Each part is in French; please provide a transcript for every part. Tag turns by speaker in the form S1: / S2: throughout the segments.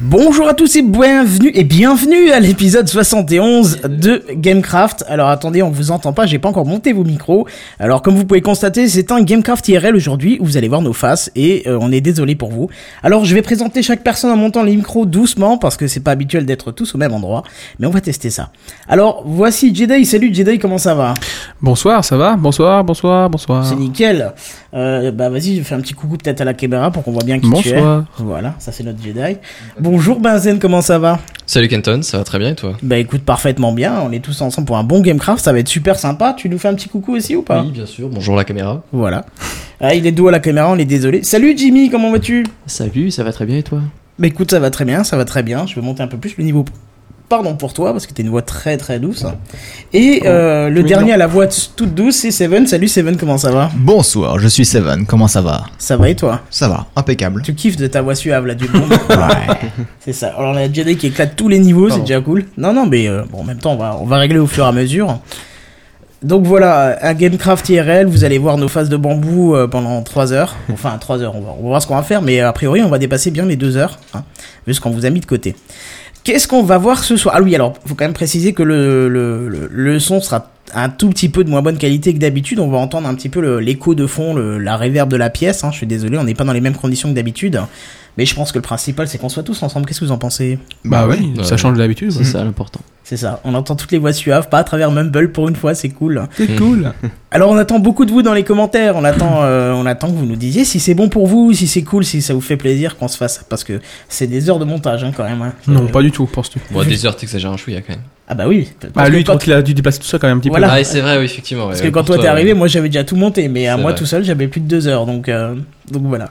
S1: Bonjour à tous et bienvenue et bienvenue à l'épisode 71 de Gamecraft. Alors attendez, on vous entend pas, j'ai pas encore monté vos micros. Alors comme vous pouvez constater, c'est un Gamecraft IRL aujourd'hui où vous allez voir nos faces et euh, on est désolé pour vous. Alors je vais présenter chaque personne en montant les micros doucement parce que c'est pas habituel d'être tous au même endroit, mais on va tester ça. Alors voici Jedi, salut Jedi, comment ça va
S2: Bonsoir, ça va Bonsoir, bonsoir, bonsoir.
S1: C'est nickel. Euh, bah vas-y, je fais un petit coucou peut-être à la caméra pour qu'on voit bien qui tu es.
S2: Bonsoir.
S1: Voilà, ça c'est notre Jedi. Bonjour Benzen, comment ça va
S3: Salut Kenton, ça va très bien et toi
S1: Bah écoute, parfaitement bien, on est tous ensemble pour un bon Gamecraft, ça va être super sympa. Tu nous fais un petit coucou aussi ou pas
S3: bien sûr. Bonjour la caméra.
S1: Voilà. Ah, il est dos à la caméra, on est désolé. Salut Jimmy, comment vas-tu
S4: Salut, ça va très bien et toi
S1: Bah écoute, ça va très bien, ça va très bien. Je vais monter un peu plus le niveau. Pardon pour toi, parce que t'as une voix très très douce. Et euh, le
S4: Mais
S1: dernier
S4: non.
S1: à la voix t- toute douce, c'est Seven. Salut Seven, comment ça va
S5: Bonsoir, je suis Seven, comment ça va
S1: Ça va et toi
S5: Ça va, impeccable.
S1: Tu kiffes de ta voix suave là du bon. c'est ça. Alors la Jedi qui éclate tous les niveaux, c'est déjà cool. Non non mais euh, bon en même temps on va on va régler au fur et à mesure. Donc voilà, un Gamecraft IRL, vous allez voir nos faces de bambou euh, pendant 3 heures. Enfin 3 heures, on va, on va voir ce qu'on va faire, mais euh, a priori on va dépasser bien les 2 heures, hein, vu ce qu'on vous a mis de côté. Qu'est-ce qu'on va voir ce soir Ah oui, alors, faut quand même préciser que le, le, le, le son sera un tout petit peu de moins bonne qualité que d'habitude. On va entendre un petit peu le- l'écho de fond, le- la réverb de la pièce. hein. Je suis désolé, on n'est pas dans les mêmes conditions que d'habitude. Mais je pense que le principal, c'est qu'on soit tous ensemble. Qu'est-ce que vous en pensez
S2: Bah oui,
S3: Ouais.
S2: ça change d'habitude.
S4: C'est ça l'important.
S1: C'est ça, on entend toutes les voix suaves, pas à travers Mumble pour une fois, c'est cool.
S2: C'est cool.
S1: Alors on attend beaucoup de vous dans les commentaires, on attend, euh, on attend que vous nous disiez si c'est bon pour vous, si c'est cool, si ça vous fait plaisir qu'on se fasse, parce que c'est des heures de montage hein, quand même. hein.
S2: Non,
S1: Euh,
S2: pas du tout, penses-tu
S3: Bon, à des heures, t'exagères un chouïa quand même.
S1: Ah bah oui.
S2: Bah
S1: Parce
S2: lui,
S1: que quand-
S2: il a dû déplacer tout ça quand même un petit
S1: Voilà.
S3: Ah, et c'est vrai, oui, effectivement. ouais,
S1: Parce
S3: ouais,
S1: que quand
S3: pour
S1: toi t'es arrivé,
S3: ouais.
S1: moi j'avais déjà tout monté, mais à
S3: C'est
S1: moi
S3: vrai.
S1: tout seul j'avais plus de deux heures, donc euh, donc voilà.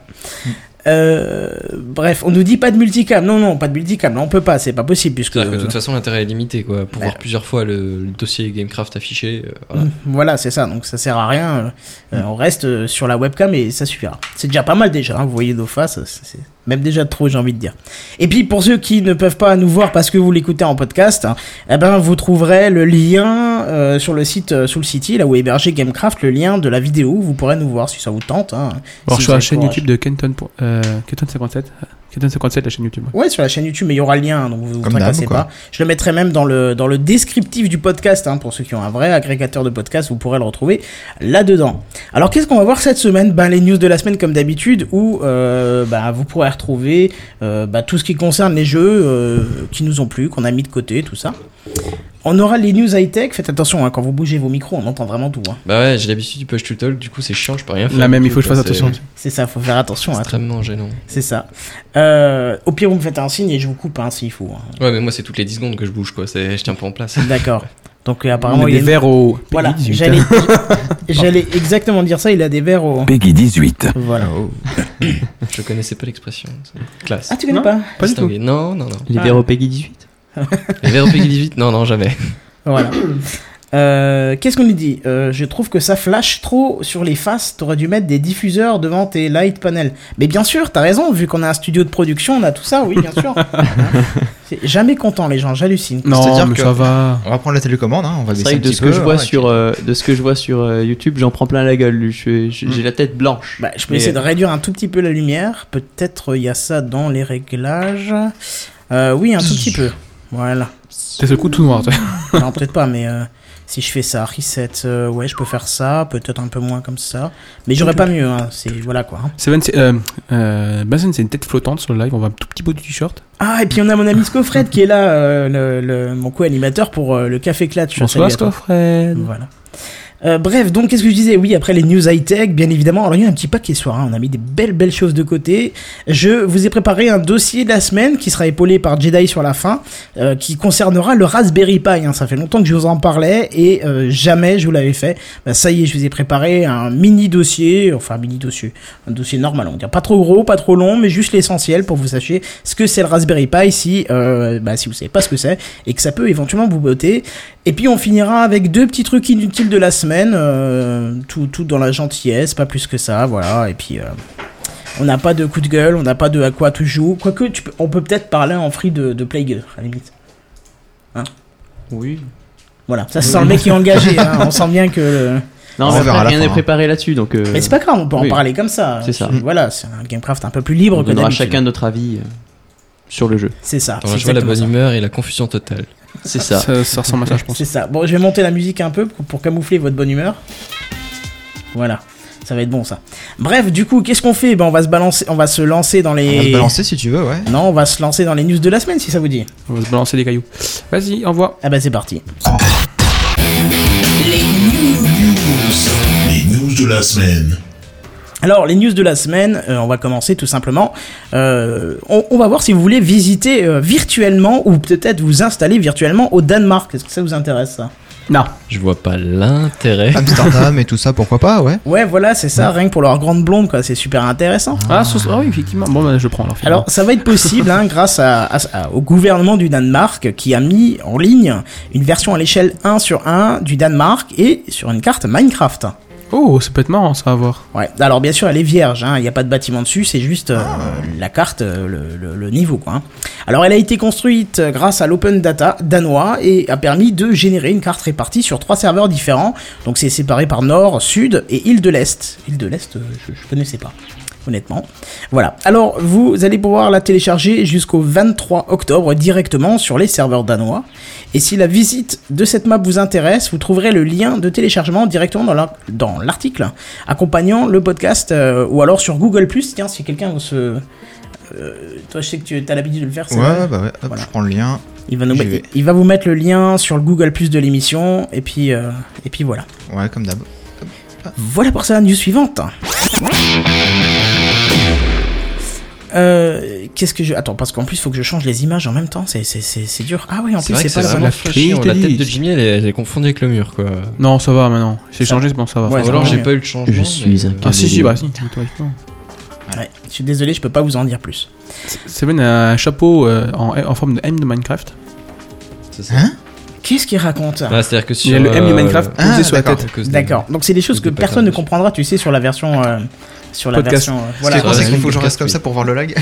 S1: Euh, bref, on nous dit pas de multicam, non non, pas de multicam, là on peut pas, c'est pas possible puisque
S3: C'est-à-dire que de toute façon, l'intérêt est limité, quoi. Pour
S1: euh, Ouais.
S3: voir plusieurs fois le, le dossier Gamecraft affiché, euh, voilà.
S1: Mm, Voilà, c'est ça, donc ça sert à rien. euh,
S2: Mm.
S1: euh, on reste euh, sur la webcam et ça suffira. C'est déjà pas mal déjà, hein, vous voyez nos faces, c'est- c'est même déjà trop, j'ai envie de dire. Et puis pour ceux qui ne peuvent pas nous voir parce que vous l'écoutez en podcast, hein, eh ben vous trouverez le lien euh, sur le site euh, sous le city, là où est hébergé Gamecraft, le lien de la vidéo, vous pourrez nous voir si ça vous tente. hein, si
S2: Alors je suis
S1: vous avez
S2: à la
S1: le
S2: chaîne
S1: courage.
S2: YouTube de Kenton, pour- euh, Kenton57. Kenton57, la chaîne YouTube. ouais.
S1: Ouais, sur la chaîne YouTube, mais il y aura le lien, hein, donc vous vous
S5: Comme d'hab,
S1: tracassez
S5: quoi.
S1: pas. Je le mettrai même dans le, dans le descriptif du podcast, hein, pour ceux qui ont un vrai agrégateur de podcast, vous pourrez le retrouver là-dedans. Alors, qu'est-ce qu'on va voir cette semaine Ben, les news de la semaine, comme d'habitude, où euh, bah, vous pourrez retrouver euh, bah, tout ce qui concerne les jeux euh, qui nous ont plu, qu'on a mis de côté, tout ça. On aura les news high-tech, faites attention, hein, quand vous bougez vos micros, on entend vraiment tout. hein.
S3: Bah ouais, j'ai l'habitude du push to talk, du coup, c'est chiant, je peux rien faire.
S2: La même, il
S3: du
S2: faut que je
S3: quoi,
S2: fasse
S3: c'est
S2: attention.
S1: C'est ça, faut faire attention à tout.
S3: Extrêmement gênant.
S1: C'est ça. Euh, au pire, vous me faites un signe et je vous coupe hein, s'il faut. hein.
S3: Ouais, mais moi, c'est toutes les 10 secondes que je bouge, quoi. c'est- Je tiens pas en place.
S1: D'accord. Donc, euh,
S2: On
S1: apparemment,
S2: est
S1: il y a
S2: des
S1: une-
S2: verres au. hein.
S1: Voilà,
S2: Peggy 18.
S1: j'allais j'allais exactement dire ça, il a des verres au...
S6: Peggy 18.
S1: Voilà.
S3: Je connaissais pas l'expression. c'est- Classe.
S1: Ah, tu connais
S2: Non.
S1: pas
S2: Pas du tout.
S3: Distingué. Non, non, non.
S4: Les
S1: Ah.
S4: verres au Peggy 18
S3: Les verres au Peggy 18 Non, non, jamais.
S1: Voilà. Euh, Qu'est-ce qu'on nous dit Euh, Je trouve que ça flash trop sur les faces, t'aurais dû mettre des diffuseurs devant tes light panels. Mais bien sûr, t'as raison, vu qu'on a un studio de production, on a tout ça, oui, bien sûr. Hein C'est jamais content, les gens, j'hallucine.
S2: Non,
S5: C'est-à-dire
S2: mais
S5: que-
S2: ça va.
S5: On va prendre la télécommande, hein, on va baisser
S4: C'est vrai
S5: un
S4: que de
S5: petit
S4: ce que
S5: peu,
S4: je vois
S5: hein,
S4: sur euh, de ce que je vois sur euh, YouTube, j'en prends plein la gueule. lui. Je suis- J'ai
S5: Hmm.
S4: j'ai la tête blanche.
S1: Bah, je peux
S4: Mais,
S1: essayer de
S4: euh,
S1: réduire un tout petit peu la lumière. Peut-être euh, il y a ça dans les réglages. Euh, oui, un tout petit peu. Voilà.
S2: C'est ce coup tout noir, toi.
S1: Non, peut-être pas, mais euh, si je fais ça, reset, euh, ouais, je peux faire ça, peut-être un peu moins comme ça. Mais j'aurais pas mieux, hein, c'est voilà quoi. hein.
S2: Seven, c'est. Euh, euh, Benson, c'est une tête flottante sur le live. On voit un tout petit bout du t-shirt.
S1: Ah, et puis on a mon ami Scofred qui est là, euh, le, le- mon co-animateur pour euh, le Café Clatch.
S2: Bonsoir,
S1: Salut à toi.
S2: Scoffred.
S1: Voilà. Euh, bref, donc qu'est-ce que je disais Oui, après les news high-tech, bien évidemment. Alors il y a un petit paquet ce soir, hein. on a mis des belles belles choses de côté. Je vous ai préparé un dossier de la semaine qui sera épaulé par Jedi sur la fin, euh, qui concernera le Raspberry Pi. hein. Ça fait longtemps que je vous en parlais et euh, jamais je vous l'avais fait. Bah, ça y est, je vous ai préparé un mini dossier, enfin un mini dossier, un dossier normal, on va dire pas trop gros, pas trop long, mais juste l'essentiel pour que vous sachiez ce que c'est le Raspberry Pi si, euh, bah, si vous savez pas ce que c'est et que ça peut éventuellement vous botter. Et puis on finira avec deux petits trucs inutiles de la semaine, euh, tout, tout dans la gentillesse, pas plus que ça, voilà. Et puis euh, on n'a pas de coup de gueule, on n'a pas de à quoi tu joues. Quoique, tu peux- on peut peut-être parler en free de, de Plague, à la limite. Hein
S4: Oui.
S1: Voilà, ça c'est le mec qui est engagé, hein. on sent bien que. le-
S4: Non,
S5: On verra
S4: mais après,
S5: à la fin,
S4: rien n'est
S5: hein.
S4: préparé là-dessus, donc. euh,
S1: Mais c'est pas grave, on peut en
S4: oui.
S1: parler comme ça.
S4: C'est ça.
S1: Voilà, c'est un Gamecraft un peu plus libre
S4: On
S1: que
S4: donnera
S1: d'habitude.
S4: chacun notre avis. euh. sur le jeu.
S1: C'est ça.
S3: Dans
S1: c'est
S3: la joie, la
S1: exactement
S3: bonne
S1: ça.
S3: humeur et la confusion totale.
S4: C'est ça.
S2: Ça, ça ressemble à ça, je pense.
S1: C'est ça. Bon, je vais monter la musique un peu pour, pour camoufler votre bonne humeur. Voilà. Ça va être bon ça. Bref, du coup, qu'est-ce qu'on fait ben, on va se balancer, on va se lancer dans
S5: On va se
S1: les
S5: balancer si tu veux, ouais.
S1: Non, on va se lancer dans les news de la semaine si ça vous dit.
S2: On va se balancer des cailloux. Vas-y, envoie.
S1: Ah bah c'est parti.
S6: Les news de la semaine.
S1: Alors, les news de la semaine, euh, on va commencer tout simplement. Euh, on, on va voir si vous voulez visiter euh, virtuellement ou peut-être vous installer virtuellement au Danemark. Est-ce que ça vous intéresse ça
S2: Non.
S3: Je vois pas l'intérêt.
S5: Amsterdam et tout ça, pourquoi pas, ouais.
S1: Ouais, voilà, c'est ça, rien que pour leur grande blonde, quoi, c'est super intéressant.
S2: Ah, sauce- ah oui, effectivement. Bon, bah, je prends alors. finalement.
S1: Alors, ça va être possible hein, grâce à- à- à- au gouvernement du Danemark qui a mis en ligne une version à l'échelle 1 sur 1 du Danemark et sur une carte Minecraft.
S2: Oh, ça peut être marrant, ça à voir.
S1: Ouais, alors bien sûr, elle est vierge, hein. il n'y a pas de bâtiment dessus, c'est juste euh, la carte, euh, le, le- le niveau. Quoi, hein. Alors elle a été construite euh, grâce à l'open data danois et a permis de générer une carte répartie sur trois serveurs différents. Donc c'est séparé par nord, sud et île de l'Est. Île de l'Est, euh, je ne connaissais pas. Honnêtement. Voilà. Alors, vous allez pouvoir la télécharger jusqu'au 23 octobre directement sur les serveurs danois. Et si la visite de cette map vous intéresse, vous trouverez le lien de téléchargement directement dans la- dans l'article accompagnant le podcast euh, ou alors sur Google Tiens, si quelqu'un se. euh, toi, je sais que tu as l'habitude de le faire. c'est
S5: Ouais,
S1: vrai
S5: bah ouais, hop,
S1: Voilà.
S5: je prends le lien.
S1: Il va, nous
S5: J'y
S1: mettre-
S5: vais.
S1: il va vous mettre le lien sur le Google Plus de l'émission et puis euh, et puis voilà.
S5: Ouais, comme d'hab.
S1: Voilà pour ça la news suivante. Euh, Qu'est-ce que je attends parce qu'en plus il faut que je change les images en même temps c'est c'est- c'est- c'est dur ah oui en
S3: C'est
S1: plus
S3: vrai
S1: c'est
S3: que
S1: pas
S3: c'est
S1: la bonne
S3: vraiment
S2: la
S3: chiant. La
S2: frite,
S3: tête
S2: Elise.
S3: de Jimmy, elle est, elle est confondue avec le mur, quoi.
S2: Non, ça va maintenant. J'ai
S1: Ça-
S2: changé, c'est bon, ça va.
S1: Ouais,
S3: Ou
S1: ça
S3: alors
S1: va
S3: j'ai
S1: mieux.
S3: pas eu le changement.
S4: Je suis un
S2: Ah, si, si,
S4: caméléon.
S2: bah, si. automatiquement.
S1: Ouais, je suis désolé je peux pas vous en dire plus
S2: Seven a un chapeau euh, en, en forme de M de Minecraft.
S3: C'est ça.
S5: Hein
S1: qu'est-ce qu'il raconte
S3: Ah, C'est-à-dire que
S2: Il y
S3: sur.
S2: a le M du
S3: euh,
S2: Minecraft
S5: Ah,
S2: posé sur la
S5: d'accord.
S2: tête.
S3: à cause des-
S1: D'accord. Donc c'est des choses
S3: Des
S1: que
S3: patterns
S1: personne ne
S3: dessus.
S1: comprendra, tu sais, sur la version, euh, sur la
S2: Podcast.
S1: version. euh,
S5: Ce qui
S1: voilà.
S5: est con, c'est
S3: Ouais,
S5: qu'il faut que je
S3: podcast,
S5: reste comme
S3: oui.
S5: ça pour voir le lag.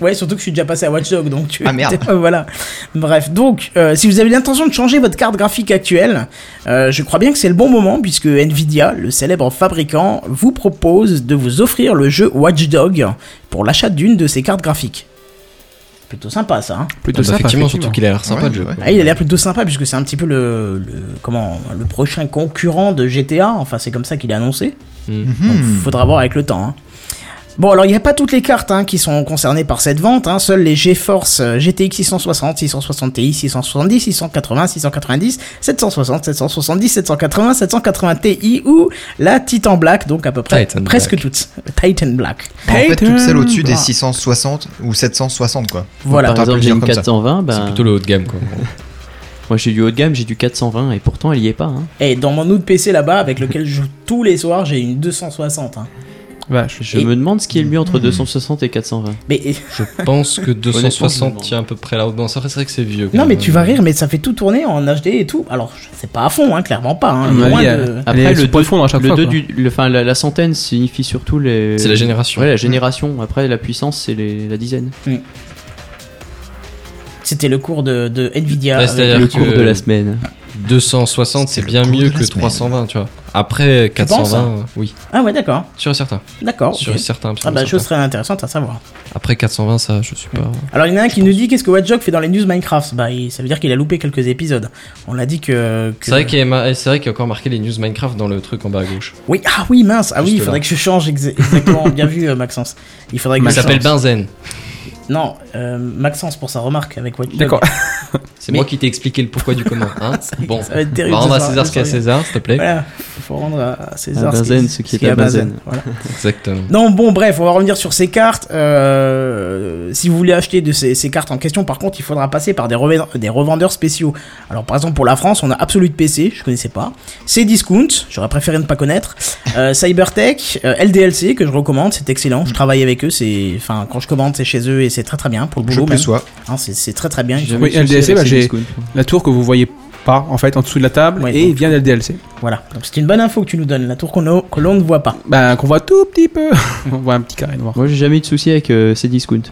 S1: Ouais, surtout que je suis déjà passé à Watch Dogs, donc tu.
S5: Ah, merde.
S1: voilà. Bref, donc euh, si vous avez l'intention de changer votre carte graphique actuelle, euh, je crois bien que c'est le bon moment puisque Nvidia, le célèbre fabricant, vous propose de vous offrir le jeu Watch Dogs pour l'achat d'une de ses cartes graphiques. Plutôt sympa ça. Hein
S3: Ah bah,
S2: Plutôt sympa.
S3: effectivement, surtout qu'il a l'air sympa
S5: Ouais,
S3: le jeu.
S5: ouais.
S3: quoi.
S1: ah, il a l'air plutôt sympa puisque c'est un petit peu le, le comment le prochain concurrent de GTA. Enfin, c'est comme ça qu'il est annoncé.
S3: Mm.
S1: Donc, faudra voir avec le temps. hein. Bon, alors il n'y a pas toutes les cartes hein, qui sont concernées par cette vente. Hein. Seules les GeForce euh, GTX 660, 660 Ti, 670, 680, 690, 760, 770, 780, 780 Ti ou la Titan Black, donc à peu près
S3: Titan
S1: presque
S3: Black.
S1: toutes. Titan Black.
S5: En fait, toutes celles au-dessus des
S2: Voilà.
S5: 660 ou 760, quoi.
S1: Voilà.
S5: Attends,
S4: Par exemple,
S5: on peut
S4: j'ai
S5: le
S4: une
S5: dire comme ça.
S4: 420,
S3: C'est
S4: ben,
S3: plutôt le haut de gamme, quoi. en gros.
S4: moi j'ai du haut de gamme, j'ai du 420 et pourtant elle y est pas. hein.
S1: Et dans mon autre PC là-bas, avec lequel je joue tous les soirs, j'ai une 260. hein.
S2: Vache.
S4: Je
S1: Et-
S4: me demande ce qui est le mieux
S5: Hmm.
S4: entre 260 et 420.
S1: Mais et-
S3: Je pense que
S4: Honnêtement, je
S3: 260
S4: me
S3: tient à peu près la haute. Bon, ça, c'est vrai que c'est vieux.
S1: non,
S3: quoi.
S1: mais tu vas rire, mais ça fait tout tourner en HD et tout. Alors, c'est pas à fond, hein, clairement pas. hein,
S2: À mon
S1: loin
S2: avis,
S1: de-
S2: elle- elle est
S4: Après,
S2: sous
S4: le
S2: poids de fondre à chaque
S4: Le
S2: fois.
S4: deux
S2: quoi.
S4: du, le- enfin, la, la centaine signifie surtout les.
S3: C'est la génération.
S4: Ouais,
S5: Hmm.
S4: la génération. Après, la puissance, c'est les- la dizaine.
S1: C'était le cours de, de Nvidia.
S3: Ouais,
S1: avec-
S3: c'est-à-dire
S4: Le
S3: que-
S4: cours de la semaine.
S3: 260, c'est
S5: C'est le
S3: bien
S5: tour de
S3: mieux
S5: la
S3: que
S5: semaine.
S3: 320, tu vois. Après,
S1: penses,
S3: 420, oui.
S1: Ah ouais, d'accord,
S3: Sûr et certain.
S1: d'accord.
S3: Sûr
S1: ok.
S3: et certain.
S1: Ah
S3: absolument
S1: bah, chose
S3: certain.
S1: très intéressante à savoir.
S3: Après 420, ça, je suis pas.
S1: Alors, il y en a un qui nous dit qu'est-ce que Watchdog fait dans les news Minecraft Bah, il- ça veut dire qu'il a loupé quelques épisodes. On a dit que. que-
S3: C'est vrai qu'il y, a ma- c'est vrai qu'il y a encore marqué les news Minecraft dans le truc en bas à gauche.
S1: Oui, ah oui, mince, ah oui, il
S3: Juste
S1: faudrait
S3: là.
S1: que je change exa- exactement. Bien vu, euh, Maxence. Il faudrait que
S3: Il
S1: je
S3: s'appelle
S1: change.
S3: Benzen.
S1: Non, euh, Maxence pour sa remarque avec Watchdog.
S2: D'accord.
S3: C'est
S1: Mais-
S3: moi qui t'ai expliqué le pourquoi du comment. Hein
S1: Ça-
S3: bon,
S1: ça va être
S3: on
S1: terrible
S3: va rendre
S1: ce
S3: à
S1: soir,
S3: César ce
S1: ce
S3: qu'il y a à
S1: soir.
S3: César, s'il te plaît.
S1: Voilà, faut rendre à César
S4: À Bazaine, ce qui est à Bazaine.
S1: Voilà.
S3: Exactement.
S1: Non, bon, bref, on va revenir sur ces cartes. Euh, si vous voulez acheter de ces, ces cartes en question, par contre, il faudra passer par des, reven- des revendeurs spéciaux. Alors, par exemple, pour la France, on a Absolute PC, je connaissais pas. Cdiscount, j'aurais préféré ne pas connaître. Euh, Cybertech, euh, LDLC, que je recommande, c'est excellent. Je travaille avec eux, c'est, enfin, quand je commande, c'est chez eux et c'est très très bien pour le
S5: Je
S1: boulot.
S5: plus
S1: Même.
S5: sois.
S1: Hein, c'est, c'est très très bien.
S4: J'ai
S2: Oui,
S4: jamais eu de souci
S2: LDLC,
S4: avec
S2: bah,
S4: ces
S2: j'ai-
S4: discounts.
S2: La tour que vous voyez pas, en fait, en dessous de la table,
S1: Ouais,
S2: et
S1: donc-
S2: vient l'LDLC.
S1: Voilà. Donc, c'est une bonne info que tu nous donnes, la tour qu'on a- que l'on ne voit pas.
S2: Bah, Ben, qu'on voit tout petit peu. On voit un petit carré noir.
S4: Moi, j'ai jamais eu de souci avec euh, ces discounts.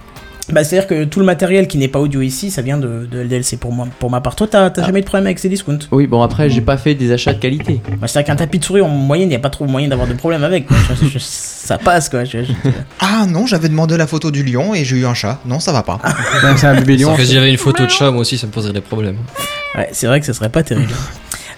S1: Bah, c'est-à-dire que tout le matériel qui n'est pas audio ici, ça vient de, de LDLC pour, moi, pour ma part. Toi, t'as t'as
S4: Ah.
S1: jamais eu de problème avec ces discounts
S4: Oui, bon, après, j'ai pas fait des achats de qualité.
S1: Bah, C'est-à-dire qu'un tapis de souris, en moyenne, il n'y a pas trop moyen d'avoir de problème avec. quoi. Je- je- ça passe, quoi. Je- je-
S5: Ah non, j'avais demandé la photo du lion et j'ai eu un chat. Non, ça va pas.
S2: Ben, c'est un bébé lion.
S3: Sauf que si j'avais une photo de chat, moi aussi, ça me poserait des problèmes.
S1: Ouais, c'est vrai que ce serait pas terrible.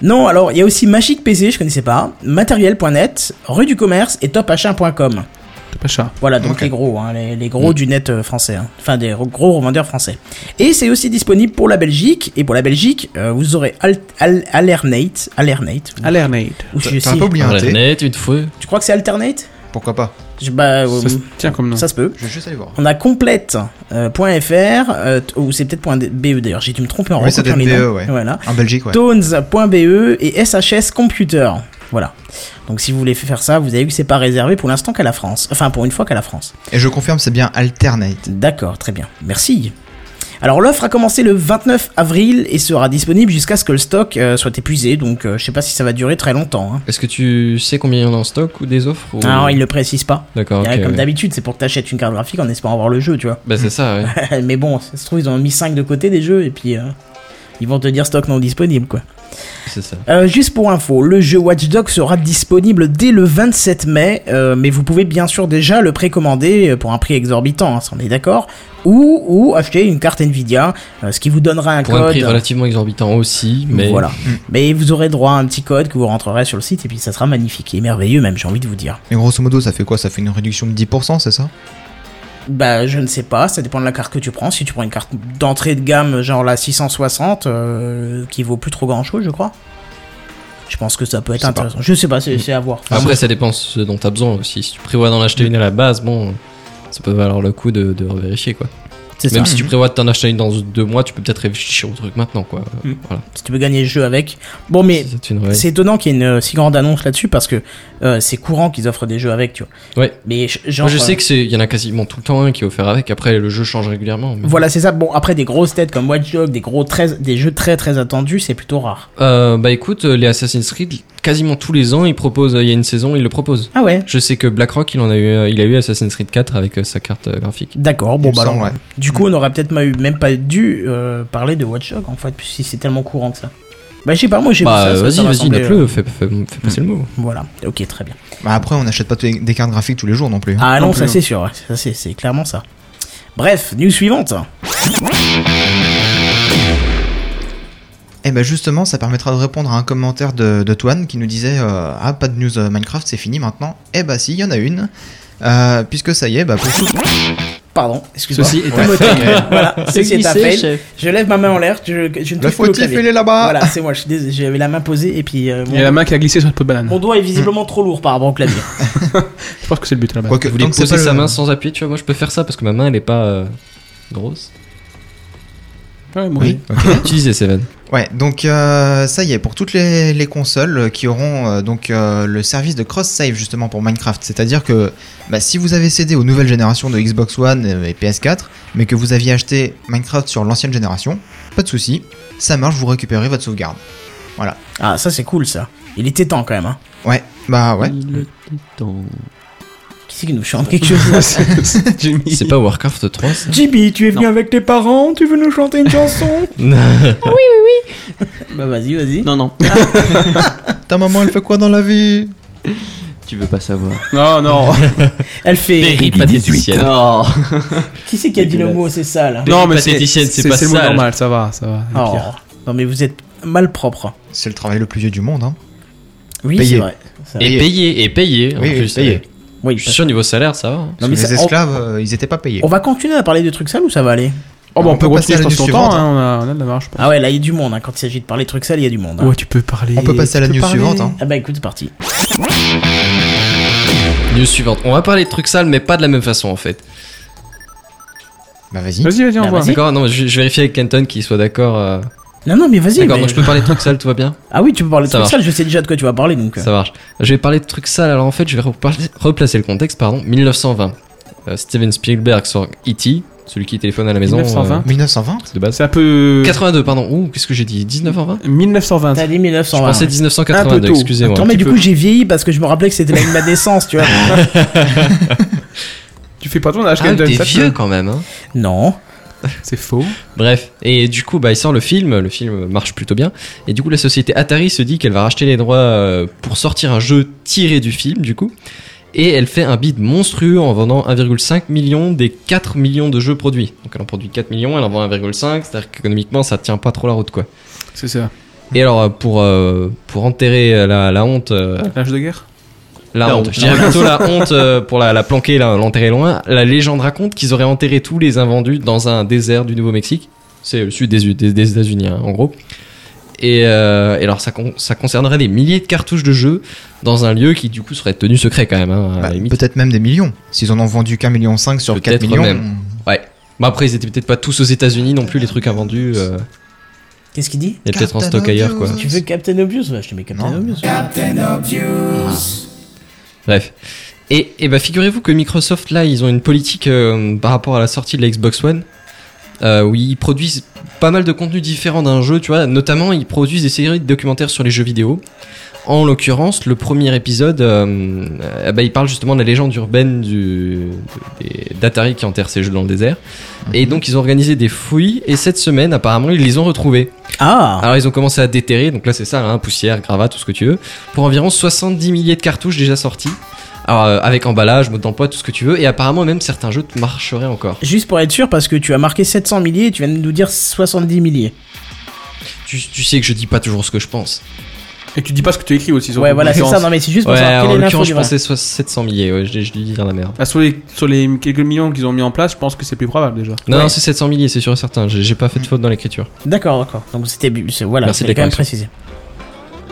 S1: Non, alors il y a aussi Magic PC, je connaissais pas, matériel.net, rue du commerce et topachin.com.
S2: T'as pas chat.
S1: Voilà donc
S5: Ok. Mm.
S1: les gros, hein, les, les gros du net euh, français, hein. enfin des re- gros revendeurs français. Et c'est aussi disponible pour la Belgique, et pour la Belgique, euh, vous aurez Al- Al- Alternate, Alternate, ou-
S2: Alernate.
S1: ou je
S5: Ah, T'as
S1: sais-
S5: pas oublié
S3: On
S5: un
S3: la
S5: thé
S3: net, une fois.
S1: Tu crois que c'est Alternate
S5: Pourquoi pas
S1: Je- Bah, euh,
S2: Ça se tient comme nom.
S1: ça se peut.
S5: Je vais juste aller voir.
S1: On a euh, complète.fr, euh, ou c'est peut-être point .be d'ailleurs, j'ai dû me tromper en
S5: Oui, ça doit
S1: recopiant
S5: être
S1: les
S5: BE,
S1: noms.
S5: ouais.
S1: Voilà.
S5: En Belgique, ouais.
S1: Tones.be E et SHS Computer. Voilà. Donc si vous voulez faire ça, vous avez vu que c'est pas réservé pour l'instant qu'à la France. Enfin, pour une fois qu'à la France.
S5: Et je confirme, c'est bien Alternate.
S1: D'accord, très bien. Merci. Alors l'offre a commencé le 29 avril et sera disponible jusqu'à ce que le stock euh, soit épuisé. Donc euh, je sais pas si ça va durer très longtemps. hein.
S3: Est-ce que tu sais combien il y en a en stock ou des offres ou...
S1: Alors Ah, il le précise pas.
S3: D'accord,
S1: Et, euh,
S3: Oh. ok.
S1: Comme
S3: ouais.
S1: d'habitude, c'est pour que t'achètes une carte graphique en espérant avoir le jeu, tu vois.
S3: Bah, c'est ça, ouais.
S1: Mais bon, ça se trouve ils en ont mis 5 de côté des jeux et puis euh, ils vont te dire stock non disponible quoi.
S3: C'est ça.
S1: Euh, juste pour info, le jeu Watch Dogs sera disponible dès le 27 mai, euh, mais vous pouvez bien sûr déjà le précommander euh, pour un prix exorbitant, hein, ça, on est d'accord, ou, ou acheter une carte Nvidia, euh, ce qui vous donnera un
S3: Pour
S1: code.
S3: un prix relativement exorbitant aussi, mais. Hmm.
S1: Voilà. Mais vous aurez droit à un petit code que vous rentrerez sur le site et puis ça sera magnifique et merveilleux même, j'ai envie de vous dire.
S5: Et grosso modo, ça fait quoi Ça fait une réduction de 10%, c'est ça
S1: Bah je ne sais pas, ça dépend de la carte que tu prends. Si tu prends une carte d'entrée de gamme genre la 660 euh, qui vaut plus trop grand chose je crois. Je pense que ça peut être
S5: Je sais pas.
S1: intéressant. Je sais pas, c'est c'est à voir.
S3: Après, ça dépend ce dont t'as besoin aussi. Si tu prévois d'en acheter une à la base, bon, ça peut valoir le coup de, de vérifier quoi.
S1: C'est ça. Mm-hmm.
S3: Même si tu prévois de t'en acheter une dans deux mois, tu peux peut-être réfléchir au truc maintenant quoi.
S1: Mm.
S3: Voilà.
S1: si tu peux gagner le jeu avec. Bon, mais
S3: Si c'est une vraie-
S1: c'est étonnant qu'il y ait une euh, si grande annonce là-dessus parce que euh, c'est courant qu'ils offrent des jeux avec, tu vois.
S3: Ouais.
S1: Mais j- genre.
S3: Moi, je
S1: euh,
S3: sais que c'est, il y en a quasiment tout le temps un qui est offert avec. Après, le jeu change régulièrement. mais-
S1: Voilà, c'est ça. Bon, après des grosses têtes comme Watch Dogs, des gros très, des jeux très très attendus, c'est plutôt rare.
S3: Euh, bah écoute, euh, les Assassin's Creed, quasiment tous les ans, ils proposent. euh, Il y a une saison, ils le proposent.
S1: Ah ouais.
S3: Je sais que BlackRock, il en a eu, euh, il a eu Assassin's Creed 4 avec euh, sa carte euh, graphique.
S1: D'accord.
S5: Il
S1: Bon,
S5: me
S1: bah
S5: semble,
S1: alors,
S5: ouais.
S1: Du coup, on aurait peut-être ma- eu- même pas dû euh, parler de Watch Dogs en fait, si c'est tellement courant que ça. Bah, je sais pas, moi j'ai vu ça,
S3: Bah
S1: ça,
S3: euh,
S1: ça
S3: vas-y,
S1: m'a
S3: vas-y,
S1: semblé,
S3: note-le,
S1: euh,
S3: fais, fais- fais passer le mot.
S1: Voilà, ok, très bien.
S5: Bah après, on n'achète pas tous les- des cartes graphiques tous les jours non plus. hein.
S1: Ah non,
S5: plus,
S1: ça c'est sûr, ouais. ça c'est- c'est clairement ça. Bref, news suivante.
S5: Et ben justement, ça permettra de répondre à un commentaire de, de Toine qui nous disait euh, Ah, pas de news euh, Minecraft, c'est fini maintenant. Eh bah si, il y en a une. Euh, puisque ça y est, bah pour tout-
S1: Pardon, excuse-moi.
S2: Ceci est
S1: Ouais. voilà, ceci est un
S4: glissé,
S1: fail.
S4: chef.
S1: Je lève ma main en l'air, je, je ne touche
S5: Le
S1: plus au
S5: fautif,
S1: clavier.
S5: il est là-bas
S1: Voilà, c'est moi, je suis désolé, j'avais la main posée et puis euh,
S2: Il y a la
S1: mon,
S2: main qui a glissé sur le pot de banane.
S1: mon doigt est visiblement trop lourd par rapport au clavier.
S2: Je pense que c'est le but là-bas.
S5: Quoique,
S3: Vous voulez
S5: tant que c'est
S3: poser
S5: pas
S3: sa
S5: le-
S3: main sans appui, tu vois, moi je peux faire ça parce que ma main elle est pas euh, grosse.
S2: Ouais, bon,
S5: Oui, ok.
S3: Utilisez Seven.
S5: Ouais, donc euh, ça y est, pour toutes les, les consoles euh, qui auront euh, donc euh, le service de cross-save justement pour Minecraft, c'est-à-dire que bah, si vous avez cédé aux nouvelles générations de Xbox One et PS4, mais que vous aviez acheté Minecraft sur l'ancienne génération, pas de souci, ça marche, vous récupérez votre sauvegarde.
S1: Ah, ça c'est cool ça. Il était temps quand même. Hein.
S5: Ouais, bah ouais.
S4: Il était temps.
S1: Qui c'est qui nous chante quelque chose
S2: C'est- c'est Jimmy.
S3: C'est pas Warcraft 3 ça
S1: Jimmy, tu es venu avec tes parents, tu veux nous chanter une chanson Bah vas-y, vas-y.
S4: Non, non,
S5: Ta maman, elle fait quoi dans la vie
S4: tu veux pas savoir.
S2: Non, non.
S1: Elle fait.
S3: Berry pathéticienne.
S4: Non.
S1: Qui c'est qui a dit le mot C'est ça là.
S2: non, mais c'est
S3: Pathéticienne, c'est
S2: c'est-
S3: pas
S2: c'est le mot
S3: sale.
S2: normal, ça va, ça va. c'est
S1: Oh.
S2: pire.
S1: Non mais vous êtes mal propre.
S5: C'est le travail le plus vieux du monde, hein.
S1: Oui,
S5: Payé.
S1: c'est vrai. C'est vrai.
S3: Et payé, et payé. en
S5: Oui, oui,
S3: plus,
S5: payé.
S3: euh,
S1: Oui,
S3: Je suis sûr, niveau salaire, ça va. hein.
S1: Non, mais
S5: les
S1: ça- Oh. on-
S5: esclaves, euh, ils étaient pas payés.
S1: On va continuer à parler de trucs sales ou ça va aller
S2: Oh, bah,
S5: On
S2: on peut
S5: peut passer à
S2: continuer,
S5: la
S2: je pense,
S5: news
S2: longtemps.
S5: suivante.
S2: hein, On a on a de la marge, je pense.
S1: Ah ouais, là il y a du monde. hein. Quand il s'agit de parler de trucs sales, il y a du monde. hein.
S2: Ouais, tu peux parler.
S5: On peut passer à la
S2: tu peux
S5: news
S2: parler.
S5: suivante, hein.
S1: Ah bah écoute, c'est parti.
S3: News suivante. On va parler de trucs sales, mais pas de la même façon en fait.
S5: Bah vas-y.
S2: Vas-y, vas-y,
S1: Ah,
S2: on voit.
S1: vas-y.
S3: D'accord Non, je, je vérifie avec Kenton qu'il soit d'accord. euh.
S1: Non, non, mais vas-y.
S3: D'accord,
S1: mais-
S3: donc je peux parler de trucs sales, tout va bien
S1: Ah oui, tu peux parler de
S3: Ça
S1: trucs
S3: marche.
S1: sales, je sais déjà de quoi tu vas parler donc. euh.
S3: Ça marche. Je vais parler de trucs sales, alors en fait, je vais reparler- replacer le contexte, pardon. 1920. Euh, Steven Spielberg sur E.T., celui qui téléphone à la maison.
S2: 1920.
S5: 1920
S3: euh, de base.
S2: C'est un peu.
S3: 82, pardon. Ouh, qu'est-ce que j'ai dit 1920
S2: 1920.
S1: T'as dit
S3: Je
S1: 1920.
S3: pensais
S2: Un peu
S3: 1982,
S2: tôt.
S3: excusez-moi.
S1: Attends, mais
S2: petit
S1: du
S2: peu.
S1: coup, j'ai vieilli parce que je me rappelais que c'était l'année de ma naissance, tu vois.
S2: Tu fais pas ton âge
S3: Ah,
S2: quand même,
S3: t'es
S2: ça te-
S3: vieux quand même. hein.
S1: Non.
S2: C'est faux.
S3: Bref, et du coup, bah, il sort le film, le film marche plutôt bien, et du coup, la société Atari se dit qu'elle va racheter les droits euh, pour sortir un jeu tiré du film, du coup, et elle fait un bid monstrueux en vendant 1,5 million des 4 millions de jeux produits. Donc elle en produit 4 millions, elle en vend 1,5, c'est-à-dire qu'économiquement, ça tient pas trop la route, quoi.
S2: C'est ça.
S3: Et alors, euh, pour, euh, pour enterrer la, la honte, euh,
S2: L'âge de guerre
S3: la,
S4: La
S3: honte.
S4: honte.
S3: Je dirais plutôt la honte euh, pour la, la planquer, la- l'enterrer loin. La légende raconte qu'ils auraient enterré tous les invendus dans un désert du Nouveau-Mexique. C'est le sud des, U- des, des États-Unis, hein, en gros. Et, euh, et alors, ça, con- ça concernerait des milliers de cartouches de jeux dans un lieu qui, du coup, serait tenu secret quand même. hein, à
S5: Bah,
S3: la limite.
S5: Peut-être même des millions. S'ils en ont vendu qu'un million cinq sur
S3: Peut-être
S5: 4 millions.
S3: même. Mais après, ils étaient peut-être pas tous aux États-Unis non plus, les trucs invendus. euh,
S1: Qu'est-ce qu'il dit
S3: Il y a peut-être en
S5: Captain
S3: stock ailleurs,
S5: Obvious.
S3: quoi.
S1: Tu veux Captain Obvious Ouais, Je te mets Captain
S5: Non.
S1: Obvious.
S3: Bref. Et, et bah figurez-vous que Microsoft là ils ont une politique euh, par rapport à la sortie de la Xbox One euh, où ils produisent pas mal de contenus différents d'un jeu, tu vois, notamment ils produisent des séries de documentaires sur les jeux vidéo. En l'occurrence, le premier épisode, euh, euh, bah, il parle justement de la légende urbaine du, des- d'Atari qui enterre ses jeux dans le désert. Et donc ils ont organisé des fouilles et cette semaine apparemment ils les ont retrouvés.
S1: Ah
S3: Alors ils ont commencé à déterrer, donc là c'est ça, hein, poussière, gravat, tout ce que tu veux, pour environ 70 milliers de cartouches déjà sorties. Alors, euh, avec emballage, mode d'emploi, tout ce que tu veux, et apparemment même certains jeux te marcheraient encore.
S1: Juste pour être sûr, parce que tu as marqué 700 milliers et tu viens de nous dire 70 milliers.
S3: Tu, tu sais que je dis pas toujours ce que je pense.
S2: Et tu dis pas ce que tu écris aussi sur
S1: Ouais,
S2: ton
S1: voilà, c'est
S2: conférence.
S1: ça. Non, mais c'est juste pour
S3: Ouais,
S1: savoir
S3: en
S1: quelle est l'info
S3: l'occurrence
S1: du
S3: je
S1: vrai.
S3: pensais soit 700 milliers, ouais, je, je dis dans la merde.
S2: Ah, sur, les, sur les quelques millions qu'ils ont mis en place, je pense que c'est plus probable déjà.
S3: Non,
S1: Ouais.
S3: non c'est 700 milliers, c'est sûr et certain, j'ai j'ai pas fait de faute dans l'écriture.
S1: D'accord, d'accord. Donc c'était. bu- c'est- Voilà,
S3: Merci de
S1: c'est quand même
S3: la
S1: précisé.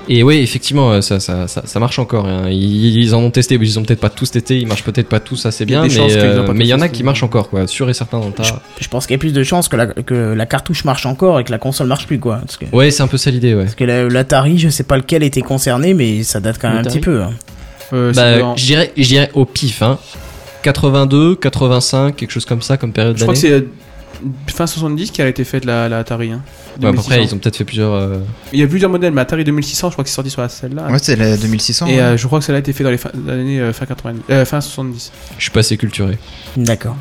S3: Et oui, effectivement, euh, ça, ça, ça, ça marche encore. hein. Ils, ils en ont testé, mais ils ont peut-être pas tous testé, ils marchent peut-être pas tous assez
S2: Il y a
S3: bien,
S2: des
S3: mais
S2: chances qu'ils
S3: euh,
S2: ont pas
S3: mais il
S2: tous
S3: y en a
S2: testé.
S3: qui marchent encore, quoi, sûr et certain dans le tas.
S1: Je pense qu'il y a plus de chances que la, que la cartouche marche encore et que la console marche plus, quoi. Parce que,
S3: Ouais, c'est un peu ça l'idée, ouais.
S1: parce que la- l'Atari, je sais pas lequel était concerné, mais ça date quand même un
S4: L'Atari.
S1: petit peu. hein.
S2: Euh, c'est
S3: Bah,
S2: dans-
S3: je dirais, je dirais au pif, hein. 82, 85, quelque chose comme ça, comme période
S2: Je crois que
S3: d'année.
S2: c'est euh, fin 70 qu'elle a été faite la, la Atari. Hein.
S3: Ouais, après,
S2: 2600.
S3: ils ont peut-être fait plusieurs. euh,
S2: Il y a plusieurs modèles, mais Atari 2600, je crois qu'il est sorti sur la- celle-là.
S5: Ouais, c'est la 2600.
S2: Et
S5: ouais.
S2: euh, je crois que celle-là a été faite dans les fins- dans les années euh, fin, 80, euh, fin 70.
S3: Je suis pas assez culturé.
S1: D'accord.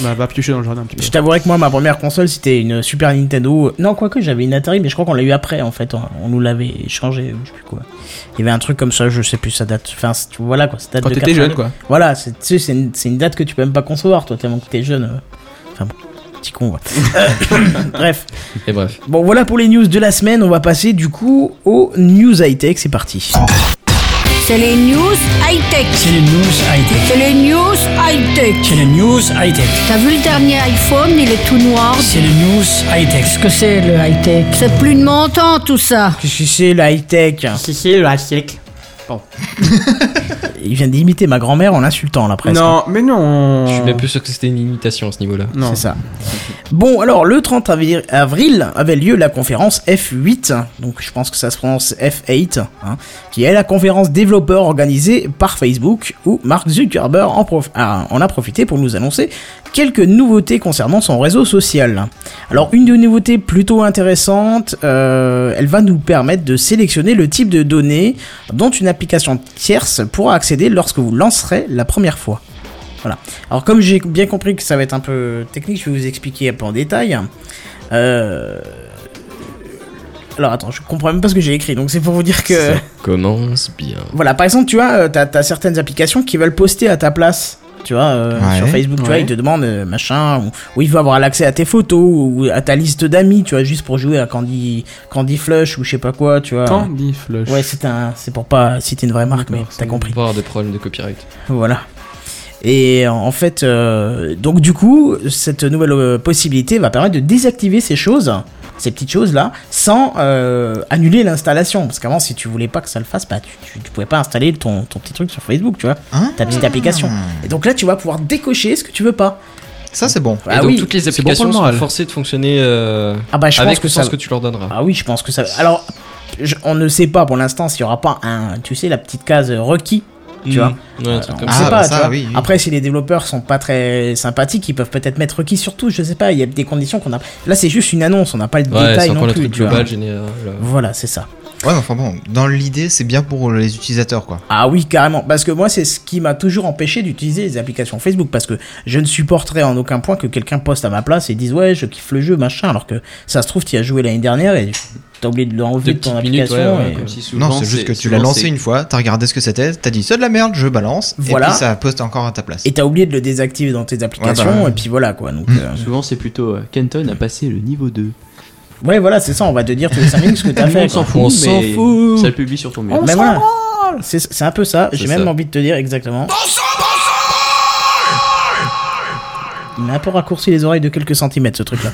S2: Bah, va piocher dans le jardin un petit peu.
S1: Je t'avouerai que moi, ma première console, c'était une Super Nintendo. Non, quoique j'avais une Atari, mais je crois qu'on l'a eu après, en fait. On, on nous l'avait changé, ou je sais plus quoi. Il y avait un truc comme ça, je sais plus, ça date. Enfin, c'est- voilà quoi, ça date
S2: Quand
S1: de
S2: t'étais
S1: 80.
S2: jeune, quoi.
S1: Voilà, c'est tu sais, c'est une, c'est une date que tu peux même pas concevoir, toi, tellement que t'es jeune. euh. Enfin bon, petit con, ouais. Bref.
S3: Et bref.
S1: Bon, voilà pour les news de la semaine. On va passer du coup aux news high-tech. C'est parti.
S6: C'est les news high-tech.
S7: C'est les news high-tech.
S6: C'est les news high-tech.
S7: C'est les news high-tech.
S6: T'as vu le dernier iPhone, il est tout noir.
S7: C'est les news high-tech. Qu'est-ce que c'est le high-tech
S6: C'est plus de mon temps tout ça.
S1: Qu'est-ce que c'est le high-tech
S7: Si, c'est le high-tech.
S1: Il vient d'imiter ma grand-mère en l'insultant, là, presque.
S2: Non, mais non.
S3: Je suis même plus sûr que c'était une imitation à ce niveau-là.
S2: Non.
S1: C'est ça. Bon, alors le 30 avri- avril avait lieu la conférence F8, donc je pense que ça se prononce F8, hein, qui est la conférence développeur organisée par Facebook, où Mark Zuckerberg en, prof- ah, en a profité pour nous annoncer quelques nouveautés concernant son réseau social. Alors une des nouveautés plutôt intéressante, euh, elle va nous permettre de sélectionner le type de données dont une application tierce pourra accéder lorsque vous lancerez la première fois. Alors comme j'ai bien compris que ça va être un peu technique, je vais vous expliquer un peu en détail. Euh... Alors attends, je comprends même pas ce que j'ai écrit, donc c'est pour vous dire que...
S3: Ça commence bien.
S1: Voilà, par exemple, tu vois, euh, t'as as certaines applications qui veulent poster à ta place. Tu vois, euh,
S5: Ouais.
S1: sur Facebook, tu vois,
S2: Ouais.
S1: ils te demandent euh, machin, ou, ou ils veulent avoir l'accès à tes photos, ou à ta liste d'amis, tu vois, juste pour jouer à Candy, Candy Flush, ou je sais pas quoi, tu vois.
S2: Candy Flush.
S1: Ouais, c'est un, c'est pour pas citer une vraie marque, mais
S2: D'accord,
S1: t'as
S2: c'est-
S1: compris.
S3: Voir des problèmes de copyright.
S1: Voilà. Et en fait, euh, donc du coup, cette nouvelle euh, possibilité va permettre de désactiver ces choses, ces petites choses-là, sans euh, annuler l'installation. Parce qu'avant, si tu voulais pas que ça le fasse, bah, tu, tu, tu pouvais pas installer ton, ton petit truc sur Facebook, tu vois,
S5: Hein
S1: ta
S3: Hmm.
S1: petite application. Et donc là, tu vas pouvoir décocher ce que tu veux pas.
S5: Ça, c'est bon.
S3: et
S1: Ah
S3: donc
S1: oui.
S3: toutes les
S2: c'est bon pour
S3: applications
S2: le
S3: sont
S2: moral.
S3: forcées de fonctionner euh,
S1: Ah bah, je pense
S3: avec
S1: que
S3: le sens
S1: ça.
S3: que tu leur donneras.
S1: Ah oui, je pense que ça. Alors, je- on ne sait pas pour l'instant s'il y aura pas un, tu sais, la petite case euh, requis, tu
S2: Mhm.
S3: Hmm.
S1: vois.
S3: Ouais, un truc
S1: On
S3: comme
S5: Ah,
S1: sait
S5: bah
S1: pas,
S5: ça,
S1: tu vois.
S5: oui, oui.
S1: Après, si les développeurs sont pas très sympathiques, ils peuvent peut-être mettre qui surtout, je sais pas, il y a des conditions qu'on a. Là, c'est juste une annonce, on n'a pas le
S3: ça. Ouais, c'est
S1: détail
S3: encore
S1: non
S3: le
S1: plus.
S3: truc
S1: tu vois.
S3: global général. euh.
S1: Voilà, c'est ça.
S5: Ouais, mais enfin bon, dans l'idée, c'est bien pour les utilisateurs, quoi.
S1: Ah oui, carrément. Parce que moi, c'est ce qui m'a toujours empêché d'utiliser les applications Facebook. Parce que je ne supporterais en aucun point que quelqu'un poste à ma place et dise Ouais, je kiffe le jeu, machin. Alors que ça se trouve, tu as joué l'année dernière et t'as oublié de l'enlever de
S3: Deux
S1: ton
S3: petites minutes,
S1: application.
S3: ouais, ouais,
S1: et-
S3: comme si souvent,
S5: Non, c'est juste que tu l'as
S3: souvent,
S5: lancé
S3: c'est-
S5: une fois, t'as regardé ce que c'était, t'as dit c'est de la merde, je balance,
S1: Voilà.
S5: et puis ça poste encore à ta place.
S1: Et t'as oublié de le désactiver dans tes applications.
S5: Ouais, bah ouais.
S1: Et puis voilà, quoi. Donc, euh,
S4: Souvent, c'est plutôt euh, Kenton a passé le niveau 2.
S1: ouais, voilà, c'est ça. On va te dire tous les 5 minutes ce que t'as
S4: Tout le
S1: fait.
S4: monde s'en
S1: quoi.
S4: fout,
S3: On
S4: mais
S3: s'en fout.
S4: ça le publie sur ton mur.
S1: Mais voilà. C'est c'est un peu ça. J'ai
S3: C'est
S1: même
S3: ça.
S1: envie de te dire exactement. Il m'a un peu raccourci les oreilles de quelques centimètres, ce truc-là.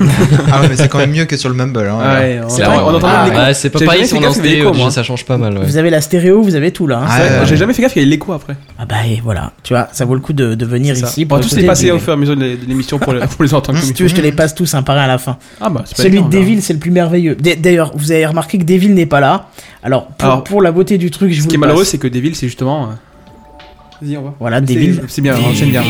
S5: ah ouais, mais c'est quand même mieux que sur le Mumble. Hein, alors.
S2: Ah, Ouais,
S1: C'est vrai.
S2: on entend
S1: Ah,
S2: même l'écho.
S3: Ouais, c'est euh, pas
S2: J'ai
S3: pareil
S2: jamais
S3: si
S2: fait
S3: on est en
S2: gaffe, mais
S3: stéréo,
S2: l'écho,
S3: déjà,
S2: moi.
S3: ça change pas mal. ouais.
S1: Vous avez la stéréo, vous avez tout là. hein.
S5: Ah,
S2: C'est vrai,
S5: ouais.
S2: J'ai jamais fait gaffe qu'il y avait l'écho après.
S1: Ah bah et voilà, tu vois, ça vaut le coup de, de venir
S2: Ça.
S1: ici.
S2: On va tous
S1: écouter
S2: les passer
S1: du-
S2: au fur et à mesure de l'é- de l'émission pour, les- pour les entendre comme
S1: Si
S2: il
S1: tu veux, je
S2: faut.
S1: te les passe tous un par un à la fin.
S2: Ah bah, c'est pas
S1: Celui
S2: évident,
S1: de
S2: alors.
S1: Devil, c'est le plus merveilleux. D- D'ailleurs, vous avez remarqué que Devil n'est pas là. Alors pour,
S2: Alors,
S1: pour la beauté du truc, je
S2: Ce
S1: vous
S2: qui est
S1: le
S2: malheureux,
S1: passe.
S2: c'est que Devil, c'est justement. euh, Vas-y, on va.
S1: Voilà,
S2: C'est-
S1: Devil.
S2: C'est bien, enchaîne bien.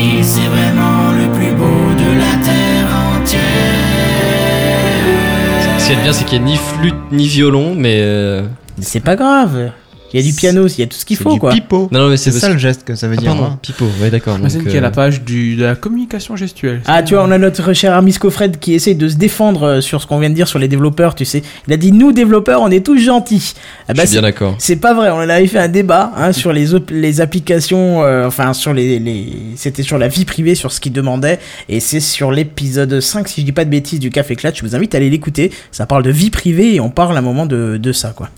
S3: Ce qui est bien, c'est qu'il n'y a ni flûte ni violon, mais. euh,
S1: C'est pas grave. Il y a du piano, il y a tout ce qu'il
S5: C'est
S1: faut
S5: du
S1: quoi.
S5: pipeau.
S3: Non, non, mais c'est
S5: C'est ça
S3: parce-
S5: le geste que ça veut
S3: Ah,
S5: dire.
S3: pardon,
S5: hein.
S3: Pipo, ouais, d'accord.
S2: Amazon
S3: donc,
S2: qui est à la
S3: euh,
S2: page du- de la communication gestuelle.
S1: Ah, tu vois, on a notre cher ami Scofred qui essaye de se défendre euh, sur ce qu'on vient de dire sur les développeurs, tu sais. Il a dit Nous, développeurs, on est tous gentils. Ah
S3: Je
S1: bah,
S3: suis bien d'accord.
S1: C'est pas vrai, on en avait fait un débat hein, sur les, op- les applications, euh, enfin sur les, les... c'était sur la vie privée, sur ce qu'ils demandaient, et c'est sur l'épisode 5, si je dis pas de bêtises, du Café Clatch, je vous invite à aller l'écouter, ça parle de vie privée et on parle à un moment de, de ça, quoi.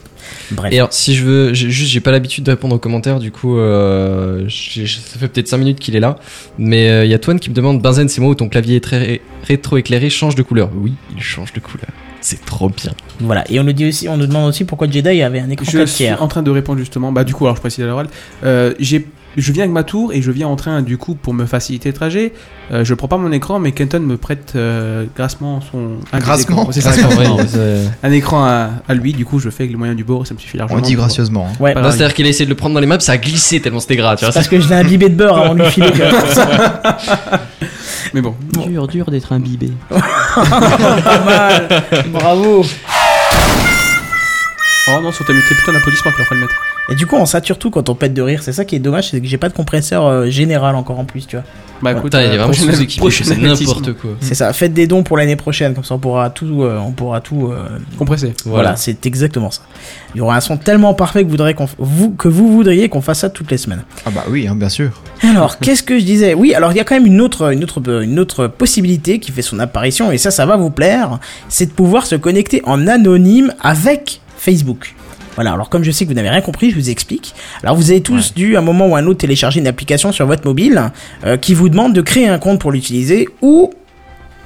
S1: Bref.
S3: Et alors, si je veux, j'ai- juste, j'ai pas l'habitude de répondre aux commentaires, du coup, euh, j'ai- ça fait peut-être 5 minutes qu'il est là. Mais euh, il y a Toine qui me demande Benzen, c'est moi où ton clavier est très ré- rétro-éclairé, change de couleur. Oui, il change de couleur. C'est trop bien.
S1: Voilà, et on nous, dit aussi, on nous demande aussi pourquoi Jedi avait un écran
S2: Je
S1: 4
S2: suis
S1: tiers.
S2: en train de répondre justement. Bah du coup, alors je précise à l'oral. Euh, j'ai- je viens avec ma tour et je viens en train du coup pour me faciliter le trajet. Euh, je prends pas mon écran, mais Kenton me prête euh, grassement son. un des
S5: Grassement
S2: écrans. C'est ça,
S3: C'est
S2: c'est
S3: pas
S2: vrai.
S3: vrai, euh,
S2: Un écran à, à lui, du coup, je fais avec les moyens du bord, ça me suffit largement.
S5: On dit gracieusement. hein.
S1: Ouais,
S2: Pas
S3: Non,
S2: grave.
S3: c'est-à-dire qu'il a essayé de le prendre dans les maps, ça a glissé tellement c'était gras, tu vois.
S1: parce que je l'ai imbibé de beurre avant de lui filer. quoi.
S2: Mais bon.
S4: Dur, dur d'être imbibé.
S1: Pas mal. Bravo.
S2: Oh non, sur ta t'es plutôt un applaudissement qu'il leur faut le mettre.
S1: Et du coup, on sature tout quand on pète de rire, c'est ça qui est dommage, c'est que j'ai pas de compresseur euh, général encore en plus, tu vois.
S2: Bah écoute,
S3: Putain, il est
S2: euh,
S3: vraiment
S2: prochaine-
S3: sous-équipé,
S2: prochaine
S3: c'est
S2: avertissement.
S3: n'importe quoi.
S1: C'est ça, faites des dons pour l'année prochaine, comme ça on pourra tout. euh, on pourra tout euh,
S2: Compressé.
S1: voilà, c'est exactement ça. Il y aura un son tellement parfait que vous, voudrez qu'on f- vous, que vous voudriez qu'on fasse ça toutes les semaines.
S5: Ah bah oui, hein, bien sûr.
S1: Alors, qu'est-ce que je disais Oui, alors il y a quand même une autre, une, autre, une autre possibilité qui fait son apparition, et ça, ça va vous plaire, c'est de pouvoir se connecter en anonyme avec Facebook. Voilà, alors comme je sais que vous n'avez rien compris, je vous explique. Alors vous avez tous dû à un moment ou à un autre télécharger une application sur votre mobile euh, qui vous demande de créer un compte pour l'utiliser ou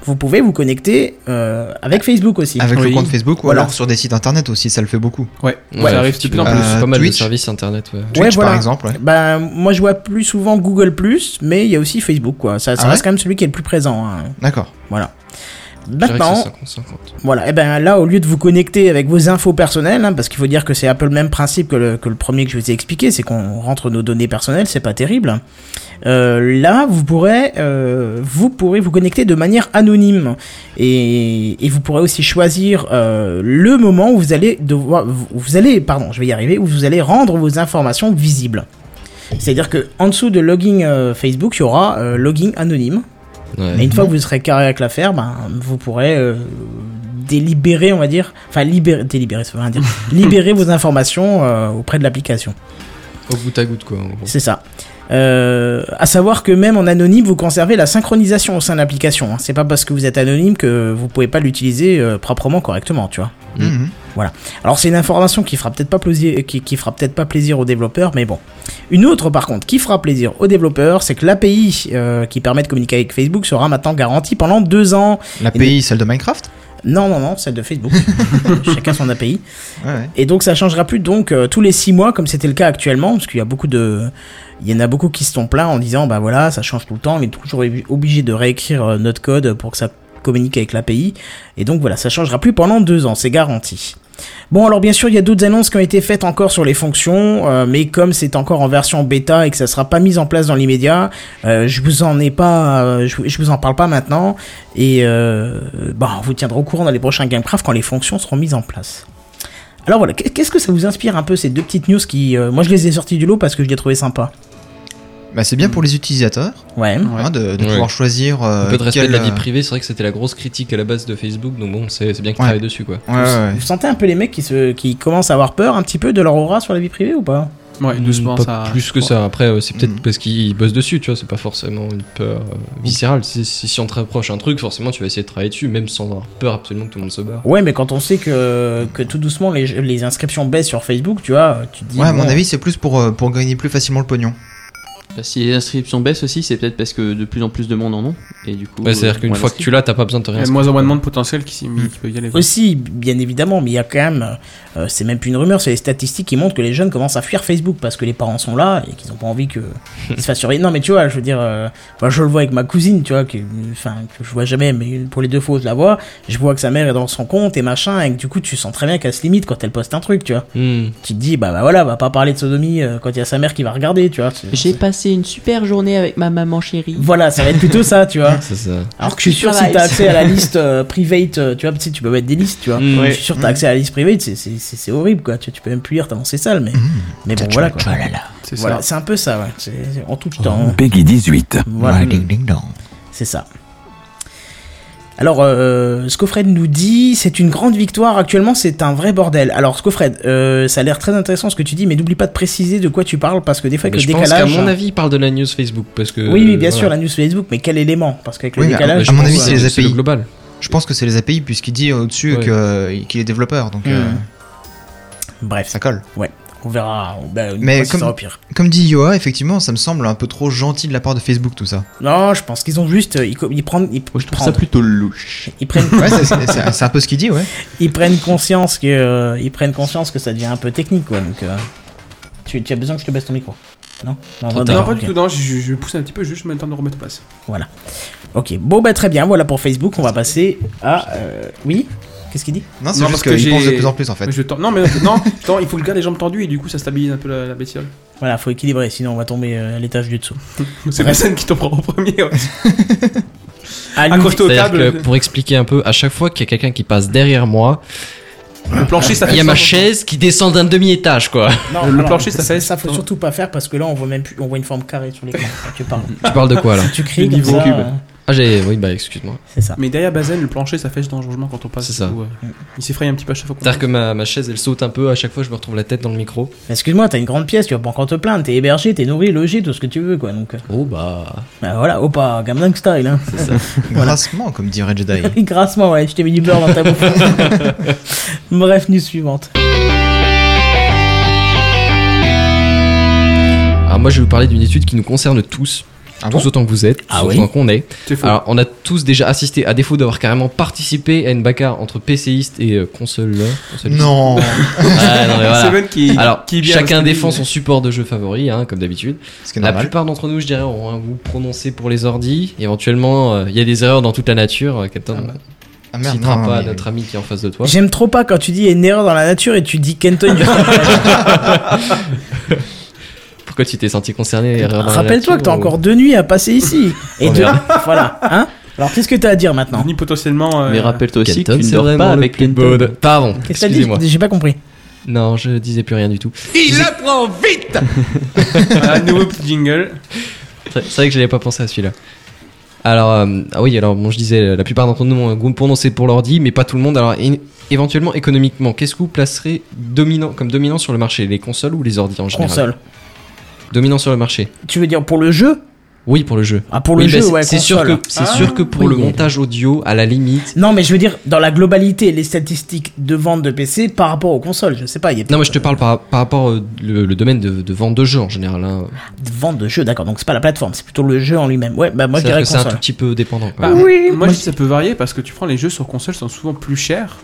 S1: vous pouvez vous connecter euh, avec Facebook aussi.
S5: Avec
S2: Oui.
S5: le compte Facebook ou
S1: Voilà.
S5: alors sur des sites internet aussi, ça le fait beaucoup.
S2: Ouais,
S3: Ouais, Euh,
S2: ça arrive de plus en plus.
S5: effectivement.
S3: Pas mal de
S5: Twitch.
S3: services internet, ouais.
S5: Twitch
S1: voilà.
S5: par exemple. ouais.
S1: Bah, moi je vois plus souvent Google, mais il y a aussi Facebook, quoi. Ça, ça
S5: Ah
S1: reste
S5: ouais
S1: quand même celui qui est le plus présent. hein.
S5: D'accord.
S1: Voilà.
S3: Je dirais que
S1: Maintenant,
S3: c'est 50-50.
S1: voilà, et ben là, au lieu de vous connecter avec vos infos personnelles, hein, parce qu'il faut dire que c'est un peu le même principe que le, que le premier que je vous ai expliqué, c'est qu'on rentre nos données personnelles, c'est pas terrible. Euh, là, vous pourrez, euh, vous pourrez vous connecter de manière anonyme et, et vous pourrez aussi choisir euh, le moment où vous allez devoir, vous- vous allez, pardon, je vais y arriver, où vous allez rendre vos informations visibles. C'est-à-dire que en dessous de logging euh, Facebook, il y aura euh, logging anonyme.
S3: Ouais.
S1: Mais une fois que vous serez carré avec l'affaire, ben, vous pourrez euh, délibérer, on va dire, enfin libérer, délibérer, ça veut rien dire, libérer vos informations euh, auprès de l'application.
S3: Au goutte à goutte, quoi. en gros.
S1: C'est ça. Euh, à savoir que même en anonyme, vous conservez la synchronisation au sein de l'application. hein. C'est pas parce que vous êtes anonyme que vous pouvez pas l'utiliser euh, proprement, correctement, tu vois.
S3: Mm.
S5: Mhm.
S1: Alors c'est une information qui fera peut-être pas plaisir, qui, qui fera peut-être pas plaisir aux développeurs, mais bon. Une autre par contre qui fera plaisir aux développeurs, c'est que l'API euh, qui permet de communiquer avec Facebook sera maintenant garantie pendant deux ans.
S5: L'API, celle de Minecraft
S1: Non, non, non, celle de Facebook. Chacun son API.
S5: Ouais, ouais.
S1: Et donc ça changera plus donc euh, tous les six mois comme c'était le cas actuellement, parce qu'il y a beaucoup de, il y en a beaucoup qui se sont plaints en disant bah voilà ça change tout le temps, on est toujours ob- obligé de réécrire euh, notre code pour que ça communique avec l'API. Et donc voilà ça changera plus pendant deux ans, c'est garanti. Bon alors bien sûr il y a d'autres annonces qui ont été faites encore sur les fonctions, euh, mais comme c'est encore en version bêta et que ça sera pas mis en place dans l'immédiat, euh, je vous en ai pas, euh, je, vous- je vous en parle pas maintenant et euh, bah, on vous tiendra au courant dans les prochains Gamecraft quand les fonctions seront mises en place. Alors voilà, qu'est- qu'est-ce que ça vous inspire un peu ces deux petites news qui, euh, moi je les ai sorties du lot parce que je les trouvais sympas.
S5: Bah, c'est bien pour les utilisateurs
S1: Ouais.
S5: hein, de, de
S3: Ouais.
S5: pouvoir choisir. euh,
S3: Un peu de respect
S5: quel,
S3: de la vie
S5: euh,
S3: privée, c'est vrai que c'était la grosse critique à la base de Facebook, donc bon, c'est c'est bien qu'ils
S5: Ouais.
S3: travaillent dessus quoi.
S5: Ouais, ouais, ouais.
S1: Vous sentez un peu les mecs qui se, qui commencent à avoir peur un petit peu de leur aura sur la vie privée ou pas
S2: Ouais, doucement,
S3: Mmh, Mm, Pas
S2: ça.
S3: Plus que ça. Après, euh, c'est peut-être
S5: Mm.
S3: parce qu'ils bossent dessus, tu vois, c'est pas forcément une peur euh, viscérale. Si, si, si on te rapproche un truc, forcément tu vas essayer de travailler dessus, même sans avoir peur absolument que tout le monde se barre.
S1: Ouais, mais quand on sait que, que tout doucement les, les inscriptions baissent sur Facebook, tu vois, tu te dis.
S5: Ouais, à mon
S1: bon,
S5: avis, c'est plus pour, euh, pour gagner plus facilement le pognon.
S4: Bah, si les inscriptions baissent aussi, c'est peut-être parce que de plus en plus de monde en ont. Et du coup. euh,
S3: Ouais, c'est-à-dire qu'une fois que tu l'as, t'as pas besoin de te
S2: Il
S3: rien.
S2: y a de moins en moins de monde potentiel qui, s'y- qui peut y aller.
S1: Aussi, bien évidemment, mais il y a quand même, euh, c'est même plus une rumeur, c'est les statistiques qui montrent que les jeunes commencent à fuir Facebook parce que les parents sont là et qu'ils ont pas envie que ils se fassent surveiller. Non, mais tu vois, je veux dire, euh, moi, je le vois avec ma cousine, tu vois, que, enfin, que je vois jamais, mais pour les deux fois, je la vois, je vois que sa mère est dans son compte et machin, et que du coup, tu sens très bien qu'elle se limite quand elle poste un truc, tu vois.
S3: Hmm.
S1: Tu te dis, bah, bah voilà, va pas parler de sodomie euh, quand il y a sa mère qui va regarder, tu vois. C'est-
S8: J'ai passé une super journée avec ma maman chérie.
S1: Voilà, ça va être plutôt ça, tu vois.
S3: C'est ça.
S1: Alors que je suis sûr, si
S8: Vibes.
S1: t'as accès à la liste euh, private, euh, tu vois, tu sais, tu peux mettre des listes, tu vois.
S3: Mm.
S1: Je suis sûr, t'as accès à la liste private, c'est- c'est c'est- c'est horrible, quoi. Tu, tu peux même plus lire tellement c'est sale, mais,
S3: Mm.
S1: mais bon, voilà, quoi.
S2: C'est
S1: Voilà,
S2: ça.
S1: c'est un peu ça, ouais. C'est c'est en tout
S3: Oh,
S1: temps.
S9: Peggy 18.
S1: Voilà,
S5: Ouais, ding, ding, dong.
S1: c'est ça. Alors, euh, Scofred nous dit, c'est une grande victoire, actuellement c'est un vrai bordel. Alors, Scofred, euh, ça a l'air très intéressant ce que tu dis, mais n'oublie pas de préciser de quoi tu parles, parce que des fois,
S3: Mais
S1: avec le
S3: je pense
S1: décalage.
S3: qu'à mon avis, il parle de la news Facebook parce que.
S1: oui, oui, bien
S3: euh,
S1: sûr,
S3: voilà.
S1: la news Facebook, mais quel élément Parce qu'avec le
S5: Oui, mais
S1: décalage.
S3: ah, bah, Je
S5: À mon
S3: pense
S5: avis,
S3: que
S5: c'est les
S3: le
S5: API.
S3: global.
S5: Je pense que c'est les API, puisqu'il dit au-dessus
S3: Ouais.
S5: que, euh, qu'il est développeur, donc euh,
S1: Mhm. Bref,
S5: ça colle.
S1: on verra. on- ben,
S5: Mais
S1: on
S5: comme-
S1: sera au pire.
S5: Comme dit Yoa, effectivement, ça me semble un peu trop gentil de la part de Facebook, tout ça.
S1: Non, je pense qu'ils ont juste. euh, Ils, co- ils prennent, ils,
S4: je trouve ça
S1: prendre-
S4: plutôt louche.
S1: ils prennent,
S5: Ouais, c'est- c'est c'est- c'est un peu ce qu'il dit, ouais.
S1: ils prennent conscience que, euh, ils prennent conscience que ça devient un peu technique, quoi. Donc, euh, tu, tu as besoin que je te baisse ton micro Non. Non,
S3: Trop
S1: non,
S3: tard.
S2: Non,
S1: d'accord,
S2: pas du
S1: ok.
S2: tout, non, je, je- je pousse un petit peu, juste le temps de remettre en place.
S1: Voilà. Ok. Bon, bah très bien. Voilà pour Facebook. On va passer à. euh, oui. Qu'est-ce qu'il dit
S5: Non, c'est
S2: Non,
S5: juste
S2: parce que
S5: qu'il
S2: j'ai-
S5: pense de plus en plus, en fait.
S2: Mais je tends- Non, mais non, non, il faut le garder les jambes tendues et du coup ça stabilise un peu la, la bestiole.
S1: Voilà, faut équilibrer, sinon on va tomber euh, à l'étage du dessous.
S2: C'est la scène qui tombe en premier. ouais.
S1: Ah, lui-
S2: Accroche-toi au
S3: C'est-à-dire
S2: câble.
S3: que pour expliquer un peu, à chaque fois qu'il y a quelqu'un qui passe derrière moi,
S2: Le plancher, ça fait
S3: Ah, il y a ma
S2: ça.
S3: chaise qui descend d'un demi-étage quoi.
S1: non,
S2: le
S1: alors,
S2: plancher, ça fait-
S1: Ça, faut surtout pas faire parce que là, on voit même plus. On voit une forme carrée sur l'écran. quand tu parles.
S3: tu parles de quoi là
S1: Tu cries
S2: Le
S1: comme
S2: niveau
S1: ça,
S2: cube.
S1: euh,
S3: Ah, j'ai. Oui, bah excuse-moi.
S1: C'est ça.
S2: Mais derrière Bazen, le plancher, ça fait dangereusement quand on passe.
S3: C'est
S2: du
S3: ça.
S2: coup, ouais. Il s'effraie un petit peu à chaque fois qu'on
S3: C'est-à-dire que ma, ma chaise elle saute un peu, à chaque fois je me retrouve la tête dans le micro.
S1: Excuse-moi, t'as une grande pièce, tu vas pas encore te plaindre, t'es hébergé, t'es nourri, logé, tout ce que tu veux, quoi. Donc, euh,
S3: Oh bah.
S1: bah voilà, opa, Gamdang style, hein.
S5: Grassement, comme dirait Jedi.
S1: Grassement, ouais, je t'ai mis du beurre dans ta bouffe. Bref, news suivante.
S3: Alors moi je vais vous parler d'une étude qui nous concerne tous,
S5: Ah
S3: tous
S5: bon
S3: autant que vous êtes, tous
S1: Ah oui
S3: autant qu'on est.
S2: C'est faux.
S3: Alors on a tous déjà assisté, à défaut d'avoir carrément participé à une bagarre entre PCistes et euh, consoleurs. consolistes.
S5: Non,
S3: Ah, non, mais voilà.
S2: Seven qui,
S3: Alors,
S2: qui est bien
S3: chacun
S2: parce qu'il-
S3: défend son support de jeu favori, hein, comme d'habitude.
S5: ce qui est
S3: La
S5: normal.
S3: plupart d'entre nous, je dirais, auront un goût prononcé pour les ordis. Éventuellement, euh, il y a des erreurs dans toute la nature. euh, Captain,
S5: Ah
S3: ne
S5: merde,
S3: citera
S5: non, non,
S3: pas
S5: mais-
S3: notre ami qui est en face de toi.
S1: J'aime trop pas quand tu dis il y a une erreur dans la nature et tu dis Kenton. du-
S3: Pourquoi tu t'es senti concerné erreur dans la
S1: Rappelle-toi
S3: nature,
S1: que t'as
S3: ou-
S1: encore deux nuits à passer ici. Et
S3: Oh,
S1: deux.
S3: merde.
S1: Voilà, hein Alors, qu'est-ce que t'as à dire maintenant
S2: Ni potentiellement. euh,
S4: Mais rappelle-toi aussi que
S3: Kenton,
S4: tu ne
S3: c'est
S4: dors
S3: vraiment
S4: pas
S3: le
S4: avec
S3: plus
S4: Kenton.
S3: beau de- Pardon,
S1: Qu'est-ce que t'as dit
S3: excusez-moi.
S1: J'ai pas compris.
S3: Non, je disais plus rien du tout.
S2: voilà, nouveau petit jingle.
S3: C'est c'est vrai que je n'avais pas pensé à celui-là. Alors, euh, ah oui, alors bon, je disais, la plupart d'entre nous ont un goût prononcé pour l'ordi, mais pas tout le monde. Alors, é- éventuellement, économiquement, qu'est-ce que vous placerez dominant, comme dominant sur le marché Les consoles ou les ordis en général
S1: Console.
S3: Dominant sur le marché.
S1: Tu veux dire pour le jeu
S3: Oui, pour le jeu.
S1: Ah, pour le
S3: Oui,
S1: jeu,
S3: bah, c'est-
S1: ouais,
S3: c'est sûr que
S1: console. Ah.
S3: c'est sûr que pour
S1: oui.
S3: le montage audio, à la limite.
S1: Non, mais je veux dire, dans la globalité, les statistiques de vente de PC par rapport aux consoles, je sais pas. il Y a
S3: Non, mais je te parle par, par rapport au le, le domaine de, de vente de jeux en général. Hein.
S1: De vente de jeu, d'accord. Donc c'est pas la plateforme, c'est plutôt le jeu en lui-même. Ouais, bah moi je dirais
S3: C'est-à-dire que c'est un tout
S1: console.
S3: petit peu dépendant. quoi.
S2: Bah, Moi, je dis que ça peut varier parce que tu prends les jeux sur console sont souvent plus chers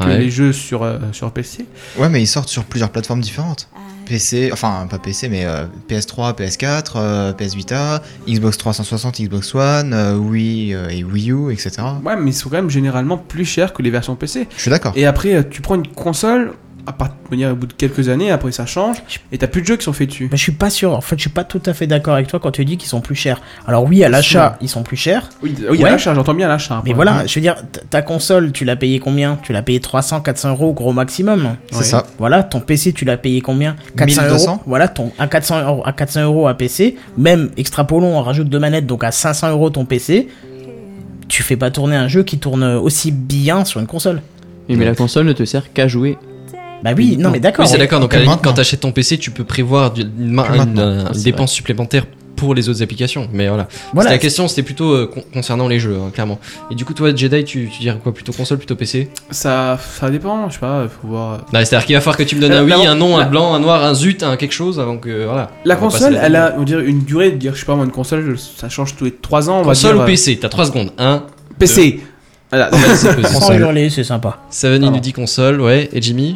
S2: que
S3: Ouais.
S2: les jeux sur, euh, sur PC.
S5: Ouais, mais ils sortent sur plusieurs plateformes différentes. PC, enfin pas PC, mais euh, PS3, PS4, euh, PS Vita, Xbox 360, Xbox One, euh, Wii euh, et Wii U, etc.
S2: Ouais, mais ils sont quand même généralement plus chers que les versions PC.
S5: Je suis d'accord.
S2: Et après, euh, tu prends une console, à part- on va dire, au bout de quelques années, après ça change, et t'as plus de jeux qui sont faits dessus.
S1: Bah, je suis pas sûr. En fait, je suis pas tout à fait d'accord avec toi quand tu dis qu'ils sont plus chers. Alors oui, à l'achat, ils sont plus chers.
S2: Oui, d- oui, à
S1: Ouais.
S2: l'achat, j'entends bien à l'achat.
S1: Mais
S2: Ouais.
S1: voilà, je veux dire, t- ta console, tu l'as payé combien Tu l'as payé 300, 400 euros gros maximum.
S5: C'est
S2: Ouais.
S5: ça.
S1: Voilà, ton PC, tu l'as payé combien 400 euros.
S5: 1200.
S1: Voilà, ton, à 400 euros, à 400 euros à PC. Même extrapolons, on rajoute deux manettes, donc à 500 euros ton PC. Tu fais pas tourner un jeu qui tourne aussi bien sur une console.
S4: Oui, mais la console ne te sert qu'à jouer.
S1: Bah oui, non mais d'accord.
S3: Oui, c'est d'accord. Donc, à la
S5: que
S3: limite,
S5: maintenant.
S3: quand t'achètes ton PC, tu peux prévoir du- une, ma-
S5: Que
S3: une,
S5: maintenant.
S3: euh,
S4: Ah, c'est
S3: dépense supplémentaire pour les autres applications. Mais voilà.
S1: Voilà.
S3: C'était la question, c'était plutôt euh, con- concernant les jeux, hein, clairement. Et du coup, toi, Jedi, tu, tu dirais quoi Plutôt console, plutôt PC
S2: Ça, ça dépend, je sais pas, faut voir.
S3: Non, C'est-à-dire qu'il va falloir que tu me donnes
S2: Euh,
S3: un oui,
S2: la-
S3: un non, un
S2: la-
S3: blanc, un noir, un zut, un quelque chose avant que. Voilà.
S2: La
S3: On va passer
S2: console,
S3: la-
S2: elle a, on dirait, une durée de dire, je sais pas, moi, une console, ça change tous les 3 ans, on
S3: Console
S2: va
S3: ou
S2: dire.
S3: PC T'as 3 secondes. 1.
S2: PC Voilà,
S3: c'est
S1: Sans
S3: possible.
S5: Console.
S1: hurler, c'est sympa.
S3: Seven, il
S1: Pardon.
S3: nous dit console, ouais. Et Jimmy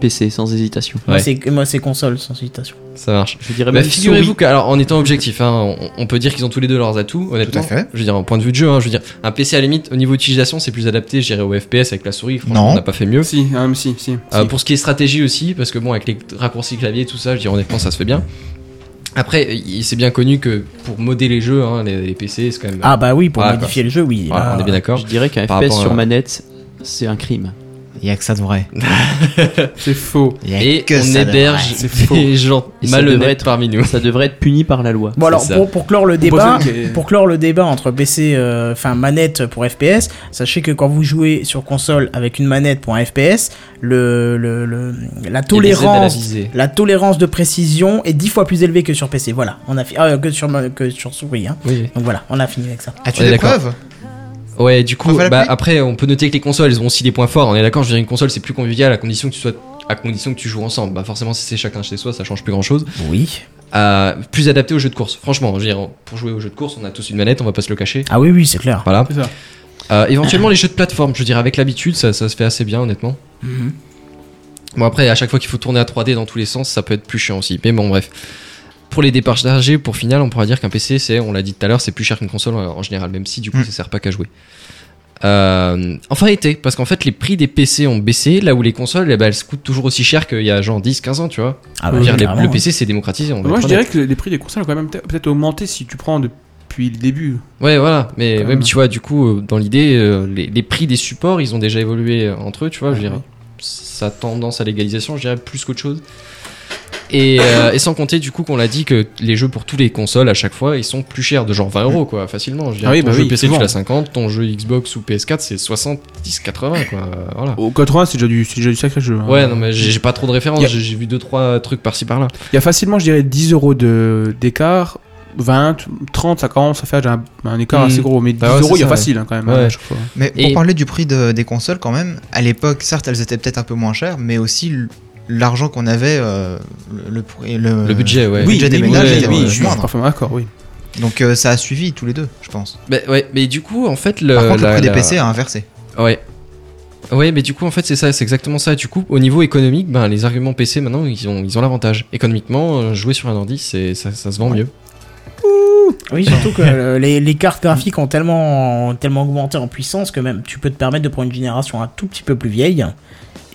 S4: PC, sans hésitation.
S1: Moi,
S3: Ouais.
S1: c'est- Moi, c'est console, sans hésitation.
S3: Ça marche.
S4: Je dirais
S3: Bah,
S4: même
S3: figurez-vous
S4: souris.
S3: que, alors, en étant objectif, hein, on, on peut dire qu'ils ont tous les deux leurs atouts, honnêtement.
S5: fait.
S3: Je veux dire, en point de vue de jeu, hein, je veux dire, un PC à la limite, au niveau utilisation, c'est plus adapté, j'irais au FPS avec la souris, franchement,
S5: Non.
S3: on n'a pas fait mieux.
S2: si, hein, mais si, si.
S3: Euh,
S2: si.
S3: pour ce qui est stratégie aussi, parce que bon, avec les raccourcis clavier et tout ça, je dirais honnêtement, ça se fait bien. Après, il- c'est bien connu que pour modder les jeux, hein, les, les PC, c'est quand même.
S1: Ah bah oui, pour
S3: Voilà,
S1: modifier le jeu, oui. Ah.
S3: Voilà,
S1: là,
S3: Ah, on est bien d'accord.
S4: Je dirais qu'un
S3: Par
S4: FPS
S3: rapport à-
S4: sur manette, c'est un crime.
S5: Il y a que ça de vrai.
S2: C'est faux.
S5: Il y a
S3: Et
S5: que
S3: on
S5: ça de
S3: héberge
S5: vrai.
S2: C'est faux.
S3: des gens
S4: Et ça devrait
S3: malhonnêtes
S4: être-
S3: parmi nous.
S4: Ça devrait être puni par la loi.
S1: Bon alors
S3: ça.
S1: pour, pour clore le débat,
S2: pose une-
S1: pour clore le débat entre PC, euh, enfin manette pour FPS, sachez que quand vous jouez sur console avec une manette pour un FPS, le, le, le- la
S3: Il y a des aides à la
S1: tolérance,
S3: visée.
S1: la tolérance de précision est 10 fois plus élevée que sur PC. Voilà, on a fi- ah, que sur ma- que sur souris. Hein.
S3: Oui.
S1: Donc voilà, on a fini avec ça.
S5: As-tu
S3: On est
S5: des
S3: d'accord.
S5: preuves
S3: Ouais, du coup,
S5: Enfin, la
S3: bah,
S5: pluie.
S3: après, on peut noter que les consoles, elles ont aussi des points forts. On est d'accord, je veux dire, une console, c'est plus convivial à condition que tu sois, à condition que tu joues ensemble. Bah, forcément, si c'est chacun chez soi, ça change plus grand chose.
S1: Oui.
S3: plus adapté aux jeux de course. Franchement, je veux dire, pour jouer aux jeux de course, on a tous une manette, on va pas se le cacher.
S1: Ah oui oui c'est clair.
S3: Voilà.
S2: C'est ça.
S3: Euh, éventuellement, les jeux de plateforme, je dirais, avec l'habitude, ça, ça se fait assez bien, honnêtement.
S2: Mhm.
S3: Bon, après, à chaque fois qu'il faut tourner à 3D dans tous les sens, ça peut être plus chiant aussi. Mais bon, bref. Pour les départs chargés, pour final, on pourra dire qu'un PC, c'est, on l'a dit tout à l'heure, c'est plus cher qu'une console en en général, même si du coup,
S2: Mhm.
S5: Mm.
S3: ça sert pas qu'à jouer. Euh, enfin, été, parce qu'en fait, les prix des PC ont baissé, là où les consoles, eh ben, elles coûtent toujours aussi cher qu'il y a genre 10-15 ans, tu vois.
S1: Ah bah,
S3: Je veux dire, les-
S1: clairement,
S3: le
S1: hein.
S3: PC, c'est démocratisé. On va
S2: Moi,
S3: être
S2: je
S3: honnête.
S2: dirais que les prix des consoles ont quand même peut- peut-être augmenté si tu prends depuis le début.
S3: Ouais, voilà. Mais
S2: Quand
S3: même,
S2: même.
S3: tu vois, du coup, euh, dans l'idée, euh, les, les prix des supports, ils ont déjà évolué euh, entre eux, tu vois. Je veux dire, ça a tendance à l'égalisation, je dirais, plus qu'autre chose. Et, euh, et sans compter, du coup, qu'on l'a dit que les jeux pour tous les consoles, à chaque fois, ils sont plus chers, de genre 20 euros, quoi, facilement. Je veux dire,
S2: Ah oui,
S3: ton
S2: bah
S3: jeu
S2: oui,
S3: PC,
S2: souvent.
S3: tu l'as 50, ton jeu Xbox ou PS4, c'est 70, 80, quoi. euh, Voilà.
S2: Au 80, c'est déjà du, c'est déjà du sacré jeu. hein.
S3: Ouais, non, mais j'ai j'ai pas trop de références,
S2: Y a-
S3: j'ai j'ai vu 2-3 trucs par-ci par-là.
S2: Il y a facilement, je dirais, 10 euros de- d'écart. 20, 30, ça commence à faire déjà un, un écart
S3: Mm.
S2: assez gros. Mais 10
S3: Bah ouais,
S2: euros, il
S3: c'est
S2: y a
S3: ça,
S2: facile hein, quand même.
S3: Ouais.
S2: hein, à chaque fois.
S5: Mais pour
S3: Et-
S5: parler du prix de- des consoles quand même, à l'époque, certes, elles étaient peut-être un peu moins chères, mais aussi l- l'argent qu'on avait, euh, le, le prix- le-
S3: Le budget, ouais.
S5: le budget des
S3: oui,
S5: ménages
S3: oui,
S5: était
S3: oui,
S5: euh,
S2: je suis
S5: moindre.
S2: parfaitement d'accord, oui.
S5: Donc euh, ça a suivi tous les deux, je pense.
S3: Mais, ouais, mais du coup, en fait, le.
S5: Par contre, le
S3: Euh, la-
S5: prix des
S3: la-
S5: PC a inversé.
S3: Ouais. Ouais, mais du coup, en fait, c'est ça, c'est exactement ça. Du coup, au niveau économique, ben, les arguments PC, maintenant, ils ont ils ont l'avantage. Économiquement, euh, jouer sur un ordi, c'est- ça, ça se vend mieux.
S1: Oui surtout que euh, les, les cartes graphiques ont tellement ont tellement augmenté en puissance que même tu peux te permettre de prendre une génération un tout petit peu plus vieille.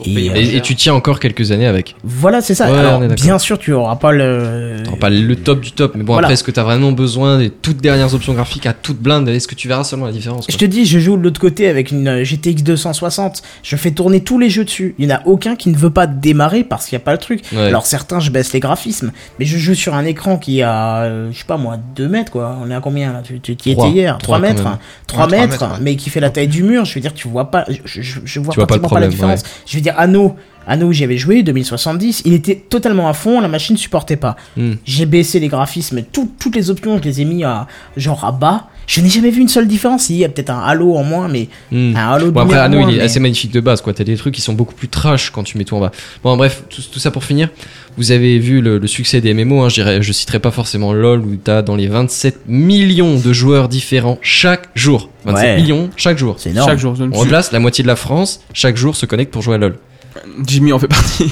S1: Et, euh,
S3: Et, et tu tiens encore quelques années avec.
S1: Voilà, c'est ça.
S3: Ouais,
S1: Alors,
S3: on est d'accord.
S1: bien sûr, tu auras pas le.
S3: T'auras pas le top du top, mais bon,
S1: Voilà.
S3: après, est-ce que t'as vraiment besoin des toutes dernières options graphiques à toute blinde Est-ce que tu verras seulement la différence
S1: Je
S3: quoi
S1: te dis, je joue de l'autre côté avec une euh, GTX 260. Je fais tourner tous les jeux dessus. Il n'y en a aucun qui ne veut pas démarrer parce qu'il n'y a pas le truc.
S3: Ouais.
S1: Alors, certains, je baisse les graphismes. Mais je joue sur un écran qui a, euh, je sais pas moi, 2 mètres quoi. On est à combien là Tu, tu, tu y
S3: Trois.
S1: étais hier 3
S3: Trois, quand
S1: mètres
S3: même.
S1: 3
S5: Ouais, trois
S1: mètres,
S5: mètres, ouais.
S1: mais qui fait la taille du mur. Je veux dire, tu vois pas. Je, je, je vois,
S3: Tu vois pas le
S1: pratiquement
S3: problème,
S1: la différence. Je veux dire, Anno. Anno, j'y avais joué, 2070, il était totalement à fond, la machine supportait pas.
S3: Hmm.
S1: J'ai baissé les graphismes, tout- toutes les options, je les ai mis à genre à bas. Je n'ai jamais vu une seule différence. Il y a peut-être un halo en moins, mais
S3: Hmm.
S1: un halo de
S3: Bon, après,
S1: merde en
S3: Anno,
S1: moins,
S3: il est
S1: mais-
S3: assez magnifique de base, quoi. T'as des trucs qui sont beaucoup plus trash quand tu mets tout en bas. Bon, bref, tout, tout ça pour finir. Vous avez vu le, le succès des MMO, hein, je, dirais, je citerai pas forcément LoL, où t'as dans les 27 millions de joueurs différents chaque jour. 27
S1: Ouais.
S3: millions chaque jour.
S1: C'est énorme.
S2: Chaque jour.
S3: On replace la Ah, moitié de la France, chaque jour se connecte pour jouer à LoL.
S2: Jimmy en fait partie.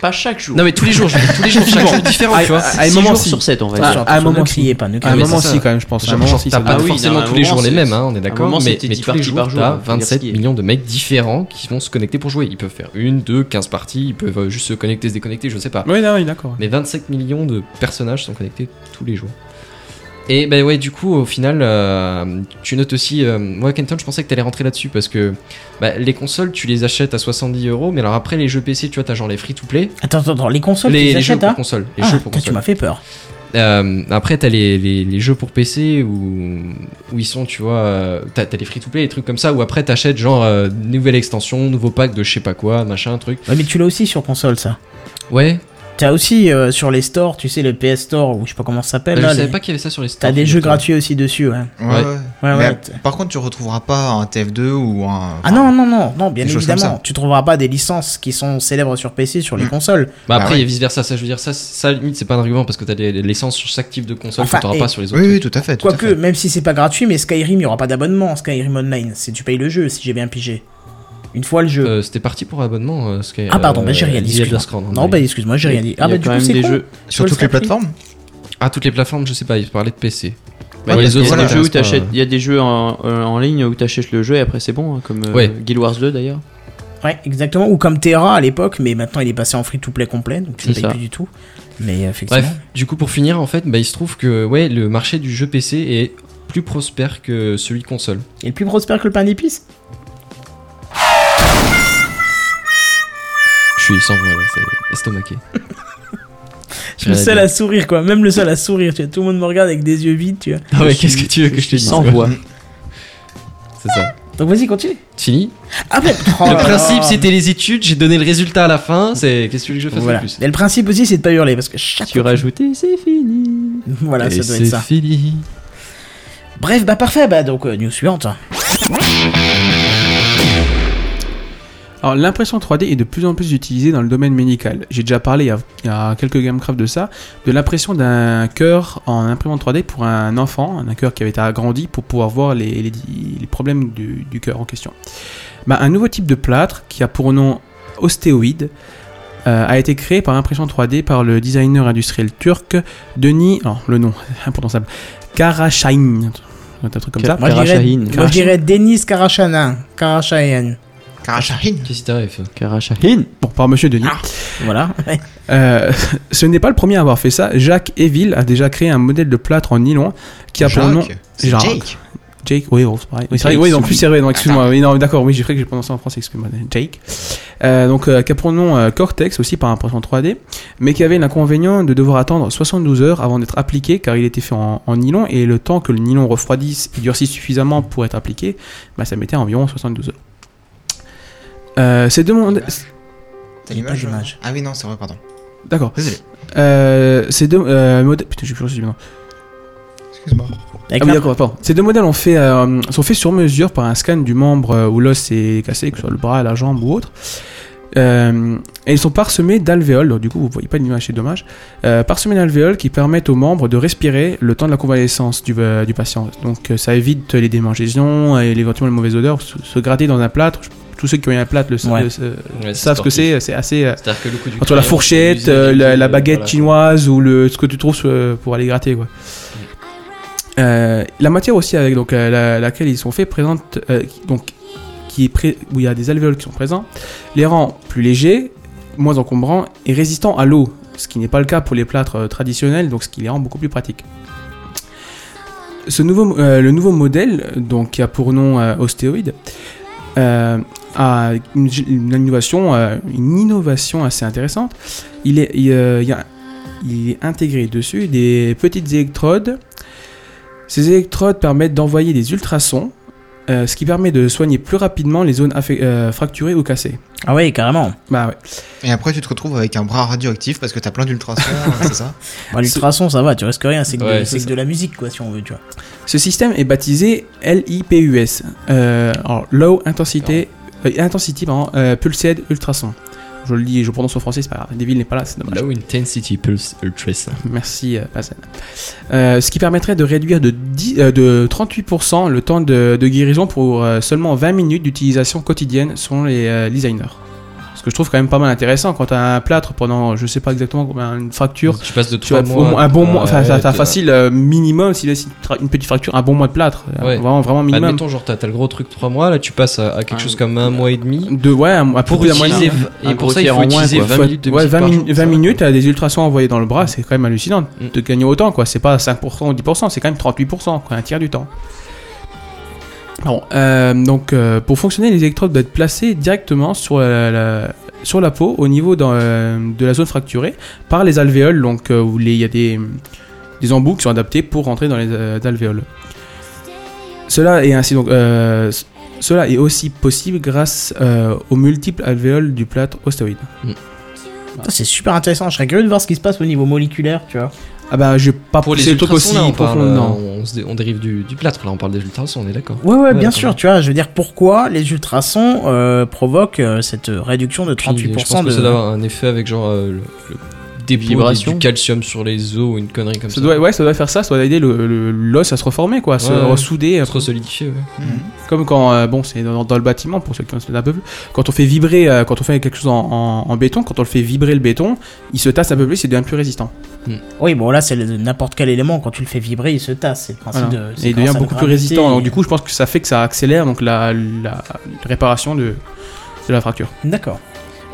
S4: pas chaque jour.
S3: Non, mais tous les jours, je tous les jours, chaque
S2: Souvent.
S3: jour différent,
S2: Ah,
S3: tu vois.
S2: ah,
S4: Six
S2: à un moment,
S4: jours
S2: si.
S4: sur 7 on
S2: Ah,
S4: va dire.
S2: à un
S1: Attention,
S2: moment,
S1: ne
S2: si.
S1: criez pas, ne
S2: À
S1: criez
S2: un
S1: pas.
S2: moment,
S3: ça.
S2: si, quand même, je pense. À un
S3: Genre,
S2: moment,
S3: genre,
S2: si,
S3: t'as
S2: ça
S3: pas
S2: va.
S4: Ah oui,
S3: forcément
S4: non, à
S3: tous
S4: un
S3: les
S4: moment,
S3: jours les
S4: c'est-
S3: mêmes, hein, on est
S4: à un
S3: d'accord.
S4: moment,
S3: Mais,
S4: c'était
S3: mais
S4: 10
S3: tous les
S4: parties
S3: jours,
S4: par jour,
S3: t'as
S4: faut dire ce
S3: 27
S4: qui est.
S3: millions de mecs différents qui vont se connecter pour jouer. Ils peuvent faire une, deux, 15 parties, ils peuvent euh, juste se connecter, se déconnecter, je sais pas.
S2: Oui, non, oui, d'accord.
S3: Mais 27 millions de personnages sont connectés tous les jours. Et ben ouais, du coup, au final, euh, tu notes aussi. euh, moi, Kenton, je pensais que t'allais rentrer là-dessus parce que bah, les consoles, tu les achètes à 70 euros, mais alors après, les jeux PC, tu vois, t'as genre les free to play.
S1: Attends, attends, attends, les consoles, tu
S3: les,
S1: les
S3: les jeux
S1: achètes,
S3: pour
S1: hein
S3: console. Les
S1: Ah,
S3: jeux pour
S1: putain, tu
S3: console.
S1: m'as fait peur.
S3: Euh, après, t'as les, les, les jeux pour PC où, où ils sont, tu vois, euh, t'as t'as les free-to-play, les trucs comme ça, où après t'achètes genre euh, nouvelle extension, nouveau pack de je sais pas quoi, machin, truc.
S1: Ouais, mais tu l'as aussi sur console, ça.
S3: Ouais,
S1: T'as aussi euh, sur les stores, tu sais, le PS Store, ou je sais pas comment ça s'appelle.
S3: bah, je
S1: là,
S3: savais
S1: les-
S3: pas qu'il y avait ça sur les stores.
S1: T'as des jeux
S3: figure-toi.
S1: gratuits aussi dessus, ouais.
S5: Ouais,
S3: Ouais.
S5: ouais.
S1: Ouais,
S5: Mais
S1: ouais.
S5: à- Par contre, tu retrouveras pas un TF2 ou un.
S1: Ah non, non, non, non, bien
S5: Des choses comme
S1: évidemment.
S5: ça.
S1: Tu trouveras pas des licences qui sont célèbres sur PC sur les
S5: Mm.
S1: consoles.
S3: Bah
S5: Bah
S3: après,
S5: ouais.
S3: il y a vice versa, ça je veux dire, ça, ça limite, c'est pas un argument parce que t'as des- des licences sur chaque type de console
S1: Enfin,
S3: que t'auras
S1: et-
S3: pas sur les autres.
S5: Oui, oui, tout à fait. tout à
S1: Quoique,
S5: fait.
S1: même si c'est pas gratuit, mais Skyrim, il y aura pas d'abonnement. Skyrim Online, c'est tu payes le jeu, si j'ai bien pigé. Une fois le jeu.
S3: Euh, C'était parti pour abonnement, euh, Sky.
S1: ah, pardon,
S3: euh,
S1: bah, j'ai rien dit.
S3: The Elder
S1: excuse-moi.
S3: Scrolls, hein,
S1: Non,
S3: oui.
S1: bah, excuse-moi, j'ai rien dit. Ah,
S4: Il y
S1: bah,
S4: a
S1: du
S4: quand
S1: coup,
S4: même
S1: c'est
S4: des
S1: con.
S4: jeux.
S5: Sur
S1: le
S5: toutes les
S1: Starfield.
S5: plateformes
S1: bah,
S3: Ah, toutes les plateformes, je sais pas, il parlait de PC.
S4: Bah,
S5: Ouais,
S4: il y a
S5: parce que
S4: des
S5: voilà,
S4: jeux où
S3: reste pas,
S4: t'achètes-
S3: euh,
S4: il y a des jeux en, en- en ligne où t'achètes le jeu et après c'est bon, hein, comme euh,
S3: Ouais.
S4: Guild Wars 2 d'ailleurs.
S1: Ouais, exactement. Ou comme Terra à l'époque, mais maintenant il est passé en free to play complet, donc tu ne
S4: C'est
S1: payes
S4: ça.
S1: plus du tout. Mais euh, effectivement.
S3: Bref, du coup pour finir en fait, bah, il se trouve que ouais, le marché du jeu PC est plus prospère que celui console.
S1: Il est plus prospère que le pain d'épices
S3: Je suis sans ouais, ouais, c'est estomaqué.
S1: Je suis
S3: Euh,
S1: le seul à sourire, quoi. Même le seul à sourire, tu vois. Tout le monde me regarde avec des yeux vides, tu vois.
S3: Ah ouais, qu'est-ce que tu veux que je te dise
S4: Sans
S3: quoi
S4: voix.
S3: C'est ça.
S1: Donc vas-y, continue.
S3: Fini.
S1: Ah, ben, oh là
S3: le
S1: là.
S3: principe c'était les études, j'ai donné le résultat à la fin, c'est qu'est-ce que tu veux que je fasse
S1: Voilà.
S3: de plus
S1: Et le principe aussi, c'est de pas hurler, parce que chaque.
S4: Tu rajoutais, c'est fini.
S1: Voilà,
S3: Et
S1: ça doit
S3: c'est
S1: être ça.
S3: fini.
S1: Bref, bah parfait, bah donc euh, news suivante.
S2: Alors, l'impression 3D est de plus en plus utilisée dans le domaine médical. J'ai déjà parlé il y a, il y a quelques GameCraft de ça, de l'impression d'un cœur en imprimante 3D pour un enfant, un cœur qui avait été agrandi pour pouvoir voir les, les- les problèmes du, du cœur en question. Bah, un nouveau type de plâtre, qui a pour nom ostéoïde, euh, a été créé par l'impression 3D par le designer industriel turc Denis, alors le nom, imprononçable, Karachain, un truc comme ça.
S1: Moi, je dirais-
S4: Karachahin.
S1: Moi je dirais Denis Karachanan. Karachayan.
S5: Karachahin
S3: Qu'est-ce qui t'arrive
S4: Karachahin.
S2: Bon, par monsieur Denis.
S1: Voilà.
S2: Euh, ce n'est pas le premier à avoir fait ça. Jacques Eville a déjà créé un modèle de plâtre en nylon qui a pour nom
S5: Jacques, c'est
S2: Jacques.
S5: Jake.
S2: Jake. Oui, oh, c'est pareil. Oui, c'est vrai.
S4: Jake,
S2: Oui, non,
S4: c'est
S2: plus
S4: lui.
S2: c'est vrai. Non, excuse-moi. Oui, non, mais d'accord. Oui, j'ai cru que j'ai prononcé en français. Excuse-moi, Jake. Euh, donc, euh, qui a pour nom euh, Cortex aussi par impression 3D, mais qui avait l'inconvénient de devoir attendre 72 heures avant d'être appliqué, car il était fait en, en nylon et le temps que le nylon refroidisse et durcisse suffisamment pour être appliqué, bah, ça mettait environ 72 heures. Euh, c'est demandé.
S5: T'as
S1: Il y a pas
S5: l'image
S1: d'image.
S5: euh Ah oui, non, c'est vrai, pardon.
S2: D'accord.
S5: Désolé.
S2: Euh, c'est deux. Euh, modèle- Putain, j'ai plus le nom.
S5: Excuse-moi.
S1: Avec
S2: Ah oui,
S1: la-
S2: d'accord, pardon. Ces deux modèles ont fait, euh, sont faits sur mesure par un scan du membre euh, où l'os est cassé, que ce soit le bras, la jambe ou autre. Euh, et ils sont parsemés d'alvéoles, donc du coup vous voyez pas l'image, c'est dommage. Euh, parsemés d'alvéoles qui permettent aux membres de respirer le temps de la convalescence du, euh, du patient. Donc euh, ça évite les démangeaisons et éventuellement les mauvaises odeurs. Se, se gratter dans un plâtre, je- tous ceux qui ont eu un plâtre le, sa-
S1: Ouais.
S2: le sa- savent ce que c'est, c'est assez. euh,
S3: C'est-à-dire que le coup du
S2: entre la
S3: crayon,
S2: fourchette,
S3: c'est
S2: euh,
S3: usé,
S2: la, la
S3: euh,
S2: baguette
S3: voilà.
S2: chinoise ou le, ce que tu trouves euh, pour aller gratter. Quoi. Euh, la matière aussi avec donc, euh, la- laquelle ils sont faits présente, euh, donc, qui est pré- où il y a des alvéoles qui sont présents, les rend plus légers, moins encombrants et résistants à l'eau, ce qui n'est pas le cas pour les plâtres euh, traditionnels, donc ce qui les rend beaucoup plus pratiques. Ce nouveau, euh, le nouveau modèle, donc, qui a pour nom euh, ostéoïde, euh, à une, une innovation, euh, une innovation assez intéressante. Il est, il, euh, il y a- il est intégré dessus des petites électrodes. Ces électrodes permettent d'envoyer des ultrasons, euh, ce qui permet de soigner plus rapidement les zones affec- euh, fracturées ou cassées.
S1: Ah ouais, carrément.
S2: Bah ouais.
S5: Et après, tu te retrouves avec un bras radioactif parce que t'as plein d'ultrasons, euh, c'est ça
S1: Bon, L'ultrason, ça va, tu risques rien, c'est que, de-
S3: Ouais,
S1: c'est
S3: c'est
S1: que de la musique, quoi, si on veut, tu vois.
S2: Ce système est baptisé LIPUS, euh, alors Low Intensity, euh, intensity pardon, euh, Pulsed Ultrason. Je le dis, je prononce en français, c'est pas grave. Deville n'est pas là, c'est dommage.
S3: Low Intensity Pulse Ultrasound.
S2: Merci, euh, Hassan. Euh, ce qui permettrait de réduire de, 10 euh, de 38% le temps de, de guérison pour euh, seulement 20 minutes d'utilisation quotidienne selon les euh, designers. Parce que je trouve quand même pas mal intéressant quand t'as un plâtre pendant, je sais pas exactement, combien, une fracture.
S3: Tu passes de
S2: Tu as
S3: 3
S2: au moins
S3: mois.
S2: un bon
S3: à-
S2: mois, enfin, t'as-
S3: ouais,
S2: t'as
S3: t'as-
S2: facile euh, minimum, s'il laisse une tra- une petite fracture, un bon mois de plâtre.
S3: Ouais.
S2: Vraiment, vraiment minimum.
S3: Admettons, genre, t'as t'as le gros truc 3 mois, là, tu passes à, à quelque
S2: Un-
S3: chose comme un mois et demi.
S2: De, ouais, un mois- à peu
S3: Pour
S2: près un mois et demi.
S3: utiliser,
S4: un
S3: et pour
S4: gros
S3: ça, il
S4: tiers en
S3: faut
S4: moins,
S3: utiliser
S4: quoi.
S3: 20 minutes de
S2: Ouais,
S3: musique
S2: 20,
S3: par
S2: min-
S3: jour.
S2: 20 minutes à des ultrasons envoyés dans le bras, c'est quand même hallucinant
S3: Mm.
S2: de gagner autant, quoi. C'est pas 5% ou 10%, c'est quand même 38%, quoi, un tiers du temps. Bon, euh, donc euh, pour fonctionner, les électrodes doivent être placées directement sur la, la- sur la peau, au niveau dans, euh, de la zone fracturée, par les alvéoles, donc euh, où les- il y a des, des embouts qui sont adaptés pour rentrer dans les euh, alvéoles. Cela est ainsi donc euh, c- cela est aussi possible grâce euh, aux multiples alvéoles du plâtre ostéoïde.
S1: Putain, C'est super intéressant. Je serais curieux de voir ce qui se passe au niveau moléculaire, tu vois.
S2: Ah bah j'ai pas
S3: Pour
S2: poussé
S3: les
S2: le truc
S3: ultrasons,
S2: aussi
S3: là, on, parle,
S2: profond,
S3: euh,
S2: non.
S3: on, se dé- on dérive du, du plâtre, là, on parle des ultrasons, on est d'accord.
S1: Ouais, ouais, bien
S3: d'accord.
S1: sûr, tu vois. Je veux dire, pourquoi les ultrasons euh, provoquent euh, cette réduction de
S3: Puis, Je pense
S1: 38%
S3: que ça doit
S1: de.
S3: avoir un effet avec genre euh, le, le dépôt
S4: Vibration.
S3: du calcium sur les os ou une connerie comme ça.
S2: Ça doit, ouais, ça doit faire ça, ça doit aider le- le- l'os à se reformer, quoi, à se
S3: Ouais, ouais.
S2: ressouder.
S3: être solidifié. Ouais.
S5: Mm.
S2: Comme quand, euh, bon, c'est dans, dans le bâtiment, pour ceux qui connaissent un peu plus, quand on fait vibrer, euh, quand on fait quelque chose en, en- en béton, quand on le fait vibrer le béton, il se tasse un peu plus, il devient plus résistant.
S1: Oui, bon, là, c'est le- n'importe quel élément. Quand tu le fais vibrer, il se tasse. C'est le
S3: Ah,
S1: principe
S2: Voilà.
S1: de. c'est
S2: Et il devient
S1: grâce à la
S2: beaucoup plus
S1: gravité.
S2: résistant. Donc, du coup, je pense que ça fait que ça accélère donc la, la réparation de, de la fracture.
S1: D'accord.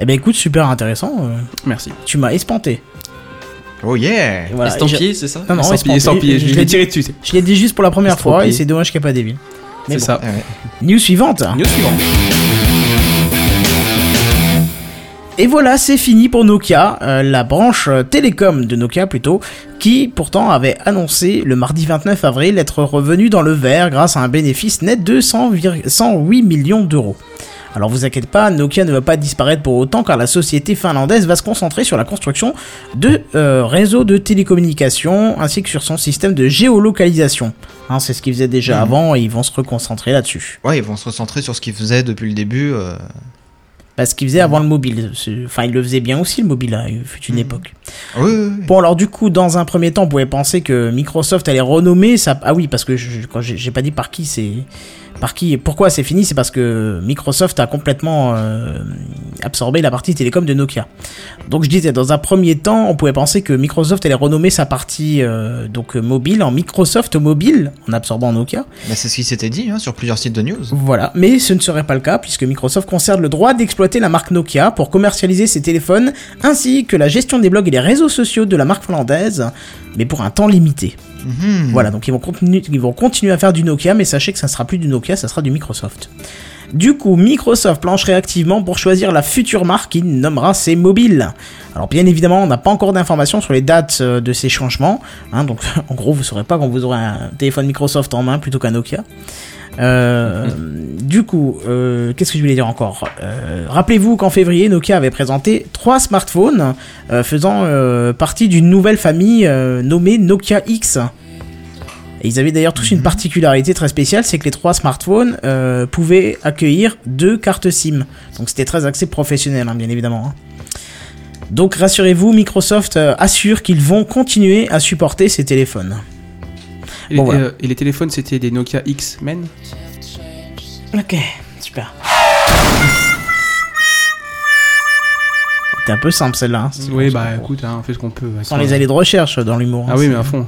S1: Eh ben écoute, super intéressant. euh,
S2: Merci.
S1: tu m'as espanté.
S5: Oh yeah
S1: Et voilà, et
S3: Estampillé, c'est ça
S1: j'ai- Non, non, espanté.
S2: Estampillé, estampillé,
S1: Je,
S2: je
S1: l'ai
S2: l'ai
S1: dit,
S2: tiré dessus, c'est
S1: je l'ai dit juste pour la première fois
S4: Estampillé.
S1: et c'est dommage qu'il n'y a pas d'Evil. Mais
S2: c'est
S1: bon.
S2: ça.
S5: Ah ouais.
S1: News suivante.
S2: News suivante.
S1: Et voilà, c'est fini pour Nokia, euh, la branche euh, télécom de Nokia plutôt, qui pourtant avait annoncé le mardi 29 avril être revenu dans le vert grâce à un bénéfice net de 100 vir- 108 millions d'euros. Alors vous inquiétez pas, Nokia ne va pas disparaître pour autant car la société finlandaise va se concentrer sur la construction de euh, réseaux de télécommunications ainsi que sur son système de géolocalisation. Hein, c'est ce qu'ils faisaient déjà
S5: Mhm.
S1: avant et ils vont se reconcentrer là-dessus.
S5: Ouais, ils vont se recentrer sur ce qu'ils faisaient depuis le début. euh,
S1: Parce Bah, qu'ils faisaient avant le mobile. C'est- Enfin, ils le faisaient bien aussi le mobile, hein, il fut une
S5: Mhm.
S1: époque.
S5: Oui, oui, oui.
S1: Bon alors du coup dans un premier temps on pouvait penser que Microsoft allait renommer ça ah oui parce que je, je- quand j'ai j'ai pas dit par qui c'est par qui et pourquoi c'est fini c'est parce que Microsoft a complètement euh, absorbé la partie télécom de Nokia donc je disais dans un premier temps on pouvait penser que Microsoft allait renommer sa partie euh, donc euh, mobile en Microsoft mobile en absorbant Nokia
S5: Bah, c'est ce qui s'était dit hein, sur plusieurs sites de news.
S1: voilà, mais ce ne serait pas le cas puisque Microsoft conserve le droit d'exploiter la marque Nokia pour commercialiser ses téléphones ainsi que la gestion des blogs et des réseaux sociaux de la marque finlandaise, mais pour un temps limité.
S5: Mhm.
S1: Voilà, donc ils vont, continuer, ils vont continuer à faire du Nokia, mais sachez que ça ne sera plus du Nokia, ça sera du Microsoft. Du coup, Microsoft plancherait activement pour choisir la future marque qui nommera ses mobiles. Alors bien évidemment, on n'a pas encore d'informations sur les dates euh, de ces changements, hein, donc en gros, vous ne saurez pas quand vous aurez un téléphone Microsoft en main plutôt qu'un Nokia. Euh, Du coup, euh, qu'est-ce que je voulais dire encore Euh, Rappelez-vous qu'en février, Nokia avait présenté trois smartphones euh, faisant euh, partie d'une nouvelle famille euh, nommée Nokia X. Et ils avaient d'ailleurs tous
S2: Mhm.
S1: une particularité très spéciale, c'est que les trois smartphones euh, pouvaient accueillir deux cartes SIM. Donc c'était très axé professionnel, hein, bien évidemment. hein. Donc rassurez-vous, Microsoft euh, assure qu'ils vont continuer à supporter ces téléphones.
S2: Et,
S1: Bon, voilà.
S2: euh, et les téléphones, c'était des Nokia X-Men.
S1: Ok, super. C'était un peu simple celle-là. hein. C'est
S2: Oui,
S1: bon,
S2: bah
S1: c'est bon.
S2: écoute, hein, on fait ce qu'on peut.
S1: Sans les allées de recherche dans l'humour. hein,
S2: Ah oui,
S1: c'est-
S2: mais à fond.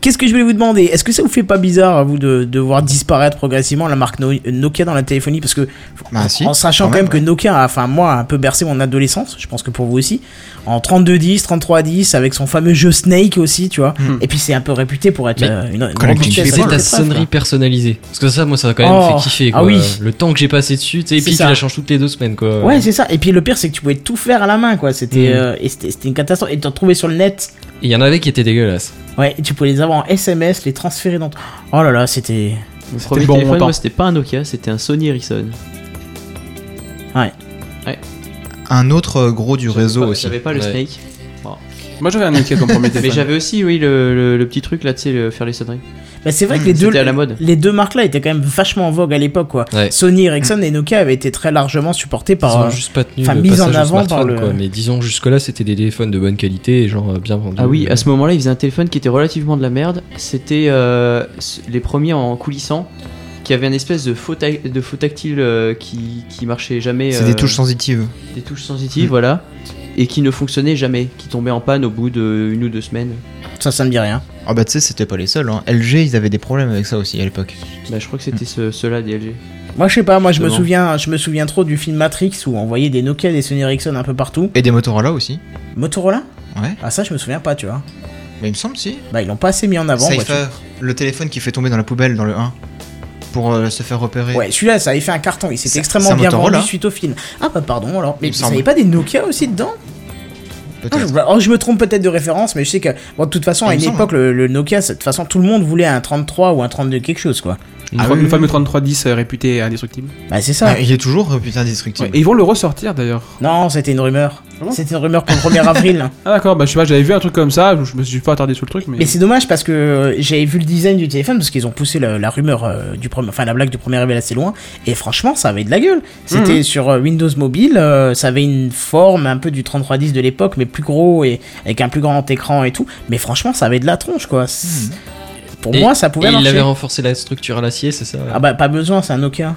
S1: Qu'est-ce que je voulais vous demander Est-ce que ça vous fait pas bizarre, à vous, de, de voir disparaître progressivement la marque No- Nokia dans la téléphonie Parce que,
S5: Bah, si,
S1: en sachant quand
S5: quand
S1: même,
S5: même,
S1: que Nokia, a, enfin, moi, a un peu bercé mon adolescence, je pense que pour vous aussi, en 3210, 3310, avec son fameux jeu Snake aussi, tu vois.
S2: Hmm.
S1: Et puis c'est un peu réputé pour être
S3: Mais
S1: euh, une, une grande
S5: Collecting
S1: vitesse à
S5: Paper.
S3: C'est
S1: l'époque,
S3: ta
S1: ça, frère.
S3: sonnerie personnalisée. Parce que ça, moi, ça a quand même
S1: Oh,
S3: fait kiffer.
S1: ah
S3: Quoi.
S1: oui.
S3: Le temps que j'ai passé dessus, tu sais, et
S1: C'est
S3: puis tu
S1: ça.
S3: la changes toutes les deux semaines. Quoi.
S1: Ouais, c'est ça. Et puis le pire, c'est que tu pouvais tout faire à la main, quoi. C'était
S3: Hmm.
S1: euh, et c'était c'était une catastrophe. Et t'en trouvais sur le net.
S3: Et il y en avait qui étaient dégueulasses.
S1: Ouais, et tu pouvais les avoir en SMS, les transférer dans. ton- Oh là là, c'était.
S4: Mon premier
S2: le bon
S4: téléphone,
S2: montant.
S4: moi, c'était pas un Nokia, c'était un Sony Ericsson.
S5: Un autre euh, gros du
S4: J'avais
S5: réseau
S4: pas-
S5: aussi.
S4: J'avais pas le
S3: Ouais.
S4: Snake.
S2: Moi, j'avais un Nokia comme premier
S4: Mais
S2: téléphone.
S4: j'avais aussi, oui, le, le- le petit truc là, tu sais, le- faire les sonneries.
S1: Bah, c'est vrai que les
S4: Hmm,
S1: deux,
S4: c'était à la mode.
S1: les deux marques là étaient quand même vachement en vogue à l'époque quoi.
S3: Ouais.
S1: Sony, Ericsson et Nokia avaient été très largement supportés
S3: Ils
S1: par. euh,
S3: ont juste pas tenu
S1: enfin,
S3: le
S1: mise en
S3: passage au
S1: avant par
S3: smartphone,
S1: le-
S3: quoi. Mais disons, jusque-là, c'était des téléphones de bonne qualité et genre euh, bien vendus.
S4: Ah oui, à ce moment-là, ils faisaient un téléphone qui était relativement de la merde. C'était euh, les premiers en coulissant. qui avait une espèce de faux, tac- de faux tactile euh, qui, qui marchait jamais.
S5: C'est
S4: euh,
S5: des touches Mmh. sensitives.
S4: Des touches sensitives, voilà. Et qui ne fonctionnait jamais, qui tombait en panne au bout d'une ou deux semaines.
S1: euh, Ça, ça me dit rien.
S5: Ah bah tu sais, c'était pas les seuls. Hein. LG, ils avaient des problèmes avec ça aussi à l'époque.
S4: Bah, je crois que c'était
S5: Mmh.
S4: ce, cela DLG.
S1: Moi, je sais pas, moi, je me,
S4: Justement.
S1: souviens, je me souviens trop du film Matrix où on voyait des Nokia, des Sony Ericsson un peu partout.
S5: Et des Motorola aussi.
S1: Motorola
S5: Ouais.
S1: Ah, ça, je me souviens pas, tu vois.
S5: Mais il me semble si.
S1: Bah, ils l'ont pas assez mis en avant. bah, tu-
S5: Cypher, le téléphone qui fait tomber dans la poubelle dans le 1 pour euh, se faire repérer.
S1: Ouais, celui-là, ça avait fait un carton. Il s'est
S5: C'est-
S1: extrêmement
S5: c'est un
S1: bien
S5: Motorola.
S1: vendu suite au film. Ah, bah, pardon, alors. Mais
S5: me
S1: vous
S5: semble.
S1: n'avez pas des Nokia aussi dedans Ah,
S5: peut-être.
S1: je, alors, je me trompe peut-être de référence, mais je sais que bon, de toute façon,
S5: Il
S1: à
S5: me
S1: une
S5: semble. hein.
S1: époque, le, le Nokia, c'est- de toute façon, tout le monde voulait un 33 ou un 32 quelque chose, quoi.
S2: Une
S5: Ah
S2: fois-
S5: oui,
S2: le
S5: oui,
S2: fameux
S5: oui.
S2: 3310 euh, réputé indestructible.
S1: Bah, c'est ça.
S5: Ah, il est toujours euh, putain destructible.
S2: Ouais, Et ils vont le ressortir d'ailleurs.
S1: Non, c'était une rumeur.
S2: Ah bon
S1: C'était une rumeur pour le 1er avril.
S2: Ah d'accord, bah je sais pas, j'avais vu un truc comme ça, je me suis pas attardé sur le truc, mais.
S1: Mais c'est dommage parce que euh, j'avais vu le design du téléphone parce qu'ils ont poussé la, la rumeur euh, du premier, enfin la blague du premier réveil assez loin. Et franchement, ça avait de la gueule.
S3: Mhm.
S1: C'était sur euh, Windows Mobile, euh, ça avait une forme un peu du 3310 de l'époque, mais plus gros et avec un plus grand écran et tout. Mais franchement, ça avait de la tronche, quoi. C'est- Pour
S3: Mhm. Et-
S1: moi, ça
S3: Et
S1: pouvait
S3: il
S1: marcher.
S3: avait renforcé la structure à l'acier, c'est ça
S1: Ah bah pas besoin, c'est un Nokia.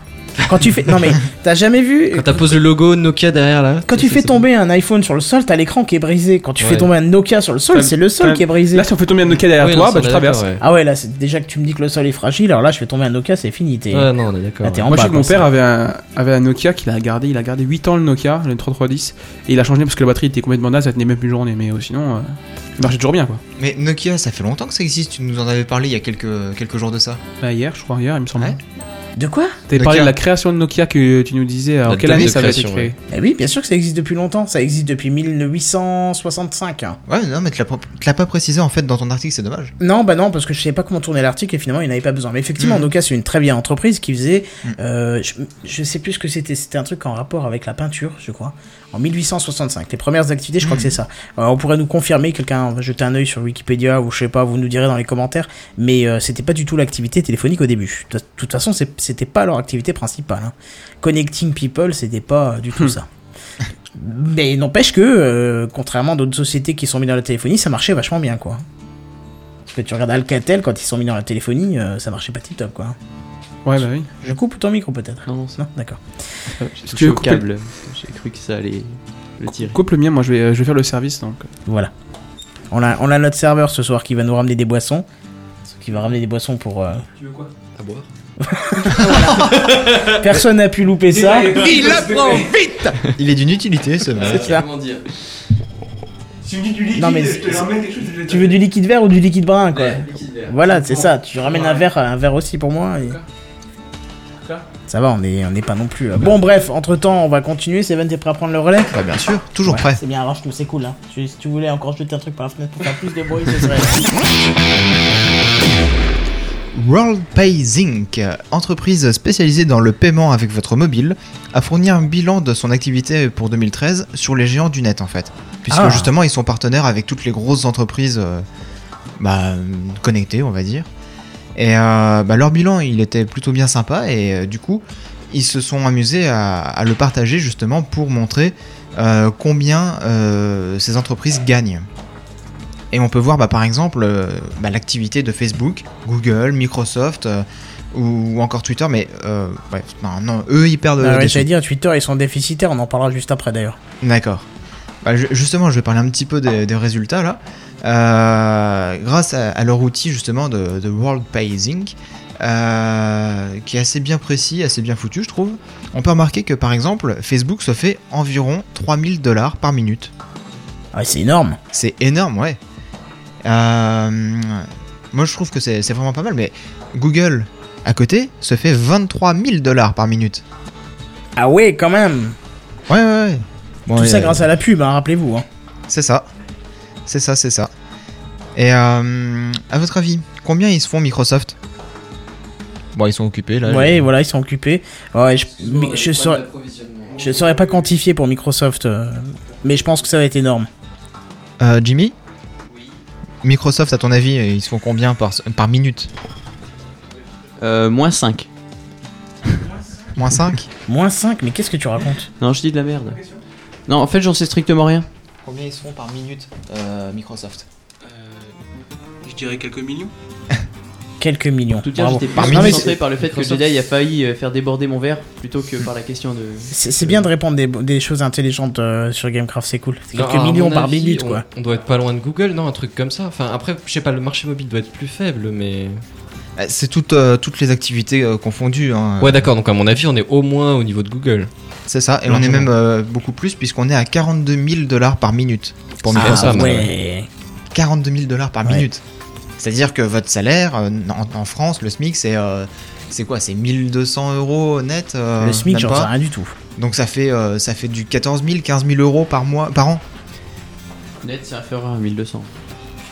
S1: Quand tu fais, non mais t'as jamais vu
S3: Quand t'apposes le logo Nokia derrière là.
S1: quand tu
S3: c'est-
S1: fais
S3: c'est-
S1: tomber un iPhone sur le sol, t'as l'écran qui est brisé. Quand tu fais
S3: Ouais.
S1: tomber un Nokia sur le sol,
S2: T'as-
S1: c'est le sol
S2: t'as-
S1: qui est brisé.
S2: Là, si on fait tomber un Nokia derrière
S3: Oui, non,
S2: toi,
S3: ça,
S2: bah
S3: on
S2: tu
S3: est
S2: traverses.
S3: d'accord, ouais.
S1: Ah ouais, là, c'est déjà que tu me dis que le sol est fragile, alors là, je fais tomber un Nokia, c'est fini. T'es...
S3: Ouais, non, on est d'accord.
S1: là, t'es en
S2: Moi, je
S1: bas,
S2: sais que mon
S1: quoi,
S2: père
S1: Bah, ça.
S2: avait un, avait un Nokia qu'il a gardé. Il a gardé 8 ans le Nokia, le 3310. Et il a changé parce que la batterie était complètement naze, ça tenait même plus une journée. Mais euh, sinon, euh, il marchait toujours bien quoi.
S5: Mais Nokia, ça fait longtemps que ça existe. Tu nous en avais parlé il y a quelques, quelques jours de ça.
S2: Bah, hier, je crois, hier, il me semble.
S5: Ouais.
S1: De quoi
S2: T'avais
S5: Nokia.
S2: parlé de la création de Nokia que tu nous disais. En
S3: La
S2: quelle
S3: date
S2: année
S3: de
S2: ça avait été
S3: création,
S2: créé
S3: ouais.
S1: Eh oui, bien sûr que ça existe depuis longtemps. Ça existe depuis 1865. hein.
S5: Ouais, non, mais tu l'as pas- tu l'as pas précisé en fait dans ton article, c'est dommage.
S1: Non, bah non, parce que je savais pas comment tourner l'article et finalement, il n'avait pas besoin. Mais effectivement,
S5: Mm.
S1: Nokia, c'est une très vieille entreprise qui faisait.
S5: Mm.
S1: euh, je, je sais plus ce que c'était. C'était un truc en rapport avec la peinture, je crois. En 1865. Les premières activités, je crois que
S5: Mm.
S1: c'est ça. Alors, on pourrait nous confirmer, quelqu'un va jeter un œil sur Wikipédia ou je sais pas, vous nous direz dans les commentaires. Mais euh, c'était pas du tout l'activité téléphonique au début. De toute façon, c'est- c'était pas leur activité principale. hein. Connecting people, c'était pas euh, du
S5: Hmm.
S1: tout ça. Mais n'empêche que, euh, contrairement à d'autres sociétés qui sont mises dans la téléphonie, ça marchait vachement bien, quoi. Parce que tu regardes Alcatel, quand ils sont mis dans la téléphonie, euh, ça marchait pas tip top, quoi.
S2: Ouais, bah oui.
S1: Je coupe ton micro, peut-être
S4: Non, non, ça.
S1: Non D'accord.
S4: J'ai
S2: tu
S4: touché
S2: veux
S4: au
S2: couper-
S4: câble. J'ai cru que ça allait le tirer.
S2: Coupe le mien, moi je vais, euh, je vais faire le service donc.
S1: Voilà. On a, on a notre serveur ce soir qui va nous ramener des boissons. Qui va ramener des boissons pour. euh,
S2: Tu veux quoi
S3: À boire.
S1: Personne n'a pu louper ça.
S5: Il apprend vite Il est d'une utilité ce mec.
S1: ça.
S3: Comment dire Ouais,
S1: Non, mais c'est- tu veux du liquide vert ou du liquide brun, quoi
S3: liquide vert.
S1: Voilà, c'est ça. Tu ramènes un verre, un verre aussi pour moi. et-
S2: Coca
S1: Ça va, on est, on est pas non plus. euh, Bon, bref, entre temps, on va continuer. Seven, t'es prêt à prendre le relais
S5: Bah bien sûr, toujours
S1: Ouais,
S5: prêt.
S1: C'est bien, arrange tout, c'est cool. Hein. Tu- si tu voulais encore jeter un truc par la fenêtre pour faire plus de bruit, ce serait.
S5: WorldPay Inc., entreprise spécialisée dans le paiement avec votre mobile, a fourni un bilan de son activité pour 2013 sur les géants du net en fait. Puisque
S1: Ah.
S5: justement ils sont partenaires avec toutes les grosses entreprises euh, bah, euh, connectées on va dire. Et euh, bah, leur bilan il était plutôt bien sympa et euh, du coup ils se sont amusés à, à le partager justement pour montrer euh, combien euh, ces entreprises gagnent. Et on peut voir bah, par exemple euh, bah, l'activité de Facebook, Google, Microsoft euh, ou, ou encore Twitter, mais euh, ouais, non, non, eux ils perdent
S1: Ah ouais,
S5: des sous.
S1: j'allais dire, Twitter, ils sont déficitaires, on en parlera juste après d'ailleurs.
S5: D'accord. Bah, ju- justement, je vais parler un petit peu des, des résultats là. Euh, grâce à, à leur outil justement de, de World Inc., euh, qui est assez bien précis, assez bien foutu, je trouve. On peut remarquer que par exemple, Facebook se fait environ 3000 dollars par minute.
S1: Ah, c'est énorme.
S5: C'est énorme, ouais. Euh, moi, je trouve que c'est c'est vraiment pas mal, mais Google à côté se fait 23 000 dollars par minute.
S1: Ah ouais, quand même.
S5: Ouais, ouais, ouais. euh, Bon,
S1: Tout
S5: et-
S1: ça grâce à la pub, hein, rappelez-vous. hein.
S5: C'est ça. C'est ça, c'est ça. Et euh, à votre avis, combien ils se font Microsoft Bon, ils sont occupés là.
S1: ouais, voilà, ils sont occupés. Ouais, je, mais je saurais, je saurais pas quantifier pour Microsoft, euh, mais je pense que ça va être énorme.
S5: Euh, Jimmy Microsoft, à ton avis, euh, ils se font combien par, par minute
S4: Euh, moins 5.
S5: Moins 5
S1: Moins 5, mais qu'est-ce que tu racontes
S4: Non, je dis de la merde. Non, en fait, j'en sais strictement rien.
S5: Combien ils se font
S3: Euh,
S5: par minute Microsoft
S2: Je dirais quelques millions.
S1: Quelques millions.
S4: Tout dire,
S1: Bravo.
S4: j'étais plus
S1: Non, mais
S4: concentré par le fait que
S1: Microsoft.
S4: Jedi a failli euh, faire déborder mon verre plutôt que par la question de.
S1: C'est c'est bien de répondre des, des choses intelligentes euh, sur Gamecraft, c'est cool. C'est
S3: Non,
S1: Quelques
S3: à mon
S1: millions par
S3: avis,
S1: minute,
S3: on-
S1: quoi.
S3: On doit être pas loin de Google, non, un truc comme ça. Enfin, après, je sais pas, le marché mobile doit être plus faible, mais.
S5: Euh, C'est toutes, euh, toutes les activités euh, confondues. hein.
S3: Ouais, d'accord, donc à mon avis, on est au moins au niveau de Google.
S5: C'est ça, et on est
S3: Largement.
S5: même euh, beaucoup plus puisqu'on est à 42 000 dollars par minute pour
S3: Ah,
S5: Microsoft.
S3: ça,
S1: ouais.
S5: 42 000 dollars par
S1: Ouais.
S5: minute. C'est-à-dire que votre salaire euh, en, en France, le SMIC, c'est euh, c'est quoi C'est 1200 euros net euh,
S1: le SMIC,
S5: même
S1: j'en
S5: pas.
S1: sais rien du tout.
S5: Donc ça fait, euh, ça fait du 14 000, 15 000 euros par, mois, par an.
S4: Net, c'est inférieur à 1200.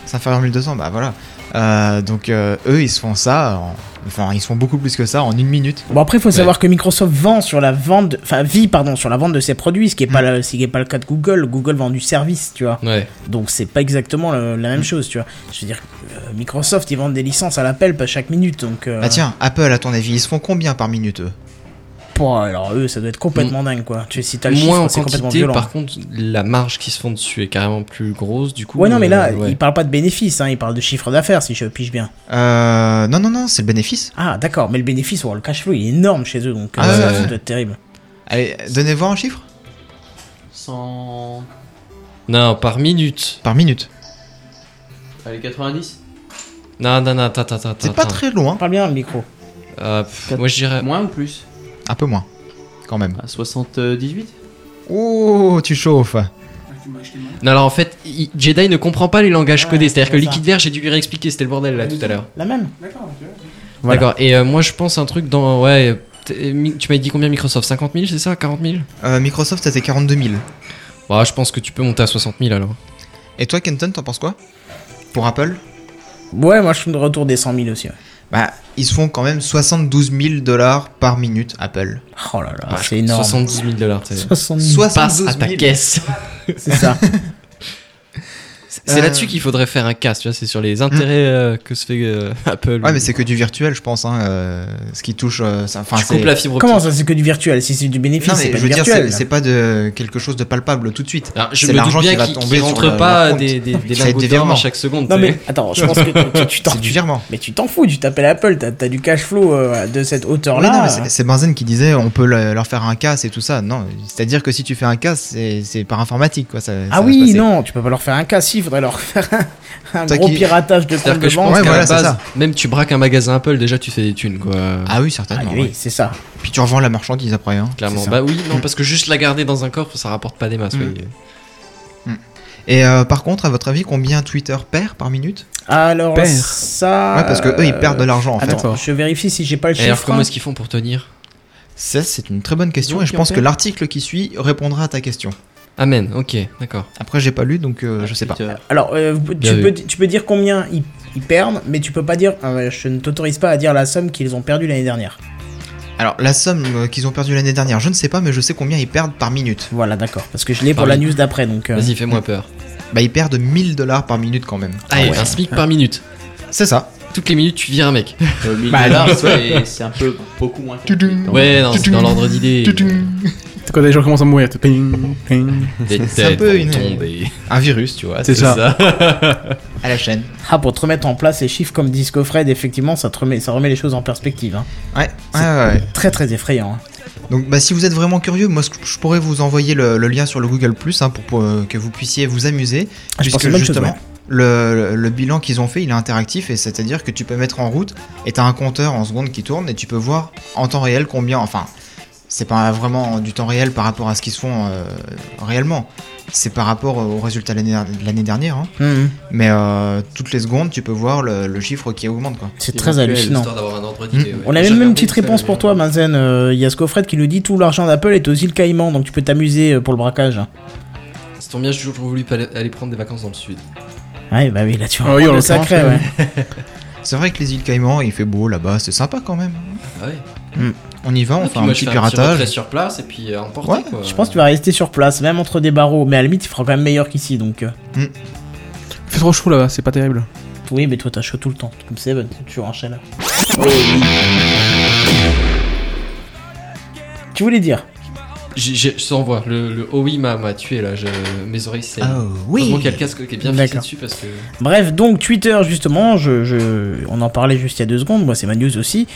S5: C'est inférieur à 1200, bah voilà. Euh, donc euh, eux, ils se font ça, en- enfin ils se font beaucoup plus que ça en une minute.
S1: Bon après, il faut savoir que Microsoft vend sur la vente, enfin vit pardon sur la vente de ses produits, ce qui est
S3: Mm.
S1: pas le, ce qui est pas le cas de Google. Google vend du service, tu vois.
S3: Ouais.
S1: Donc c'est pas exactement le-
S3: Mm.
S1: la même chose, tu vois. Je veux dire, euh, Microsoft, ils vendent des licences à l'appel pas chaque minute, donc. euh,
S5: Ah tiens, Apple, à ton avis, ils se font combien par minute eux
S1: pour- euh, alors eux, ça doit être complètement dingue, quoi. Tu si t'as le
S3: Mm. moins
S1: chiffre,
S3: en
S1: c'est complètement
S3: quantité,
S1: violent.
S3: par contre, la marge qui se font dessus est carrément plus grosse, du coup.
S1: Ouais, non, mais là,
S3: euh, ouais.
S1: il parle pas de bénéfice, hein, il parle de chiffre d'affaires, si je pige bien.
S5: euh, Non, non, non, c'est le bénéfice.
S1: Ah, d'accord, mais le bénéfice, oh, le cash flow, il est énorme chez eux, donc
S5: Ah,
S1: euh,
S5: ouais,
S1: ça
S5: ouais.
S1: doit être terrible.
S5: Allez, donnez-moi un chiffre
S4: 100.
S3: Non, par minute.
S5: par minute.
S4: Allez, 90
S3: Non, non, non, attends, attends, attends.
S5: C'est pas
S3: attends.
S5: très loin,
S1: Parle bien le micro.
S3: Euh, pff, moi, je dirais.
S4: Moins ou plus
S5: un peu moins, quand même.
S4: À 78
S5: Oh, tu chauffes.
S3: Non, alors en fait, il- Jedi ne comprend pas les langages
S1: Ouais,
S3: codés. C'est-à-dire que
S1: c'est ça.
S3: liquide vert, j'ai dû lui réexpliquer, c'était le bordel là tout à l'heure.
S1: La même Voilà.
S3: D'accord, et euh, moi, je pense un truc dans. Ouais. t- euh, mi- Tu m'avais dit combien Microsoft 50 000, c'est ça 40 000
S5: Euh, Microsoft, c'était 42 000.
S3: Bah, je pense que tu peux monter à 60 000 alors.
S5: Et toi, Kenton, t'en penses quoi Pour Apple
S1: Ouais, moi je suis de retour des 100 000 aussi. ouais.
S5: Bah, ils se font quand même 72 000 dollars par minute, Apple.
S1: Oh là là,
S3: Ouais,
S1: c'est énorme.
S3: 70 000 dollars, c'est.
S1: 70 000,
S5: 72
S3: Passe à ta caisse.
S1: c'est ça.
S3: C'est
S5: Euh,
S3: là-dessus qu'il faudrait faire un casse, tu vois, c'est sur les intérêts euh, que se fait euh, Apple.
S5: Ouais, mais c'est que du virtuel, je pense. Hein, euh, ce qui touche. euh, ça- Enfin,
S3: Tu
S5: c'est.
S3: coupes la fibre optique.
S1: Comment ça, c'est que du virtuel Si c'est du bénéfice,
S5: Non,
S1: c'est
S5: mais
S1: pas
S5: je
S1: du
S5: veux dire,
S1: virtuel.
S5: c'est c'est pas de quelque chose de palpable tout de suite.
S3: Alors, je
S5: C'est
S3: me doute
S5: l'argent qui
S3: bien
S5: va
S3: qu'il
S5: tomber
S3: qu'il
S5: sur
S3: rentre
S5: le-
S3: pas
S5: leur compte.
S3: des, des, des
S5: Ça va être
S3: lingots
S5: des
S3: d'or à
S5: virements.
S3: chaque seconde.
S1: Non
S3: tu sais.
S1: mais attends, je pense que tu- tu t'en
S5: C'est du virement.
S1: mais tu t'en fous, tu t'appelles Apple, t'as as du cash flow euh, de cette hauteur
S5: Oui, non,
S1: là.
S5: mais c'est- c'est Benzen qui disait on peut le- leur faire un casse et tout ça. Non, c'est-à-dire que si tu fais un casse, c'est c'est par informatique. Quoi, ça, ça
S1: ah
S5: va se
S1: oui,
S5: passer.
S1: non, tu peux pas leur faire un cas, si, il faudrait leur faire un, un
S5: T'as
S1: gros
S5: qui-
S1: piratage de compte
S3: C'est-à-dire
S1: de
S3: que je pense
S1: banque.
S5: Ouais,
S3: qu'à
S5: voilà,
S3: la
S5: c'est
S3: base,
S5: ça.
S3: même tu braques un magasin Apple, déjà tu fais des thunes, quoi.
S5: Ah oui,
S1: Ah
S5: certainement.
S1: oui,
S5: ouais.
S1: c'est ça.
S5: Puis tu revends la marchandise après. Hein.
S3: Clairement.
S1: c'est ça.
S3: Bah oui, non, parce que juste la garder dans un coffre, ça rapporte pas des masses.
S5: Mm.
S3: oui.
S5: Et euh, par contre, à votre avis, combien Twitter perd par minute
S1: Alors
S2: Perd.
S1: ça euh,
S5: Ouais, parce que eux, ils perdent de l'argent en fait.
S1: Attends, je vérifie si j'ai pas le
S3: Et alors,
S1: chiffre. hein.
S3: comment est-ce qu'ils font pour tenir
S5: Ça, c'est une très bonne question
S4: Donc,
S5: et je
S4: ils
S5: pense que
S4: en perdent
S5: l'article qui suit répondra à ta question.
S3: Amen, ok, d'accord.
S5: Après, j'ai pas lu donc euh, je sais pas.
S4: Twitter.
S1: Alors, euh, vous-
S3: Bien
S1: tu,
S3: vu.
S1: peux, tu peux dire combien ils, ils perdent, mais tu peux pas dire. euh, je ne t'autorise pas à dire la somme qu'ils ont perdue l'année dernière.
S5: Alors, la somme euh, qu'ils ont perdue l'année dernière, je ne sais pas, mais je sais combien ils perdent par minute.
S1: Voilà, d'accord. Parce que je l'ai pour
S2: Ah
S3: Par
S1: la
S3: minute.
S1: news d'après, donc. euh,
S3: Vas-y, fais-moi peur.
S5: Bah, ils perdent 1000 dollars par minute quand même.
S3: Allez, un SMIC par minute.
S5: C'est ça.
S3: Toutes les minutes, tu vires un mec.
S4: Euh, 1000
S1: Bah,
S4: dollars, c'est c'est un peu beaucoup moins. qu'un
S5: Tudum.
S4: tweet, hein.
S3: Ouais, non, c'est dans l'ordre d'idée.
S2: C'est quand les gens commencent à mourir. t'es ping, ping.
S3: Des
S5: C'est un
S3: têtes
S5: peu
S3: vont
S5: une-
S3: tomber.
S5: Un virus, tu vois.
S2: C'est ça.
S5: À la chaîne.
S1: Ah, pour te remettre en place les chiffres comme Disco Fred, effectivement, ça, te remet, ça remet les choses en perspective. hein.
S5: Ouais, ouais, ouais. ouais.
S1: Très, très effrayant. hein.
S5: Donc, bah, si vous êtes vraiment curieux, moi, je- je pourrais vous envoyer le, le lien sur le Google Plus pour, pour, euh, que vous puissiez vous amuser.
S1: Ah, je pense que c'est une bonne chose, ouais.
S5: le, le bilan qu'ils ont fait, il est interactif et c'est-à-dire que tu peux mettre en route et t'as un compteur en secondes qui tourne et tu peux voir en temps réel combien. Enfin, c'est pas vraiment du temps réel par rapport à ce qu'ils se font euh, réellement. C'est par rapport aux résultats de l'année- de l'année dernière. hein.
S1: Mhm.
S5: Mais euh, toutes les secondes, tu peux voir le, le chiffre qui augmente quoi.
S1: C'est très hallucinant.
S3: Histoire d'avoir un ordre d'idée,
S5: Mm.
S3: ouais.
S1: On a
S3: J'ai
S1: même une
S3: regardé
S1: petite
S3: tout ça,
S1: réponse
S3: mais-
S1: pour toi, Mazen. Euh, Il y a Scofred qui nous dit tout l'argent d'Apple est aux îles Caïmans, donc tu peux t'amuser euh, pour le braquage.
S3: C'est ton bien, j'ai toujours voulu pas aller- aller prendre des vacances dans le sud.
S1: Ouais, bah oui, là tu vas
S2: Ah oui,
S1: prendre
S2: en
S1: le
S2: l'occurrence,
S1: sacré,
S2: ouais.
S1: ouais.
S5: C'est vrai que les îles Caïmans, il fait beau là-bas, c'est sympa quand même.
S3: Ah ouais.
S5: On y va, on
S3: Ah,
S5: fait
S3: puis
S5: un
S3: moi,
S5: petit
S3: je fais
S5: piratage.
S3: retrait sur place et puis euh, emporter,
S5: Ouais,
S3: quoi.
S1: Je pense que tu vas rester sur place, même entre des barreaux. Mais à la limite, il fera quand même meilleur qu'ici, donc. euh,
S2: Fait trop chaud là-bas, c'est pas terrible.
S1: Oui, mais toi, t'as chaud tout le temps. Comme c'est bon, tu toujours en chaleur. Tu voulais dire
S3: j'ai- j'ai- Je sens voir, le, le oh oui m'a m'a tué là, je, mes oreilles saignent.
S5: Ah oui.
S3: Heureusement qu'il y a le casque qui est bien fixé
S1: D'accord.
S3: dessus parce que.
S1: Bref, donc Twitter, justement, je, je- on en parlait juste il y a deux secondes, moi c'est ma news aussi.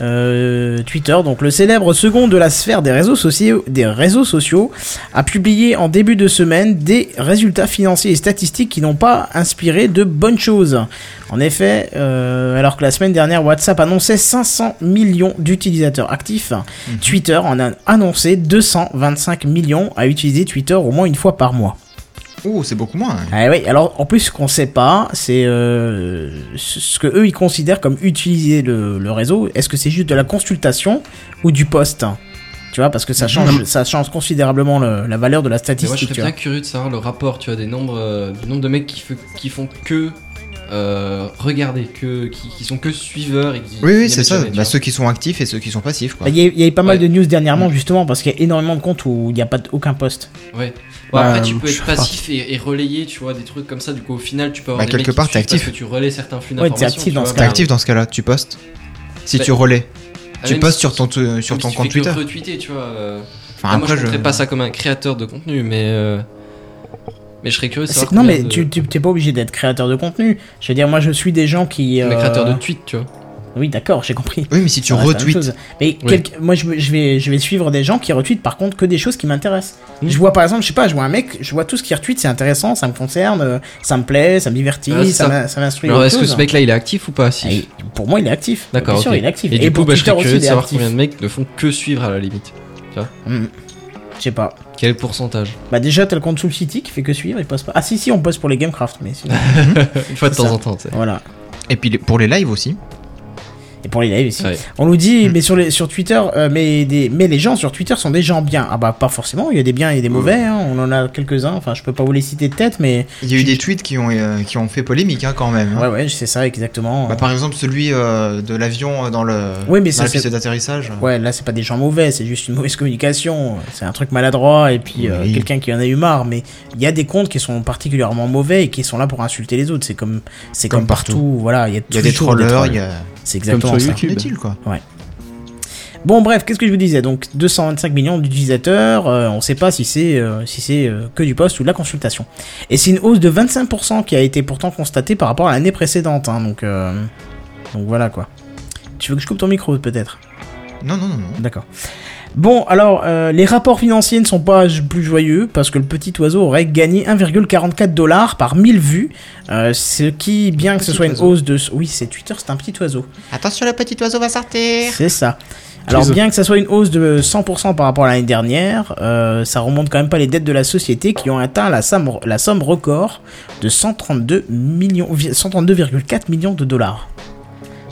S1: Euh, Twitter, donc le célèbre second de la sphère des réseaux, sociaux, des réseaux sociaux, a publié en début de semaine des résultats financiers et statistiques qui n'ont pas inspiré de bonnes choses. En effet, euh, alors que la semaine dernière, WhatsApp annonçait 500 millions d'utilisateurs actifs, Twitter en a annoncé 225 millions à utiliser Twitter au moins une fois par mois.
S5: Oh, c'est beaucoup moins.
S1: Ah oui, alors en plus ce qu'on sait pas, c'est euh, ce ce que eux ils considèrent comme utiliser le, le réseau. Est-ce que c'est juste de la consultation ou du poste Tu vois, parce que ça change, ça change considérablement le- la valeur de la
S3: Mais moi, je
S1: statistique.
S3: serais
S1: tu
S3: bien
S1: vois.
S3: curieux de savoir le rapport, tu vois, des nombres, euh, du nombre de mecs qui, fe- qui font que euh, regarder, que, qui, qui sont que suiveurs et qui.
S5: Oui, oui,
S3: qui
S5: c'est
S3: n'aiment
S5: ça.
S3: jamais, tu
S5: Bah,
S3: vois.
S5: ceux qui sont actifs et ceux qui sont passifs, quoi.
S1: Il y, a- il y a eu pas mal de
S3: Ouais.
S1: news dernièrement justement parce qu'il y a énormément de comptes où il n'y a pas de- aucun poste.
S3: Ouais. Bon,
S2: Bah,
S3: après, tu peux
S2: je sais
S3: être
S2: pas.
S3: passif et, et relayer, tu vois, des trucs comme ça. Du coup, au final, tu peux avoir
S5: Bah,
S3: des
S5: quelque
S3: mecs qui
S5: part,
S3: te
S5: t'es
S3: suivent parce
S5: actif.
S3: que tu relais certains flux
S1: Ouais, t'es
S3: d'informations.
S1: actif
S3: tu
S1: dans
S3: vois,
S1: ce
S5: T'es
S3: bah,
S1: cas-là.
S5: actif dans ce cas-là, tu postes. Si
S3: Bah,
S5: tu relais,
S3: ah,
S5: tu
S3: même
S5: postes
S3: si-
S5: sur ton, tu- sur
S3: même
S5: ton
S3: si tu
S5: compte
S3: fais que
S5: Twitter.
S3: retweeter, tu vois. euh,
S5: Enfin,
S3: ah, moi, je ne
S5: après,
S3: pas ça comme un créateur de contenu, mais. euh, Mais je serais curieux de
S1: C'est-
S3: savoir.
S1: Non
S3: combien
S1: mais
S3: de-
S1: tu tu- t'es pas obligé d'être créateur de contenu. Je veux dire, moi je suis des gens qui.
S3: Mais
S1: euh,
S3: créateur de tweets, tu vois.
S1: Oui, d'accord, j'ai compris.
S5: Oui, mais si tu
S1: Ça reste Ah, la même
S5: retweets.
S1: chose. Mais
S3: Oui.
S1: quelques- moi, je, me- je vais, je vais suivre des gens qui retweetent par contre que des choses qui m'intéressent.
S3: Mhm.
S1: Je vois par exemple, je sais pas, je vois un mec, je vois tout ce qu'il retweet, c'est intéressant, ça me concerne, euh, ça me plaît, ça me divertit,
S3: Ouais, Ah, c'est
S1: ça
S3: ça.
S1: m'a- ça m'instruit.
S3: Alors,
S1: autre
S3: est-ce que
S1: chose.
S3: ce mec-là, il est actif ou pas
S1: Ah,
S3: actif
S1: il- Pour moi, il est actif.
S3: D'accord.
S1: Bien sûr,
S3: ok.
S1: il est actif.
S3: Et, du coup,
S1: pour
S3: bah, je
S1: Twitter
S3: serais
S1: aussi,
S3: curieux
S1: il
S3: de
S1: est
S3: savoir
S1: actif.
S3: combien de mecs ne font que suivre à la limite.
S1: Mhm. Je sais pas.
S3: Quel pourcentage
S1: Bah déjà, t'as le compte Soul City qui fait que suivre, il poste pas. Ah si, si, on poste pour les Gamecraft, mais sinon,
S3: Une fois de
S1: C'est
S3: temps
S1: ça.
S3: en temps, tu sais.
S1: voilà.
S5: Et puis les- pour les lives aussi.
S1: Et pour les lives aussi.
S3: Ouais. Mm.
S1: On nous dit, mais sur, les, sur Twitter, euh, mais, des, mais les gens sur Twitter sont des gens bien. Ah bah pas forcément, il y a des biens et des mauvais, hein, on en a quelques-uns, enfin je peux pas vous les citer de tête, mais
S5: Il y a eu des tweets qui ont, euh, qui ont fait polémique hein, quand même. hein.
S1: ouais ouais, c'est ça exactement.
S5: Bah, par exemple, celui euh, de l'avion euh, dans le
S1: Oui, mais ça,
S5: dans la
S1: c'est-
S5: piste d'atterrissage.
S1: Ouais, là c'est pas des gens mauvais, c'est juste une mauvaise communication, c'est un truc maladroit et puis euh,
S5: Oui.
S1: quelqu'un qui en a eu marre, mais il y a des comptes qui sont particulièrement mauvais et qui sont là pour insulter les autres, c'est comme c'est comme,
S5: Comme
S1: partout.
S5: partout.
S1: voilà, il y a,
S5: Il y a des
S1: toujours
S5: trollers,
S1: trolls.
S5: il y a.
S1: C'est exactement
S2: Comme
S1: ça.
S2: sur YouTube.
S5: Qu'en est-il, quoi
S1: Bon bref, qu'est-ce que je vous disais Donc 225 millions d'utilisateurs, euh, on ne sait pas si c'est euh, si c'est euh, que du poste ou de la consultation. Et c'est une hausse de 25% qui a été pourtant constatée par rapport à l'année précédente. hein, donc euh, donc voilà quoi. Tu veux que je coupe ton micro peut-être
S5: Non, non, non, non.
S1: D'accord. Bon, alors, euh, les rapports financiers ne sont pas j- plus joyeux parce que le petit oiseau aurait gagné 1,44 dollars par 1000 vues, euh, ce qui, bien que ce soit une hausse de... Oui, c'est Twitter, c'est un petit oiseau.
S5: Attention, le petit oiseau va sortir.
S1: C'est ça. Alors,
S2: Oiseau.
S1: bien que ça soit une hausse de 100% par rapport à l'année dernière, euh, ça remonte quand même pas les dettes de la société qui ont atteint la somme, la somme record de 132 millions, 132,4 millions de dollars.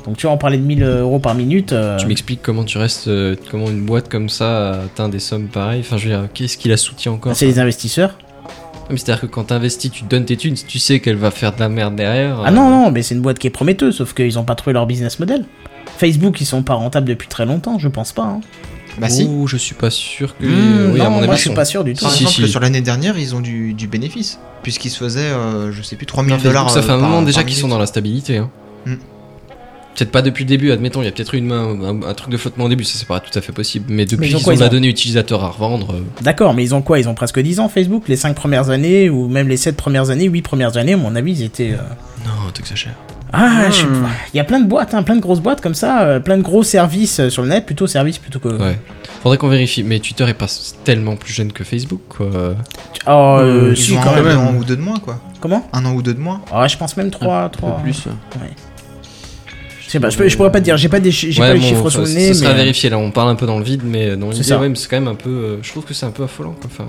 S1: Donc, tu vois, on parlait de 1000 euros par minute. euh,
S3: Tu m'expliques comment tu restes, euh, comment une boîte comme ça euh, atteint des sommes pareilles. Enfin, je veux dire, qu'est-ce qui la soutient encore
S1: c'est les investisseurs.
S3: Non, mais C'est-à-dire que quand t'investis, tu te donnes tes thunes, tu sais qu'elle va faire de la merde derrière.
S1: Ah
S3: euh,
S1: non, non, mais c'est une boîte qui est prometteuse, sauf qu'ils n'ont pas trouvé leur business model. Facebook, ils sont pas rentables depuis très longtemps, je pense pas. hein.
S5: Bah si.
S3: ouh, oh, je suis pas sûr que. euh,
S5: Mmh,
S3: oui,
S1: non,
S3: à mon
S1: moi,
S3: avis,
S1: je suis
S3: son-
S1: pas sûr du tout.
S5: Par
S3: Si,
S5: exemple,
S3: si.
S5: que sur l'année dernière, ils ont du, du bénéfice. Puisqu'ils se faisaient, euh, je sais plus, 3000
S3: Facebook,
S5: dollars.
S3: ça fait un
S5: euh, par-
S3: moment déjà
S5: par
S3: qu'ils
S5: minute.
S3: sont dans la stabilité. hein.
S1: Mmh.
S5: Mm.
S3: Peut-être pas depuis le début, admettons, il y a peut-être eu une main, un, un truc de flottement au début, ça c'est pas tout à fait possible. Mais
S1: Mais
S3: depuis
S1: ils ont
S3: qu'ils
S1: quoi,
S3: ont
S1: ils
S3: la
S1: ont-
S3: donnée utilisateur à revendre, euh,
S1: D'accord, mais ils ont quoi Ils ont presque 10 ans Facebook, les 5 premières années, ou même les 7 premières années, 8 premières années, à mon avis, ils étaient. euh,
S3: non, t'exagères. Mmh.
S1: Ah, je sais
S2: Hmm.
S1: pas. Il y a plein de boîtes, hein, plein de grosses boîtes comme ça, euh, plein de gros services euh, sur le net, plutôt services plutôt que.
S3: Ouais. Faudrait qu'on vérifie, mais Twitter est pas tellement plus jeune que Facebook, quoi.
S1: Oh,
S3: Mmh,
S1: euh,
S5: Ils
S1: si,
S5: ont
S1: quand
S5: un,
S1: même.
S5: an ou deux de moins, quoi.
S1: Comment
S5: Un an ou deux de moins.
S1: Ah, je pense même 3.
S4: Un
S1: 3...
S4: peu plus.
S1: Je sais pas, je, peux- je pourrais pas te dire, j'ai pas, des chi- j'ai
S3: Ouais,
S1: pas les
S3: bon,
S1: chiffres
S3: ça-
S1: sous le
S3: ça
S1: nez,
S3: sera
S1: mais. euh,
S3: vérifié là, on parle un peu dans le vide, mais euh, dans
S1: C'est
S3: l'idée,
S1: ça.
S3: ouais, mais c'est quand même un peu. euh, je trouve que c'est un peu affolant, quoi. Enfin,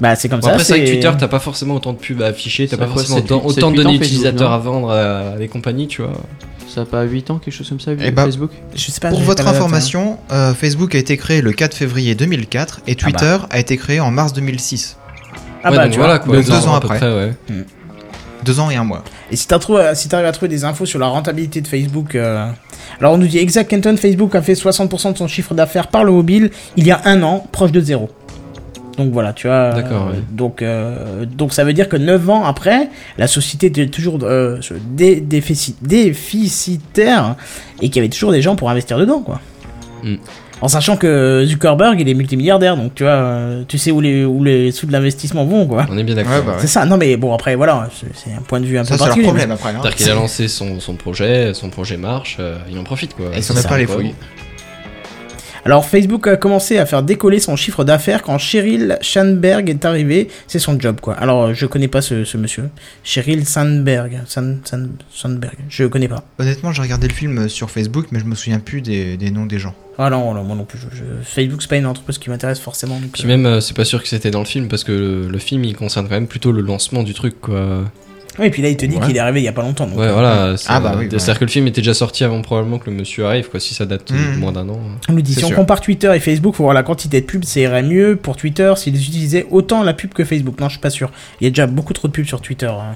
S1: Bah, c'est comme
S3: Bon,
S1: ça.
S3: après, c'est vrai que Twitter, t'as pas forcément autant de pubs à afficher, t'as
S4: Ça
S3: pas
S4: fait quoi,
S3: forcément
S4: sept,
S3: autant,
S4: huit-
S3: autant de
S4: sept, huit ans,
S3: données
S4: Facebook,
S3: utilisateurs
S5: hein.
S4: non
S3: à vendre à des compagnies, tu vois.
S4: Ça a pas 8 ans, quelque chose comme ça,
S5: Eh bah,
S4: Facebook
S1: Je sais pas,
S5: Pour
S1: j'ai
S5: votre
S1: pas la date, hein. bah.
S5: information, euh, Facebook a été créé le 4 février 2004 et Twitter a été créé en mars 2006.
S1: Ah
S3: Ouais,
S1: bah,
S3: donc
S1: tu vois.
S3: voilà, quoi.
S5: donc deux
S3: à
S5: ans
S3: peu
S5: après.
S3: près, ouais.
S5: Deux ans et un mois.
S1: Et si t'as trouvé- si t'arrives à trouver des infos sur la rentabilité de Facebook, euh, alors on nous dit Exact Kenton, Facebook a fait 60% de son chiffre d'affaires par le mobile il y a un an, proche de zéro. Donc voilà, tu vois.
S3: D'accord,
S1: euh,
S3: ouais.
S1: donc, euh, donc ça veut dire que 9 ans après, la société était toujours euh, se dé- défici- déficitaire et qu'il y avait toujours des gens pour investir dedans, quoi.
S3: Mm.
S1: En sachant que Zuckerberg, il est multimilliardaire, donc tu vois, euh, tu sais où les, où les sous de l'investissement vont, quoi.
S3: On est bien d'accord.
S5: Ouais, bah ouais.
S1: C'est ça, non mais bon, après, voilà, c'est- c'est un point de vue un
S5: Ça,
S1: peu
S5: c'est leur
S1: particulier. mais-
S5: problème après. hein.
S3: C'est-à-dire qu'il a lancé son, son projet, son projet marche, euh, il en profite quoi.
S5: Et ça
S3: C'est
S5: n'a pas les
S3: quoi.
S5: fouilles.
S1: Alors Facebook a commencé à faire décoller son chiffre d'affaires quand Sheryl Sandberg est arrivée. C'est son job quoi. Alors euh, je connais pas ce, ce monsieur. Sheryl Sandberg. San- San- Sandberg. Je connais pas.
S5: Honnêtement, j'ai regardé le film euh, sur Facebook, mais je me souviens plus des, des noms des gens.
S1: Ah non, non, moi non plus. je- je- Facebook c'est pas une entreprise qui m'intéresse forcément. donc,
S3: Puis
S1: euh,
S3: même, euh, c'est pas sûr que c'était dans le film parce que le, le film il concerne quand même plutôt le lancement du truc quoi.
S1: Oui, et puis là il te dit
S5: Ouais.
S1: qu'il est arrivé il y a pas longtemps. donc,
S3: Ouais,
S1: euh,
S3: voilà. c'est-
S5: Ah bah oui, bah
S3: C'est-à-dire que le film était déjà sorti avant probablement que le monsieur arrive quoi, si ça date de
S5: Mhm.
S3: moins d'un an.
S1: On nous dit
S5: C'est
S1: si on
S5: sûr.
S1: compare Twitter et Facebook, faut voir la quantité de pubs, ça irait mieux pour Twitter s'ils utilisaient autant la pub que Facebook. Non, je suis pas sûr. Il y a déjà beaucoup trop de pubs sur Twitter. hein.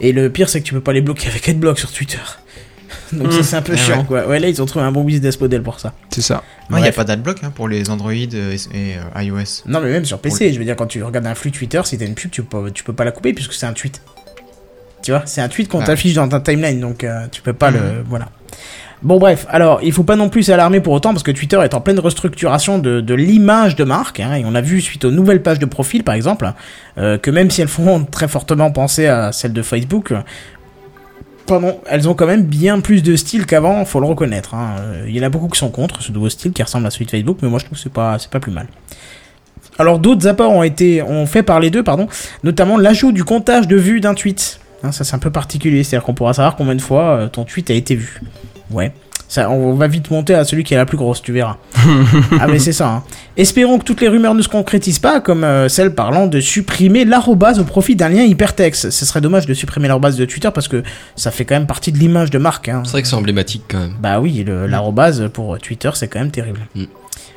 S1: Et le pire, c'est que tu peux pas les bloquer avec Adblock sur Twitter. Donc ça, c'est un peu
S5: Eh
S1: chiant
S5: ouais.
S1: quoi. Ouais, là ils ont trouvé un bon business model pour ça.
S2: C'est ça.
S5: Non, il n'y a
S1: Bref.
S5: pas d'adblock hein, pour les Android et, et, euh, iOS.
S1: Non, mais même sur PC, je veux dire, quand tu regardes un flux Twitter, si t'as une pub, tu peux, pas- tu peux pas la couper puisque c'est un tweet. Tu vois, c'est un tweet qu'on
S5: Ouais.
S1: t'affiche dans ta timeline, donc euh, tu peux pas le.
S5: Mhm.
S1: Voilà. Bon, bref, alors il faut pas non plus s'alarmer pour autant parce que Twitter est en pleine restructuration de, de l'image de marque. hein, et on a vu suite aux nouvelles pages de profil, par exemple, euh, que même si elles font très fortement penser à celles de Facebook, euh, pardon, elles ont quand même bien plus de style qu'avant, faut le reconnaître. hein. Euh, Il y en a beaucoup qui sont contre ce nouveau style qui ressemble à celui de Facebook, mais moi je trouve que c'est pas, c'est pas plus mal. Alors d'autres apports ont été ont fait parler d'eux, pardon, notamment l'ajout du comptage de vues d'un tweet. Hein, ça c'est un peu particulier, c'est-à-dire qu'on pourra savoir combien de fois euh, ton tweet a été vu. Ouais. Ça, on va vite monter à celui qui est la plus grosse, tu verras. ah mais c'est ça. hein. Espérons que toutes les rumeurs ne se concrétisent pas, comme euh, celle parlant de supprimer l'arrobase au profit d'un lien hypertexte. Ce serait dommage de supprimer l'arrobase de Twitter parce que ça fait quand même partie de l'image de marque. Hein.
S3: C'est vrai que c'est emblématique quand même.
S1: Bah oui, le- l'arrobase pour Twitter, c'est quand même terrible.
S3: Mm.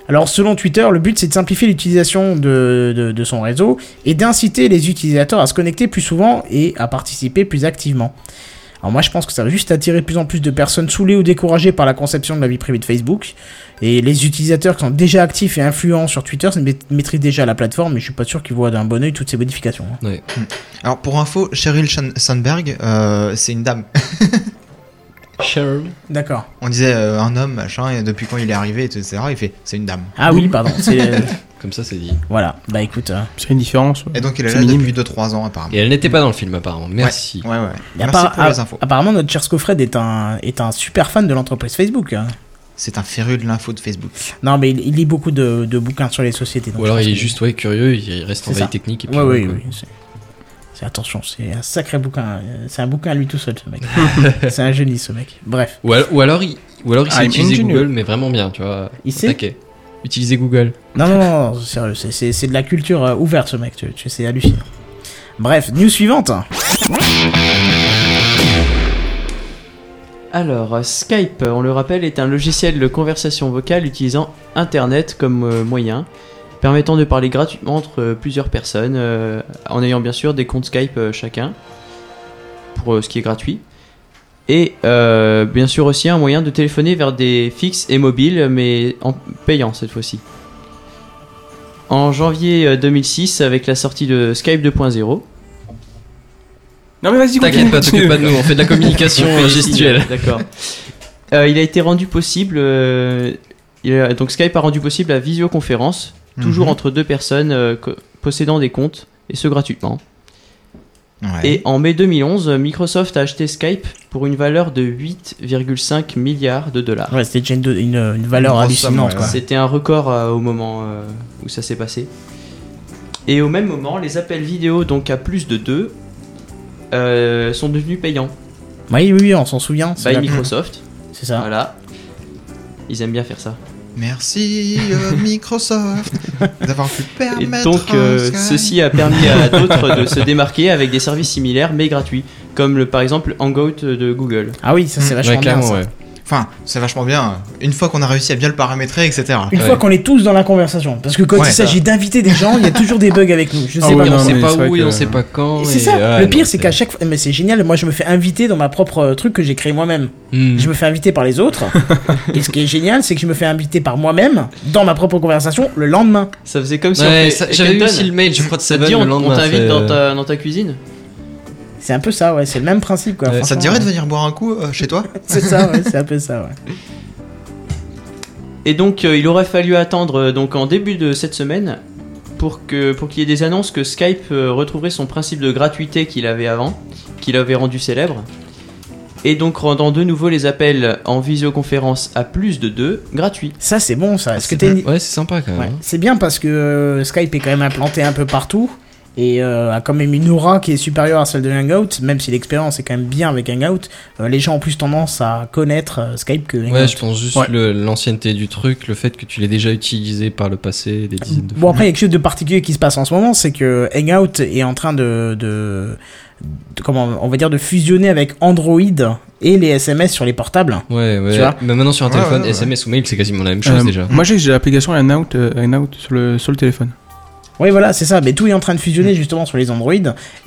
S1: Alors selon Twitter, le but c'est de simplifier l'utilisation de, de- de son réseau et d'inciter les utilisateurs à se connecter plus souvent et à participer plus activement. Alors moi je pense que ça va juste attirer de plus en plus de personnes saoulées ou découragées par la conception de la vie privée de Facebook. Et les utilisateurs qui sont déjà actifs et influents sur Twitter ça maît- maîtrisent déjà la plateforme mais je suis pas sûr qu'ils voient d'un bon oeil toutes ces modifications. hein.
S5: Alors pour info, Sheryl Shan- Sandberg, euh, c'est une dame.
S1: D'accord.
S5: On disait euh, un homme, machin, et depuis quand il est arrivé, etc. Il fait, c'est une dame.
S1: Ah oui, pardon. c'est-
S3: Comme ça, c'est dit.
S1: voilà, bah écoute. euh,
S2: C'est une différence. ouais.
S5: Et donc il est
S2: C'est
S5: là
S2: minime.
S5: depuis 2-3 ans apparemment.
S3: Et elle n'était pas dans le film apparemment. Merci.
S5: Ouais, ouais. ouais.
S1: et
S5: Merci
S1: appara-
S5: pour les
S1: a-
S5: infos.
S1: Apparemment notre cher Scofred est un, est un super fan de l'entreprise Facebook. hein.
S5: C'est un féru de l'info de Facebook.
S1: Non, mais il, il lit beaucoup de, de bouquins sur les sociétés. donc
S3: Ou alors
S1: je pense
S3: il est
S1: que-
S3: juste ouais, curieux, il reste en
S1: C'est
S3: veille
S1: ça.
S3: technique. Et puis
S1: Ouais,
S3: voilà,
S1: oui,
S3: quoi.
S1: oui. c'est- C'est attention, c'est un sacré bouquin. euh, C'est un bouquin à lui tout seul, ce mec. c'est un génie, ce mec. Bref,
S3: Ou, al- ou alors il, ou alors il
S1: Ah,
S3: sait
S2: I'm
S3: utiliser
S2: ingenieux.
S3: Google, mais vraiment bien, tu vois.
S1: il
S3: au
S1: sait.
S3: taquet. Utiliser Google.
S1: Non, non, non, non, sérieux, c'est- c'est c'est de la culture euh, ouverte, ce mec. Tu, tu, c'est hallucinant. Bref, news suivante.
S4: Alors, euh, Skype, on le rappelle, est un logiciel de conversation vocale utilisant Internet comme euh, moyen, permettant de parler gratuitement entre euh, plusieurs personnes, euh, en ayant bien sûr des comptes Skype euh, chacun, pour euh, ce qui est gratuit. Et euh, bien sûr aussi un moyen de téléphoner vers des fixes et mobiles, mais en payant cette fois-ci. En janvier euh, 2006, avec la sortie de Skype 2.0,
S2: Non mais vas-y,
S3: T'inquiète
S2: continue,
S3: pas,
S2: continue.
S3: t'occupe pas de nous, on fait de la communication
S4: On fait
S3: euh,
S4: ici,
S3: gestuelle.
S4: D'accord. Euh, il a été rendu possible. euh, il a- donc Skype a rendu possible la visioconférence, toujours
S5: Mhm.
S4: entre deux personnes euh, co- possédant des comptes, et ce gratuitement.
S5: Mhm. Ouais.
S4: Et en mai 2011, euh, Microsoft a acheté Skype pour une valeur de 8,5 milliards de dollars.
S1: Ouais, c'était déjà une, une, une valeur
S5: Grosse
S1: hallucinante,
S5: somme,
S1: quoi.
S5: ouais.
S4: C'était un record euh, au moment euh, où ça s'est passé. Et au même moment, les appels vidéo, donc à plus de 2, sont devenus payants
S1: Oui, oui, oui, on s'en souvient. C'est
S4: by
S1: la-
S4: Microsoft.
S1: c'est ça.
S4: Voilà. Ils aiment bien faire ça.
S5: Merci euh, Microsoft d'avoir pu
S4: Et
S5: permettre.
S4: donc, euh,
S5: à
S4: ceci a permis à d'autres de se démarquer avec des services similaires mais gratuits, comme le, par exemple Hangout de Google.
S1: Ah oui, ça c'est vachement
S3: Mm. Ouais,
S1: bien.
S3: clairement,
S1: ça.
S3: ouais.
S5: Enfin, c'est vachement bien. Une fois qu'on a réussi à bien le paramétrer, etc.
S1: Une
S3: Ouais.
S1: fois qu'on est tous dans la conversation, parce que quand
S5: Ouais,
S1: il s'agit d'inviter des gens, il y a toujours des bugs avec nous. Je sais pas.
S2: Ah oui,
S3: Et
S1: pourquoi.
S3: on
S2: non,
S3: sait
S2: mais
S3: pas
S2: c'est vrai
S3: où et
S2: que-
S3: on sait pas quand.
S1: Et c'est
S3: et-
S1: ça.
S3: ah,
S1: le
S3: non,
S1: pire, c'est qu'à
S3: c'est-
S1: chaque fois, mais c'est génial. Moi, je me fais inviter dans ma propre euh, truc que j'ai créé moi-même.
S3: Hmm.
S1: Je me fais inviter par les autres. et ce qui est génial, c'est que je me fais inviter par moi-même dans ma propre conversation le lendemain.
S4: Ça faisait comme si on
S3: Ouais,
S4: fait-
S3: ça- J'avais vu
S4: Kenton,
S3: aussi le mail, je crois, de
S4: ça te
S3: Seven
S4: dit, on,
S3: le
S4: on
S3: lendemain.
S4: t'invite
S3: c'est- euh,
S4: dans ta, dans ta cuisine
S1: C'est un peu ça, ouais. C'est le même principe, quoi.
S3: Ouais,
S5: Euh, Ça
S1: franchement.
S5: te dirait de venir boire un coup euh, chez toi
S1: C'est ça, ouais. C'est un peu ça, ouais.
S4: Et donc, euh, il aurait fallu attendre euh, donc en début de cette semaine pour que pour qu'il y ait des annonces que Skype euh, retrouverait son principe de gratuité qu'il avait avant, qu'il avait rendu célèbre, et donc rendant de nouveau les appels en visioconférence à plus de deux gratuits.
S1: Ça, c'est bon, ça. Est-ce que
S3: C'est
S1: t'as une-
S3: Ouais, c'est sympa quand même. hein.
S1: Ouais, c'est bien parce que euh, Skype est quand même implanté un peu partout et euh, a quand même une aura qui est supérieure à celle de Hangout, même si l'expérience est quand même bien avec Hangout. euh, les gens ont plus tendance à connaître euh, Skype que Hangout.
S3: Ouais, je pense juste
S2: Ouais.
S3: le- l'ancienneté du truc, le fait que tu l'aies déjà utilisé par le passé des dizaines de
S1: Bon
S3: fois.
S1: après, il y a quelque chose de particulier qui se passe en ce moment, c'est que Hangout est en train de, de, de- comment on va dire de fusionner avec Android et les SMS sur les portables.
S3: Ouais, ouais.
S1: Tu vois
S3: Mais maintenant sur un
S5: Ouais,
S3: téléphone,
S5: ouais, ouais.
S3: SMS ou mail, c'est quasiment la même chose
S2: Euh,
S3: déjà.
S2: Moi, j'ai j'ai l'application Hangout euh, Hangout sur le sur le téléphone.
S1: Oui, voilà, c'est ça. Mais tout est en train de
S5: Mm.
S1: fusionner justement sur les Android.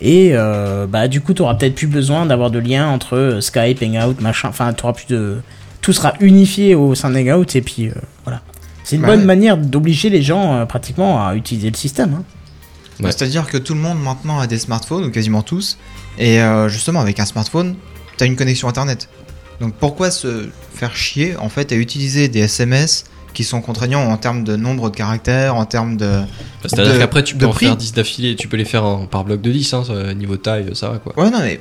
S1: Et euh, bah, du coup, tu auras peut-être plus besoin d'avoir de liens entre euh, Skype, Hangout, machin. Enfin, tu plus de. Tout sera unifié au sein de Hangout. Et puis, euh, voilà. C'est une
S5: Bah
S1: bonne
S5: ouais.
S1: manière d'obliger les gens euh, pratiquement à utiliser le système. hein.
S3: Ouais.
S5: Bah, C'est-à-dire que tout le monde maintenant a des smartphones, ou quasiment tous, et euh, justement avec un smartphone, t'as une connexion internet. Donc pourquoi se faire chier en fait à utiliser des SMS qui sont contraignants en termes de nombre de caractères, en termes de.
S3: C'est-à-dire
S5: de-
S3: qu'après, tu peux
S5: de
S3: en
S5: prix.
S3: faire 10 d'affilée, tu peux les faire en- par bloc de 10, hein, ça, niveau taille, ça va quoi.
S5: Ouais, non, mais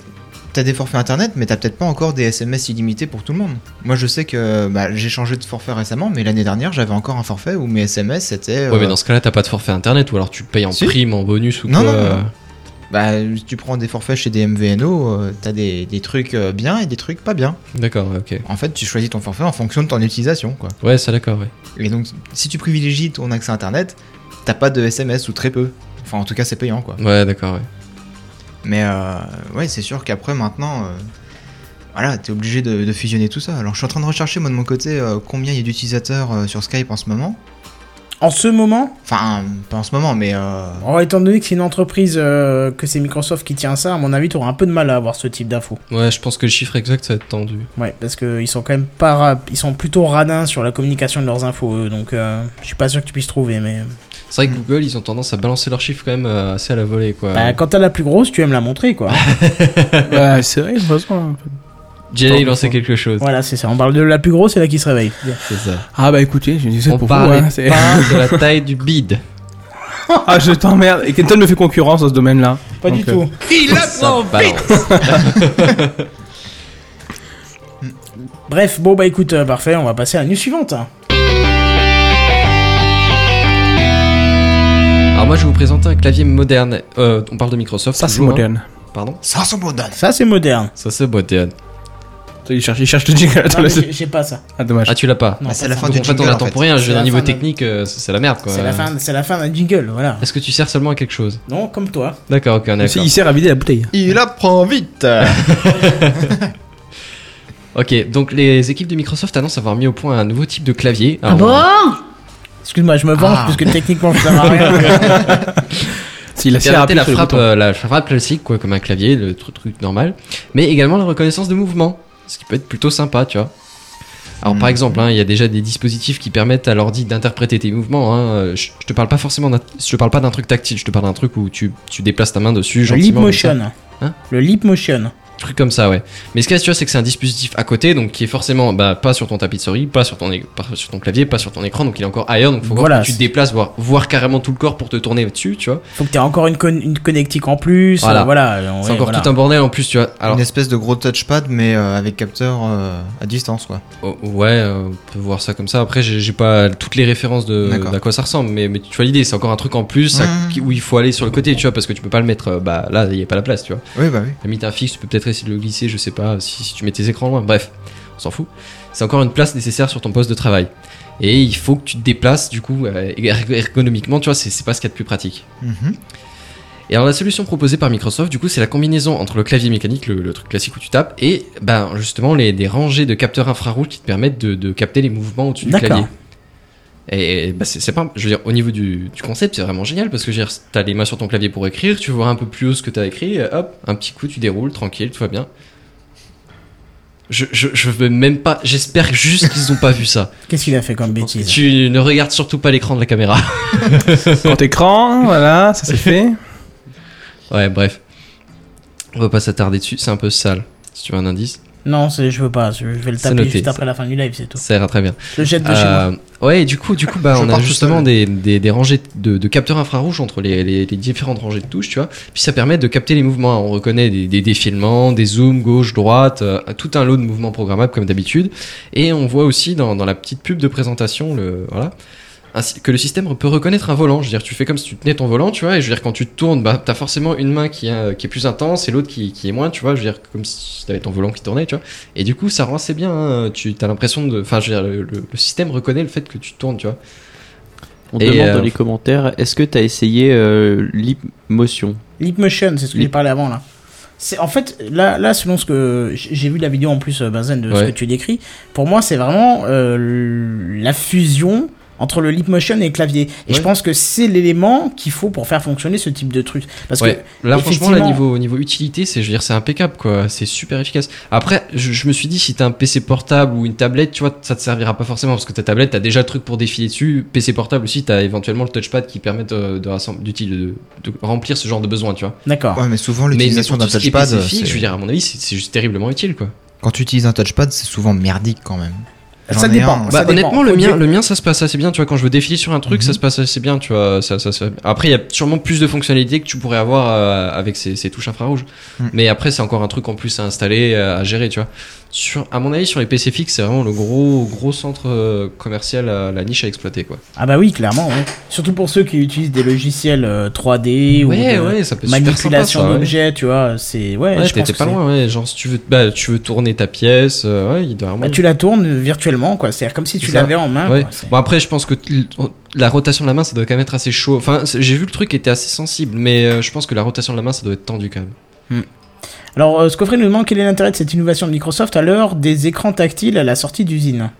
S5: t'as des forfaits internet, mais t'as peut-être pas encore des SMS illimités pour tout le monde. Moi je sais que bah, j'ai changé de forfait récemment, mais l'année dernière j'avais encore un forfait où mes SMS étaient.
S3: Ouais, mais
S5: euh,
S3: dans ce cas-là, t'as pas de forfait internet, ou alors tu payes en
S5: Si.
S3: prime, en bonus ou
S5: Non,
S3: quoi.
S5: non, non,
S3: euh,
S5: non. Bah, si tu prends des forfaits chez des MVNO, euh, t'as des, des trucs euh, bien et des trucs pas bien.
S3: D'accord, ouais, ok.
S5: En fait, tu choisis ton forfait en fonction de ton utilisation, quoi.
S3: Ouais, ça d'accord, ouais.
S5: Et donc, si tu privilégies ton accès à Internet, t'as pas de SMS ou très peu. Enfin, en tout cas, c'est payant, quoi.
S3: Ouais, d'accord, ouais.
S5: Mais euh, ouais, c'est sûr qu'après, maintenant, euh, voilà, t'es obligé de, de fusionner tout ça. Alors, je suis en train de rechercher, moi, de mon côté, euh, combien il y a d'utilisateurs euh, sur Skype en ce moment.
S1: En ce moment,
S5: Enfin, pas en ce moment, mais euh,
S1: alors, étant donné que c'est une entreprise, euh, que c'est Microsoft qui tient ça, à mon avis, tu auras un peu de mal à avoir ce type d'infos.
S3: Ouais, je pense que le chiffre exact, ça va être tendu.
S1: Ouais, parce qu'ils sont quand même pas. ra- Ils sont plutôt radins sur la communication de leurs infos, eux, Donc, euh, je suis pas sûr que tu puisses trouver, mais.
S3: C'est vrai que Google, ils ont tendance à balancer leurs chiffres quand même euh, assez à la volée, quoi.
S1: Bah, quand t'as la plus grosse, tu aimes la montrer, quoi.
S2: Bah, c'est vrai, de toute façon.
S3: Jay, il en sait quelque chose.
S1: Voilà, c'est ça. On parle de la plus grosse, c'est là qui se réveille.
S3: C'est ça.
S2: Ah bah écoutez, je dis ça
S3: On
S2: pour vous.
S3: parle
S2: hein, c'est-
S3: pas de la taille du bide.
S2: Ah, je t'emmerde. Et Kenton me fait concurrence dans ce domaine-là.
S1: Pas du
S2: Donc, euh,
S1: tout.
S3: Ça balance.
S1: Bref, bon bah écoute, euh, parfait, on va passer à la news suivante.
S3: Alors moi je vais vous présenter un clavier moderne. Euh, on parle de Microsoft.
S2: Ça, c'est
S3: toujours,
S2: moderne.
S3: hein. Pardon.
S5: ça se donne.
S1: Ça c'est moderne.
S3: Ça c'est moderne.
S2: Il cherche, il cherche le jingle.
S1: Non,
S2: Attends,
S1: mais
S2: laisse-
S1: j'ai j'ai pas ça.
S2: Ah, dommage.
S3: Ah tu l'as pas.
S1: Non,
S5: Bah,
S1: pas
S5: c'est la
S1: ça.
S5: fin
S3: Donc
S5: du
S3: en fait on
S5: jingle, en
S3: attend
S5: fait.
S3: pour rien. Je veux
S1: C'est
S3: dire,
S1: la
S3: niveau
S1: fin de-
S3: technique euh, c'est c'est la merde quoi.
S1: C'est la fin, c'est la fin d'un jingle, voilà.
S3: Est-ce que tu sers seulement à quelque chose
S1: Non, comme toi.
S3: D'accord, ok, on est
S2: Il sert-
S3: d'accord.
S2: il sert à vider la bouteille.
S5: Il apprend vite
S3: Ok, donc les équipes de Microsoft annoncent avoir mis au point un nouveau type de clavier.
S6: Ah
S3: Alors,
S6: bon
S7: Hein?
S1: Excuse-moi, je me venge
S5: Ah.
S1: parce que techniquement je sers à rien.
S2: S'il a
S3: C'est
S2: serré à
S3: adapté
S2: appuyer
S3: la
S2: sur les
S3: frappe,
S2: boutons.
S3: euh, la frappe classique, quoi, comme un clavier, le tru- truc normal, mais également la reconnaissance de mouvement, ce qui peut être plutôt sympa, tu vois. Alors par
S5: Mhm.
S3: exemple, hein, il y a déjà des dispositifs qui permettent à l'ordi d'interpréter tes mouvements. hein, euh, Je, je te parle pas forcément, d'un- je te parle pas d'un truc tactile, je te parle d'un truc où tu, tu déplaces ta main dessus,
S1: Le
S3: gentiment.
S1: leap
S3: comme
S1: motion.
S3: Hein
S1: le leap motion.
S3: ça. Truc comme ça, ouais. Mais ce qu'il y a, tu vois, c'est que c'est un dispositif à côté, donc qui est forcément bah, pas sur ton tapis de souris, pas sur ton, é- pas sur ton clavier, pas sur ton écran, donc il est encore ailleurs. Donc faut voir
S1: Voilà,
S3: que tu te
S1: c'est-
S3: déplaces, voire, voire carrément tout le corps pour te tourner dessus, tu vois.
S1: Faut que t'aies encore une, con- une connectique en plus.
S3: Voilà.
S1: euh, voilà euh,
S3: c'est
S1: ouais,
S3: encore
S1: voilà.
S3: tout un bordel en plus, tu vois. Alors
S5: Une espèce de gros touchpad, mais euh, avec capteur euh, à distance, quoi.
S3: Oh, ouais, euh, on peut voir ça comme ça. Après, j'ai j'ai pas toutes les références de
S5: D'accord.
S3: d'à quoi ça ressemble, mais, mais tu vois l'idée, c'est encore un truc en plus ça,
S5: Mmh.
S3: qui- où il faut aller sur le côté, tu vois, parce que tu peux pas le mettre. euh, Bah là, il y a pas la place, tu vois.
S5: Oui, bah oui.
S3: La limite un fixe, tu peux peut-être essayer de le glisser, je sais pas, si, si tu mets tes écrans loin. Bref, on s'en fout. C'est encore une place nécessaire sur ton poste de travail. Et il faut que tu te déplaces, du coup, euh, erg- ergonomiquement, tu vois, c'est c'est pas ce qu'il y a de plus pratique.
S5: Mhm.
S3: Et alors la solution proposée par Microsoft, du coup, c'est la combinaison entre le clavier mécanique, le, le truc classique où tu tapes, et ben justement les, des rangées de capteurs infrarouges qui te permettent de, de capter les mouvements au-dessus du
S1: D'accord.
S3: clavier. Et bah, c'est c'est pas, je veux dire, au niveau du, du concept, c'est vraiment génial parce que je veux dire, t'as les mains sur ton clavier pour écrire, tu vois un peu plus haut ce que t'as écrit, euh, hop, un petit coup, tu déroules, tranquille, tout va bien. Je, je, je veux même pas, j'espère juste qu'ils ont pas vu ça.
S1: Qu'est-ce qu'il a fait comme bêtise
S3: Tu ne regardes surtout pas l'écran de la caméra.
S2: Grand écran, voilà, ça c'est fait.
S3: Ouais, bref. On va pas s'attarder dessus, c'est un peu sale. Si tu veux un indice,
S1: Non, c'est- je veux pas. Je je vais le
S3: C'est
S1: taper
S3: noté.
S1: juste après la fin du live, c'est tout.
S3: ça ira très bien.
S1: Je le jette de chez moi.
S3: Euh, Ouais, et du coup, du coup, bah,
S5: Je
S3: on
S5: pars
S3: a
S5: tout
S3: justement
S5: seul.
S3: des, des, des rangées de, de capteurs infrarouges entre les, les, les différentes rangées de touches, tu vois. Puis ça permet de capter les mouvements. On reconnaît des, des défilements, des zooms gauche, droite, euh, tout un lot de mouvements programmables comme d'habitude. Et on voit aussi dans, dans la petite pub de présentation, le, voilà, ainsi que le système peut reconnaître un volant. Je veux dire, tu fais comme si tu tenais ton volant, tu vois. Et je veux dire, quand tu te tournes, bah, t'as forcément une main qui, est- euh, qui est plus intense et l'autre qui, qui est moins, tu vois. Je veux dire, comme si t'avais ton volant qui tournait, tu vois. Et du coup, ça rend assez bien. hein. Tu as l'impression de. Enfin, je veux dire, le, le- le système reconnaît le fait que tu tournes, tu vois.
S4: On
S3: Et,
S4: demande
S3: euh,
S4: dans les commentaires est-ce que t'as essayé euh, l'hypmotion
S1: Leapmotion, c'est ce que
S4: Leap-
S1: j'ai parlé avant là. C'est en fait là, là selon ce que j- j'ai vu la vidéo en plus euh, Benzen de ce
S3: Ouais.
S1: que tu décris. Pour moi, c'est vraiment euh, la fusion entre le leap motion et le clavier. Et je
S3: Ouais.
S1: pense que c'est l'élément qu'il faut pour faire fonctionner ce type de truc. Parce
S3: ouais.
S1: que
S3: là, franchement, là,
S1: effectivement-
S3: niveau, niveau utilité, c'est, je veux dire, c'est impeccable, quoi. C'est super efficace. Après, je, je me suis dit, si t'as un PC portable ou une tablette, tu vois, ça te servira pas forcément parce que ta tablette, t'as déjà le truc pour défiler dessus. PC portable aussi, t'as éventuellement le touchpad qui permet de, de, rassemb- d'utile- de, de remplir ce genre de besoin, tu vois.
S1: d'accord.
S5: Ouais, mais souvent
S3: Ah. Mais-
S5: l'utilisation
S3: mais pour
S5: d'un
S3: tout ce qui est
S5: touchpad, euh,
S3: PC fixe,
S5: c'est-
S3: je veux dire, à mon avis, c'est, c'est juste terriblement utile, quoi.
S5: quand tu utilises un touchpad, c'est souvent merdique quand même. J'en
S1: Ça
S5: ai
S1: dépend.
S5: un,
S1: Bah,
S3: Bah,
S1: dépend. Mhm.
S3: honnêtement, le
S1: Faut
S3: mien,
S1: dire-
S3: le mien, ça se passe assez bien. Tu vois, quand je veux défiler sur un truc, ça se passe assez bien. Tu vois, ça, ça, se- Après, il y a sûrement plus de fonctionnalités que tu pourrais avoir euh, avec ces, ces touches infrarouges.
S5: Mhm.
S3: Mais après, c'est encore un truc en plus à installer, euh, à gérer. Tu vois, sur, à mon avis, sur les PC fixes, c'est vraiment le gros, gros centre euh, commercial, à, la niche à exploiter, quoi.
S1: Ah bah oui, clairement. ouais. Surtout pour ceux qui utilisent des logiciels euh, 3D ou
S3: ouais,
S1: de
S3: ouais, ça peut être super
S1: manipulation
S3: sympa, ça, ouais.
S1: d'objets, tu vois. C'est ouais.
S3: Ouais,
S1: je pense
S3: t'étais
S1: que
S3: pas
S1: c'est-
S3: loin. Ouais, genre, si tu veux, bah, tu veux tourner ta pièce, euh, ouais, il doit vraiment.
S1: Bah, tu la tournes virtuellement, quoi. C'est-à-dire comme si tu
S3: C'est ça.
S1: l'avais en
S4: Ah,
S1: main.
S3: Ouais.
S1: quoi. C'est-
S3: Bon après je pense que t- la rotation de la main ça doit quand même être assez chaud. Enfin c'est- j'ai vu le truc était assez sensible mais euh, je pense que la rotation de la main ça doit être tendu quand même.
S1: Alors, euh, Scoffrey nous demande quel est l'intérêt de cette innovation de Microsoft à l'heure des écrans tactiles à la sortie d'usine.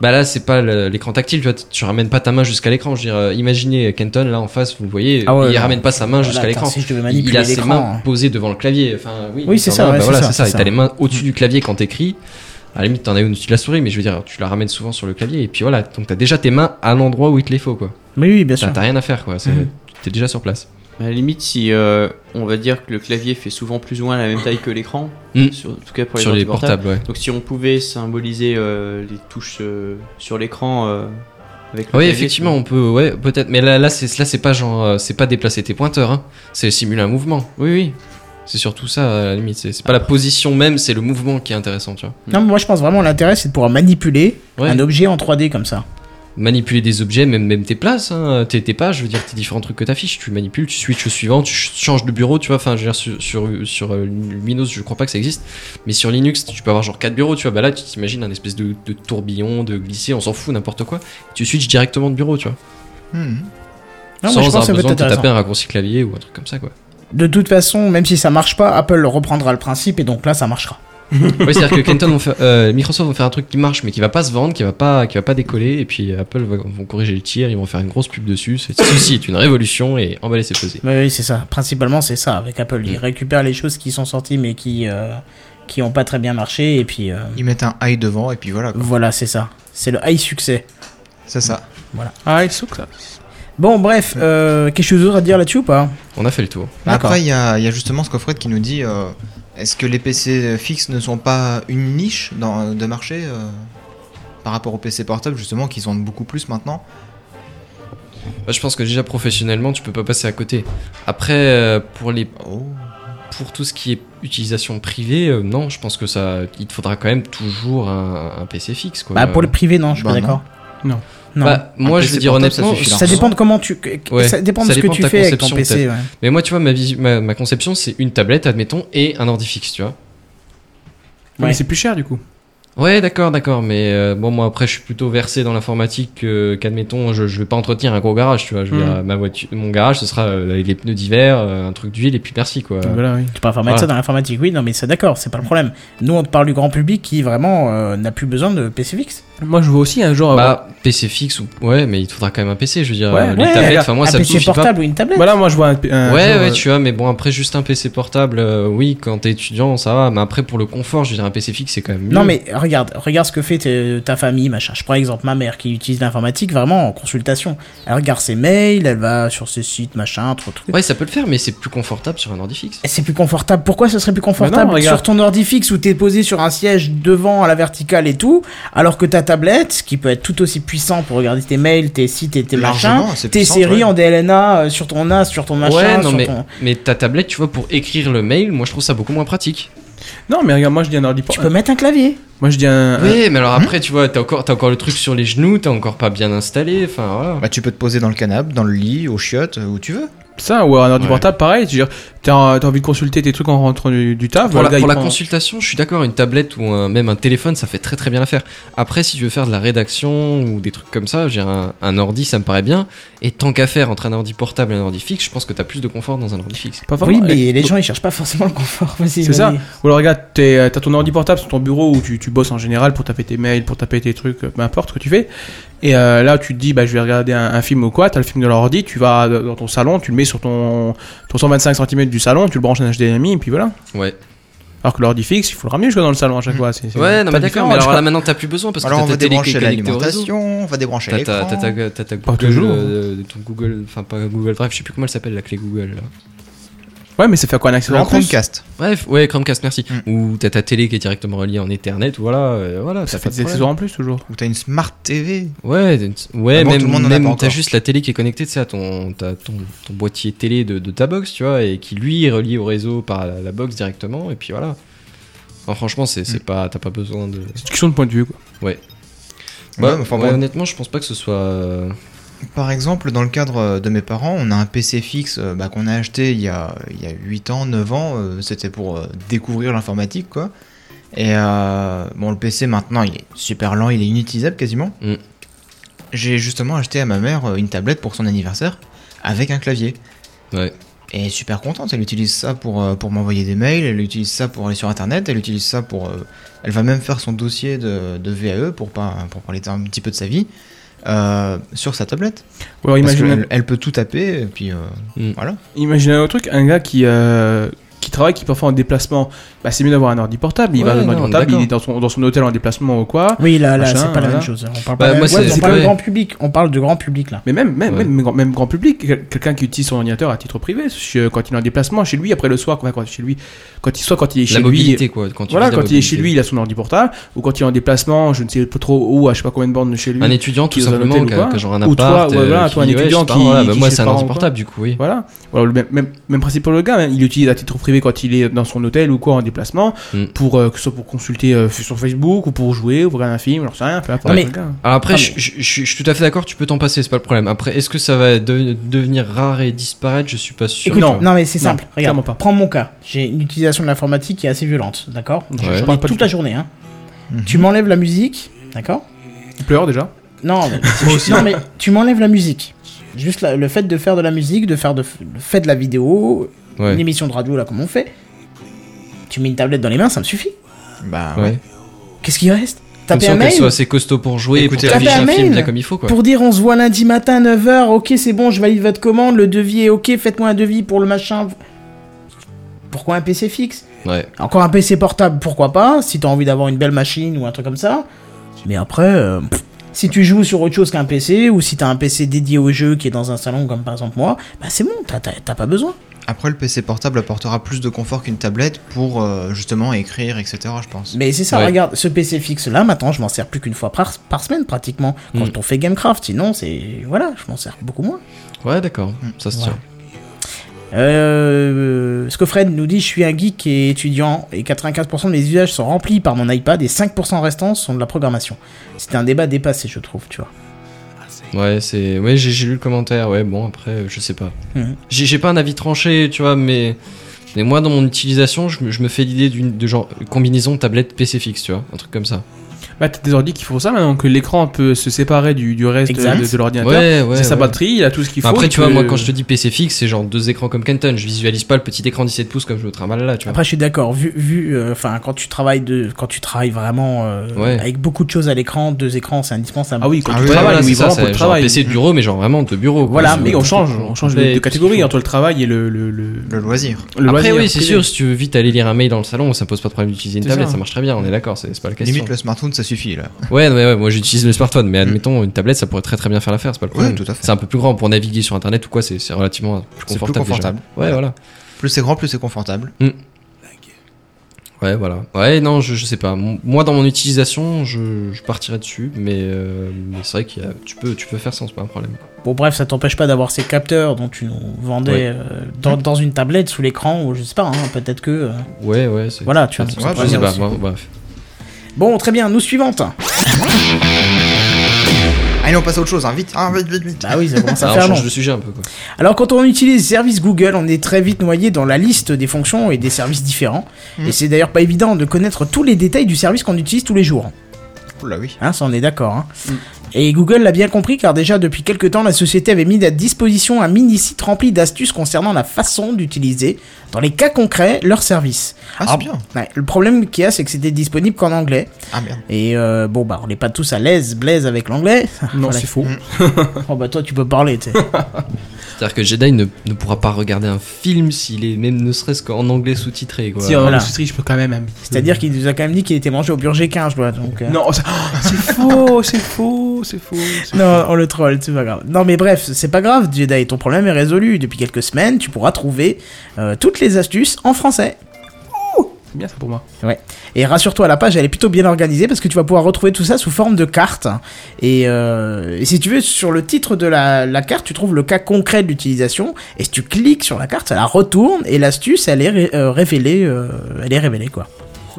S3: Bah là c'est pas le- l'écran tactile tu vois t- tu ramènes pas ta main jusqu'à l'écran. Je veux dire euh, imaginez Kenton là en face vous le voyez
S1: Ah ouais,
S3: il
S1: non.
S3: ramène pas sa main jusqu'à
S1: Voilà, attends,
S3: l'écran.
S1: Si je devais
S3: Il
S1: manipuler
S3: a ses
S1: l'écran. hein.
S3: mains posées devant le clavier. Enfin oui,
S1: Oui, c'est
S3: t'en
S1: ça,
S3: as-
S1: ouais,
S3: bah
S1: c'est
S3: voilà
S1: ça,
S3: c'est ça.
S1: c'est
S3: Et
S1: ça.
S3: t'as les mains au-dessus du clavier quand t'écris. À la limite t'en as une au-dessus de la souris mais je veux dire tu la ramènes souvent sur le clavier et puis voilà donc t'as déjà tes mains à l'endroit où il te les faut quoi.
S1: Mais oui, bien
S3: T'as
S1: sûr. Mhm.
S3: t'as rien à faire quoi. c'est- T'es déjà sur place.
S4: À la limite, si euh, on va dire que le clavier fait souvent plus ou moins la même taille que l'écran,
S3: Mm.
S4: sur- en tout cas pour les,
S3: Sur
S4: ordi
S3: les portables ouais.
S4: Donc si on pouvait symboliser euh, les touches euh, sur l'écran euh, avec le
S3: Oui,
S4: clavier,
S3: effectivement, on peut, ouais, peut-être. Mais là, là, c'est, là, c'est pas genre, euh, c'est pas déplacer tes pointeurs, hein. C'est simuler un mouvement.
S4: Oui, oui.
S3: C'est surtout ça, à la limite. C'est, c'est pas la position même, c'est le mouvement qui est intéressant, tu vois.
S1: Non, mais moi je pense vraiment l'intérêt c'est de pouvoir manipuler
S3: Ouais.
S1: un objet en 3D comme ça.
S3: Manipuler des objets, même, même tes places, hein, tes, tes pages, je veux dire, tes différents trucs que t'affiches. Tu manipules, tu switches au suivant, tu ch- changes de bureau, tu vois. Enfin, je veux dire, sur, sur, sur, euh, Windows, je crois pas que ça existe. Mais sur Linux, tu peux avoir genre quatre bureaux, tu vois. Bah là, tu t'imagines un espèce de, de tourbillon, de glisser, on s'en fout, n'importe quoi. Tu switches directement de bureau, tu vois.
S5: Mhm.
S1: Non,
S3: sans
S1: mais je pense que
S3: avoir
S1: ça peut être
S3: besoin de te
S1: intéressant.
S3: taper un raccourci clavier ou un truc comme ça, quoi.
S1: De toute façon, même si ça marche pas, Apple reprendra le principe et donc là ça marchera.
S3: Oui, c'est-à-dire que Kenton vont faire- euh, Microsoft vont faire un truc qui marche, mais qui va pas se vendre, qui va pas, qui va pas décoller, et puis Apple va- vont corriger le tir, ils vont faire une grosse pub dessus. C'est, ceci est une révolution et emballer c'est pesé.
S1: Mais oui, c'est ça. Principalement, c'est ça avec Apple.
S3: Mm.
S1: Ils récupèrent les choses qui sont sorties mais qui euh, qui ont pas très bien marché et puis euh,
S5: Ils mettent un high devant et puis voilà. quoi.
S1: voilà, c'est ça. C'est le high succès.
S5: C'est ça.
S2: Ah, il souffle, ça.
S1: Bon, bref, euh, quelque chose d'autre à dire là-dessus ou pas
S3: On a fait le tour.
S1: D'accord.
S5: Après, il y a, il y a justement ce coffret qui nous dit euh, est-ce que les PC fixes ne sont pas une niche dans- de marché euh, par rapport aux PC portables, justement, qui sont beaucoup plus maintenant
S3: Bah, je pense que déjà professionnellement, tu peux pas passer à côté. Après, euh, pour les,
S5: Oh.
S3: pour tout ce qui est utilisation privée, euh, non, je pense que ça, il te faudra quand même toujours un, un PC fixe, quoi.
S1: Bah, pour le privé, non, je suis
S5: bah
S1: pas
S5: non.
S1: d'accord.
S2: Non.
S1: Non.
S3: Euh, Bah, moi,
S5: Un
S3: je
S5: PC
S3: veux dire
S5: portable, ça
S3: honnêtement,
S5: suffit
S1: ça dépend de comment tu. que- que-
S3: Ouais,
S1: Ça dépend de
S3: ça
S1: ce
S3: dépend
S1: que
S3: de
S1: tu
S3: ta
S1: fais avec ton
S3: conception,
S1: PC. ouais.
S3: Mais moi, tu vois, ma, visu- ma, ma conception, c'est une tablette, admettons, et un ordi fixe, tu vois.
S1: Ouais.
S2: Mais c'est plus cher, du coup.
S3: Ouais, d'accord, d'accord, mais euh, bon, moi après, je suis plutôt versé dans l'informatique que- qu'admettons, je, je vais pas entretenir un gros garage, tu vois. Je veux
S2: Mm.
S3: dire, ma voiture, mon garage, ce sera euh, avec les pneus d'hiver, euh, un truc d'huile, et puis merci, quoi.
S2: Donc voilà, oui.
S1: Tu peux pas mettre
S3: Voilà.
S1: ça dans l'informatique, oui, non, mais c'est d'accord, c'est pas le problème. Nous, on te parle du grand public qui vraiment euh, n'a plus besoin de PC fixe.
S2: Moi, je vois aussi un genre.
S3: Bah, PC fixe, ou... ouais, mais il te faudra quand même un PC, je veux dire,
S2: Ouais,
S3: euh, les
S1: ouais,
S3: tablettes, enfin, moi,
S1: un
S3: ça me
S1: PC
S3: suffit
S1: portable ou une tablette.
S2: Voilà, moi, je vois un.
S3: pas.
S2: un
S3: Ouais,
S2: genre,
S3: ouais,
S2: euh,
S3: tu vois, mais bon, après, juste un PC portable, euh, oui, quand t'es étudiant, ça va, mais après, pour le confort, je veux dire, un PC fixe, c'est quand même mieux.
S1: Non, mais regarde, regarde ce que fait euh, ta famille, machin. Je prends exemple ma mère qui utilise l'informatique vraiment en consultation. Elle regarde ses mails, elle va sur ses sites, machin, trop trucs.
S3: Ouais, ça peut le faire, mais c'est plus confortable sur un ordi fixe.
S1: C'est plus confortable. Pourquoi ce serait plus
S2: Bah
S1: confortable
S2: non, regarde.
S1: sur ton ordi fixe où t'es posé sur un siège devant à la verticale et tout, alors que t'as tablette, qui peut être tout aussi puissant pour regarder tes mails, tes sites et tes
S5: Largement,
S1: machins,
S5: c'est
S1: tes
S5: puissant,
S1: séries
S5: ouais.
S1: en DLNA euh, sur ton NAS, sur ton machin,
S3: ouais, non,
S1: sur
S3: mais,
S1: ton-
S3: mais ta tablette, tu vois, pour écrire le mail, moi je trouve ça beaucoup moins pratique.
S2: Non, mais regarde, moi je dis un ordi
S1: Tu peux mettre un clavier.
S2: Moi je dis un.
S3: Oui, mais alors
S2: hmm
S3: après, tu vois, t'as encore, t'as encore le truc sur les genoux, t'es encore pas bien installé, enfin voilà.
S5: Bah, tu peux te poser dans le canapé, dans le lit, au chiottes, euh, où tu veux.
S2: Ça, ou un ordi
S3: Ouais.
S2: portable, pareil. Tu veux dire, T'as t'as envie de consulter tes trucs en rentrant du, du taf.
S3: Pour,
S2: le
S3: la,
S2: gars, il
S3: pour la
S2: prend-
S3: consultation, je suis d'accord, une tablette ou un- même un téléphone, ça fait très très bien l'affaire. Après, si tu veux faire de la rédaction ou des trucs comme ça, j'ai un, un ordi, ça me paraît bien. Et tant qu'à faire entre un ordi portable et un ordi fixe, je pense que t'as plus de confort dans un ordi fixe.
S2: Pas
S1: oui,
S2: forcément.
S1: mais
S2: Et-
S1: les gens ils cherchent pas forcément le confort. Vas-y,
S2: C'est ça.
S1: vas-y.
S2: Ou alors regarde, t'es- euh, t'as ton ordi portable sur ton bureau où tu, tu bosses en général pour taper tes mails, pour taper tes trucs, euh, peu importe ce que tu fais. Et euh, là, tu te dis, bah, je vais regarder un, un film ou quoi, t'as le film de l'ordi, tu vas euh, dans ton salon, tu le mets sur ton, ton 125 cm du salon, tu le branches en HDMI, et puis voilà.
S3: Ouais.
S2: Alors que l'ordi fixe, il faut le ramener jusque dans le salon à chaque fois. c'est- c'est-
S3: Ouais,
S2: t'as
S3: non, mais d'accord,
S2: différent,
S3: mais alors
S2: tu
S3: là
S2: vois.
S3: maintenant t'as plus besoin parce
S5: Alors
S3: que
S5: on
S3: t'as
S5: va
S3: ta télé qui est
S5: débrancher
S3: connectée au réseau.
S5: l'alimentation, on va débrancher
S3: T'as ta, t'as
S5: l'écran.
S3: ta, t'as ta
S2: Pas
S3: Google,
S2: toujours.
S3: euh, ton Google, enfin pas Google Drive, je sais plus comment elle s'appelle la clé Google. Là.
S2: Ouais, mais ça fait quoi un accès
S5: Le
S2: en plus
S5: Chromecast.
S3: Bref, ouais, Chromecast, merci.
S2: Mm.
S3: Ou t'as ta télé qui est directement reliée en Ethernet, voilà, euh, voilà,
S2: Ça
S3: t'as
S2: fait
S3: pas de
S2: des
S3: problèmes.
S2: accessoires en plus toujours.
S5: Ou t'as une Smart TV.
S3: Ouais, d- ouais,
S5: Ah bon, tout le
S3: même,
S5: monde en a
S3: même
S5: pas encore.
S3: t'as juste la télé qui est connectée, tu sais, à ton, t'as ton, ton boîtier télé de, de ta box, tu vois, et qui lui est relié au réseau par la, la box directement, et puis voilà. Enfin, franchement, c'est
S2: Mm.
S3: c'est pas, t'as pas besoin de.
S2: C'est une question de point de vue. Quoi.
S3: Bah,
S5: Ouais, mais enfin,
S3: ouais,
S5: bon,
S3: honnêtement, je pense pas que ce soit. euh,
S5: Par exemple, dans le cadre euh, de mes parents, on a un PC fixe euh, bah, qu'on a acheté il y a, il y a 8 ans, 9 ans. euh, C'était pour euh, découvrir l'informatique, quoi. Et euh, bon, le PC maintenant, il est super lent, il est inutilisable quasiment.
S3: Mm.
S5: J'ai justement acheté à ma mère euh, une tablette pour son anniversaire avec un clavier.
S3: Ouais.
S5: Et elle est super contente, elle utilise ça pour, euh, pour m'envoyer des mails, elle utilise ça pour aller sur internet, elle utilise ça pour. euh, elle va même faire son dossier de, de VAE pour, pas, pour parler un petit peu de sa vie euh, sur sa tablette.
S2: Ou alors
S5: Parce
S2: imagine,
S5: qu'elle- elle peut tout taper, et puis euh,
S3: Mm.
S5: voilà.
S2: imagine un autre truc, un gars qui, euh, qui travaille, qui parfois en déplacement, bah, c'est mieux d'avoir un ordi portable. Il va dans
S3: Ouais,
S2: un ordi
S3: non,
S2: portable,
S3: d'accord.
S2: il est dans son, dans son hôtel en déplacement ou quoi.
S1: Oui, là, là,
S2: Machin,
S1: c'est pas la
S2: voilà.
S1: même chose. On parle
S3: Bah,
S1: pas de-
S3: moi,
S1: ouais,
S3: c'est-
S1: mais on
S3: c'est
S1: parle de
S3: vrai.
S1: grand public. On parle de grand public là.
S2: Mais même, même,
S3: Ouais.
S2: même, grand- même grand public, quel- quelqu'un qui utilise son ordinateur à titre privé, chez- quand il est en déplacement, chez lui, après le soir, enfin, quand, chez lui, quand il soit quand il est chez
S3: La mobilité,
S2: lui.
S3: quoi. Quand tu
S2: Voilà,
S3: dis la
S2: quand il est chez lui,
S3: mobilité.
S2: il a son ordi portable, ou quand il est en déplacement, je ne sais pas trop où, à je sais pas combien de bornes de chez lui.
S3: Un étudiant, tout
S2: qui est dans un
S3: simplement,
S2: hôtel
S3: qui
S2: ou
S3: a,
S2: quoi.
S3: qui a genre un
S2: Ou toi,
S3: appart.
S2: ouais, voilà,
S3: euh,
S2: toi, un
S3: dit, ouais, je sais
S2: étudiant
S3: pas,
S2: qui-
S3: voilà, bah,
S2: qui
S3: moi,
S2: chez
S3: c'est un
S2: ses parents
S3: ordi
S2: ou quoi.
S3: portable, du coup, oui.
S2: Voilà. Voilà, le même, même, même principe pour le gars, hein. il l'utilise à titre privé quand il est dans son hôtel ou quoi en déplacement,
S3: Mm.
S2: pour euh, que ce soit pour consulter euh, sur Facebook ou pour jouer ou pour regarder un film, j'en sais rien, peu importe.
S1: Non, mais-
S2: le gars. hein.
S3: Alors après,
S1: Ah,
S3: je, je- je- je suis tout à fait d'accord, tu peux t'en passer, c'est pas le problème. Après, est-ce que ça va de- devenir rare et disparaître Je suis pas sûr.
S1: Écoute,
S2: non.
S1: non, mais c'est
S2: Non,
S1: simple.
S2: clairement
S1: Regarde,
S2: pas.
S1: prends mon cas. J'ai une utilisation de l'informatique qui est assez violente, d'accord
S2: Non,
S3: Ouais.
S2: je
S1: J'en ai
S2: parle pas du
S1: toute
S2: tout.
S1: la journée. Hein.
S5: Mhm.
S1: Tu m'enlèves la musique, d'accord
S2: Il pleure déjà.
S1: Non, mais, non, mais tu m'enlèves la musique. Juste la- le fait de faire de la musique, de faire de, le fait de la vidéo,
S3: Ouais.
S1: une émission de radio là comme on fait. Tu mets une tablette dans les mains, ça me suffit.
S5: Bah
S3: Ouais.
S5: ouais.
S1: Qu'est-ce qui reste
S3: Comme
S1: Taper
S3: ça,
S1: un
S3: qu'elle
S1: mail
S3: soit assez costaud pour jouer et pour
S5: Écoutez,
S3: t'afficher
S1: taper
S3: un
S1: un
S3: film
S1: mail.
S3: bien comme il faut, quoi.
S1: pour dire on se voit lundi matin 9h, ok c'est bon, je valide votre commande, le devis est ok, faites-moi un devis pour le machin. Pourquoi un PC fixe
S3: Ouais.
S1: Encore un PC portable, pourquoi pas, si t'as envie d'avoir une belle machine ou un truc comme ça. Mais après, euh, pff, si tu joues sur autre chose qu'un PC, ou si t'as un PC dédié au jeu qui est dans un salon comme par exemple moi, bah c'est bon, t'as- t'as t'as pas besoin.
S5: Après, le PC portable apportera plus de confort qu'une tablette pour euh, justement écrire, etc. Je pense.
S1: Mais c'est ça,
S3: Ouais.
S1: regarde, ce PC fixe là, maintenant je m'en sers plus qu'une fois par, par semaine pratiquement, quand
S3: Mm.
S1: on fait Gamecraft, sinon c'est... Voilà, je m'en sers beaucoup moins.
S3: Ouais, d'accord. Ça se
S1: Mm. Ouais.
S3: tient.
S1: Euh, ce que Fred nous dit, je suis un geek et étudiant et 95% de mes usages sont remplis par mon iPad et 5% restants sont de la programmation. C'était un débat dépassé, je trouve, tu vois.
S3: Ouais, c'est. Ouais, j'ai j'ai lu le commentaire. Ouais, bon, après, euh, je sais pas.
S1: Mhm.
S3: J'ai j'ai pas un avis tranché, tu vois, mais. Mais moi, dans mon utilisation, je me, je me fais l'idée d'une de genre combinaison tablette PC fixe, tu vois, un truc comme ça.
S2: Bah, t'as des ordis qui font ça maintenant que l'écran peut se séparer du, du reste
S1: Exact.
S2: de, de l'ordinateur.
S3: Ouais, ouais.
S2: c'est sa
S3: ouais.
S2: batterie, il a tout ce qu'il
S3: Bah
S2: faut.
S3: après,
S2: il
S3: tu vois,
S2: peut-
S3: moi, quand je te dis PC fixe, c'est genre deux écrans comme Kenton. Je visualise pas le petit écran 17 pouces comme je le trimballe là, tu vois.
S1: Après, je suis d'accord. Vu, vu, euh, enfin, quand tu travailles de, quand tu travailles vraiment euh,
S3: Ouais.
S1: avec beaucoup de choses à l'écran, deux écrans, c'est indispensable.
S2: Ah oui, quand
S5: Ah
S2: tu
S5: oui,
S3: Ouais,
S2: travailles,
S3: voilà,
S2: oui,
S3: c'est ça,
S2: vraiment pour
S3: c'est
S2: le
S3: genre
S2: travail.
S3: PC de bureau, mais genre vraiment de bureau. quoi.
S1: Voilà,
S3: C'est-
S2: Mais on change, on change de,
S3: Mais
S2: de catégorie
S3: tout ce
S2: entre le travail et le, le, le,
S5: Le loisir.
S2: le
S3: Après,
S2: loisir
S3: oui, c'est
S2: privé.
S3: sûr, si tu veux vite aller lire un mail dans le salon, ça pose pas de problème d'utiliser une
S2: C'est
S3: tablette, ça.
S2: ça.
S3: marche très bien, on est d'accord, c'est c'est pas la question.
S5: Limite le smartphone, ça suffit là.
S3: Ouais, non, mais ouais, moi j'utilise le smartphone,
S2: Mm.
S3: mais admettons, une tablette, ça pourrait très très bien faire l'affaire, c'est pas le
S5: Ouais,
S3: problème.
S5: tout à fait.
S3: C'est un peu plus grand pour naviguer sur internet ou quoi, c'est c'est relativement plus
S5: C'est plus
S3: confortable. déjà.
S5: confortable.
S3: Ouais, voilà.
S5: Plus c'est grand, plus c'est confortable.
S3: Ouais, voilà. Ouais, non, je, je sais pas. Mon- Moi, dans mon utilisation, je, je partirais dessus, mais, euh, mais c'est vrai que tu peux, tu peux faire sans, c'est pas un problème.
S1: Bon, bref, ça t'empêche pas d'avoir ces capteurs dont tu nous vendais
S3: Ouais.
S1: euh, dans, dans une tablette sous l'écran, ou je sais pas, hein, peut-être que. euh,
S3: Ouais, ouais, c'est.
S1: voilà, tu vois.
S5: Ouais,
S1: ça
S5: je
S3: Je
S1: pourrait
S3: sais
S1: dire
S3: pas,
S1: aussi.
S3: bon, bref.
S1: Bon, très bien, nous suivante.
S5: Allez, on passe à autre chose, hein, vite. Ah, vite, vite, vite.
S1: Bah oui, ça commence à
S3: Ah, on
S1: faire long.
S3: change de sujet un peu, quoi.
S1: Alors quand on utilise service Google, on est très vite noyé dans la liste des fonctions et des services différents. Et c'est d'ailleurs pas évident de connaître tous les détails du service qu'on utilise tous les jours.
S5: Oula, oui.
S1: Hein, ça on est d'accord. hein.
S2: Mm.
S1: Et Google l'a bien compris car déjà depuis quelques temps la société avait mis à disposition un mini site rempli d'astuces concernant la façon d'utiliser, dans les cas concrets, leur service.
S5: Ah, c'est
S1: Alors,
S5: bien.
S1: ouais, le problème qu'il y a c'est que c'était disponible qu'en anglais.
S5: Ah, merde.
S1: Et euh, bon bah on n'est pas tous à l'aise, blaise avec l'anglais.
S2: Non,
S1: Voilà.
S2: c'est faux.
S1: Oh bah toi tu peux parler. tu sais.
S3: C'est-à-dire que Jedi ne, ne pourra pas regarder un film s'il est même ne serait-ce qu'en anglais sous-titré, quoi.
S2: Si en
S1: Voilà.
S2: industrie, je peux quand même. un petit peu.
S1: C'est-à-dire qu'il nous a quand même dit qu'il était mangé au Burger King, je dois donc. euh,
S2: Non, ça- Ah, c'est faux, c'est faux, c'est faux. c'est
S1: Non, on le troll, c'est pas grave. Non, mais bref, c'est pas grave, Jedi, ton problème est résolu. Depuis quelques semaines, tu pourras trouver euh, toutes les astuces en français.
S2: faux. C'est bien ça pour moi.
S1: Et rassure-toi, la page, elle est plutôt bien organisée parce que tu vas pouvoir retrouver tout ça sous forme de carte. Et, euh, et si tu veux, sur le titre de la, la carte, tu trouves le cas concret de l'utilisation. Et si tu cliques sur la carte, ça la retourne et l'astuce, elle est ré- euh, révélée, euh, elle est révélée, quoi.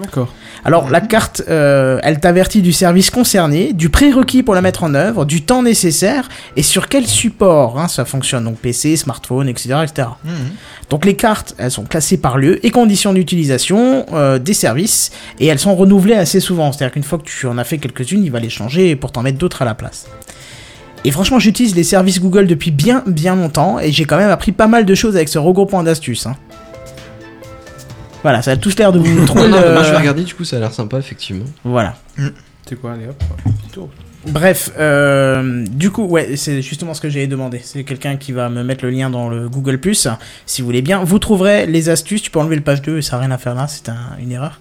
S2: D'accord.
S1: Alors la carte, euh, elle t'avertit du service concerné, du prérequis pour la mettre en œuvre, du temps nécessaire et sur quel support hein, ça fonctionne, donc PC, smartphone, etc., etc.
S5: Mhm.
S1: Donc les cartes, elles sont classées par lieu et conditions d'utilisation euh, des services et elles sont renouvelées assez souvent. C'est-à-dire qu'une fois que tu en as fait quelques-unes, il va les changer pour t'en mettre d'autres à la place. Et franchement, j'utilise les services Google depuis bien bien longtemps et j'ai quand même appris pas mal de choses avec ce regroupement d'astuces. hein. Voilà, ça a tous l'air de vous trouver.
S3: Non, non,
S1: le-
S3: moi, je vais regarder, du coup, ça a l'air sympa, effectivement.
S1: Voilà.
S2: C'est quoi, allez hop. tour.
S1: Bref, euh, du coup, ouais, c'est justement ce que j'avais demandé. C'est quelqu'un qui va me mettre le lien dans le Google Plus, si vous voulez bien. Vous trouverez les astuces. Tu peux enlever le page 2, ça n'a rien à faire là, c'est un- une erreur.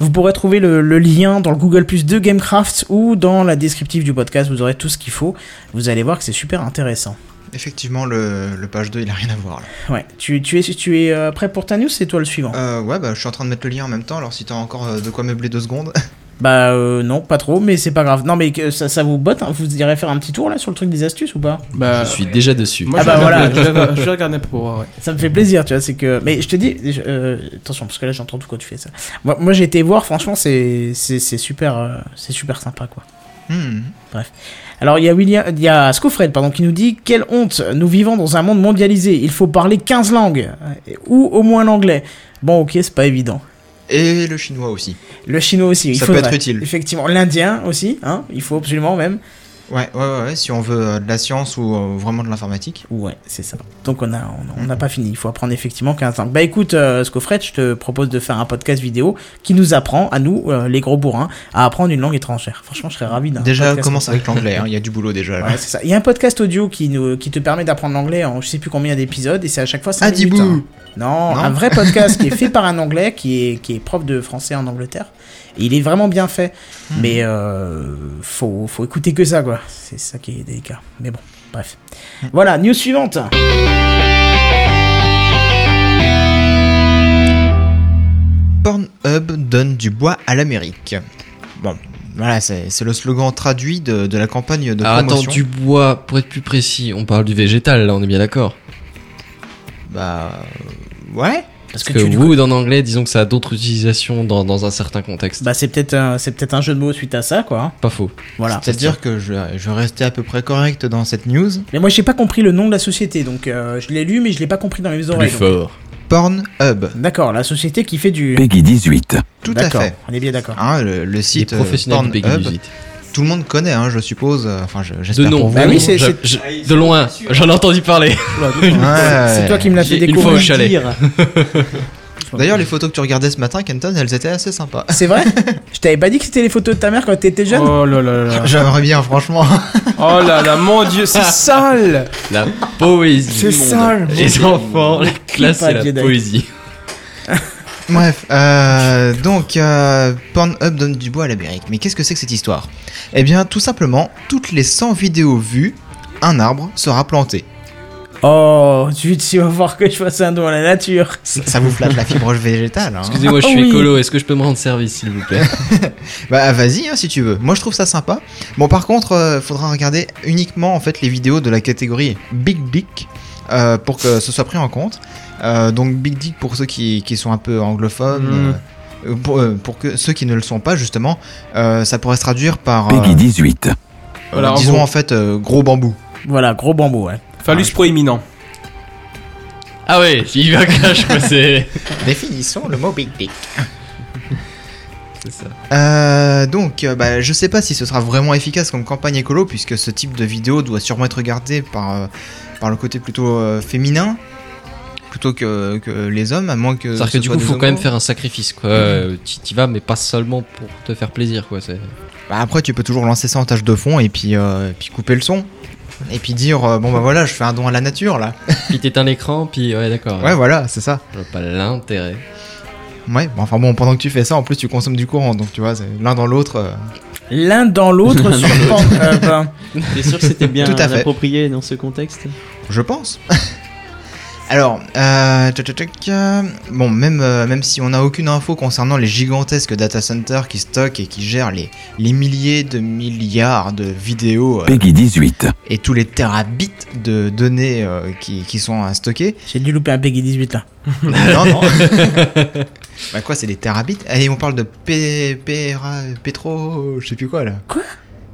S1: Vous pourrez trouver le, le lien dans le Google Plus de Gamecraft ou dans la descriptive du podcast. Vous aurez tout ce qu'il faut. Vous allez voir que c'est super intéressant.
S5: Effectivement, le, le page 2, il a rien à voir. Là.
S1: Ouais, tu, tu es, tu es euh, prêt pour ta news C'est toi le suivant.
S5: Euh, ouais, bah, je suis en train de mettre le lien en même temps, alors si t'as encore euh, de quoi meubler deux secondes.
S1: Bah euh, non, pas trop, mais c'est pas grave. Non, mais que ça, ça vous botte hein Vous irez faire un petit tour là sur le truc des astuces ou pas
S2: Bah,
S3: Je suis déjà dessus.
S2: Moi,
S1: Ah
S2: je
S1: bah
S2: regarde- je regarde- Je regarde un peu pour voir, ouais.
S1: Ça me fait plaisir, tu vois, c'est que... Mais je te dis, je- euh, attention, parce que là j'entends tout quand tu fais ça. Moi, moi, j'ai été voir, franchement, c'est c'est- c'est super, euh, c'est super sympa, quoi.
S5: Mhm.
S1: Alors il y a William, il y a Scofred, pardon, qui nous dit « Quelle honte, nous vivons dans un monde mondialisé, il faut parler 15 langues, euh, ou au moins l'anglais. » Bon, ok, c'est pas évident.
S5: Et le chinois aussi.
S1: Le chinois aussi, il
S5: Ça peut
S1: faudrait.
S5: être utile.
S1: Effectivement, l'indien aussi, hein, il faut absolument même.
S5: Ouais, ouais, ouais, ouais, si on veut euh, de la science ou euh, vraiment de l'informatique.
S1: Ouais, c'est ça. Donc on a on- on n'a pas fini, il faut apprendre effectivement 15 langues. Bah écoute, euh, Scofred, je te propose de faire un podcast vidéo qui nous apprend, à nous, euh, les gros bourrins, à apprendre une langue étrangère. Franchement, je serais ravi d'un
S5: Déjà,
S1: podcast
S5: commence
S1: comme ça.
S5: avec l'anglais, hein, il y a du boulot déjà. là.
S1: Ouais, c'est ça. Il y a un podcast audio qui, nous, qui te permet d'apprendre l'anglais en je sais plus combien d'épisodes et c'est à chaque fois 5 minutes.
S5: Adibou.
S1: hein. Non,
S5: Non
S1: un vrai podcast qui est fait par un anglais qui est, qui est prof de français en Angleterre. Et il est vraiment bien fait.
S5: Hmm.
S1: Mais euh, faut, faut écouter que ça, quoi. C'est ça qui est délicat. Mais bon, bref.
S5: Hmm.
S1: Voilà, news suivante.
S5: Pornhub donne du bois à l'Amérique. Bon, voilà, c'est c'est le slogan traduit de, de la campagne de
S3: Alors, Ah, attends,
S5: promotion.
S3: du bois, pour être plus précis, on parle du végétal, là, on est bien d'accord.
S5: Bah, euh, ouais.
S1: Parce
S3: Parce que, wood en anglais, disons que ça a d'autres utilisations dans, dans un certain contexte.
S1: Bah c'est peut-être un, c'est peut-être un jeu de mots suite à ça quoi. hein.
S3: Pas faux.
S1: Voilà.
S5: C'est-à-dire que je, je restais à peu près correct dans cette news.
S1: Mais moi j'ai pas compris le nom de la société donc euh, je l'ai lu mais je l'ai pas compris dans mes oreilles. donc.
S5: Pornhub,
S1: D'accord, la société qui fait du.
S9: Peggy 18.
S5: tout à
S1: D'accord,
S5: fait.
S1: On est bien d'accord.
S5: Hein, le, le
S3: Les
S5: site euh,
S3: professionnels du Peggy
S5: Pornhub,
S3: Music.
S5: tout le monde connaît, hein, je suppose. euh, Enfin, je- j'espère
S3: De nom.
S5: pour vous.
S1: Bah oui,
S3: Vraiment,
S1: c'est-
S3: je-
S1: c'est-
S3: je- de loin, j'en ai entendu parler.
S5: Ah Ouais.
S1: C'est toi qui me l'as fait
S3: J'ai- une
S1: découvrir.
S3: fois au chalet.
S5: D'ailleurs, les photos que tu regardais ce matin, Kenton, elles étaient assez sympas.
S1: C'est vrai Je t'avais pas dit que c'était les photos de ta mère quand t'étais jeune
S2: Oh là là là là.
S5: J'aimerais bien, franchement.
S2: Oh là là, mon dieu, c'est sale
S3: La poésie.
S2: C'est
S3: du monde.
S2: sale,
S3: Les enfants, la classe
S1: pas
S3: et la
S1: Jedi.
S3: poésie.
S5: Bref, euh, donc euh, Pornhub donne du bois à l'Amérique. Mais qu'est-ce que c'est que cette histoire Eh bien, tout simplement, toutes les 100 vidéos vues, un arbre sera planté.
S1: Oh, tu, tu vas voir que je fasse un don à la nature.
S5: Ça, ça vous flatte la fibre végétale. hein.
S3: Excusez-moi, je
S1: Ah
S3: suis
S1: oui.
S3: écolo, est-ce que je peux me rendre service, s'il vous plaît
S5: Bah vas-y hein, si tu veux. Moi je trouve ça sympa. Bon par contre, euh, faudra regarder uniquement en fait les vidéos de la catégorie Big Dick euh, pour que ce soit pris en compte. Euh, donc Big Dick pour ceux qui, qui sont un peu anglophones.
S2: Mm.
S5: euh, pour, euh, pour que ceux qui ne le sont pas justement, euh, ça pourrait se traduire par euh,
S9: Peggy 18.
S2: Voilà, en
S5: disons
S2: gros.
S5: en fait euh, gros bambou.
S1: Voilà, gros bambou, ouais.
S2: Phallus proéminent.
S3: Ah ouais, il va cash, quoi, c'est.
S5: Définissons le mot Big Dick.
S3: C'est ça.
S5: Euh, donc, euh, bah, je sais pas si ce sera vraiment efficace comme campagne écolo, puisque ce type de vidéo doit sûrement être regardé par, euh, par le côté plutôt euh, féminin, plutôt que, que les hommes, à moins que.
S3: C'est-à-dire que
S5: ce
S3: du
S5: soit
S3: coup,
S5: des
S3: faut quand même
S5: homos.
S3: faire un sacrifice, quoi. Euh, T'y t'y vas, mais pas seulement pour te faire plaisir, quoi. c'est-
S5: Bah, après, tu peux toujours lancer ça en tâche de fond et puis, euh, et puis couper le son. Et puis dire, euh, bon bah voilà, je fais un don à la nature là.
S3: Puis t'éteins l'écran, puis ouais, d'accord.
S5: Ouais, voilà, c'est ça.
S3: Je vois pas l'intérêt.
S5: Ouais, bah, enfin bon, pendant que tu fais ça, en plus tu consommes du courant, donc tu vois, c'est l'un dans l'autre. euh,
S1: L'un dans l'autre sur pan- euh, ben,
S4: T'es sûr que c'était bien
S5: Tout à fait.
S4: approprié dans ce contexte
S5: Je pense. Alors, euh, tchac, tchac, tchac, euh, bon, même, euh, même si on n'a aucune info concernant les gigantesques data centers qui stockent et qui gèrent les, les milliers de milliards de vidéos euh,
S9: Peggy 18.
S5: et tous les terabits de données euh, qui, qui sont à stocker.
S1: J'ai dû louper un Peggy 18 là.
S5: non, non. bah quoi, c'est des terabits Allez, on parle de pé, péra, pétro, je sais plus quoi là.
S1: Quoi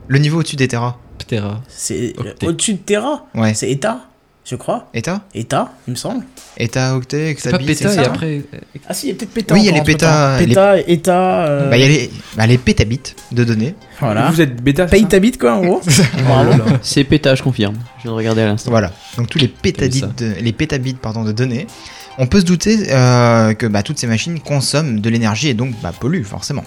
S5: Le niveau au-dessus des terras.
S3: Ptera.
S1: C'est euh,
S3: Octet.
S1: au-dessus de Terra.
S5: Ouais.
S1: C'est Eta, je crois.
S5: Eta
S1: Eta, il me semble.
S5: Eta, octet,
S3: C'est pas
S5: hexabit,
S3: péta, et
S5: ça
S3: après.
S1: Ah si, il y a peut-être Peta.
S5: Oui, il y a
S1: encore
S5: les
S1: entre-temps.
S5: Peta,
S1: Peta, Eta. euh,
S5: Bah, il y a les, bah, les pétabits de données.
S1: Voilà.
S2: Vous êtes bêta. c'est
S1: Paye
S2: ça
S1: ta bite quoi, en gros. Bravo.
S4: C'est pétage, je confirme. Je viens de regarder à l'instant.
S5: Voilà. Donc tous les pétabits,
S3: J'ai vu
S5: de, les pétabits pardon, de données, on peut se douter euh, que bah, toutes ces machines consomment de l'énergie et donc bah, polluent forcément.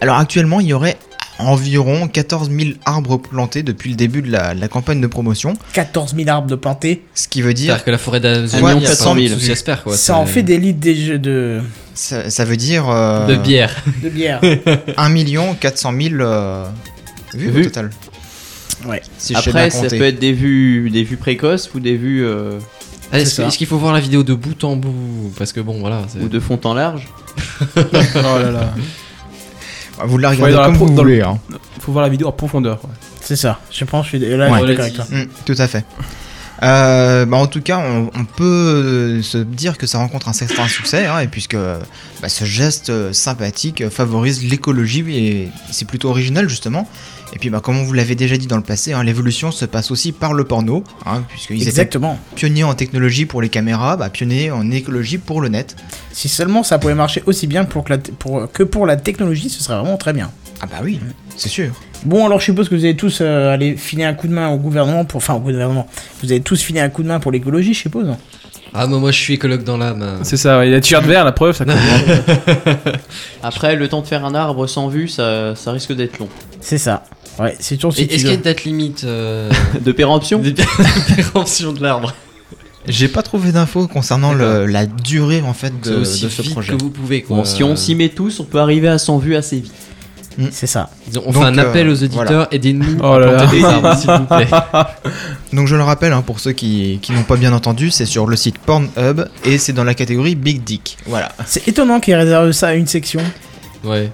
S5: Alors actuellement, il y aurait environ 14 000 arbres plantés depuis le début de la, la campagne de promotion,
S1: 14 000 arbres de plantés.
S5: ce qui veut dire,
S3: C'est-à-dire que la forêt d'Amazon,
S5: Ouais,
S3: il y a
S5: 400
S3: pas
S5: 000.
S3: de soucis à se faire, quoi.
S1: ça en fait des litres des jeux de,
S5: ça, ça veut dire euh,
S3: De bière.
S1: de bière.
S5: 1 400 000 euh, vues au
S4: Vues.
S5: total.
S1: Ouais.
S5: Si je sais bien
S4: Après, ça
S5: compter.
S4: peut être des vues, des vues précoces ou des vues euh,
S3: Ah, Est-ce
S1: ça.
S3: est-ce qu'il faut voir la vidéo de bout en bout Parce que bon, voilà. c'est-
S4: ou de fond en large.
S2: Oh là là.
S5: Vous la regardez
S2: Ouais, dans la
S5: comme
S2: pro-
S5: vous
S2: dans le-
S5: voulez. hein.
S2: Faut voir la vidéo en profondeur. quoi.
S1: C'est ça. Je pense que je suis là,
S5: Ouais.
S1: je suis hein. d'accord avec toi.
S5: Mm, tout à fait. Euh, bah, en tout cas, on, on peut euh, se dire que ça rencontre un certain succès, hein, et puisque euh, bah, ce geste euh, sympathique euh, favorise l'écologie, et c'est plutôt original justement. Et puis, bah, comme on vous l'avait déjà dit dans le passé, hein, l'évolution se passe aussi par le porno, hein, puisqu'ils étaient
S1: Exactement.
S5: pionniers en technologie pour les caméras, bah, pionniers en écologie pour le net.
S1: Si seulement ça pouvait marcher aussi bien pour que, la te- pour, que pour la technologie, ce serait vraiment très bien.
S5: Ah bah oui, c'est sûr.
S1: Bon, alors je suppose que vous avez tous euh, allé filer un coup de main au gouvernement pour. Enfin, au gouvernement. Vous avez tous filé un coup de main pour l'écologie, je suppose.
S3: Ah, moi, moi, je suis écologue dans l'âme. hein.
S2: C'est ça, ouais, il y a t-shirt vert, la preuve, ça compte.
S4: Après, le temps de faire un arbre sans vue, ça, ça risque d'être long.
S1: C'est ça. Ouais, c'est toujours
S3: Et-
S1: si
S3: Est-ce
S1: tu
S3: qu'il y a une
S1: veux.
S3: date limite euh,
S4: De péremption
S3: des- des péremptions de l'arbre
S5: J'ai pas trouvé d'infos concernant le- la durée en fait
S3: C'est
S5: de,
S3: aussi
S5: de ce
S3: vite
S5: projet.
S3: que vous pouvez, quoi.
S4: Bon, si on s'y met tous, on peut arriver à 100 vues assez vite.
S1: C'est ça.
S3: Disons, On
S5: Donc,
S3: fait un
S5: euh,
S3: appel aux auditeurs,
S5: voilà.
S3: aidez-nous
S2: Oh là
S3: à
S2: là.
S3: planter des arbres, s'il vous plaît.
S5: Donc je le rappelle, hein, pour ceux qui, qui n'ont pas bien entendu, c'est sur le site Pornhub et c'est dans la catégorie Big Dick. Voilà.
S1: C'est étonnant qu'ils réservent ça à une section.
S3: Ouais.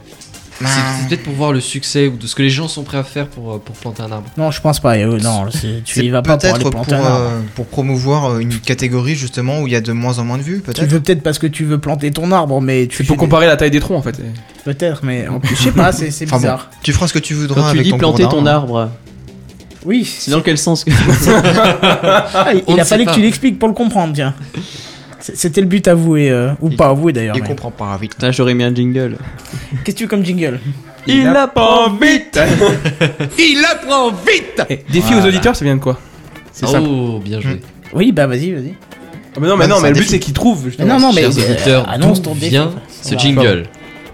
S3: C'est- C'est peut-être pour voir le succès ou de ce que les gens sont prêts à faire pour, euh, pour planter un arbre.
S1: Non, je pense pas. euh, non, c'est- tu y vas pas pour
S5: peut-être
S1: aller
S5: pour,
S1: planter un arbre.
S5: euh, pour promouvoir euh, une catégorie justement où il y a de moins en moins de vues,
S1: Tu
S5: peut-être.
S1: veux peut-être parce que tu veux planter ton arbre, mais tu.
S2: C'est pour
S1: tu-
S2: comparer la taille des troncs en fait.
S1: Peut-être, mais en plus, je sais pas, c'est c'est
S5: Enfin bon.
S1: bizarre.
S5: Tu feras ce que tu voudras
S4: Quand tu
S5: avec
S4: dis
S5: ton
S4: planter
S5: gredin,
S4: ton
S5: hein.
S4: arbre,
S1: Oui,
S4: c'est dans quel sens que...
S1: Ah, il-
S3: On
S1: il
S3: ne
S1: a
S3: sait
S1: fallu
S3: pas.
S1: que tu l'expliques pour le comprendre, tiens. C- C'était le but avoué, euh, ou
S5: Il-
S1: pas avoué d'ailleurs.
S5: Il
S1: mais-
S5: comprend pas vite.
S4: Putain, j'aurais mis un jingle.
S1: Qu'est-ce que tu veux comme jingle
S2: Il a
S4: pas vite
S2: Il apprend vite Défi Eh, aux auditeurs, ça vient de quoi C'est
S3: oh,
S2: simple.
S3: bien joué.
S1: Oui, bah vas-y, vas-y.
S2: Ah, mais non, mais,
S5: Bah,
S2: non,
S5: c'est
S2: mais
S5: un
S2: le but
S5: défi.
S2: c'est qu'ils trouvent.
S1: Mais
S2: justement.
S1: non, non, mais
S3: Chers
S1: euh,
S3: auditeurs,
S1: annonce
S3: d'où
S1: ton défi.
S3: vient
S1: Ça
S3: ce
S1: va.
S3: jingle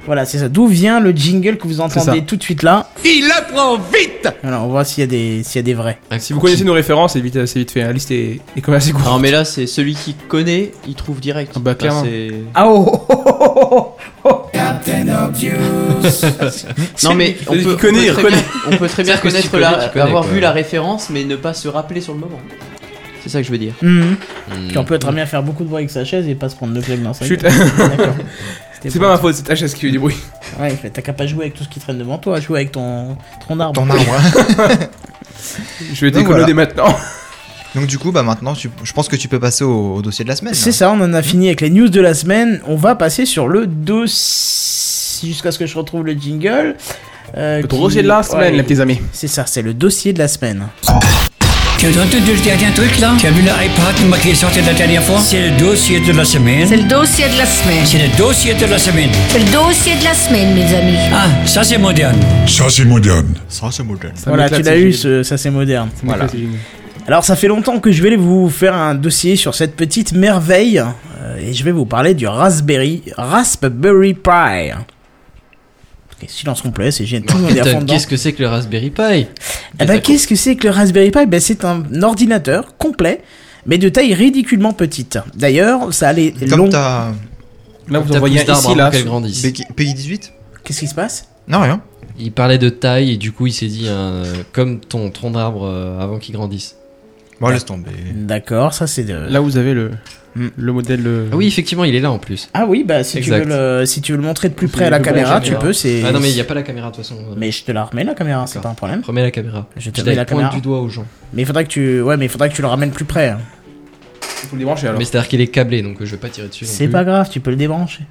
S1: Voilà, c'est ça. D'où vient le jingle que vous
S2: ça.
S1: entendez tout de suite là Il apprend vite Alors, on voit s'il y, a des- s'il y a des vrais.
S3: Un
S2: Si vous
S3: cookie.
S2: connaissez nos références, c'est vite, c'est vite fait. La liste est, est quand même assez courte.
S4: Non, mais là, c'est celui qui connaît, il trouve direct.
S2: Ah bah, clairement.
S4: c'est-
S1: Ah oh, oh, oh, oh, oh, oh.
S4: Non, mais on
S2: Celui
S4: peut,
S2: qui connaît, il
S4: on peut très bien, on peut très bien
S3: C'est-à-dire que si
S4: connaître,
S3: tu connais,
S4: la-
S3: tu connais,
S4: avoir
S3: quoi.
S4: vu la référence, mais ne pas se rappeler sur le moment. C'est ça que je veux dire.
S1: Mhm.
S3: Hmm.
S1: Puis on peut très bien faire beaucoup de bruit avec sa chaise et pas se prendre le plug dans sa
S2: Chut.
S1: gueule. D'accord. C'était
S2: C'est
S1: pour
S2: pas ma
S1: ça.
S2: faute, c'est ta chaise qui fait du bruit.
S1: Ouais, mais t'as qu'à pas jouer avec tout ce qui traîne devant toi, jouer avec ton, ton arbre.
S5: Ton arbre.
S2: Je vais
S5: Donc
S2: décoller dès maintenant.
S5: Donc du coup, bah maintenant, tu- je pense que tu peux passer au, au dossier de la semaine. hein.
S1: C'est ça, on en a fini avec les news de la semaine. On va passer sur le dossier. Jusqu'à ce que je retrouve le jingle. euh,
S2: Le
S1: qui-
S2: dossier de la semaine,
S1: Ouais,
S2: les petits amis.
S1: C'est ça, c'est le dossier de la semaine.
S7: Tu as entendu le dernier truc là Tu as vu l'iPad qui est sorti la dernière fois C'est le dossier de la semaine.
S6: C'est le dossier de la semaine.
S7: C'est le dossier de la semaine.
S6: C'est le dossier de la semaine, mes amis.
S7: Ah, ça c'est moderne.
S9: Ça, c'est moderne.
S5: Ça, c'est moderne.
S2: Ça
S1: Voilà,
S2: m'éclate,
S1: tu
S2: c'est
S1: l'as eu,
S2: génial.
S1: ce- ça c'est moderne.
S2: Ça
S1: Voilà.
S2: m'éclate, c'est génial.
S1: Alors ça fait longtemps que je vais vous faire un dossier sur cette petite merveille euh, et je vais vous parler du Raspberry Raspberry Pi. Ok, silence complet, c'est génial. Tout le monde est à fond
S3: Putain,
S1: dedans.
S3: Qu'est-ce que c'est que le Raspberry Pi
S1: Eh ben, qu'est-ce que c'est que le Raspberry Pi ben, C'est un ordinateur complet, mais de taille ridiculement petite. D'ailleurs, ça allait long.
S5: Comme t'as...
S2: Là, vous
S3: T'as
S2: en voyez
S3: plus
S2: un
S3: d'arbres
S2: ici,
S3: avant
S2: là.
S3: qu'elle
S2: sous-
S3: grandisse.
S5: Pays 18
S1: Qu'est-ce qui se passe
S5: Non, rien.
S3: Il parlait de taille et du coup il s'est dit euh, comme ton tronc d'arbre euh, avant qu'il grandisse.
S5: Bon, Bah, laisse tomber.
S1: D'accord, ça c'est de...
S2: Là, vous avez le,
S1: Hmm.
S2: le modèle. euh,
S3: Ah oui effectivement il est là en plus.
S1: Ah oui, bah si tu, veux
S3: Exact.
S1: le... si tu veux le montrer de plus
S2: C'est
S1: près à la
S2: le bon
S1: caméra, tu
S3: caméra.
S1: peux. C'est.
S3: Ah non mais il n'y a pas la caméra de toute façon.
S1: Mais je te la remets la caméra, c'est
S3: D'accord.
S1: pas un problème.
S3: Remets la caméra.
S1: Je te
S3: Tu
S1: mets la
S3: pointe
S1: caméra.
S3: du doigt aux gens.
S1: Mais il faudrait que tu, ouais, mais il faudrait que tu le ramènes plus près. hein.
S2: Faut le débrancher alors.
S3: Mais c'est à dire qu'il est câblé donc euh, je vais pas tirer dessus. non
S1: C'est
S3: plus.
S1: pas grave, tu peux le débrancher.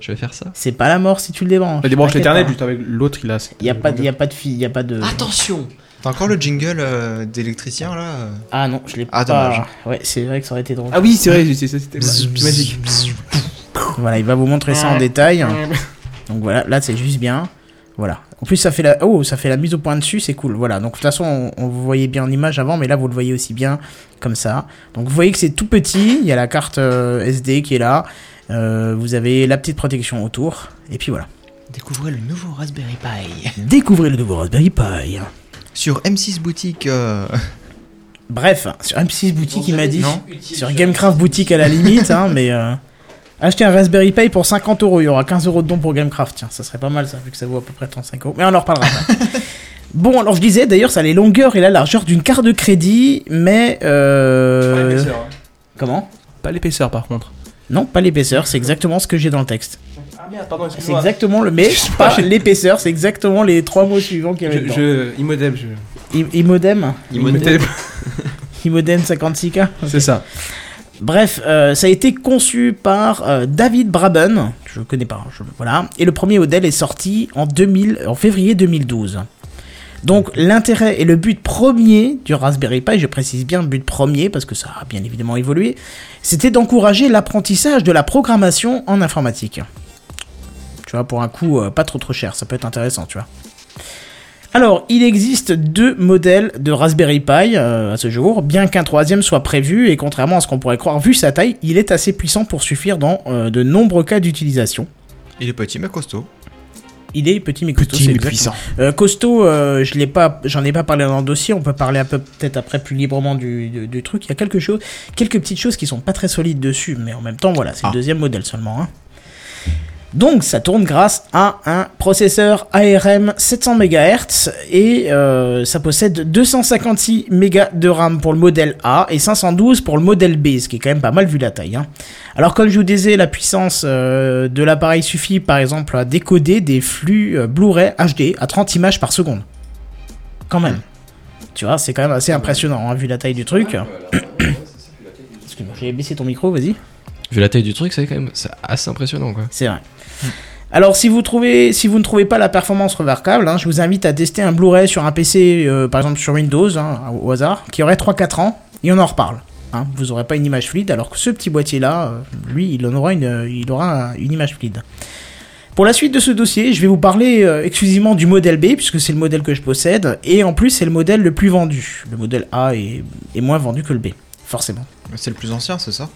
S3: Je vais faire ça.
S1: C'est pas la mort si tu le débranches.
S2: Il débranche
S1: t'inquiète
S2: l'éternel
S1: pas.
S2: juste avec l'autre, il a. cette-
S1: Y a pas, de- y a pas de fille, y a pas de.
S3: Attention.
S5: T'as encore le jingle euh, d'électricien, là euh
S1: Ah non, je l'ai pas.
S5: Ah, dommage.
S1: Ouais, c'est vrai que ça aurait été drôle.
S2: Ah oui, c'est vrai, c'est- c'est- c'était c'était magique.
S1: Voilà, il va vous montrer ça en détail. Donc voilà, là c'est juste bien. Voilà. En plus, ça fait la, oh, ça fait la mise au point dessus, c'est cool. Voilà. Donc de toute façon, on, on vous voyait bien en image avant, mais là vous le voyez aussi bien comme ça. Donc vous voyez que c'est tout petit. Il y a la carte euh, SD qui est là. Euh, vous avez la petite protection autour. Et puis voilà.
S5: Découvrez le nouveau Raspberry Pi.
S1: Découvrez le nouveau Raspberry Pi.
S5: Sur M6 Boutique... euh,
S1: Bref, sur M6 Boutique, il m'a dit.
S5: Non.
S1: Sur Gamecraft Boutique à la limite, hein, mais. euh, Acheter un Raspberry Pi pour 50 euros, il y aura 15 euros de dons pour Gamecraft. Tiens, ça serait pas mal ça, vu que ça vaut à peu près 35 euros. Mais on en reparlera après. bon, alors je disais d'ailleurs, ça a les longueurs et la largeur d'une carte de crédit, mais.
S2: Pas
S1: Euh...
S2: l'épaisseur, hein.
S1: Comment
S2: Pas l'épaisseur par contre.
S1: Non, pas l'épaisseur, c'est exactement ce que j'ai dans le texte.
S2: Ah merde, pardon,
S1: C'est exactement le. Mais pas l'épaisseur, c'est exactement les trois mots suivants qu'il y avait
S2: Je,
S1: dedans.
S2: je immodem, je.
S1: I- Imodem
S2: Immodem.
S1: Imodem 56K
S2: C'est ça.
S1: Bref, euh, ça a été conçu par euh, David Braben, je le connais pas, hein, je- voilà, et le premier modèle est sorti en, 2000, en février 2012. Donc l'intérêt et le but premier du Raspberry Pi, je précise bien but premier parce que ça a bien évidemment évolué, c'était d'encourager l'apprentissage de la programmation en informatique. Tu vois, pour un coût euh, pas trop trop cher, ça peut être intéressant, tu vois. Alors, il existe deux modèles de Raspberry Pi euh, à ce jour, bien qu'un troisième soit prévu, et contrairement à ce qu'on pourrait croire, vu sa taille, il est assez puissant pour suffire dans euh, de nombreux cas d'utilisation.
S5: Il est petit, mais costaud.
S1: Il est petit mais costaud. c'est exactement- Euh, costaud, euh, je l'ai pas, j'en ai pas parlé dans le dossier. On peut parler un peu peut-être après plus librement du, du- du truc. Il y a quelque chose, quelques petites choses qui sont pas très solides dessus, mais en même temps, voilà, c'est
S5: Ah.
S1: le deuxième modèle seulement. hein. Donc, ça tourne grâce à un processeur ARM 700 MHz et euh, ça possède 256 mégas de RAM pour le modèle A et 512 pour le modèle B, ce qui est quand même pas mal vu la taille. hein. Alors comme je vous disais, la puissance euh, de l'appareil suffit par exemple à décoder des flux euh, Blu-ray HD à 30 images par seconde. Quand même. Tu vois, c'est quand même assez impressionnant hein, vu la taille du truc. Excuse-moi, j'ai baissé ton micro, vas-y.
S3: Vu la taille du truc c'est quand même c'est assez impressionnant quoi.
S1: C'est vrai. Alors si vous, trouvez, si vous ne trouvez pas la performance remarquable, hein, je vous invite à tester un Blu-ray sur un PC, euh, par exemple sur Windows, hein, au hasard, qui aurait 3-4 ans, et on en reparle. hein. vous n'aurez pas une image fluide, alors que ce petit boîtier-là, euh, lui, il, en aura une, euh, il aura un- une image fluide. Pour la suite de ce dossier, je vais vous parler euh, exclusivement du modèle B, puisque c'est le modèle que je possède, et en plus c'est le modèle le plus vendu. Le modèle A est- est moins vendu que le B, forcément.
S5: C'est le plus ancien, c'est ça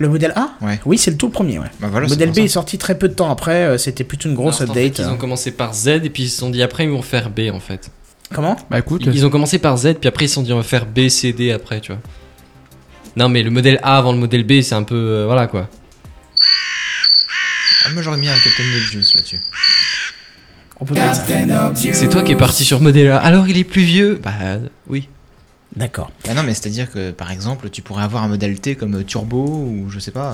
S1: Le modèle A
S5: Ouais.
S1: Oui, c'est le tout le premier, ouais.
S5: Bah voilà,
S1: Le
S5: c'est
S1: modèle
S5: pour
S1: B
S5: ça.
S1: est sorti très peu de temps après, euh, c'était plutôt une grosse
S3: Alors, en fait,
S1: update. hein.
S3: ils ont commencé par Z et puis ils se sont dit après ils vont faire B en fait.
S1: Euh, Comment
S2: Bah écoute,
S3: Ils ils ont commencé par Z, puis après ils se sont dit on va faire B, C, D après, tu vois. Non, mais le modèle A avant le modèle B, c'est un peu. euh, voilà quoi.
S5: Ah, moi, j'aurais mis un Captain Obvious là-dessus.
S1: On peut mettre ça.
S3: C'est toi qui es parti sur modèle A. Alors il est plus vieux Bah euh, oui.
S1: D'accord.
S5: Bah non, mais c'est-à-dire que par exemple, tu pourrais avoir un modèle T comme euh, Turbo ou je sais pas.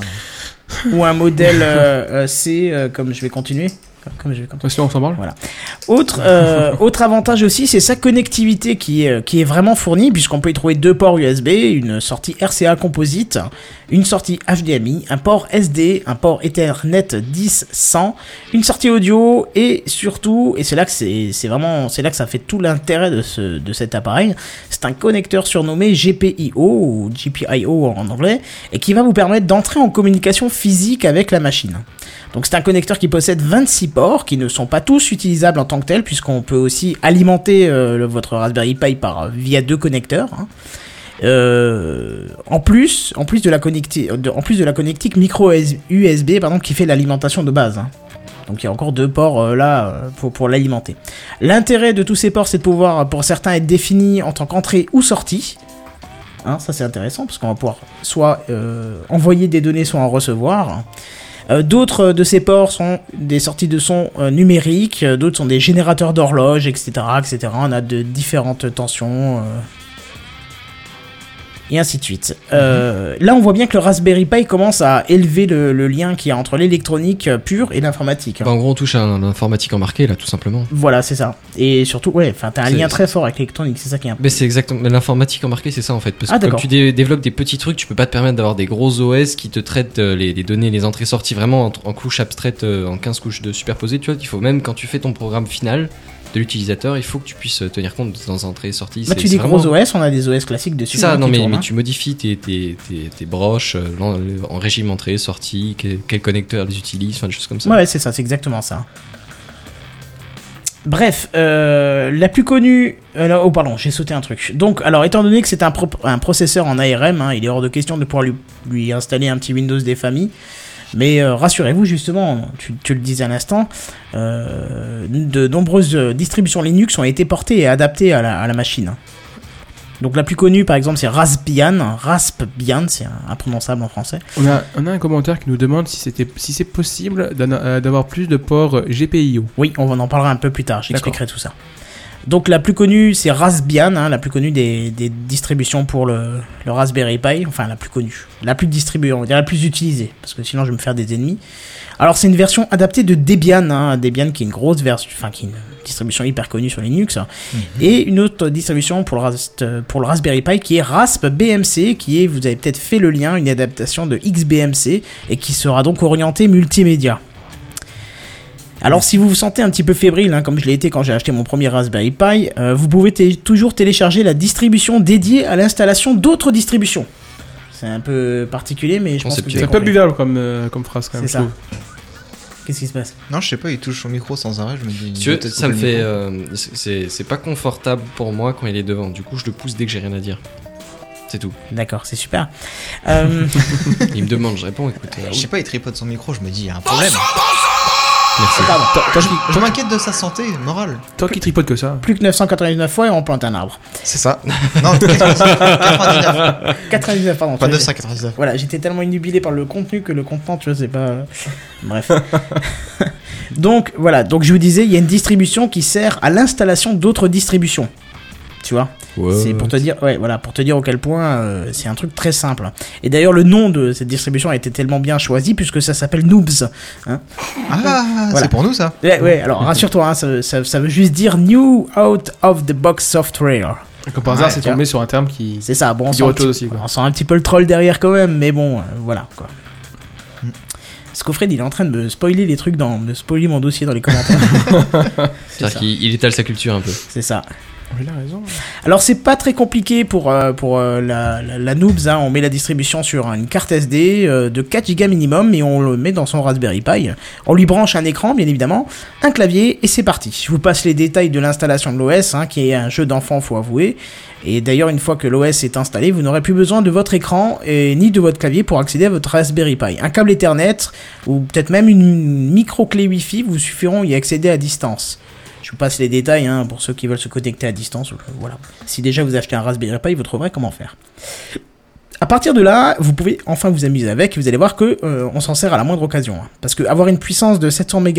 S1: Ou un modèle euh, euh, C, euh, comme je vais continuer. Comme, comme je vais continuer.
S2: Attention, on s'en parle.
S1: Autre, euh, autre avantage aussi, c'est sa connectivité qui est, euh, qui est vraiment fournie, puisqu'on peut y trouver deux ports USB, une sortie RCA composite, une sortie HDMI, un port SD, un port Ethernet 10-100, une sortie audio, et surtout, et c'est là que c'est c'est vraiment, c'est là que ça fait tout l'intérêt de, ce, de cet appareil, c'est un connecteur surnommé GPIO, ou GPIO en anglais, et qui va vous permettre d'entrer en communication physique avec la machine. Donc c'est un connecteur qui possède 26 ports qui ne sont pas tous utilisables en tant que tels puisqu'on peut aussi alimenter euh, le- votre Raspberry Pi par euh, via deux connecteurs. hein. Euh, en plus, en plus de la connectique, en plus de la connectique micro USB pardon, qui fait l'alimentation de base. hein. Donc il y a encore deux ports euh, là euh, pour, pour l'alimenter. L'intérêt de tous ces ports, c'est de pouvoir, pour certains, être défini en tant qu'entrée ou sortie. Hein, ça c'est intéressant parce qu'on va pouvoir soit euh, envoyer des données, soit en recevoir. Euh, D'autres euh, de ces ports sont des sorties de son euh, numériques, euh, d'autres sont des générateurs d'horloges, etc., etc. On a de différentes tensions. euh, Et ainsi de suite. Euh, Là, on voit bien que le Raspberry Pi commence à élever le, le lien qu'il y a entre l'électronique euh, pure et l'informatique.
S3: Bah, en gros, on touche à un- l'informatique embarquée, là, tout simplement.
S1: Voilà, c'est ça. Et surtout, ouais, enfin, t'as un
S3: C'est-
S1: lien très fort avec l'électronique, c'est ça qui est important.
S3: Mais c'est exactement. mais L'informatique embarquée, c'est ça en fait. Parce
S1: Ah,
S3: que quand
S1: d'accord.
S3: tu dé- développes des petits trucs, tu peux pas te permettre d'avoir des gros OS qui te traitent euh, les, les données, les entrées-sorties vraiment en, en couches abstraites, euh, en 15 couches de superposées. Tu vois, il faut même quand tu fais ton programme final de l'utilisateur, il faut que tu puisses euh, tenir compte de tes entrées-sorties.
S1: Bah,
S3: C'est-
S1: tu dis
S3: c'est
S1: gros
S3: vraiment-
S1: OS, on a des OS classiques dessus.
S3: C'est ça,
S1: qui
S3: non, mais,
S1: tournent,
S3: mais
S1: hein.
S3: tu modifies tes, tes, tes, tes broches euh, l'en- en régime entrée, sortie, que- quel connecteur les utilise, enfin des choses comme ça.
S1: Ouais, c'est ça, c'est exactement ça. Bref, euh, la plus connue. euh, non, oh, pardon, j'ai sauté un truc. Donc, alors, étant donné que c'est un, pro- un processeur en ARM, hein, il est hors de question de pouvoir lui, lui installer un petit Windows des familles. Mais euh, rassurez-vous, justement, tu, tu le disais à l'instant, euh, de nombreuses euh, distributions Linux ont été portées et adaptées à la, à la machine. Donc, la plus connue, par exemple, c'est Raspbian. Raspbian, c'est imprononçable en français.
S2: On a, on a un commentaire qui nous demande si c'était si c'est possible d'en- euh, d'avoir plus de ports euh, GPIO.
S1: Oui, on en parlera un peu plus tard,
S2: D'accord.
S1: j'expliquerai tout ça. Donc la plus connue, c'est Raspbian, hein, la plus connue des, des distributions pour le, le Raspberry Pi, enfin la plus connue, la plus distribuée, on va dire la plus utilisée, parce que sinon je vais me faire des ennemis. Alors c'est une version adaptée de Debian, hein, Debian qui est une grosse version, enfin qui est une distribution hyper connue sur Linux, et une autre distribution pour le, Rast- pour le Raspberry Pi qui est Rasp BMC, qui est, vous avez peut-être fait le lien, une adaptation de XBMC, et qui sera donc orientée multimédia. Alors si vous vous sentez un petit peu fébrile, hein, comme je l'ai été quand j'ai acheté mon premier Raspberry Pi, euh, vous pouvez té- toujours télécharger la distribution dédiée à l'installation d'autres distributions. C'est un peu particulier, mais je pense que
S3: Conceptuel.
S1: vous
S2: C'est
S1: avez
S2: un peu
S1: compris.
S2: buvable comme, euh, comme phrase quand même.
S1: C'est ça.
S2: je trouve.
S1: Qu'est-ce qui se passe
S5: Non, je sais pas, il touche son micro sans arrêt. Je me dis.
S3: Si
S5: il
S3: tu
S5: va
S3: veux,
S5: peut-être
S3: ça me
S5: couper le
S3: fait.
S5: micro.
S3: euh, c'est- c'est c'est pas confortable pour moi quand il est devant. Du coup, je le pousse dès que j'ai rien à dire. C'est tout.
S1: D'accord, c'est super. Euh,
S3: Il me demande, je réponds, écoute. euh,
S5: Je sais pas, il tripote son micro. Je me dis, il y a un problème.
S3: merci.
S5: Je m'inquiète de sa santé morale.
S2: Toi qui tripote que ça. hein.
S1: plus que 999 fois et on plante un arbre.
S5: C'est ça. Non, 99.
S1: 99, pardon.
S5: Pas
S1: tu vois,
S5: 999.
S1: Voilà, j'étais tellement inhubilé par le contenu que le contenant, tu vois, c'est pas. Bref. donc, voilà, donc je vous disais, il y a une distribution qui sert à l'installation d'autres distributions. Tu vois C'est pour te dire, ouais, voilà, pour te dire auquel point euh, c'est un truc très simple. Et d'ailleurs, le nom de cette distribution a été tellement bien choisi puisque ça s'appelle Noobs.
S5: Ah,
S1: Voilà.
S5: c'est pour nous ça.
S1: Ouais, ouais, alors rassure-toi, hein, ça, ça- ça veut juste dire New Out of the Box Software.
S2: Comme par
S5: Ouais,
S2: hasard, c'est
S1: tiens.
S2: tombé sur un terme qui.
S1: C'est ça, bon, on
S2: Il y
S1: sent,
S2: aura
S1: un
S2: autre chose
S1: petit-
S2: aussi, quoi.
S1: on sent un petit peu le troll derrière quand même, mais bon, euh, voilà quoi.
S5: Mm.
S1: Scoffred, il est en train de me spoiler les trucs dans. me spoiler mon dossier dans les commentaires. c'est
S3: C'est-à-dire
S1: ça.
S3: qu'il il étale sa culture un peu.
S1: c'est ça.
S2: Oh, Il a raison. hein.
S1: Alors, c'est pas très compliqué pour, euh, pour euh, la, la, la Noobs, hein. on met la distribution sur une carte SD euh, de 4 Go minimum et on le met dans son Raspberry Pi. On lui branche un écran, bien évidemment, un clavier et c'est parti. Je vous passe les détails de l'installation de l'OS, hein, qui est un jeu d'enfant, faut avouer. Et d'ailleurs, une fois que l'OS est installé, vous n'aurez plus besoin de votre écran et ni de votre clavier pour accéder à votre Raspberry Pi. Un câble Ethernet ou peut-être même une micro-clé Wi-Fi vous suffiront à y accéder à distance. Je vous passe les détails hein, pour ceux qui veulent se connecter à distance. euh, Voilà. Si déjà vous achetez un Raspberry Pi, vous trouverez comment faire. À partir de là, vous pouvez enfin vous amuser avec et vous allez voir que euh, on s'en sert à la moindre occasion. hein. Parce que avoir une puissance de 700 euh,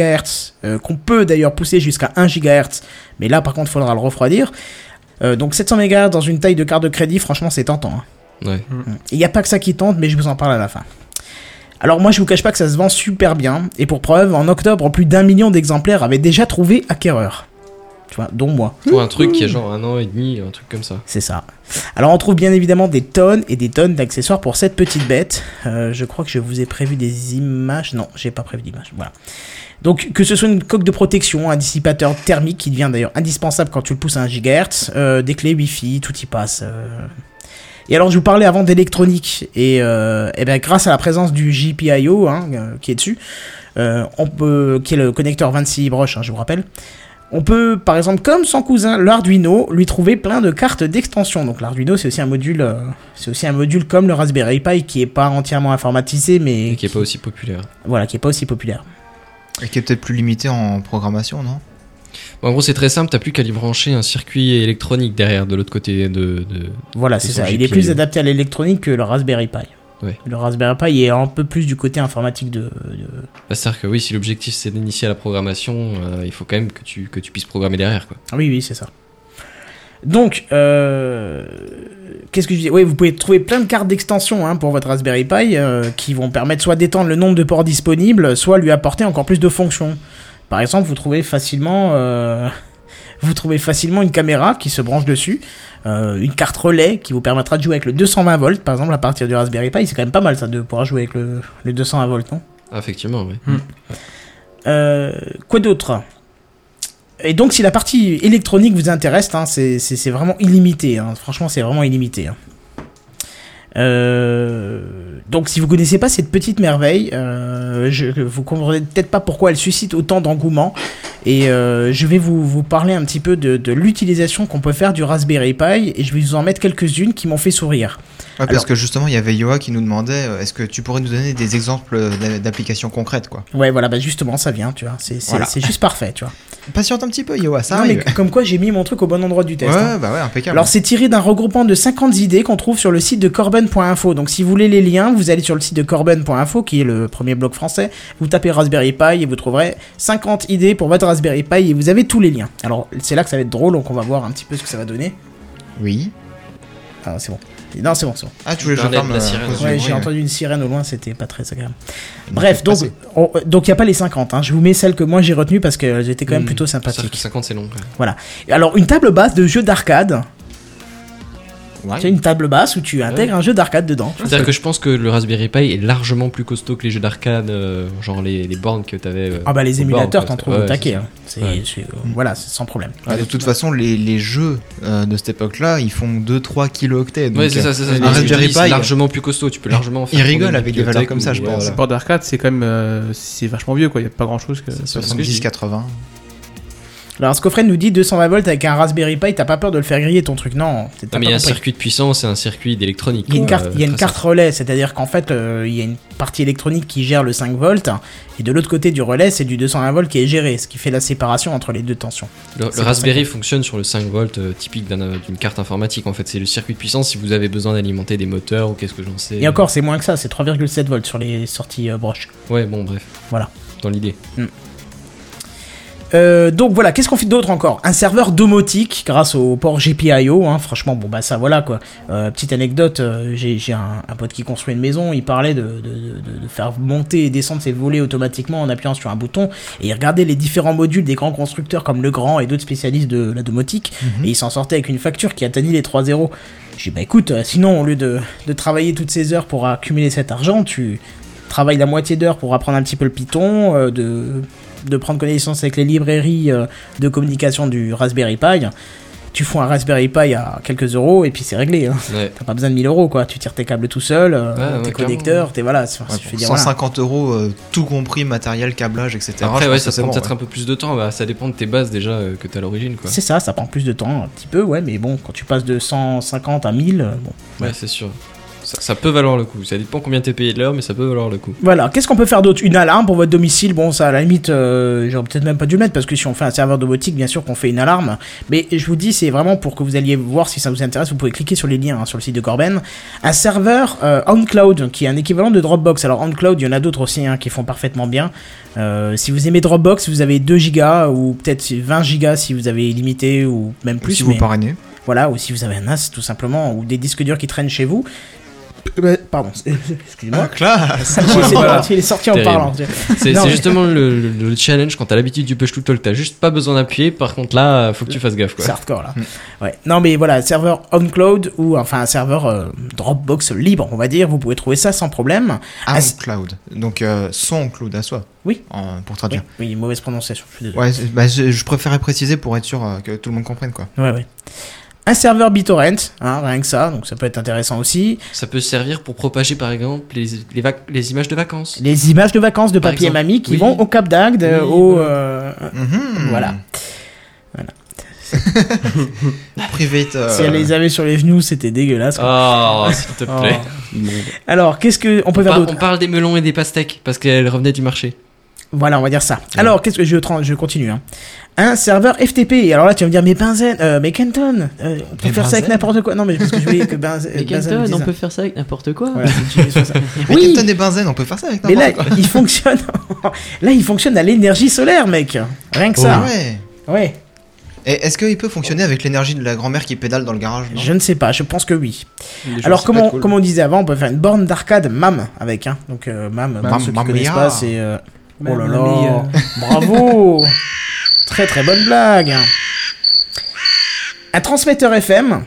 S1: MHz, qu'on peut d'ailleurs pousser jusqu'à 1 GHz, mais là par contre il faudra le refroidir, Euh, donc 700 mégas dans une taille de carte de crédit, franchement, c'est tentant. hein.
S3: Ouais.
S1: Il n'y a pas que ça qui tente, mais je vous en parle à la fin. Alors moi je vous cache pas que ça se vend super bien, et pour preuve, en octobre, plus d'un million d'exemplaires avaient déjà trouvé acquéreur. Tu vois, dont moi,
S3: Pour un truc qui a genre un an et demi, un truc comme ça.
S1: c'est ça. Alors on trouve bien évidemment des tonnes et des tonnes d'accessoires pour cette petite bête. Euh, je crois que je vous ai prévu des images. Non, j'ai pas prévu d'images, voilà. Donc que ce soit une coque de protection, un dissipateur thermique qui devient d'ailleurs indispensable quand tu le pousses à 1 GHz, euh, des clés Wi-Fi, tout y passe. euh, et alors je vous parlais avant d'électronique et, euh, eh ben, grâce à la présence du GPIO hein, euh, qui est dessus, euh, on peut, qui est le connecteur 26 broches, hein, je vous rappelle, on peut par exemple comme son cousin l'Arduino lui trouver plein de cartes d'extension. Donc l'Arduino c'est aussi un module, euh, c'est aussi un module comme le Raspberry Pi qui est pas entièrement informatisé mais
S3: Et qui est pas aussi populaire.
S1: voilà qui est pas aussi populaire.
S5: Et qui est peut-être plus limité en programmation, non
S3: Bon, en gros, c'est très simple, t'as plus qu'à lui brancher un circuit électronique derrière, de l'autre côté de. de...
S1: Voilà
S3: C'est
S1: c'est
S3: son
S1: ça. Il
S3: GPIO.
S1: est plus adapté à l'électronique que le Raspberry Pi.
S3: Ouais.
S1: Le Raspberry Pi est un peu plus du côté informatique de- de,
S3: Bah, C'est-à-dire que oui, si l'objectif c'est d'initier à la programmation, euh, il faut quand même que tu, que tu puisses programmer derrière, quoi.
S1: Ah Oui, oui, c'est ça. Donc, euh, qu'est-ce que je dis Oui, vous pouvez trouver plein de cartes d'extension hein, pour votre Raspberry Pi euh, qui vont permettre soit d'étendre le nombre de ports disponibles, soit lui apporter encore plus de fonctions. Par exemple, vous trouvez facilement, euh, vous trouvez facilement une caméra qui se branche dessus, euh, une carte relais qui vous permettra de jouer avec le 220 volts, par exemple, à partir du Raspberry Pi. C'est quand même pas mal ça de pouvoir jouer avec le, le 220 volts, non
S3: Ah, effectivement, ouais.
S1: euh, quoi d'autre Et donc, si la partie électronique vous intéresse, hein, c'est- c'est c'est vraiment illimité. hein. Franchement, c'est vraiment illimité. hein. Euh, donc, si vous connaissez pas cette petite merveille, euh, je, vous comprenez peut-être pas pourquoi elle suscite autant d'engouement. Et euh, je vais vous, vous parler un petit peu de, de l'utilisation qu'on peut faire du Raspberry Pi. Et je vais vous en mettre quelques-unes qui m'ont fait sourire.
S5: Ouais,
S1: Alors-
S5: Ah, Parce que justement, il y avait Yoa qui nous demandait euh, est-ce que tu pourrais nous donner des exemples d'a- d'applications concrètes quoi
S1: Ouais, voilà, bah justement, ça vient, tu vois. C'est c'est-
S5: Voilà.
S1: c'est juste parfait, tu vois.
S5: Patiente un petit peu, Yoa, ça
S1: Non, mais
S5: arrive.
S1: comme quoi, j'ai mis mon truc au bon endroit du test. hein.
S5: Ouais, bah ouais, impeccable.
S1: Alors c'est tiré d'un regroupement de 50 idées qu'on trouve sur le site de corben.info. Donc si vous voulez les liens, vous allez sur le site de corben.info qui est le premier blog français, vous tapez Raspberry Pi et vous trouverez 50 idées pour votre Raspberry Pi et vous avez tous les liens. Alors c'est là que ça va être drôle, donc on va voir un petit peu ce que ça va donner.
S5: Oui.
S1: Ah c'est bon. Non c'est bon, c'est bon.
S5: Ah, tu voulais que je
S3: Parlait de
S5: ferme
S3: la
S5: euh, à
S3: sirène.
S5: cause du
S1: Ouais,
S5: bruit,
S1: j'ai
S5: ouais.
S1: entendu une sirène au loin, c'était pas très agréable.
S5: Il nous
S1: Bref,
S5: fait
S1: donc
S5: passer.
S1: on- euh, donc il n'y a pas les 50, hein. je vous mets celles que moi j'ai retenues parce qu'elles étaient quand même
S3: Hmm,
S1: plutôt
S3: C'est-à-dire que
S1: sympathiques.
S3: 50 c'est long. quoi.
S1: Ah, Alors une table basse de jeux d'arcade,
S5: Ouais.
S1: tu as une table basse où tu
S5: Ah
S1: intègres un jeu d'arcade dedans.
S3: C'est-à-dire que je pense que le Raspberry Pi est largement plus costaud que les jeux d'arcade, euh, genre les, les bornes que t'avais. euh,
S1: Ah bah les
S3: aux
S1: émulateurs
S3: bornes,
S1: t'en
S3: quoi.
S1: trouves
S3: Ouais,
S1: au taquet.
S3: c'est ça.
S1: hein. C'est,
S3: Ouais.
S1: c'est- euh, voilà, c'est sans problème.
S5: Ah, de toute façon, les, les jeux euh, de cette époque-là, ils font 2-3 kilooctets. donc,
S3: Ouais, c'est ça, c'est ça.
S5: euh,
S3: c'est
S5: Un
S3: ce que je
S5: Raspberry
S3: dis, c'est
S5: Pi,
S3: largement plus costaud, tu peux largement faire.
S5: il
S3: tourner une
S5: rigole avec des valeurs
S3: bibliothèque
S5: comme ça,
S3: ou- euh,
S5: je
S3: ouais,
S5: pense.
S3: voilà.
S2: Port d'arcade, c'est quand même. euh, c'est vachement vieux, quoi. Il n'y a pas grand chose que.
S3: C'est ça.
S1: Ah,
S5: 70-80.
S1: Alors Scofred nous dit 220 volts avec un Raspberry Pi, t'as pas peur de le faire griller ton truc Non, t'as
S3: Non, mais il
S1: pas
S3: y a un
S1: compris.
S3: circuit de puissance et un circuit d'électronique.
S1: Il y a une
S3: quoi,
S1: carte, il y a
S3: euh,
S1: une
S3: très
S1: carte relais, c'est-à-dire qu'en fait euh, il y a une partie électronique qui gère le 5 volts et de l'autre côté du relais c'est du 220 volts qui est géré, ce qui fait la séparation entre les deux tensions.
S3: Le, le
S1: C'est pour
S3: Raspberry fonctionne sur le 5 volts euh, typique d'un- d'une carte informatique en fait. C'est le circuit de puissance si vous avez besoin d'alimenter des moteurs ou qu'est-ce que j'en sais.
S1: Et encore c'est moins que ça, c'est 3,7 volts sur les sorties euh, broches.
S3: Ouais, bon, bref.
S1: Voilà.
S3: Dans l'idée.
S1: Euh, donc voilà, qu'est-ce qu'on fait d'autre encore Un serveur domotique grâce au port GPIO. Hein, franchement, bon bah ça voilà quoi. Euh, petite anecdote, euh, j'ai j'ai un, un pote qui construit une maison, il parlait de, de- de- de- de faire monter et descendre ses volets automatiquement en appuyant sur un bouton. Et il regardait les différents modules des grands constructeurs comme Legrand et d'autres spécialistes de la domotique. Et il s'en sortait avec une facture qui atteignait les 3 zéros. J'ai dit bah écoute, euh, sinon au lieu de, de travailler toutes ces heures pour accumuler cet argent, tu travailles la moitié d'heure pour apprendre un petit peu le Python, euh, de de prendre connaissance avec les librairies euh, de communication du Raspberry Pi. Tu fous un Raspberry Pi à quelques euros et puis c'est réglé. hein.
S3: Ouais.
S1: T'as pas besoin de 1000 euros quoi. Tu tires tes câbles tout seul, euh,
S3: Ouais, ouais,
S1: tes
S3: clairement.
S1: connecteurs, tes voilà. c'est-
S5: Ouais,
S1: je
S5: pour
S1: veux dire, voilà.
S5: 150 euros, euh, tout compris, matériel, câblage, etc.
S3: Après,
S5: je
S3: ouais,
S5: pense
S3: ça
S5: que c'est
S3: prend
S5: bon,
S3: peut-être
S5: ouais.
S3: un peu plus de temps. Bah, ça dépend de tes bases déjà euh, que t'as à l'origine quoi.
S1: C'est ça, ça prend plus de temps un petit peu, ouais, mais bon, quand tu passes de 150 à 1000, euh, bon.
S3: Ouais, c'est sûr. Ça Ça, ça peut valoir le coup. Ça dépend combien t'es payé de l'heure, mais ça peut valoir le coup.
S1: Voilà, qu'est-ce qu'on peut faire d'autre Une alarme pour votre domicile, bon ça à la limite, euh, j'aurais peut-être même pas dû le mettre parce que si on fait un serveur domotique, bien sûr qu'on fait une alarme. Mais je vous dis, c'est vraiment pour que vous alliez voir si ça vous intéresse, vous pouvez cliquer sur les liens hein, sur le site de Corben. Un serveur euh, OnCloud, qui est un équivalent de Dropbox. Alors OnCloud, il y en a d'autres aussi hein, qui font parfaitement bien. Euh, si vous aimez Dropbox, vous avez 2 gigas ou peut-être 20 gigas si vous avez limité ou même plus.
S5: si vous
S1: mais-
S5: parrainez.
S1: voilà, ou si vous avez un NAS tout simplement, ou des disques durs qui traînent chez vous. Eh ben, Pardon, excusez-moi.
S5: classe
S1: C'est parti, il est sorti en
S3: Terrible.
S1: parlant.
S3: C'est
S1: Non,
S3: c'est
S1: mais-
S3: justement le, le- le challenge quand t'as l'habitude du push to talk. T'as juste pas besoin d'appuyer. Par contre, là, faut que tu fasses gaffe. Quoi. Hmm.
S1: C'est hardcore là. Ouais. Non mais voilà, serveur OnCloud ou enfin un serveur euh, Dropbox libre, on va dire, vous pouvez trouver ça sans problème. Ah,
S5: Ah,
S1: c'est-
S5: cloud. Donc euh, son cloud à soi.
S1: Oui.
S5: En- pour
S1: Oui,
S5: traduire.
S1: oui, mauvaise prononciation, je suis désolé.
S5: Ouais, c'est- bah, je, je préférais préciser pour être sûr euh, que tout le monde comprenne quoi.
S1: Ouais, ouais. Un serveur BitTorrent, hein, rien que ça, donc ça peut être intéressant aussi.
S3: Ça peut servir pour propager, par exemple, les, les, vac- les images de vacances.
S1: Les images de vacances de
S3: Par
S1: papier et
S3: exemple.
S1: mamie qui
S3: Oui.
S1: vont au Cap d'Agde, euh,
S3: Oui,
S1: au...
S3: voilà.
S1: euh,
S5: Mhm.
S1: Voilà.
S5: Private. euh,
S1: Si elle les avait sur les genoux, c'était dégueulasse. quoi.
S3: Oh, s'il te plaît.
S1: Alors, qu'est-ce que on peut
S3: Par-
S1: faire d'autre
S3: on parle des melons et des pastèques parce qu'elles revenaient du marché.
S1: Voilà, on va dire ça. Alors, qu'est-ce que je, tran- je continue. hein. Un serveur FTP. Et Alors là, tu vas me dire, mais Benzen, euh, mais Kenton, euh, on peut
S5: Mais
S1: faire ça avec
S5: Benzen
S1: n'importe quoi. Non, mais parce que je voulais que Benzen.
S4: Mais
S1: Benzen
S4: Kenton,
S1: dise
S4: on
S1: ça.
S4: peut faire ça avec n'importe quoi.
S1: Voilà, c'est utilisé sur ça.
S5: Mais
S1: oui,
S5: Captain et Benzen, on peut faire ça avec
S1: mais
S5: n'importe
S1: là,
S5: quoi.
S1: il fonctionne. là, il fonctionne à l'énergie solaire, mec. Rien que ça.
S5: Ah ouais.
S1: ouais.
S5: Et est-ce qu'il peut fonctionner avec l'énergie de la grand-mère qui pédale dans le garage non
S1: Je ne sais pas, je pense que oui. Alors, comme on, comme on disait avant, on peut faire une borne d'arcade MAM avec. Hein. Donc, euh, MAM, pour
S5: Mam-
S1: ceux qui
S5: Mamma
S1: connaissent
S5: mia.
S1: pas, c'est. euh, Oh là
S2: Mamma
S1: là
S2: mia.
S1: Bravo Très très bonne blague hein. Un transmetteur FM,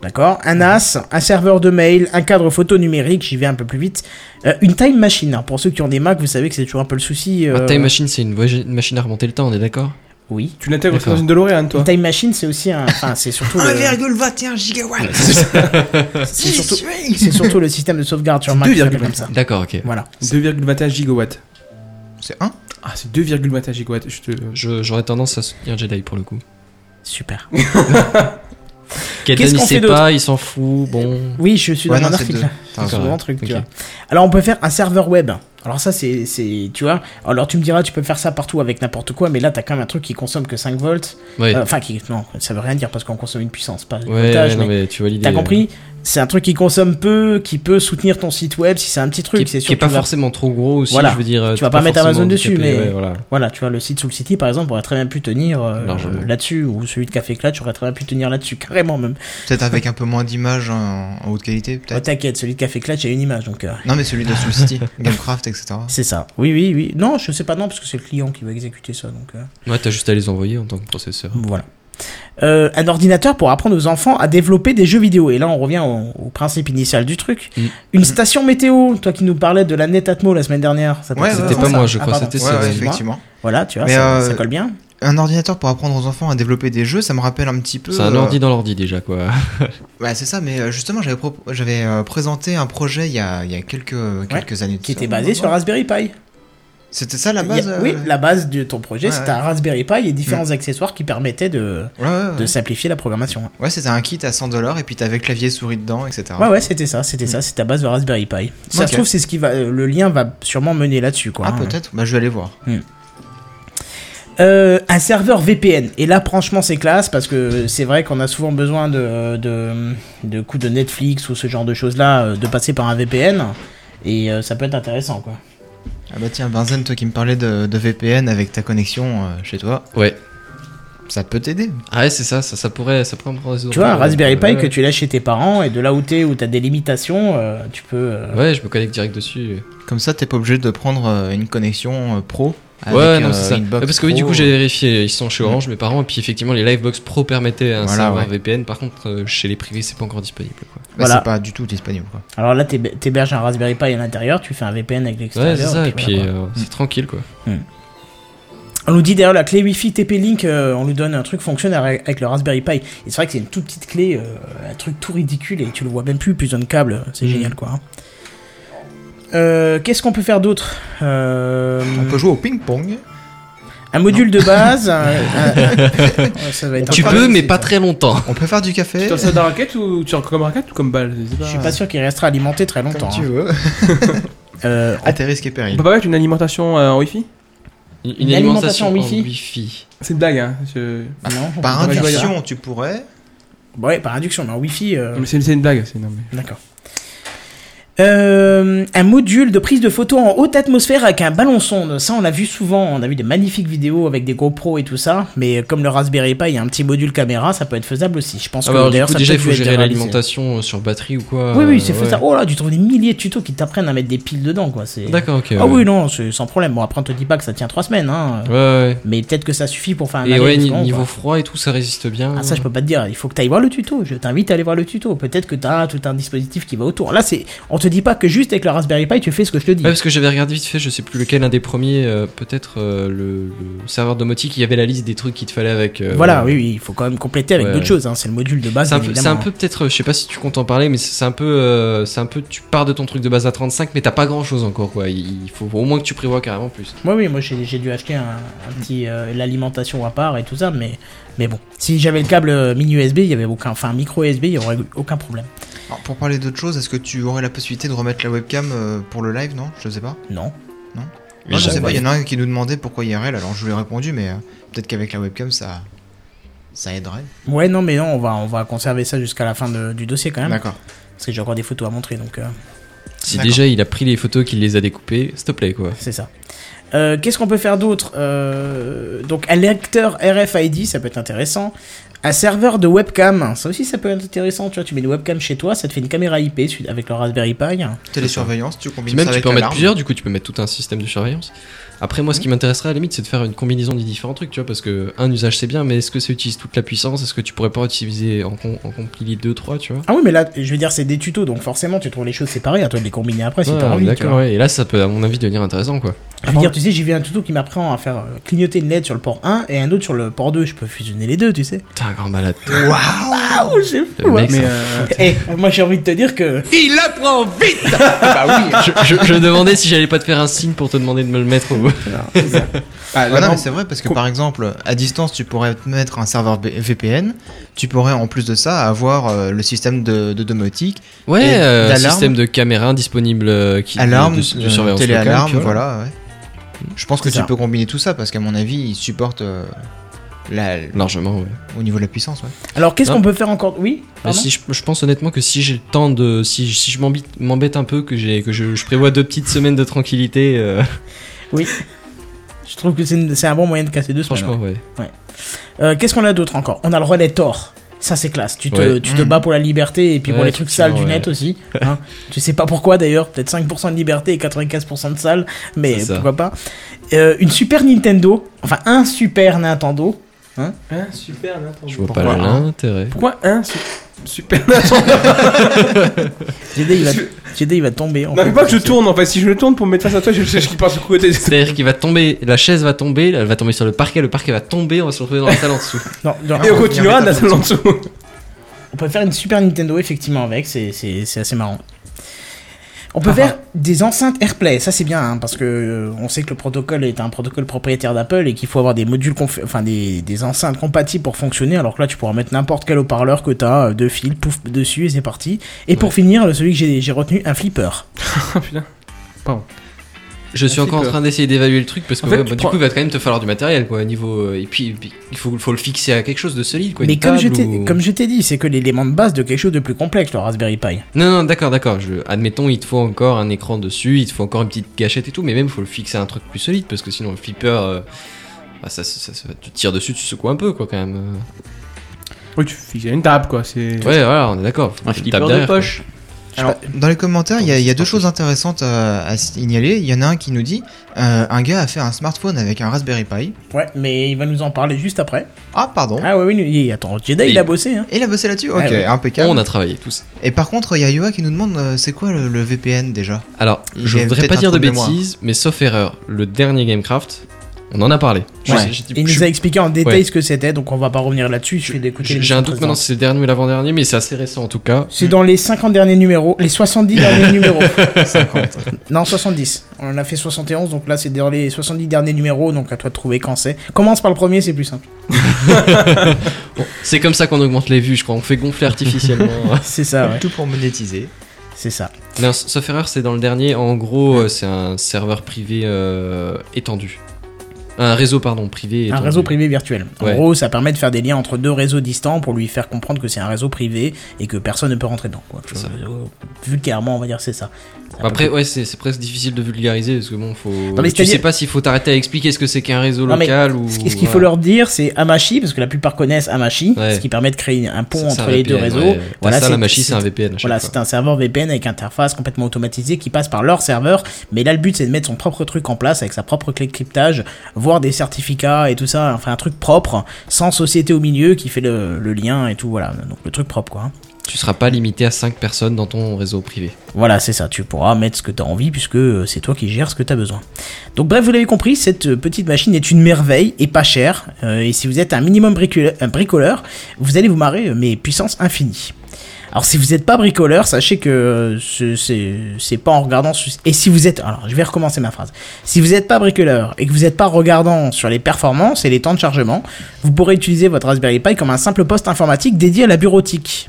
S1: d'accord Un NAS, un serveur de mail, un cadre photo numérique, j'y vais un peu plus vite. Euh, une time machine, pour ceux qui ont des Mac, vous savez que c'est toujours un peu le souci. euh,
S3: Un time machine, c'est une, voie- une machine à remonter le temps, on est d'accord
S1: Oui.
S2: Tu l'intègres
S3: D'accord.
S2: dans une DeLorean, toi
S1: Une time machine, c'est aussi un. Enfin, c'est surtout. le-
S5: 1,21 gigawatts
S1: c'est surtout, c'est surtout le système de sauvegarde sur Mac qui s'appelle
S2: 2,1.
S1: comme ça.
S3: D'accord, ok.
S1: Voilà.
S2: 2,21 gigawatts.
S5: C'est 1
S2: Ah, c'est 2,21 gigawatts. Je te...
S3: Je- J'aurais tendance à soutenir Jedi pour le coup.
S1: Super.
S3: Ketan,
S1: Qu'est-ce
S3: il
S1: qu'on fait
S3: sait
S1: d'autre Euh,
S3: pas, il s'en fout, bon.
S1: Oui, je suis
S5: Ouais,
S1: dans
S5: non,
S1: un
S5: c'est
S1: article.
S5: deux.
S1: là.
S5: T'as raison.
S1: C'est souvent un truc,
S3: ok.
S1: tu vois. Alors on peut faire un serveur web. Alors ça c'est c'est- tu vois. Alors tu me diras tu peux faire ça partout avec n'importe quoi, mais là t'as quand même un truc qui consomme que 5 volts.
S3: Ouais,
S1: Euh, Enfin qui non, ça veut rien dire parce qu'on consomme une puissance, pas le
S3: ouais,
S1: voltage,
S3: ouais, non,
S1: mais
S3: mais tu vois l'idée.
S1: t'as
S3: euh,
S1: compris. C'est un truc qui consomme peu, qui peut soutenir ton site web si c'est un petit
S3: Qui,
S1: truc.
S3: qui
S1: C'est
S3: est,
S1: sûr que
S3: pas
S1: tu vas-
S3: forcément trop gros aussi,
S1: Voilà.
S3: je veux dire. euh,
S1: Tu
S3: t'es
S1: vas pas mettre
S3: forcément
S1: Amazon dessus,
S3: handicapé,
S1: mais-
S3: ouais, voilà.
S1: Voilà, tu vois le site Soul City par exemple aurait très bien pu tenir euh,
S3: Largement.
S1: là-dessus, ou celui de Café Clutch aurait très bien pu tenir là-dessus carrément même.
S5: Peut-être avec un peu moins d'images en, en haute qualité,
S1: Ouais,
S5: peut-être.
S1: T'inquiète, celui de Café Clutch a une image donc. euh,
S5: Non, mais celui de Soul City, Gamecraft, etc.
S1: C'est ça. Oui, oui, oui. Non, je sais pas non parce que c'est le client qui va exécuter ça donc. euh,
S3: Ouais, t'as juste à les envoyer en tant que processeur.
S1: Voilà. Euh, un ordinateur pour apprendre aux enfants à développer des jeux vidéo. Et là, on revient au, au principe initial du truc.
S3: Mm.
S1: Une station météo, toi qui nous parlais de la Netatmo la semaine dernière. ça
S5: Ouais,
S1: t'intéresse,
S5: c'était
S1: ça
S5: pas
S3: moi, je crois,
S1: Ah, pardon.
S3: c'était
S5: Ouais,
S3: ça,
S5: ouais,
S1: excuse-moi.
S5: effectivement.
S1: Voilà, tu vois,
S5: Mais,
S1: ça,
S5: euh,
S1: ça colle bien.
S5: Un ordinateur pour apprendre aux enfants à développer des jeux, ça me rappelle un petit peu.
S3: C'est un
S5: euh,
S3: ordi dans l'ordi déjà, quoi.
S5: Ouais, c'est ça, mais euh, justement, j'avais pro- j'avais euh, présenté un projet il y a, il y a quelques, quelques années. de
S1: Qui
S5: ça.
S1: était basé sur Raspberry Pi.
S5: C'était ça la
S1: Il y a-
S5: base euh,
S1: oui, la base de ton projet,
S5: Ouais,
S1: c'était
S5: ouais.
S1: un Raspberry Pi et différents
S5: Mm.
S1: accessoires qui permettaient de,
S5: Ouais, ouais,
S1: de
S5: ouais.
S1: simplifier la programmation.
S5: Ouais, c'était un kit à 100 dollars et puis t'avais clavier souris dedans, etc.
S1: Ouais, ouais, c'était ça, c'était ça, c'était à base de Raspberry Pi. Ça
S5: Mm. Ok.
S1: se trouve, c'est ce qui va, euh, le lien va sûrement mener là-dessus, quoi.
S5: Ah,
S1: hein.
S5: peut-être Bah, je vais aller voir.
S1: Euh, un serveur VPN. Et là, franchement, c'est classe parce que c'est vrai qu'on a souvent besoin de, de, de coups de Netflix ou ce genre de choses-là, euh, de passer par un VPN. Et euh, ça peut être intéressant, quoi.
S5: Ah, bah, tiens, Benzen, toi qui me parlais de, de VPN avec ta connexion euh, chez toi,
S3: Ouais.
S5: ça peut t'aider.
S3: Ah ouais, c'est ça, ça, ça pourrait, ça pourrait me résoudre.
S1: Tu vois, un
S3: Ouais,
S1: Raspberry Pi
S3: euh, ouais,
S1: que tu lâches chez tes parents et de là où t'es, où t'as des limitations, euh, tu peux. euh,
S3: Ouais, je me connecte direct dessus.
S5: Comme ça, t'es pas obligé de prendre euh, une connexion euh, pro. Avec,
S3: ouais, non,
S5: euh,
S3: c'est ça.
S5: une box
S3: Ouais, parce que oui,
S5: pro.
S3: du
S5: euh,
S3: coup, j'ai vérifié, ils sont chez Orange, mes parents, et puis effectivement, les Livebox Pro permettaient un
S5: Voilà,
S3: serveur
S5: ouais.
S3: VPN. Par contre, euh, chez les privés, c'est pas encore disponible. Quoi.
S5: Bah,
S1: Voilà.
S5: C'est pas du tout disponible, quoi.
S1: Alors là, t'hébe- t'héberges un Raspberry Pi à l'intérieur, tu fais un VPN avec l'extérieur.
S3: Ouais, c'est ça,
S1: et
S3: et
S1: puis voilà,
S3: puis
S1: quoi.
S3: euh, c'est tranquille, quoi.
S1: On nous dit d'ailleurs la clé Wi-Fi TP-Link, euh, on lui donne un truc fonctionne avec avec le Raspberry Pi. Et c'est vrai que c'est une toute petite clé, euh, un truc tout ridicule et tu le vois même plus, plus de câble, c'est
S3: Mhm.
S1: génial quoi. hein. Euh, Qu'est-ce qu'on peut faire d'autre Euh,
S5: On peut jouer au ping-pong.
S1: Un module de base. un- un- Ouais, ça va être
S3: Tu
S1: un-
S3: peux, mais pas très longtemps.
S5: On peut faire du café
S2: Tu lances ça d'un raquette ou tu lances comme raquette ou comme balle sais
S1: Je suis pas sûr qu'il restera alimenté très longtemps.
S5: Comme tu
S1: hein.
S5: veux.
S1: Euh,
S5: À tes risques et périls.
S2: On peut pas mettre une alimentation euh, en wifi
S3: Une,
S1: Une alimentation
S3: alimentation,
S1: Wi-Fi.
S3: en Wi-Fi.
S2: C'est une blague, hein. je-
S1: non, on
S5: Par
S3: bah,
S1: peut pas faire ça.
S5: induction, tu pourrais.
S1: Ouais, par induction, mais en Wi-Fi. euh,
S2: Non, mais C'est c'est une blague. c'est- non, mais-
S1: D'accord. Euh, un module de prise de photo en haute atmosphère avec un ballon sonde. Ça, on l'a vu souvent. On a vu des magnifiques vidéos avec des GoPro et tout ça. Mais euh, comme le Raspberry Pi, il y a un petit module caméra, ça peut être faisable aussi. Je pense
S3: Ah
S1: que
S3: bah, alors, du
S1: d'ailleurs,
S3: coup,
S1: ça
S3: déjà,
S1: peut
S3: il faut
S1: être
S3: gérer
S1: réalisé.
S3: l'alimentation euh, sur batterie ou quoi.
S1: Oui, oui,
S3: euh,
S1: c'est
S3: ouais.
S1: faisable. Oh là, tu trouves des milliers de tutos qui t'apprennent à mettre des piles dedans, quoi. C'est...
S3: D'accord, ok.
S1: Ah
S3: ouais.
S1: oui, non, c'est sans problème. Bon, après, on te dit pas que ça tient 3 semaines, hein.
S3: Ouais, ouais.
S1: Mais peut-être que ça suffit pour faire un
S3: Et
S1: arrêt
S3: ouais, ni-
S1: différent, quoi.
S3: niveau froid et tout, ça résiste bien.
S1: Ah, ça, je peux pas te dire. Il faut que tu ailles voir le tuto. Je t'invite à aller voir le tuto. Peut-être que tu as tout un dispositif qui va autour. Là, c'est, on te dit pas que juste avec le Raspberry Pi, tu fais ce que je te dis.
S3: Ouais, parce que j'avais regardé vite fait, je sais plus lequel, un des premiers, euh, peut-être euh, le, le serveur domotique, il y avait la liste des trucs qu'il te fallait avec. euh,
S1: voilà, oui, oui, il faut quand même compléter avec
S3: Ouais.
S1: d'autres choses. hein. C'est le module de base.
S3: C'est un, peu-
S1: évidemment.
S3: c'est un peu peut-être, euh, je sais pas si tu comptes en parler, mais c'est c'est un peu, euh, c'est un peu, tu pars de ton truc de base à 35, mais t'as pas grand chose encore, quoi. Il il faut au moins que tu prévois carrément plus.
S1: Moi, oui, moi, j'ai, j'ai dû acheter un, un petit euh, l'alimentation à part et tout ça, mais mais bon, si j'avais le câble euh, mini USB, il y avait aucun, enfin micro USB, il y aurait eu aucun problème.
S5: Alors, pour parler d'autre chose, est-ce que tu aurais la possibilité de remettre la webcam euh, pour le live Non, je sais pas.
S1: Non.
S5: Moi, je
S1: ça,
S5: sais pas,
S1: ouais.
S5: il y en a un qui nous demandait pourquoi IRL, alors je lui ai répondu, mais euh, peut-être qu'avec la webcam, ça, ça aiderait.
S1: Ouais, non, mais non, on va on va conserver ça jusqu'à la fin de- du dossier quand même,
S5: D'accord.
S1: parce que j'ai encore des photos à montrer, donc. euh,
S3: Si
S5: D'accord.
S3: déjà il a pris les photos, qu'il les a découpées, s'il te plaît, quoi.
S1: C'est ça. Euh, Qu'est-ce qu'on peut faire d'autre Euh, Donc un lecteur RFID, ça peut être intéressant. Un serveur de webcam, ça aussi ça peut être intéressant. Tu vois, tu mets une webcam chez toi, ça te fait une caméra IP su- avec le Raspberry Pi. Ah
S5: Télésurveillance, tu combines
S3: Puis même,
S5: ça
S3: tu
S5: avec
S3: peux en mettre
S5: l'alarme.
S3: plusieurs, du coup, tu peux mettre tout un système de surveillance. Après, moi, ce
S5: Mhm.
S3: qui m'intéresserait à la limite, c'est de faire une combinaison des différents trucs, tu vois, parce que un usage c'est bien, mais est-ce que ça utilise toute la puissance Est-ce que tu pourrais pas utiliser en, com- en compiler 2-3, tu vois
S1: Ah oui, mais là, je veux dire, c'est des tutos, donc forcément tu trouves les choses séparées, à toi de les combiner après Ah, si
S3: Ouais,
S1: t'as envie. tu
S3: D'accord,
S1: vois.
S3: ouais. et là, ça peut, à mon avis, devenir intéressant, quoi.
S1: Je veux dire, tu sais, j'ai vu un tuto qui m'apprend à faire euh, clignoter une LED sur le port 1 et un autre sur le port 2. Je peux fusionner les deux, tu sais.
S3: T'es un grand malade.
S1: Ah, oh, j'ai fou,
S3: Le
S1: ouais.
S3: mec,
S2: Mais
S3: ça-
S2: euh,
S1: Eh, moi j'ai envie de te dire que.
S3: je, je- je demandais si j'allais pas te faire un signe pour te demander de me le mettre au
S2: ah,
S5: Ouais, non,
S2: non,
S5: mais c'est vrai, parce que par exemple, à distance, tu pourrais te mettre un serveur B- VPN, tu pourrais en plus de ça avoir euh, le système de, de domotique,
S3: Ouais,
S5: Et
S3: euh,
S5: d'alarme.
S3: système de caméra disponible euh, qui
S5: alarme,
S3: de, de- de
S5: euh,
S3: surveillance locale,
S5: téléalarme,
S3: puis voilà.
S5: voilà. ouais. Je pense que
S1: C'est
S5: tu
S1: ça.
S5: peux combiner tout ça, parce qu'à mon avis, il supporte euh, la,
S3: Largement, ouais.
S5: au niveau de la puissance. ouais.
S1: Alors qu'est-ce
S3: Non.
S1: qu'on peut faire encore Oui
S3: Mais
S1: pardon
S3: Bah, si je, je pense honnêtement que si j'ai le temps de, si, si je m'embête- m'embête un peu, que j'ai, que je, je prévois deux petites semaines de tranquillité, euh,
S1: Je trouve que c'est une- c'est un bon moyen de casser deux semaines,
S3: franchement, ouais.
S1: Euh, qu'est-ce qu'on a d'autre encore On a le relais Thor. Ça, c'est classe. Tu te,
S3: Ouais.
S1: tu te
S5: Mmh.
S1: bats pour la liberté et puis pour
S3: Ouais,
S1: les trucs sales du
S3: effectivement,
S1: net aussi. hein. tu sais pas pourquoi d'ailleurs. Peut-être 5% de liberté et 95% de sale. Mais
S3: C'est ça.
S1: pourquoi pas. Euh, une Super Nintendo. Enfin, un Super Nintendo.
S2: un super Nintendo.
S3: Je vois
S2: Pourquoi
S3: pas
S2: un
S3: l'intérêt.
S2: Pourquoi un su- super
S1: GD, il va, GD, il va tomber. en
S2: Non, mais
S1: fait.
S2: pas que je tourne en fait. Si je le tourne pour me mettre face à toi, je sais qu'il passe au côté.
S3: C'est-à-dire qu'il va tomber, la chaise va tomber, elle va tomber sur le parquet, le parquet va tomber, on va se retrouver dans la salle en dessous.
S1: Non, non,
S2: Et Ah, on
S5: on
S2: continuera de
S5: vient
S2: la salle en dessous.
S1: on peut faire une Super Nintendo effectivement avec. C'est, c'est, c'est assez marrant. On
S3: Ah,
S1: peut faire des enceintes AirPlay, ça c'est bien, hein, parce que euh, on sait que le protocole est un protocole propriétaire d'Apple et qu'il faut avoir des modules, conf- enfin des, des enceintes compatibles pour fonctionner. Alors que là, tu pourras mettre n'importe quel haut-parleur que t'as, euh, deux fils, pouf dessus et c'est parti. Et pour finir, euh, celui que j'ai j'ai retenu, un flipper.
S2: Ah, putain.
S3: Je suis
S2: Ah,
S3: encore en
S2: flipper.
S3: train d'essayer d'évaluer le truc parce que
S2: En fait,
S3: ouais,
S2: tu
S3: bah, du
S2: prends-
S3: coup, il va quand même te falloir du matériel, quoi, au niveau, euh, et puis, et puis, il faut, faut le fixer à quelque chose de solide, quoi.
S1: Mais
S3: une
S1: comme je
S3: table
S1: t'ai,
S3: ou-
S1: comme je t'ai dit, c'est que l'élément de base de quelque chose de plus complexe, le Raspberry Pi.
S3: Non, non, d'accord, d'accord. Je... Admettons, il te faut encore un écran dessus, il te faut encore une petite gâchette et tout, mais même faut le fixer à un truc plus solide parce que sinon le flipper, euh, bah, ça, ça, ça- tu tires dessus, tu secoues un peu quoi quand même. euh.
S2: Oui, tu fixes une table quoi. C'est.
S3: Ouais, voilà, on est d'accord.
S4: Un
S3: Tape
S4: flipper de
S3: derrière, quoi.
S4: poche.
S5: Alors, Euh, dans les commentaires, il y a, il y a deux choses intéressantes euh, à signaler. Il y en a un qui nous dit euh, un gars a fait un smartphone avec un Raspberry Pi.
S1: Ouais, mais il va nous en parler juste après.
S5: Ah, pardon.
S1: Ah ouais, oui, il- attends, JD il a bossé, hein.
S5: Et il a bossé là-dessus Ok,
S1: Ah ouais.
S5: impeccable.
S3: On a travaillé tous.
S5: Et par contre, il y a Yoa qui nous demande euh, c'est quoi le, le VPN déjà
S3: Alors,
S5: Il
S3: je
S5: y a
S3: voudrais
S5: peut-être
S3: pas
S5: un
S3: dire de
S5: trou de mémoire.
S3: bêtises, mais sauf erreur, le dernier Gamecraft, On en a parlé. Je
S5: Ouais.
S3: sais- j'ai-
S1: Il
S3: je-
S1: nous a expliqué en détail
S3: Ouais.
S1: ce que c'était, donc on va pas revenir là-dessus. Je suis d'écouter.
S3: J'ai un doute
S1: l'émission
S3: maintenant si c'est le dernier ou l'avant-dernier, mais c'est assez récent en tout cas.
S1: C'est dans les 50 derniers numéros, les 70 derniers numéros. Non, 70. On en a fait 71, donc là c'est dans les 70 derniers numéros, donc à toi de trouver quand c'est. Commence par le premier, c'est plus simple.
S3: C'est comme ça qu'on augmente les vues, je crois. On fait gonfler artificiellement.
S1: C'est ça, Ah ouais.
S5: Tout pour monétiser.
S1: C'est ça.
S3: non, sauf erreur, c'est dans le dernier. En gros, euh, c'est un serveur privé euh, étendu. Un réseau, pardon, privé
S1: Un
S3: étendu.
S1: réseau privé virtuel. En
S3: Ouais.
S1: gros, ça permet de faire des liens entre deux réseaux distants pour lui faire comprendre que c'est un réseau privé et que personne ne peut rentrer dedans. Quoi.
S3: C'est ça.
S1: Euh, Vulgairement, on va dire c'est ça.
S3: Après, ouais, c'est c'est presque difficile de vulgariser parce que bon, faut.
S1: mais
S3: tu sais
S1: c'est-à-dire-
S3: pas s'il faut t'arrêter à expliquer ce que c'est qu'un réseau
S1: Non, mais
S3: local ou.
S1: Ce qui- ce qu'il faut
S3: voilà.
S1: leur dire, c'est Amashi, parce que la plupart connaissent Amashi,
S3: Ouais.
S1: ce qui permet de créer un pont
S3: C'est- c'est
S1: entre
S3: un
S1: les deux
S3: VPN,
S1: réseaux.
S3: ouais. T'as ça, la machine,
S1: c'est-
S3: c'est un VPN. à chaque
S1: Voilà,
S3: fois.
S1: c'est un serveur VPN avec interface complètement automatisée qui passe par leur serveur. Mais là, le but, c'est de mettre son propre truc en place avec sa propre clé de cryptage, voir des certificats et tout ça. Enfin, un truc propre, sans société au milieu qui fait le, le lien et tout. Voilà, donc le truc propre, quoi.
S3: Tu seras pas limité à 5 personnes dans ton réseau privé.
S1: Voilà, c'est ça. Tu pourras mettre ce que tu as envie puisque euh, c'est toi qui gères ce que tu as besoin. Donc, bref, vous l'avez compris, cette euh, petite machine est une merveille et pas chère. Euh, et si vous êtes un minimum bricole- un bricoleur, vous allez vous marrer, euh, mais puissance infinie. Alors, si vous n'êtes pas bricoleur, sachez que euh, ce- c'est c'est pas en regardant. ce- Et si vous êtes. Alors, je vais recommencer ma phrase. Si vous n'êtes pas bricoleur et que vous n'êtes pas regardant sur les performances et les temps de chargement, vous pourrez utiliser votre Raspberry Pi comme un simple poste informatique dédié à la bureautique.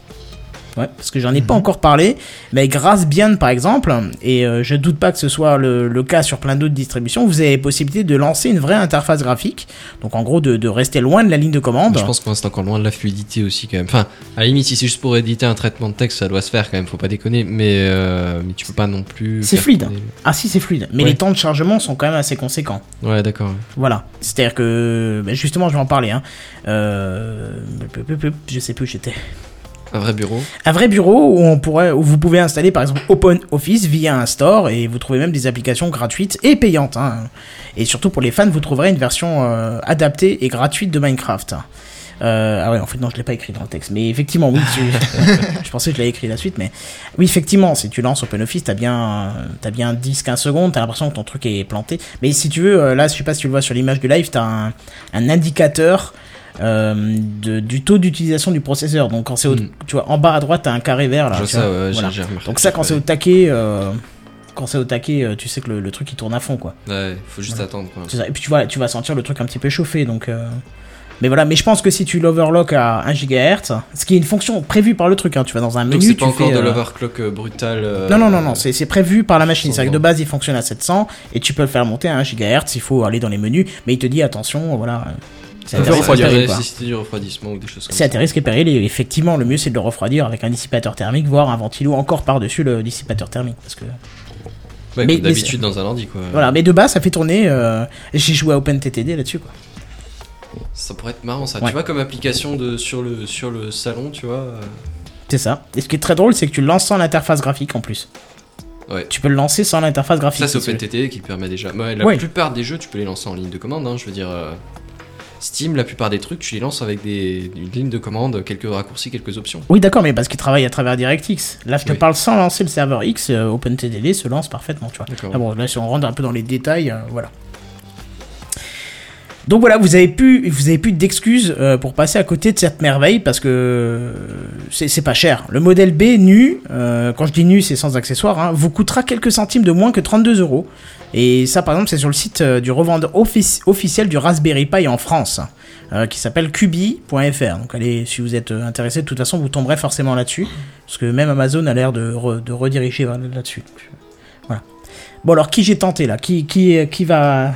S1: Ouais, parce que j'en ai pas
S3: Mhm.
S1: encore parlé, mais grâce Bian par exemple, et euh, je doute pas que ce soit le, le cas sur plein d'autres distributions, vous avez possibilité de lancer une vraie interface graphique, donc en gros de, de rester loin de la ligne de commande.
S3: Je pense qu'on reste encore loin de la fluidité aussi quand même. Enfin, à la limite, si c'est juste pour éditer un traitement de texte, ça doit se faire quand même, faut pas déconner. Mais, euh, mais tu peux pas non plus.
S1: C'est
S3: faire
S1: fluide.
S3: tourner
S1: Ah si c'est fluide, mais
S3: Ouais.
S1: les temps de chargement sont quand même assez conséquents.
S3: le- Ouais, d'accord.
S1: Voilà, c'est-à-dire que ben, justement je vais en parler. Hein. Euh... Je sais plus où j'étais.
S3: Un vrai bureau.
S1: un vrai bureau où on pourrait, où vous pouvez installer par exemple Open Office via un store et vous trouvez même des applications gratuites et payantes. hein. Et surtout pour les fans, vous trouverez une version euh, adaptée et gratuite de Minecraft. Euh, ah ouais, en fait non, je l'ai pas écrit dans le texte, mais effectivement oui. tu- je pensais que je l'avais écrit la suite, mais oui effectivement, si tu lances OpenOffice, t'as bien, euh, t'as bien 10-15 secondes, t'as l'impression que ton truc est planté. Mais si tu veux, euh, là, je sais pas si tu le vois sur l'image du live, t'as un, un indicateur euh, de- du taux d'utilisation du processeur. Donc quand c'est au-
S3: Mm.
S1: tu vois en bas à droite, t'as un carré vert là.
S3: Je vois
S1: tu
S3: ça,
S1: vois.
S3: ouais,
S1: Voilà.
S3: j'ai j'ai remarqué.
S1: Donc ça, quand c'est au
S3: Ouais,
S1: taquet, euh, quand c'est au taquet, euh, tu sais que le, le truc il tourne à fond quoi.
S3: Ouais, faut juste attendre quoi.
S1: C'est ça. Et puis tu vois, tu vas sentir le truc un petit peu chauffé. Donc, euh, mais voilà. Mais je pense que si tu l'overlock à 1 GHz, ce qui est une fonction prévue par le truc, hein, tu vas dans un
S3: Donc
S1: menu,
S3: c'est
S1: tu
S3: pas encore
S1: fais,
S3: de
S1: euh,
S3: l'overclock euh, brutal. euh,
S1: non, non, non, non, c'est c'est prévu par la machine.
S3: sans
S1: C'est-à-dire que de base, il fonctionne à 700 et tu peux le faire monter à 1 GHz. Il faut aller dans les menus, mais il te dit attention, voilà. euh, C'est
S3: Ouais,
S1: interdit,
S3: faut
S1: c'est
S3: dire
S1: interdit,
S3: la
S1: quoi.
S3: nécessité du refroidissement ou des choses comme
S1: C'est
S3: ça.
S1: à tes risques et périls, et effectivement, le mieux c'est de le refroidir avec un dissipateur thermique, voire un ventilo encore par-dessus le dissipateur thermique. Parce que...
S3: Ouais,
S1: Mais-
S3: comme
S1: mais
S3: d'habitude dans un ordi quoi.
S1: Voilà, mais de base, ça fait tourner. euh, J'ai joué à OpenTTD là-dessus, quoi.
S3: Ça pourrait être marrant ça.
S1: Ouais.
S3: Tu vois, comme application de, sur, le, sur le salon, tu vois. euh,
S1: C'est ça. Et ce qui est très drôle, c'est que tu le lances sans l'interface graphique en plus.
S3: Ouais.
S1: Tu peux le lancer sans l'interface graphique.
S3: Ça, c'est
S1: si tu veux.
S3: OpenTT qui permet déjà. Ouais, la
S1: Ouais.
S3: plupart des jeux, tu peux les lancer en ligne de commande. hein, je veux dire, euh, Steam, la plupart des trucs, tu les lances avec des, une ligne de commande, quelques raccourcis, quelques options.
S1: Oui, d'accord, mais parce qu'il travaille à travers DirectX. Là, je te
S3: Oui.
S1: parle sans lancer le serveur X, euh, OpenTTD se lance parfaitement, tu vois.
S3: D'accord.
S1: Ah bon, là, si on rentre un peu dans les détails, euh, voilà. Donc voilà, vous avez plus, vous avez plus d'excuses euh, pour passer à côté de cette merveille parce que euh, c'est c'est pas cher. Le modèle B nu, euh, quand je dis nu, c'est sans accessoires, hein, vous coûtera quelques centimes de moins que 32 euros. Et ça, par exemple, c'est sur le site euh, du revendeur offici- officiel du Raspberry Pi en France, euh, qui s'appelle cubi.fr. Donc allez, si vous êtes euh, intéressé, de toute façon, vous tomberez forcément là-dessus, parce que même Amazon a l'air de, re- de rediriger vers- là-dessus. Donc, euh, Voilà. Bon alors, qui j'ai tenté là Qui qui euh, qui va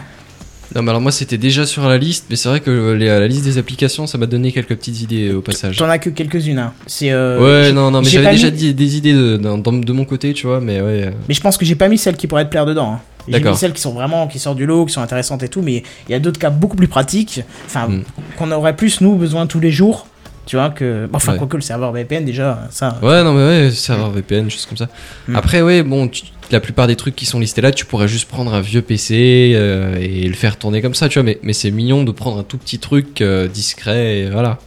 S3: Non, mais alors moi, c'était déjà sur la liste, mais c'est vrai que euh, les- la liste des applications, ça m'a donné quelques petites idées euh, au passage.
S1: J'en ai que quelques-unes. hein. C'est euh,
S3: Ouais,
S1: j'ai-
S3: non, non, mais
S1: j'ai
S3: j'avais
S1: pas
S3: déjà
S1: mis-
S3: dit des idées de, dans- dans- de mon côté, tu vois, mais ouais. euh,
S1: Mais je pense que j'ai pas mis celles qui pourraient te plaire dedans. hein. J'ai
S3: D'accord.
S1: mis celles qui sont vraiment qui sortent du lot, qui sont intéressantes et tout, mais il y a d'autres cas beaucoup plus pratiques, enfin
S3: Hmm.
S1: qu'on aurait plus nous besoin tous les jours, tu vois que enfin
S3: Ouais.
S1: quoique le serveur VPN déjà ça.
S3: Ouais, non, mais ouais, serveur VPN, choses comme ça.
S1: Mm.
S3: Après, ouais, bon, tu- la plupart des trucs qui sont listés là, tu pourrais juste prendre un vieux PC euh, et le faire tourner comme ça, tu vois. Mais, mais c'est mignon de prendre un tout petit truc euh, discret, et voilà.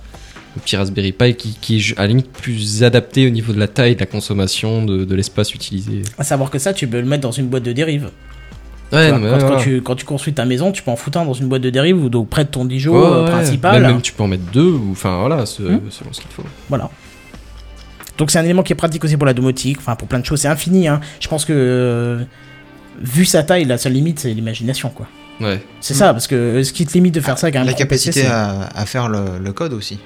S3: Le petit Raspberry Pi qui, qui est ju- à la limite plus adapté au niveau de la taille, de la consommation, de, de l'espace utilisé.
S1: À savoir que ça tu peux le mettre dans une boîte de dérive.
S3: Ouais,
S1: Tu vois,
S3: non, mais
S1: quand,
S3: ouais,
S1: quand
S3: ouais.
S1: tu, quand tu construis ta maison, tu peux en foutre un dans une boîte de dérive ou donc près de ton Dijon
S3: Ouais,
S1: euh,
S3: ouais.
S1: principal.
S3: Bah, même tu peux en mettre deux, ou enfin voilà, ce-
S1: Hmm.
S3: selon ce qu'il faut.
S1: Voilà. Donc c'est un élément qui est pratique aussi pour la domotique, enfin pour plein de choses, c'est infini. hein. Je pense que euh, vu sa taille, la seule limite c'est l'imagination quoi.
S3: Ouais.
S1: C'est ça, parce que euh, ce qui te limite de faire ça avec un
S5: La
S1: grand PC,
S5: capacité
S1: c'est-
S5: à, à faire le, le code aussi.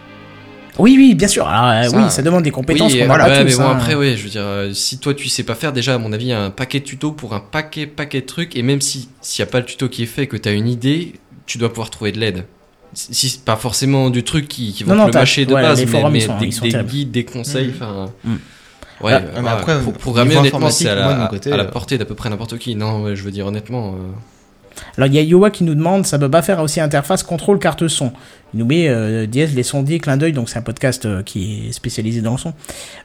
S1: Oui, oui, bien sûr. Ah, euh,
S5: Ça,
S1: oui, ça demande des compétences
S3: oui,
S1: qu'on
S3: euh,
S1: n'a pas
S3: ouais,
S1: tous,
S3: mais bon,
S1: hein.
S3: après, oui, je veux dire, euh, si toi tu sais pas faire, déjà, à mon avis, il y a un paquet de tutos pour un paquet, paquet de trucs, et même si s'il n'y a pas le tuto qui est fait, que tu as une idée, tu dois pouvoir trouver de l'aide. Si, si- pas forcément du truc qui, qui vont
S1: Non, non,
S3: te le
S1: t'as-
S3: mâcher de
S1: ouais,
S3: base,
S1: les
S3: mais-
S1: forums,
S3: mais,
S1: ils sont-
S3: des,
S1: ils sont
S3: des
S1: terribles.
S3: guides, des conseils, enfin.
S1: Mm.
S3: Ouais,
S1: Ah,
S5: mais après,
S3: pour
S5: au
S3: programmer,
S5: niveau
S3: honnêtement, c'est à,
S5: informatique, moi, de
S3: la,
S5: mon côté,
S3: à la
S5: euh,
S3: portée d'à peu près n'importe qui. Non, ouais, je veux dire, honnêtement. euh,
S1: Alors il y a Yoa qui nous demande, ça peut pas faire aussi interface contrôle carte son. Il nous met euh, dièse les sondiers clin d'œil, donc c'est un podcast euh, qui est spécialisé dans le son.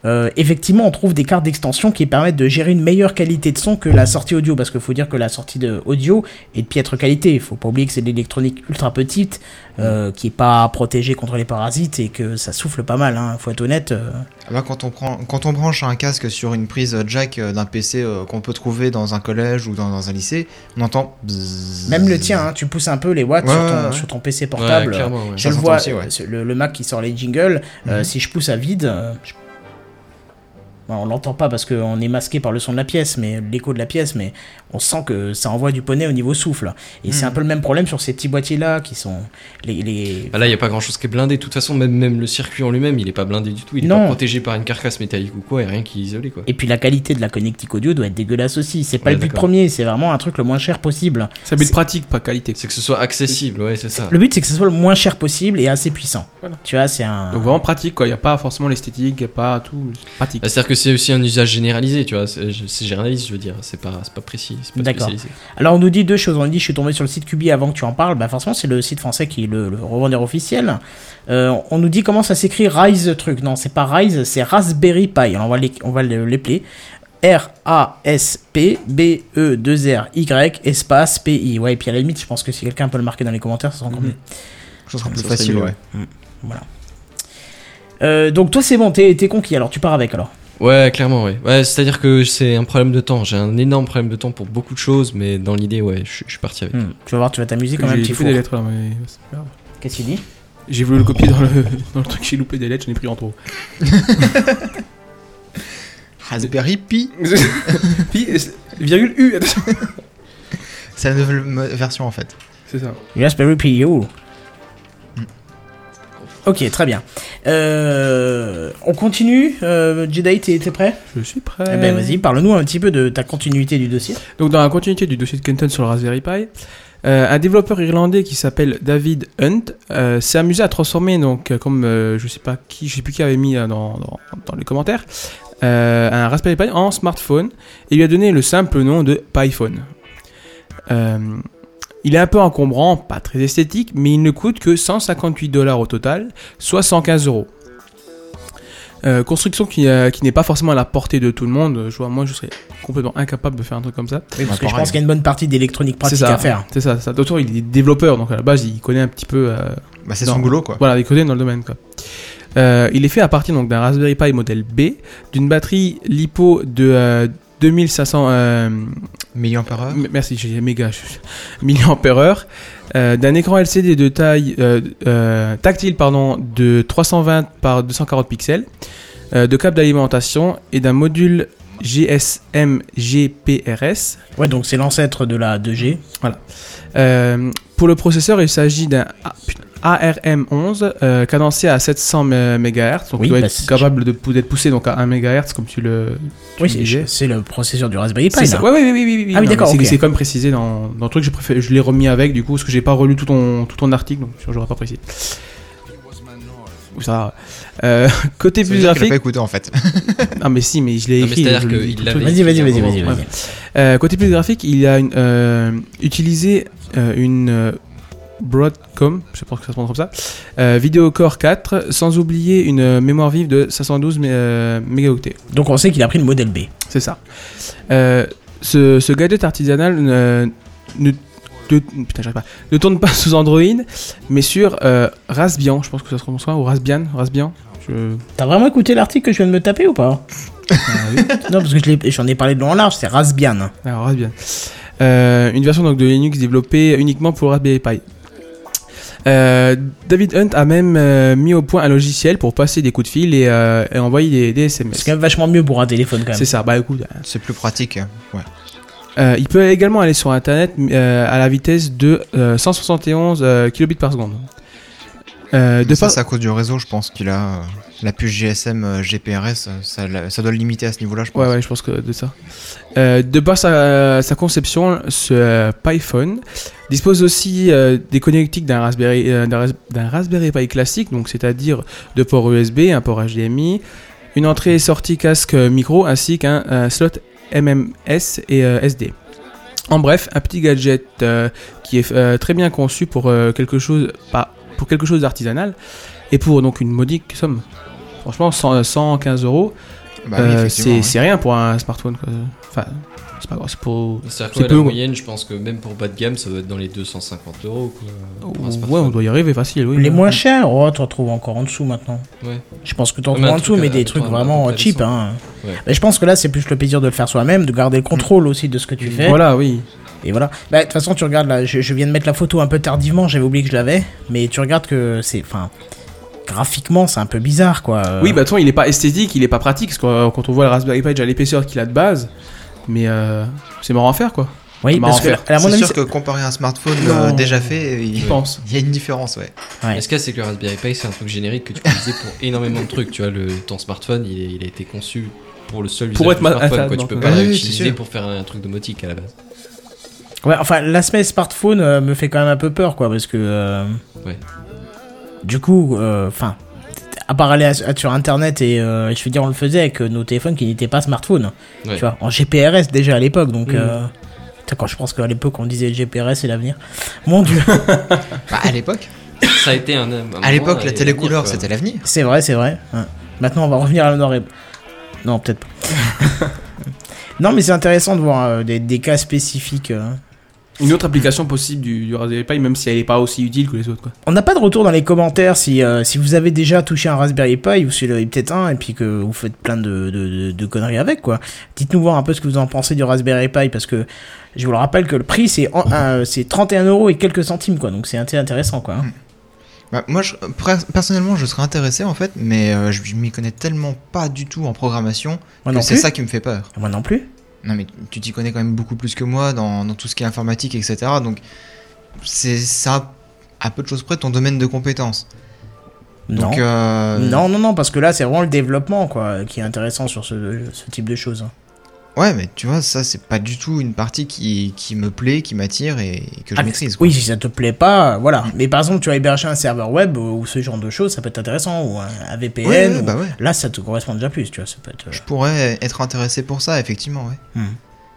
S1: Euh, effectivement, on trouve des cartes d'extension qui permettent de gérer une meilleure qualité de son que la sortie audio, parce qu'il faut dire que la sortie de audio est de piètre qualité. Il faut pas oublier que c'est de l'électronique ultra petite, euh,
S5: Mm.
S1: qui est pas protégée contre les parasites et que ça souffle pas mal. Hein, faut être honnête. euh,
S5: Ah bah, quand, on prend, quand on branche un casque sur une prise jack euh, d'un PC euh, qu'on peut trouver dans un collège ou dans, dans un lycée, on entend. bzzz.
S1: Même le tien, hein, tu pousses un peu les watts
S5: Ouais,
S1: sur, ton,
S5: ouais, ouais.
S1: sur ton PC portable.
S3: ouais, clairement, ouais.
S1: Je
S5: Ça
S1: le
S5: s'entend
S1: vois,
S5: aussi, ouais.
S1: euh, ce- le, le Mac qui sort les jingles, euh,
S5: Mhm.
S1: si je pousse à vide, euh, je- Bon, on l'entend pas parce qu'on est masqué par le son de la pièce, mais l'écho de la pièce, mais on sent que ça envoie du poney au niveau souffle. Et c'est un peu le même problème sur ces petits boîtiers-là qui sont les... les-
S3: Bah Là, il n'y a pas grand chose qui est blindé. De toute façon, même, même le circuit en lui-même, il est pas blindé du tout. Il est
S1: Non.
S3: pas protégé par une carcasse métallique ou quoi, et rien qui est isolé, quoi.
S1: Et puis la qualité de la connectique audio doit être dégueulasse aussi. C'est pas
S3: Ouais,
S1: le but
S3: d'accord.
S1: premier, c'est vraiment un truc le moins cher possible.
S2: C'est un but pratique, pas qualité.
S3: C'est que ce soit accessible, ouais, c'est ça.
S1: Le but c'est que ce soit le moins cher possible et assez puissant.
S2: Voilà.
S1: Tu vois, c'est un...
S2: Donc vraiment pratique, quoi. Il n'y a pas forcément l'esthétique, il n'y a pas tout. c'est Pratique.
S3: Bah, C'est-à-dire que c'est aussi un usage généralisé, tu vois. C'est c'est généraliste, je veux dire. C'est pas, c'est pas précis, c'est pas
S1: D'accord.
S3: spécialisé.
S1: Alors on nous dit deux choses. On nous dit je suis tombé sur le site Cubi avant que tu en parles. Bah forcément c'est le site français qui est le, le revendeur officiel. Euh, on nous dit comment ça s'écrit Rise truc. Non c'est pas Rise, c'est Raspberry Pi. Alors on va les- on va le- l'épeler. R A S P B E 2 R Y espace P I. Ouais et puis à la limite je pense que si quelqu'un peut le marquer dans les commentaires ça sera
S2: Mhm.
S1: encore mieux.
S5: Ce sera plus
S1: Ça serait
S5: facile,
S1: mieux.
S5: ouais.
S1: Euh, donc toi c'est bon t'es t'es conquis alors tu pars avec alors.
S3: Ouais, clairement, ouais. ouais C'est-à-dire que c'est un problème de temps. J'ai un énorme problème de temps pour beaucoup de choses, mais dans l'idée, ouais, je je suis parti avec.
S1: Hmm. Tu vas voir tu vas t'amuser comme un
S2: J'ai
S1: petit fou.
S2: loupé des lettres là, mais c'est pas grave.
S1: Qu'est-ce qu'il dit
S2: J'ai voulu le copier dans le, dans le truc, j'ai loupé des lettres, j'en ai pris en trop.
S5: Raspberry Pi,
S2: Puis, euh, virgule U,
S5: c'est la nouvelle mo- version en fait.
S2: c'est ça.
S1: Raspberry Pi oh. Ok, très bien. Euh, on continue. Euh, Jedi, t'es t'es prêt
S2: Je suis prêt.
S1: Eh ben vas-y, parle-nous un petit peu de ta continuité du dossier.
S2: Donc, dans la continuité du dossier de Kenton sur le Raspberry Pi, euh, un développeur irlandais qui s'appelle David Hunt euh, s'est amusé à transformer, donc, euh, comme euh, je sais pas qui, je sais plus qui avait mis euh, dans, dans, dans les commentaires, euh, un Raspberry Pi en smartphone et lui a donné le simple nom de PiPhone. Euh, il est un peu encombrant, pas très esthétique, mais il ne coûte que 158 dollars au total, soit 115 euros. Euh, construction qui, euh, qui n'est pas forcément à la portée de tout le monde. Je vois, moi, je serais complètement incapable de faire un truc comme ça.
S1: parce que je
S5: pareil.
S1: pense qu'il y a une bonne partie d'électronique pratique
S2: C'est ça.
S1: à faire.
S2: C'est ça, c'est ça. D'autant il est développeur, donc à la base, il connaît un petit peu. euh,
S5: Bah, c'est
S2: Non.
S5: son boulot quoi.
S2: voilà, il connaît dans le domaine, quoi. Euh, il est fait à partir donc d'un Raspberry Pi modèle B, d'une batterie LiPo de euh, 2500. euh,
S5: Millions par heure.
S2: m- merci, j'ai méga. je- milliampères-heure, euh, d'un écran LCD de taille euh, euh, tactile pardon, de 320 par 240 pixels, euh, de câbles d'alimentation et d'un module GSM GPRS
S1: Ouais, donc c'est l'ancêtre de la 2G.
S2: Euh, pour le processeur, il s'agit d'un A- putain, ARM11 euh, cadencé à 700 MHz, donc
S1: Oui,
S2: il doit
S1: bah,
S2: être
S1: c'est-
S2: capable de pou- d'être poussé donc à 1 MHz comme tu le.
S1: Oui,
S2: Tu disais.
S1: c'est- c'est le processeur du Raspberry Pi. là.
S2: Ouais, ouais, ouais, oui, oui, oui.
S1: Ah oui,
S2: non,
S1: d'accord,
S2: mais C'est
S1: ok.
S2: c'est comme précisé dans, dans le truc. Je, préfère, je l'ai remis avec du coup parce que j'ai pas relu tout ton tout ton article, donc j'aurais pas précisé. Ou ça. va. Euh, côté
S5: Ça veut
S2: plus
S5: dire qu'il a
S2: graphique.
S5: pas écouté en fait.
S2: Ah mais si, mais je l'ai
S3: Non, mais
S2: écrit.
S3: c'est-à-dire
S2: je-
S3: que
S2: le
S3: il
S2: truc.
S3: l'avait
S1: Vas-y, vas-y, vas-y, vas-y.
S2: Ouais.
S1: vas-y.
S2: Euh, côté plus graphique, il a une, euh, utilisé euh, une euh, Broadcom, je sais pas que ça se prononce comme ça, euh, Video Core 4, sans oublier une euh, mémoire vive de 512 mé- euh, mégaoctets.
S1: Donc on sait qu'il a pris le modèle B.
S2: C'est ça. Euh, ce, ce gadget artisanal euh, ne, ne- putain, j'arrive pas, ne tourne pas sous Android, mais sur euh, Raspbian, je pense que ça se prononce pas, ou Raspbian, Raspbian. Je...
S1: T'as vraiment écouté l'article que je viens de me taper ou pas
S2: Ah, oui.
S1: Non, parce que je l'ai- j'en ai parlé de long en large, c'est Raspbian. hein.
S2: Alors, Ah, reste bien. euh, une version donc, de Linux développée uniquement pour Raspberry Pi. Euh, David Hunt a même euh, mis au point un logiciel pour passer des coups de fil et, euh, et envoyer des, des
S1: C'est
S2: SMS.
S1: quand même vachement mieux pour un téléphone quand même.
S2: C'est ça, bah écoute,
S5: C'est plus pratique. Ouais.
S2: euh, il peut également aller sur internet euh, à la vitesse de euh, 171 euh, kilobits par seconde. Euh, de
S5: ça,
S2: par-
S5: c'est à cause du réseau, je pense qu'il a euh, la puce GSM euh, GPRS, euh, ça, l'a- ça doit le limiter à ce niveau-là, je pense.
S2: Ouais, ouais, je pense que de ça. Euh, de par sa, sa conception, ce euh, PiPhone dispose aussi euh, des connectiques d'un Raspberry, euh, d'un ras- d'un Raspberry Pi classique, donc c'est-à-dire deux ports USB, un port HDMI, une entrée et sortie casque euh, micro, ainsi qu'un euh, slot MMS et euh, SD. En bref, un petit gadget euh, qui est euh, très bien conçu pour euh, quelque chose, pas pour quelque chose d'artisanal et pour donc une modique somme. Franchement, 100, 115 euros.
S5: Bah oui,
S2: Euh,
S5: effectivement,
S2: c'est
S5: ouais.
S2: c'est rien pour un smartphone. quoi. Enfin, c'est pas grave, c'est pour. C'est
S3: C'est-à-dire que ouais,
S2: peu,
S3: la
S2: quoi.
S3: moyenne, je pense que même pour bas de gamme, ça doit être dans les 250 euros. Quoi, pour un
S2: Ouais,
S3: smartphone.
S2: on doit y arriver facile. Oui,
S1: Les moins chers, oh, t'en trouves encore en dessous maintenant.
S3: Ouais.
S1: Je pense que t'en
S3: Ouais,
S1: trouves
S3: mais un
S1: en dessous,
S3: truc
S1: mais
S3: à-
S1: des trucs
S3: à peu près
S1: vraiment
S3: décent.
S1: cheap. Hein.
S3: Ouais. Mm.
S1: Mais je pense que là, c'est plus le plaisir de le faire soi-même, de garder le contrôle aussi de ce que tu fais.
S2: Voilà, oui.
S1: Et voilà. Bah, de toute façon, tu regardes là, je, je viens de mettre la photo un peu tardivement, j'avais oublié que je l'avais, mais tu regardes que c'est. Enfin. Graphiquement, c'est un peu bizarre quoi. Euh,
S2: Oui, bah, de toute façon, il est pas esthétique, il est pas pratique. Parce que euh, quand on voit le Raspberry Pi, déjà l'épaisseur qu'il a de base. Mais euh, c'est marrant à faire, quoi.
S1: oui,
S2: bah,
S1: parce
S2: en
S1: que,
S2: fait,
S1: à mon
S5: C'est
S1: avis,
S5: sûr que comparé à un smartphone euh,
S2: Non.
S5: déjà fait, il,
S2: Je pense.
S5: il y a une différence, ouais.
S1: Ouais.
S3: Mais ce qu'il y a, c'est que le Raspberry Pi, c'est un truc générique que tu peux utiliser pour énormément de trucs. Tu vois, le, ton smartphone, il, est- il a été conçu pour le seul usage
S2: Pour être
S3: du
S2: ma-
S3: smartphone.
S2: atteint,
S3: Quoi. Tu
S2: donc,
S3: peux
S2: ouais.
S3: pas
S5: Ouais, oui, c'est
S3: l'utiliser
S5: sûr.
S3: pour faire un truc domotique à la base.
S1: Ouais, enfin, l'aspect smartphone euh, me fait quand même un peu peur, quoi, parce que. euh,
S3: Ouais.
S1: Du coup, euh, enfin. à part aller à- à- sur internet et euh, je veux dire, on le faisait avec euh, nos téléphones qui n'étaient pas smartphone.
S3: Ouais.
S1: Tu vois, en GPRS déjà à l'époque, donc.
S2: Mhm.
S1: euh, putain, quand je pense qu'à l'époque on disait GPRS c'est l'avenir. Mon dieu,
S5: Bah, à l'époque,
S3: Ça a été un. un moment, euh,
S5: à l'époque, la
S3: et
S5: télécouleur,
S3: l'avenir,
S5: c'était l'avenir.
S1: c'est vrai, c'est vrai. Ouais. Maintenant on va revenir à la noir et- Non, peut-être pas. non, mais c'est intéressant de voir euh, des, des cas spécifiques. euh.
S2: Une autre application possible du, du Raspberry Pi, même si elle est pas aussi utile que les autres, quoi.
S1: On n'a pas de retour dans les commentaires si, euh, si vous avez déjà touché un Raspberry Pi ou si vous en avez peut-être un et puis que vous faites plein de, de- de- de conneries avec quoi. Dites-nous voir un peu ce que vous en pensez du Raspberry Pi parce que je vous le rappelle que le prix c'est en- un- c'est 31 euros et quelques centimes quoi donc c'est inté- intéressant quoi. hein.
S5: Bah, moi, je- pres- personnellement, je serais intéressé en fait, mais euh, je m'y connais tellement pas du tout en programmation
S1: Moi
S5: que
S1: Ah non
S5: c'est
S1: plus.
S5: ça qui me fait peur.
S1: Moi non plus.
S5: Non, mais tu t'y connais quand même beaucoup plus que moi dans, dans tout ce qui est informatique, etc. Donc, c'est ça, à peu de choses près, ton domaine de compétences.
S1: Non.
S5: Donc, euh,
S1: Non non non parce que là c'est vraiment le développement quoi qui est intéressant sur ce, ce type de choses. hein.
S5: Ouais, mais tu vois, ça, c'est pas du tout une partie qui, qui me plaît, qui m'attire et, et que je
S1: Ah, mais-
S5: maîtrise. quoi. Mm.
S1: oui si ça te plaît pas voilà. Mais par exemple tu vas héberger un serveur web ou ce genre de choses ça peut être intéressant ou un, un VPN.
S5: Ouais, ouais,
S1: ou-
S5: bah ouais.
S1: Là, ça te correspond déjà plus, tu vois. Ça peut être... euh,
S5: Je pourrais être intéressé pour ça, effectivement, ouais.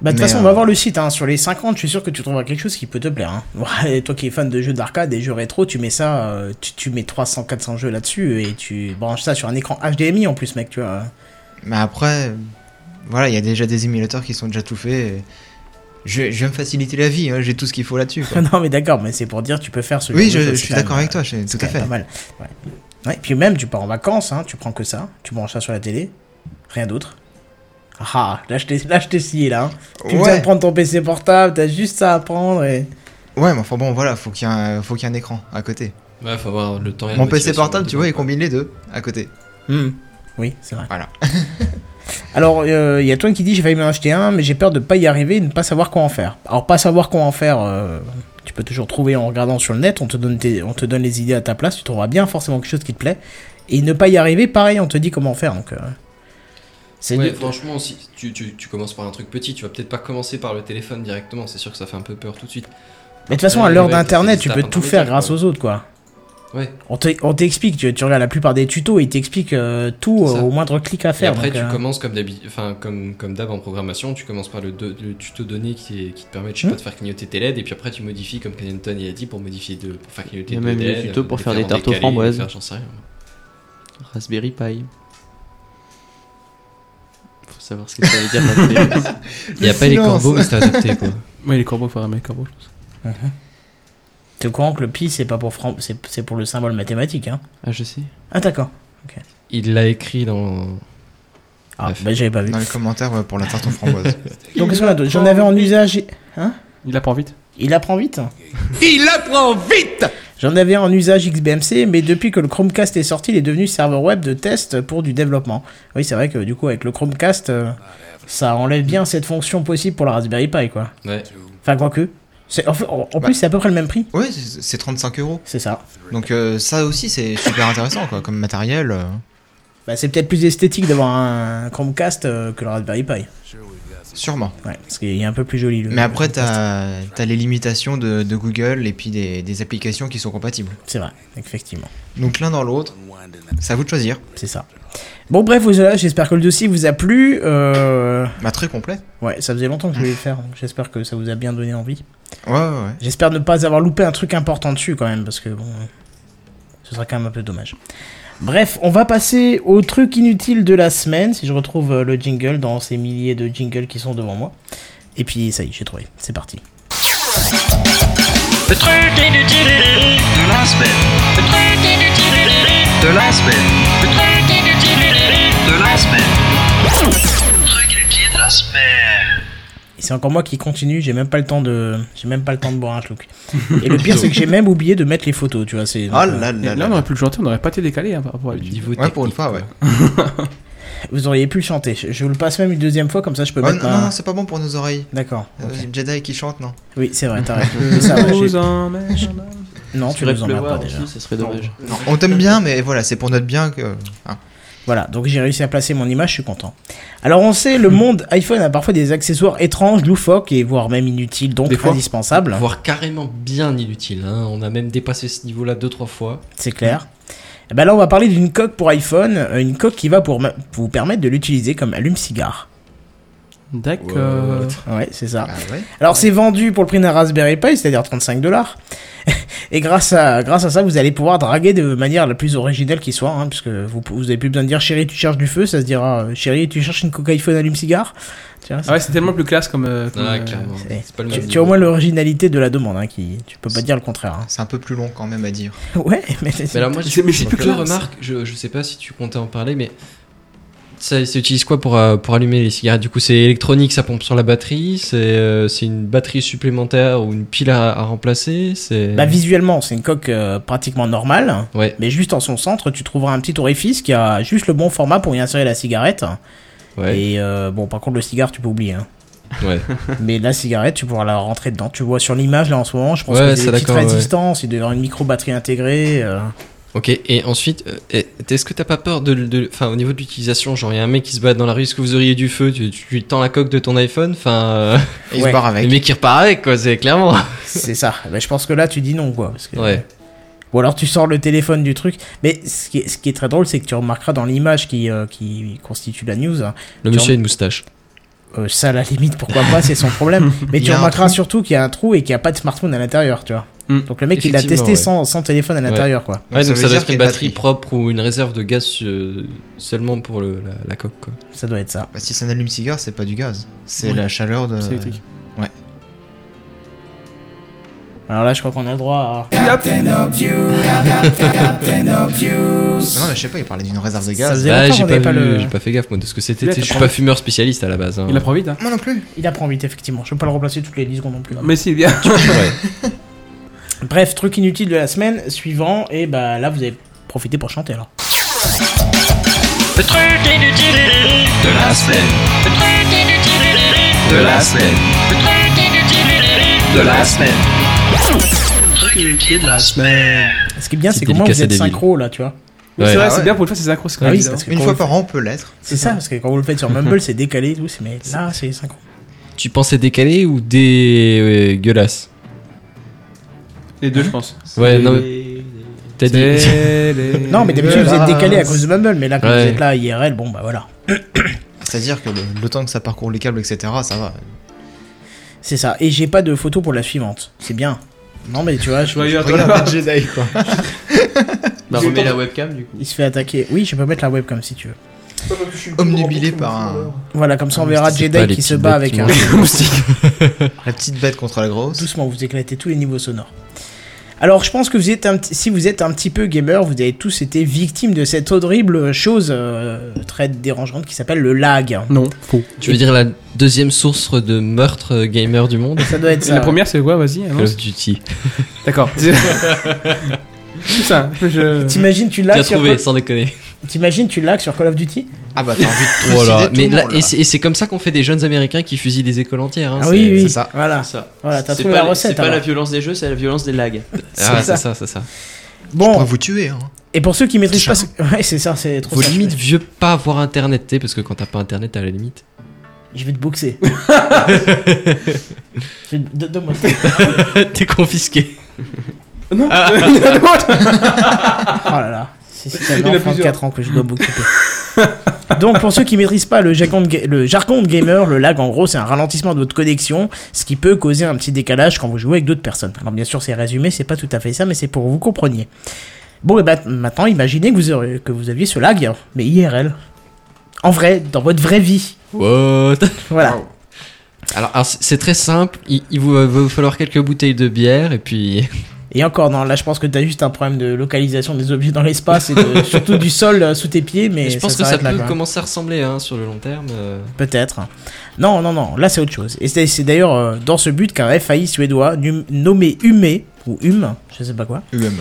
S1: Bah, de toute
S5: Mais,
S1: façon,
S5: euh,
S1: on va voir le site. Hein. Sur les 50, je suis sûr que tu trouveras quelque chose qui peut te plaire. Hein. Ouais, toi qui es fan de jeux d'arcade, des jeux rétro, tu mets ça, euh, tu, tu mets 300, 400 jeux là-dessus et tu branches ça sur un écran HDMI en plus, mec, tu vois.
S5: Mais après, euh, voilà, il y a déjà des émulateurs qui sont déjà tout faits. et Je, je vais me faciliter la vie, hein, j'ai tout ce qu'il faut là-dessus. quoi.
S1: non, mais d'accord, mais c'est pour dire, tu peux faire ce
S5: oui,
S1: genre de
S5: je,
S1: choses,
S5: je
S1: c'est
S5: suis
S1: quand
S5: d'accord
S1: même,
S5: avec toi, je-
S1: euh, c'est
S5: tout à
S1: quand même
S5: fait.
S1: Pas mal. Ouais. Ouais, puis même, tu pars en vacances, hein, tu prends que ça, tu branches ça sur la télé, rien d'autre. Ah, là, je t'ai là, je t'ai scié, là. Hein. Tu viens
S5: Ouais.
S1: de prendre ton PC portable, t'as juste ça à prendre et.
S5: Ouais, mais enfin bon, voilà, faut qu'il y ait un, faut qu'il y ait un écran à côté.
S3: quoi. Ouais, faut avoir le temps et la
S5: Mon PC
S3: motivation
S5: portable,
S3: de-
S5: tu vois, il combine les deux à côté.
S1: Oui, c'est vrai.
S5: Voilà.
S1: Alors, il y a toi qui dit j'ai failli m'en acheter un, mais j'ai peur de pas y arriver et de ne pas savoir quoi en faire. Alors, pas savoir quoi en faire, euh, tu peux toujours trouver en regardant sur le net, on te, donne tes- on te donne les idées à ta place, tu trouveras bien forcément quelque chose qui te plaît. Et ne pas y arriver, pareil, on te dit comment faire. Donc, euh, c'est
S3: Ouais,
S1: de-
S3: franchement, si tu, tu- tu commences par un truc petit, tu vas peut-être pas commencer par le téléphone directement. C'est sûr que ça fait un peu peur tout de suite.
S1: Mais de toute façon, à
S3: Ouais,
S1: l'heure
S3: ouais,
S1: d'internet,
S3: c'est
S1: tu
S3: des
S1: peux
S3: étapes
S1: tout faire
S3: intermédiaires,
S1: grâce
S3: quoi.
S1: aux autres, quoi.
S3: Ouais.
S1: On te- on t'explique, tu, tu regardes la plupart des tutos, ils t'expliquent euh, tout
S3: C'est
S1: euh,
S3: ça.
S1: au moindre clic à
S3: Et
S1: faire.
S3: après,
S1: donc,
S3: tu
S1: euh,
S3: commences comme d'habi- enfin comme comme d'hab en programmation, tu commences par le, do- le tuto donné qui, est- qui te permet de, je sais
S1: Hmm.
S3: pas, de faire clignoter tes LED, et puis après tu modifies comme Canton il a dit pour modifier de, pour faire
S4: Il
S3: clignoter
S4: y a
S3: deux
S4: même des
S3: LED,
S4: tutos
S3: de
S4: pour faire
S3: les
S4: des tartes aux
S3: décaler, de les
S4: framboises.
S3: faire, j'en sais rien.
S4: Raspberry Pi. Faut savoir ce que ça veut dire Raspberry Pi.
S3: Il y a pas les corbeaux, mais c'est adapté quoi.
S2: Ouais, les corbeaux, faut ramener les corbeaux.
S1: T'es au courant que le pi, c'est pas pour Fran- c'est c'est pour le symbole mathématique, hein.
S4: Ah, je sais.
S1: Ah, d'accord.
S3: Il l'a écrit dans.
S1: Ah,
S3: Bref.
S1: bah, j'avais pas vu.
S5: Dans les commentaires ouais, pour la tarte aux framboises.
S1: Donc, qu'est-ce qu'on a d'autre J'en avais en usage.
S2: Il apprend vite.
S1: Il apprend vite. Il apprend vite J'en avais un en usage XBMC, mais depuis que le Chromecast est sorti, il est devenu serveur web de test pour du développement. Oui, c'est vrai que du coup, avec le Chromecast, euh, ça enlève bien cette fonction possible pour la Raspberry Pi, quoi.
S3: Ouais.
S1: Enfin, quoique. C'est- En, fait, en- en plus,
S5: Ouais.
S1: c'est à peu près le même prix.
S5: Ouais, c'est c'est 35 euros.
S1: C'est ça.
S5: Donc euh, ça aussi, c'est super intéressant quoi, comme matériel. euh.
S1: Bah, c'est peut-être plus esthétique d'avoir un Chromecast euh, que le Raspberry Pi.
S5: Sûrement.
S1: Ouais, parce qu'il est un peu plus joli. Le
S5: Mais après,
S1: Chromecast.
S5: t'as as les limitations de, de Google et puis des, des applications qui sont compatibles.
S1: C'est vrai, effectivement.
S5: Donc l'un dans l'autre, c'est à vous de choisir.
S1: C'est ça. Bon, bref, voilà, j'espère que le dossier vous a plu. Euh...
S5: Bah, très complet.
S1: Ouais, ça faisait longtemps que je voulais le faire. donc J'espère que ça vous a bien donné envie.
S5: Ouais, ouais, ouais.
S1: J'espère ne pas avoir loupé un truc important dessus quand même, parce que bon, ce sera quand même un peu dommage. Bref, on va passer au truc inutile de la semaine, si je retrouve euh, le jingle dans ces milliers de jingles qui sont devant moi. Et puis ça y est, j'ai trouvé, c'est parti. Et c'est encore moi qui continue, j'ai même pas le temps de, j'ai même pas le temps de boire un schluck. Et le pire c'est que j'ai même oublié de mettre les photos, tu vois. C'est,
S5: Ah
S1: donc, euh,
S5: là là
S2: Là, on
S5: là.
S2: aurait pu le chanter, on n'aurait pas été décalé hein, par rapport à lui.
S3: Niveau
S5: Ouais, pour une
S3: technique,
S5: fois, ouais.
S1: Vous auriez pu le chanter. Je, je vous le passe même une deuxième fois, comme ça je peux
S5: Ouais,
S1: mettre.
S5: Oh, non,
S1: ma-
S5: non, c'est pas bon pour nos oreilles.
S1: D'accord.
S5: Euh,
S1: euh, ok.
S5: Jedi qui chante, non.
S1: Oui, c'est vrai. T'as raison. C'est ça, ouais, j'ai- non, tu
S4: Tu aurais
S1: nous
S4: pu le
S1: emmerdes pas
S4: voir
S1: déjà.
S4: aussi, ça serait dommage.
S5: Non, on t'aime bien, mais voilà, c'est pour notre bien que. Ah.
S1: Voilà, donc j'ai réussi à placer mon image, je suis content. Alors on sait, le monde iPhone a parfois des accessoires étranges, loufoques et voire même inutiles, donc
S2: Des fois.
S1: indispensables.
S3: Voire carrément bien inutile. hein. On a même dépassé ce niveau-là deux, trois fois.
S1: C'est clair. Et ben là, on va parler d'une coque pour iPhone, euh, une coque qui va pour ma- vous permettre de l'utiliser comme allume-cigare.
S2: D'accord.
S1: Ouais, c'est ça.
S5: Ah ouais.
S1: Alors c'est vendu pour le prix d'un Raspberry Pi, c'est-à-dire 35 dollars. Et grâce à, grâce à ça, vous allez pouvoir draguer de manière la plus originelle qui soit, hein, puisque vous, vous avez plus besoin de dire chérie, tu cherches du feu, ça se dira euh, chérie, tu cherches une coque iPhone allume-cigare. Tu vois,
S2: Ah ouais, c'est tellement plus classe comme. euh, comme,
S3: Ah,
S2: euh,
S3: clairement.
S1: c'est-
S3: C'est pas le
S1: Tu,
S3: même
S1: tu as au
S3: niveau.
S1: moins l'originalité de la demande, hein, qui, tu peux pas dire le contraire. hein.
S5: C'est un peu plus long quand même à dire.
S1: Ouais, mais,
S3: Mais alors moi,
S2: C'est-
S3: j'ai
S2: mais c'est
S3: j'ai
S2: plus
S3: deux
S2: clair,
S3: remarques. Je, je sais pas si tu comptais en parler, mais ça, ça utilise quoi pour, euh, pour allumer les cigarettes Du coup, c'est électronique, ça pompe sur la batterie. C'est euh, c'est une batterie supplémentaire ou une pile à, à remplacer. C'est.
S1: bah, visuellement, c'est une coque euh, pratiquement normale,
S3: ouais.
S1: mais juste en son centre, tu trouveras un petit orifice qui a juste le bon format pour y insérer la cigarette.
S3: Ouais.
S1: Et euh, bon, par contre, le cigare, tu peux oublier. hein.
S3: Ouais.
S1: mais la cigarette, tu pourras la rentrer dedans. Tu vois sur l'image là en ce moment, je pense
S3: Ouais,
S1: que c'est
S3: ça,
S1: une petite
S3: d'accord, ouais.
S1: résistance, il doit y avoir une micro batterie intégrée. euh.
S3: Ok. Et ensuite, euh, est- est-ce que t'as pas peur de, de, enfin, au niveau de l'utilisation, genre y a un mec qui se bat dans la rue, est-ce que vous auriez du feu Tu, tu lui tends la coque de ton iPhone, enfin, euh,
S5: Et il
S1: Ouais.
S5: se barre
S3: le
S5: avec.
S3: mec il repart avec quoi, c'est clairement.
S1: c'est ça. Bah, je pense que là, tu dis non quoi. Parce que...
S3: Ouais.
S1: Ou alors tu sors le téléphone du truc. Mais ce qui est, ce qui est très drôle, c'est que tu remarqueras dans l'image qui, euh, qui constitue la news, hein,
S3: Le
S1: Tu
S3: monsieur a une moustache.
S1: euh, ça à la limite, pourquoi pas, c'est son problème. Mais
S5: Il
S1: tu
S5: y a un
S1: remarqueras
S5: trou.
S1: surtout qu'il y a un trou et qu'il n'y a pas de smartphone à l'intérieur, tu vois.
S2: Mm.
S1: Donc le mec, il a
S3: Effectivement,
S1: testé
S3: ouais.
S1: sans, sans téléphone à l'intérieur, quoi.
S5: Donc,
S3: Ouais, donc
S5: veut
S3: ça doit
S5: dire
S3: être
S5: qu'il
S3: une
S5: y a
S3: batterie propre ou une réserve de gaz euh, seulement pour le, la, la coque quoi.
S1: Ça doit être ça.
S5: Bah, si c'est un allume-cigare, c'est pas du gaz. C'est
S2: Oui.
S5: la chaleur de.
S2: C'est électrique.
S1: Alors là, je crois qu'on a le droit à...
S5: Non, mais je sais pas, il parlait d'une réserve de
S1: Ça
S5: gaz.
S1: faisait- longtemps
S3: Ah, j'ai
S1: qu'on avait
S3: pas,
S1: pas
S3: vu-
S1: le-
S3: j'ai pas fait gaffe moi de ce que c'était.
S2: Il a
S3: Je suis
S2: pas-
S3: pas fumeur spécialiste à la base. hein.
S2: Il apprend vite. Hein.
S5: Moi non plus.
S1: Il apprend vite, effectivement. Je peux pas le remplacer toutes les 10 secondes non plus.
S2: Mais si, bien.
S3: Ouais.
S1: Bref, truc inutile de la semaine, suivant, et bah là, vous avez profité pour chanter, alors. Ce qui est bien,
S3: Petite
S1: c'est comment vous
S3: délicatesse
S1: êtes
S3: débile.
S1: synchro, là, tu vois.
S2: Oui, C'est
S3: Ouais.
S2: vrai,
S5: Ah
S2: c'est
S5: ouais.
S2: bien pour une fois, c'est synchro. c'est quand
S1: Ah
S2: même
S1: oui,
S2: bizarre.
S1: parce que
S5: Une
S1: quand
S5: fois
S1: vous-
S5: par an, on peut l'être.
S1: C'est ça, parce que quand vous le faites sur Mumble, c'est décalé et tout, c'est- mais là, c'est synchro.
S3: Tu pensais décalé ou euh, dégueulasse
S2: hein. Les deux, je pense.
S3: Ouais, non, mais t'as dit.
S2: dit.
S1: Non, mais d'habitude, vous êtes
S5: Dégueulasse.
S1: décalé à cause de Mumble, mais là, quand
S3: Ouais.
S1: vous êtes là, IRL, bon, bah voilà.
S5: C'est-à-dire que le, le temps que ça parcourt les câbles, etc., ça va.
S1: C'est ça. Et j'ai pas de photo pour la suivante. C'est bien. Non, mais tu vois, je-
S2: Joyeux à toi
S5: Regarde
S2: là-bas.
S5: les Jedi, quoi.
S4: Bah, remets la webcam du coup.
S1: il se fait attaquer. Oui, je peux mettre la web comme si tu veux.
S5: Omnubilé par un-
S1: Voilà, comme ça, on
S5: Ah, mais
S1: verra
S5: c'est
S1: Jedi qui se bat avec un.
S3: moustique.
S5: la petite bête contre la grosse.
S1: Doucement, vous éclatez tous les niveaux sonores. Alors je pense que vous êtes un petit- si vous êtes un petit peu gamer, vous avez tous été victime de cette horrible chose euh, très dérangeante qui s'appelle le lag.
S2: Non, faux.
S3: Tu veux dire la deuxième source de meurtre euh, gamer du monde
S1: Ça doit être ça.
S2: La première, c'est quoi Vas-y,
S3: Call
S2: avance.
S3: of Duty.
S2: D'accord. C'est ça. Je...
S1: T'imagines tu
S3: Bien
S1: lag sur
S3: trouvé, sans déconner.
S1: T'imagines tu lag sur Call of Duty
S5: Ah bah t'as envie de
S3: Voilà.
S5: trucider
S3: Mais
S5: tout le
S3: là,
S5: monde,
S3: et c'est- et c'est comme ça qu'on fait des jeunes américains qui fusillent des écoles entières. hein,
S1: Ah
S3: c'est-
S1: oui oui.
S5: c'est ça.
S1: Voilà.
S4: ça.
S1: Voilà, t'as
S4: C'est
S1: trouvé
S4: pas
S1: la
S4: les-
S1: recette,
S4: C'est pas
S1: alors.
S4: la violence des jeux, c'est la violence des lags.
S3: Ah,
S1: c'est ça.
S3: c'est ça, c'est ça.
S5: Pour
S1: Bon
S5: vous tuer. Hein.
S1: et pour ceux qui maîtrisent pas ce- Ouais, c'est ça, c'est trop
S3: Faut
S1: ça.
S3: limite vieux pas avoir internet, tu sais, parce que quand t'as pas internet, t'as la limite.
S1: Je vais te boxer. Je vais te- de- donne-moi ça.
S3: T'es confisqué.
S2: Non.
S1: Oh là là. C'est c'est
S2: Il y en
S1: tellement enfant
S2: a
S1: de
S2: plusieurs.
S1: 4 ans que je dois m'occuper. Donc pour ceux qui maîtrisent pas le jargon, de ga- le jargon de gamer, le lag en gros c'est un ralentissement de votre connexion, ce qui peut causer un petit décalage quand vous jouez avec d'autres personnes. Alors bien sûr c'est résumé, c'est pas tout à fait ça, mais c'est pour que vous compreniez. Bon et bah maintenant imaginez que vous, aurez- que vous aviez ce lag, mais IRL. En vrai, dans votre vraie vie.
S3: What
S1: Voilà.
S3: Alors, alors, c'est c'est très simple. Il, il vous euh, va vous falloir quelques bouteilles de bière et puis.
S1: Et encore, non, là je pense que t'as juste un problème de localisation des objets dans l'espace et de- surtout du sol euh, sous tes pieds, mais
S3: je pense que ça
S1: s'arrête
S3: peut
S1: là, quand même.
S3: commencer à ressembler hein, sur le long terme. euh.
S1: Peut-être. Non, non, non, là c'est autre chose. Et c'est c'est d'ailleurs euh, dans ce but qu'un FAI suédois num- nommé Hume, ou Hume, je sais pas quoi,
S5: UME.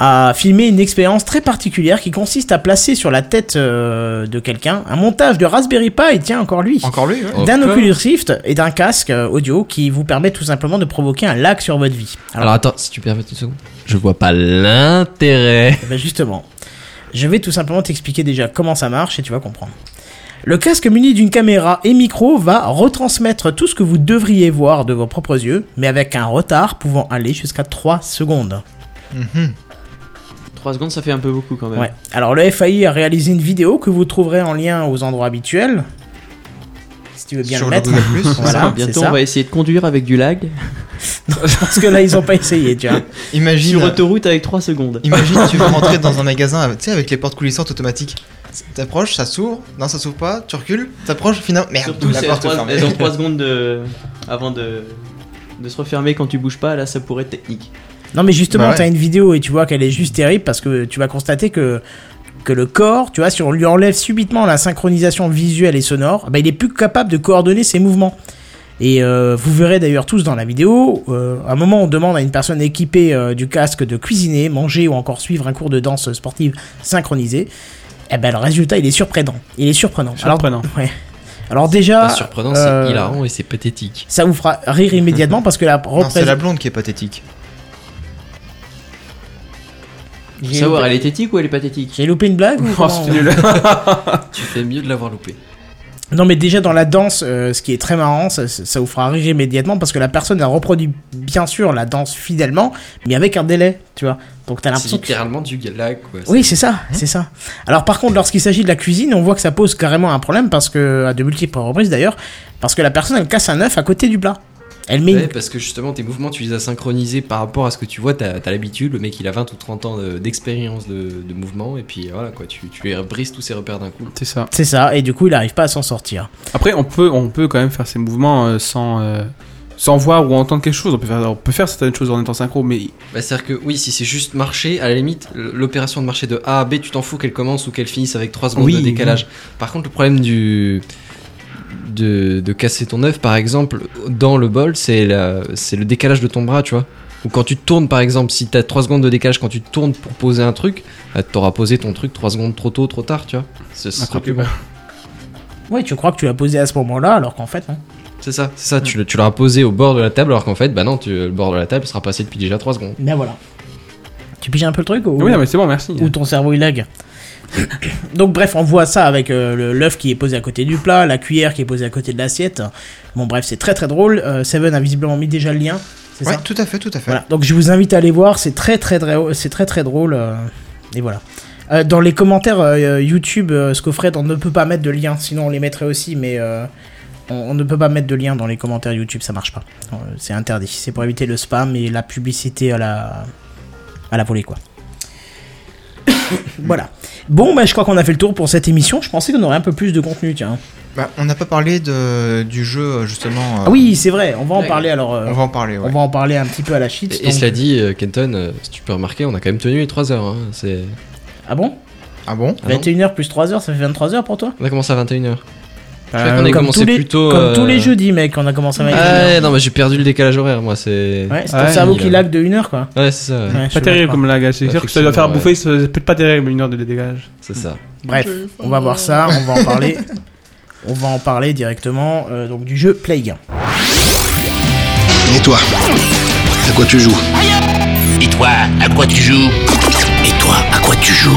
S1: a filmé une expérience très particulière qui consiste à placer sur la tête euh, de quelqu'un un montage de Raspberry Pi, tiens, encore lui,
S5: Encore lui, ouais.
S1: d'un
S3: Encore.
S1: Oculus Rift et d'un casque euh, audio qui vous permet tout simplement de provoquer un lag sur votre vie.
S3: Alors, attends, si tu permets une seconde. Je vois pas l'intérêt.
S1: Eh ben justement, je vais tout simplement t'expliquer déjà comment ça marche et tu vas comprendre. Le casque muni d'une caméra et micro va retransmettre tout ce que vous devriez voir de vos propres yeux, mais avec un retard pouvant aller jusqu'à 3 secondes.
S5: Mhm.
S4: 3 secondes, ça fait un peu beaucoup quand même.
S1: Ouais. Alors le FAI a réalisé une vidéo que vous trouverez en lien aux endroits habituels. Si tu veux bien
S5: Sur
S1: le
S5: le
S1: mettre.
S5: Google Plus.
S1: voilà, c'est
S4: Bientôt,
S1: ça.
S4: on va essayer de conduire avec du lag.
S1: Parce que là, ils ont pas essayé, tu vois.
S5: Imagine.
S4: Sur autoroute avec 3 secondes.
S5: Imagine, tu veux rentrer dans un magasin, avec- tu sais, avec les portes coulissantes automatiques. T'approches, ça s'ouvre. Non, ça s'ouvre pas. Tu recules. T'approches, finalement. Merde,
S4: Surtout,
S5: la
S4: c'est
S5: porte est fermée.
S4: elles ont 3 secondes de... avant de... de se refermer quand tu bouges pas. Là, ça pourrait être technique.
S1: Non, mais justement,
S5: Bah ouais.
S1: t'as une vidéo et tu vois qu'elle est juste terrible parce que tu vas constater que, que le corps, tu vois, si on lui enlève subitement la synchronisation visuelle et sonore, bah, il est plus capable de coordonner ses mouvements. Et euh, vous verrez d'ailleurs tous dans la vidéo, euh, à un moment on demande à une personne équipée euh, du casque de cuisiner, manger ou encore suivre un cours de danse sportive synchronisée, et ben le résultat il est surprenant. Il est surprenant.
S2: Surprenant.
S1: Alors, ouais. Alors déjà,
S3: Pas surprenant,
S1: euh,
S3: c'est hilarant et c'est pathétique.
S1: ça vous fera rire immédiatement parce que la
S5: Non, c'est
S1: représentation...
S5: la blonde qui est pathétique.
S4: Faut savoir, elle est éthique ou elle est pathétique
S1: J'ai loupé une blague ou
S2: Oh,
S1: comment
S2: c'est nul.
S3: Tu fais mieux de l'avoir loupé.
S1: Non mais déjà dans la danse, euh, ce qui est très marrant, ça, ça- ça vous fera rire immédiatement parce que la personne elle reproduit bien sûr la danse fidèlement, mais avec un délai, tu vois. Donc t'as
S3: C'est
S1: l'impression que...
S3: littéralement du Hein lag, quoi.
S1: Oui c'est ça, c'est ça. Alors par contre lorsqu'il s'agit de la cuisine, on voit que ça pose carrément un problème parce que, à de multiples reprises d'ailleurs, parce que la personne elle casse un œuf à côté du plat. Elle met... une-
S3: Ouais, parce que justement, tes mouvements, tu les as synchronisés par rapport à ce que tu vois. T'as as, l'habitude, le mec il a 20 ou 30 ans de- d'expérience de, de mouvement, et puis euh, voilà quoi, tu, tu lui brises tous ses repères d'un coup.
S2: C'est ça.
S1: C'est ça, et du coup il arrive pas à s'en sortir.
S2: Après, on peut, on peut quand même faire ces mouvements euh, sans, euh, sans voir ou entendre quelque chose. On peut, faire, on peut faire certaines choses en étant synchro, mais
S3: Bah, C'est-à-dire que oui, si c'est juste marcher, à la limite, l- l'opération de marcher de A à B, tu t'en fous qu'elle commence ou qu'elle finisse avec 3 secondes
S2: Oui,
S3: de décalage. Par contre, le problème du. De, de casser ton œuf, par exemple, dans le bol, c'est la- c'est le décalage de ton bras, tu vois. Ou quand tu te tournes, par exemple, si t'as 3 secondes de décalage quand tu te tournes pour poser un truc, bah, t'auras posé ton truc 3 secondes trop tôt, trop tard, tu vois. Ce- ce
S2: Attrape
S3: truc-
S2: le bras.
S1: Ouais, tu crois que tu l'as posé à ce moment-là alors qu'en fait hein. non.
S3: C'est ça, c'est ça, tu, le- tu l'auras posé au bord de la table, alors qu'en fait, bah non, tu- le bord de la table sera passé depuis déjà 3 secondes.
S1: Ben voilà. Tu piges un peu le truc ou...
S2: oui, non, mais c'est bon, merci.
S1: ou ton cerveau il lag. Donc bref, on voit ça avec euh, le- l'œuf qui est posé à côté du plat, la cuillère qui est posée à côté de l'assiette. Bon bref, c'est très très drôle. Euh, Seven a visiblement mis déjà le lien, c'est
S5: Ouais,
S1: ça
S5: tout à fait, tout à fait.
S1: Voilà. Donc je vous invite à aller voir, c'est très très très c'est très très drôle euh, et voilà. Euh, dans les commentaires euh, YouTube, euh, Scofred, on ne peut pas mettre de lien, sinon on les mettrait aussi, mais euh, on, on ne peut pas mettre de lien dans les commentaires YouTube, ça marche pas. Euh, c'est interdit, c'est pour éviter le spam et la publicité à la, à la volée, quoi. voilà. Bon, bah, je crois qu'on a fait le tour pour cette émission. Je pensais qu'on aurait un peu plus de contenu, tiens.
S5: Bah, on n'a pas parlé de, du jeu justement. euh,
S1: Ah oui, c'est vrai, on va en
S4: Ouais.
S1: parler alors. euh,
S5: On va en parler.
S1: on
S5: Ouais.
S1: va en parler un petit peu à la shit.
S3: Et, et
S1: donc-
S3: cela dit, euh, Kenton, euh, si tu peux remarquer, on a quand même tenu les 3 heures. hein, C'est...
S1: Ah bon
S5: Ah bon
S3: Ah non
S1: 21h plus 3h, ça fait 23h pour toi
S3: on a commencé à 21h. Je
S1: Euh,
S3: crois qu'on a
S1: comme
S3: commencé
S1: tous les-
S3: plutôt.
S1: Comme
S3: euh, Ah,
S1: tous les jeudis, mec, on a commencé à
S3: Ouais, non, mais j'ai perdu le décalage horaire, moi, c'est.
S1: Ouais, c'est
S2: Ouais,
S1: ton cerveau
S3: il,
S1: qui
S3: euh,
S1: lag de 1h quoi.
S3: Ouais, c'est ça, ouais,
S1: Ouais, je suis
S2: Pas terrible
S1: d'accord.
S2: comme la gage. C'est sûr que ça doit faire
S3: Effectivement,
S2: bouffer, c'est peut-être pas terrible une heure de dégage.
S3: c'est ça.
S1: Bref, on va voir ça, on va en parler. on va en parler directement euh, donc du jeu Plague.
S9: Et toi À quoi tu joues
S10: Et toi, à quoi tu joues Et toi, à quoi tu joues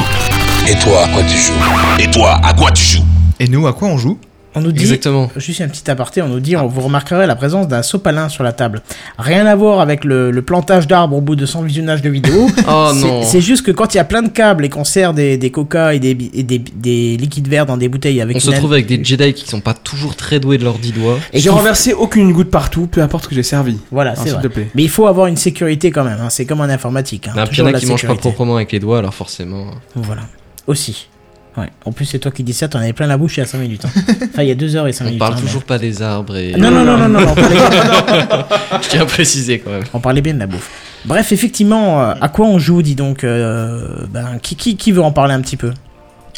S9: Et toi, à quoi tu joues
S10: Et toi, à quoi tu joues
S5: Et nous, à quoi on joue
S1: On nous dit
S3: Exactement.
S1: Juste un petit aparté, on nous dit, on vous remarquerez la présence d'un sopalin sur la table. Rien à voir avec le, le plantage d'arbres au bout de 100 visionnages de vidéos.
S3: Oh
S1: C'est-
S3: non.
S1: C'est juste que quand il y a plein de câbles et qu'on sert des, des coca et des, bi- et des, des liquides verts dans des bouteilles avec
S3: On se
S1: une-
S3: trouve avec des Jedi qui sont pas toujours très doués de leurs dix doigts.
S1: et
S2: J'ai
S1: qu'il-
S2: renversé aucune goutte partout, peu importe ce que j'ai servi.
S1: Voilà,
S2: Alors,
S1: c'est
S2: s'il
S1: vrai.
S2: te plaît.
S1: Mais il faut avoir une sécurité quand même, hein, c'est comme en informatique. Hein,
S3: Il y en a
S1: toujours la
S3: qui mangent pas
S1: sécurité.
S3: proprement avec les doigts, alors forcément. hein.
S1: Voilà, aussi. Ouais. En plus, c'est toi qui dis ça, t'en avais plein la bouche il y a 5 minutes. hein. Enfin, il y a 2 heures et 5
S3: On
S1: minutes.
S3: parle
S1: hein,
S3: toujours pas des arbres et.
S1: mais- Non, non, non, non, non, on parlait-
S3: Je tiens à préciser quand même.
S1: On parlait bien de la bouffe. Bref, effectivement, euh, à quoi on joue, dis donc euh, ben, qui, qui, qui veut en parler un petit peu Euh,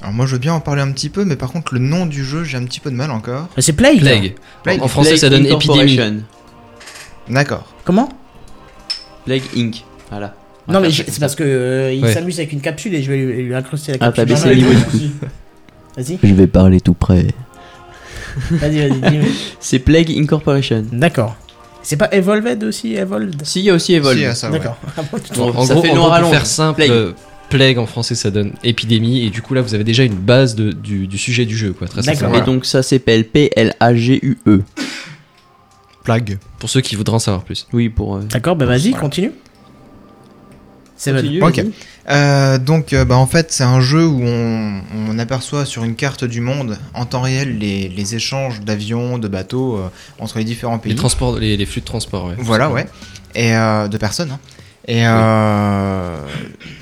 S5: Alors moi, je veux bien en parler un petit peu, mais par contre, le nom du jeu, j'ai un petit peu de mal encore.
S1: C'est Plague.
S3: Plague.
S5: Plague.
S3: En français, ça donne épidémie.
S4: Incorporation.
S5: D'accord.
S1: Comment
S4: Plague Inc. Voilà. On va
S1: Non, mais
S4: faire
S1: je-
S4: ça.
S1: c'est parce que euh, il
S3: Ouais.
S1: s'amuse avec une capsule et je vais lui, lui incruster la
S4: Ah,
S1: capsule.
S4: t'as baissé
S1: dans
S4: le
S1: l'œil.
S4: niveau,
S1: Vas-y,
S4: Je vais parler tout près.
S1: vas-y, vas-y. dis-moi.
S4: C'est Plague Incorporation.
S1: D'accord. C'est pas Evolved aussi, Evolved
S4: Si, il y a aussi Evolve.
S5: Si, hein. à ça, ouais.
S1: D'accord. Ah bon, tu
S3: En,
S1: trouves-
S4: Bon,
S3: en
S4: ça
S3: gros,
S4: fait
S3: en
S4: noir
S3: gros,
S4: à
S3: pour
S4: Londres.
S3: faire simple,
S4: Plague.
S3: euh, plague. en français ça donne épidémie et du coup là vous avez déjà une base de- du, du sujet du jeu quoi. Très
S1: D'accord.
S3: sincèrement.
S4: Et donc ça s'appelle P-L-A-G-U-E.
S5: Plague.
S3: Pour ceux qui voudraient en savoir plus.
S4: Oui, pour. euh,
S1: D'accord, bah vas-y, continue. C'est bon.
S4: continue,
S5: Ok.
S4: vas-y.
S5: Euh, donc, euh, bah, en fait, c'est un jeu où on, on aperçoit sur une carte du monde en temps réel les, les échanges d'avions, de bateaux euh, entre les différents
S3: Les
S5: pays.
S3: transports, les, les flux de transport. Ouais,
S5: Voilà, ouais. Et euh, de personnes. hein. Et euh,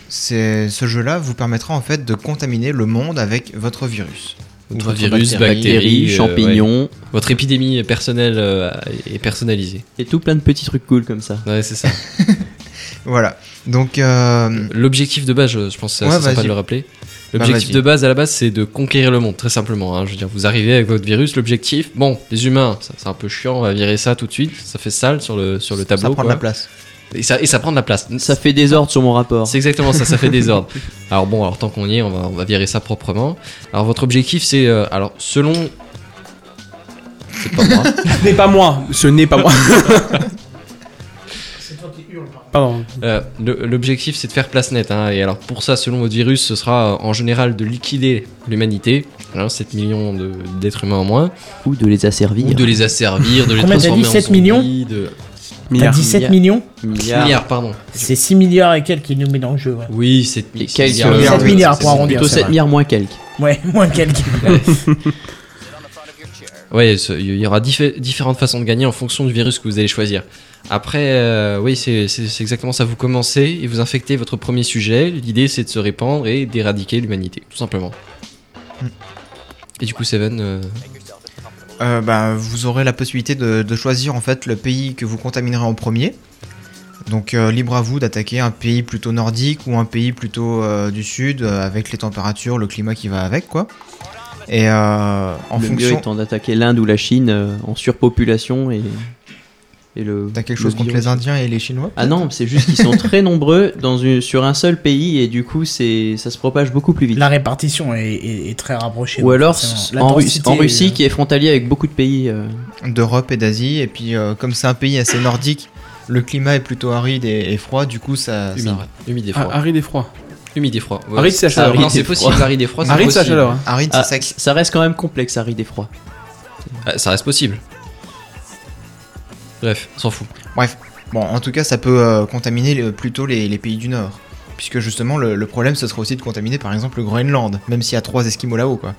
S5: c'est- ce jeu-là vous permettra en fait de contaminer le monde avec votre virus. Ou
S3: Votre virus,
S5: bactérie.
S4: Bactéries,
S3: euh,
S4: champignons
S3: ouais. Votre épidémie personnelle euh, est personnalisée.
S4: et tout plein de petits trucs cool comme ça.
S3: Ouais, c'est ça.
S5: Voilà. Donc, euh,
S3: L'objectif de base, je, je pense que c'est
S5: Ouais,
S3: assez sympa
S5: vas-y.
S3: de le rappeler.
S5: Bah,
S3: L'objectif
S5: vas-y.
S3: de base à la base, c'est de conquérir le monde, très simplement. hein. Je veux dire, vous arrivez avec votre virus, l'objectif, bon, les humains, ça- c'est un peu chiant, on va virer ça tout de suite, ça fait sale sur le, sur le tableau.
S5: ça prend de
S3: quoi.
S5: la place.
S3: Et, ça, et ça prend de la place.
S4: Ça fait désordre sur mon rapport.
S3: C'est exactement ça, ça fait désordre. Alors bon, alors tant qu'on y est, on va, on va virer ça proprement. Alors votre objectif, c'est, euh, alors selon... C'est pas moi.
S2: Ce n'est pas moi. Ce n'est pas moi. Pardon.
S3: Euh, le- L'objectif, c'est de faire place nette. hein. et alors, pour ça, selon votre virus, ce sera euh, en général de liquider l'humanité, hein, 7 millions de- d'êtres humains en moins,
S4: Ou de les asservir.
S3: ou de les asservir, de
S1: Combien
S3: les
S1: t'as
S3: transformer
S1: dit,
S3: en
S1: 7
S3: zombies,
S1: millions
S3: de...
S1: T'as
S2: Milliard.
S1: 17
S4: Milliard.
S1: millions
S4: Milliards.
S3: Milliards, pardon.
S1: C'est 6 milliards et quelques qui nous met dans le jeu. Ouais,
S3: Oui, 7
S4: Et
S3: milliards. oui,
S4: quelques-
S5: Sept
S3: c'est-
S1: milliards
S3: c'est-
S1: pour
S3: c'est-
S1: arrondir.
S4: Plutôt
S1: c'est
S4: 7
S1: vrai.
S4: milliards moins quelques.
S1: ouais moins quelques.
S3: Ouais, ce- il y aura diffé- différentes façons de gagner en fonction du virus que vous allez choisir. Après, euh, oui, c'est c'est- c'est exactement ça. Vous commencez et vous infectez votre premier sujet. L'idée, c'est de se répandre et d'éradiquer l'humanité, tout simplement. Et du coup, Seven, euh,
S5: Euh, bah, vous aurez la possibilité de, de choisir en fait le pays que vous contaminerez en premier. Donc euh, libre à vous d'attaquer un pays plutôt nordique ou un pays plutôt euh, du sud euh, avec les températures, le climat qui va avec quoi. Et euh, en
S4: le mieux
S5: fonction,
S4: étant d'attaquer l'Inde ou la Chine euh, en surpopulation et, et le.
S5: t'as quelque
S4: le
S5: chose contre
S4: virus.
S5: les Indiens et les Chinois
S4: Ah non, c'est juste qu'ils sont très nombreux dans une, sur un seul pays et du coup c'est ça se propage beaucoup plus vite.
S1: La répartition est, est- est très rapprochée.
S4: Ou
S1: donc
S4: alors
S1: forcément,
S4: en,
S1: la
S4: Ru-
S1: densité,
S4: en
S1: euh,
S4: Russie qui est frontalier avec beaucoup de pays. euh,
S5: D'Europe et d'Asie et puis euh, comme c'est un pays assez nordique, le climat est plutôt aride et, et froid, du coup ça. ça-
S3: humide, humide et froid.
S2: Ah, Aride et froid.
S3: Humide et froid. Ouais,
S2: Aride, c'est la
S3: ça-
S2: chaleur.
S3: non, c'est
S4: Aride et
S3: possible. Aride et froid, c'est
S2: Aride, c'est la
S3: possible.
S2: chaleur. hein.
S5: Aride,
S4: ah,
S5: c'est sec.
S4: ça reste quand même complexe, Harry des froids.
S3: Ah, ça reste possible. Bref, on s'en fout.
S5: Bref, bon, en tout cas, ça peut euh, contaminer le- plutôt les, les pays du Nord. Puisque justement, le, le problème, ce serait aussi de contaminer par exemple le Groenland, même s'il y a trois Esquimaux là-haut, quoi.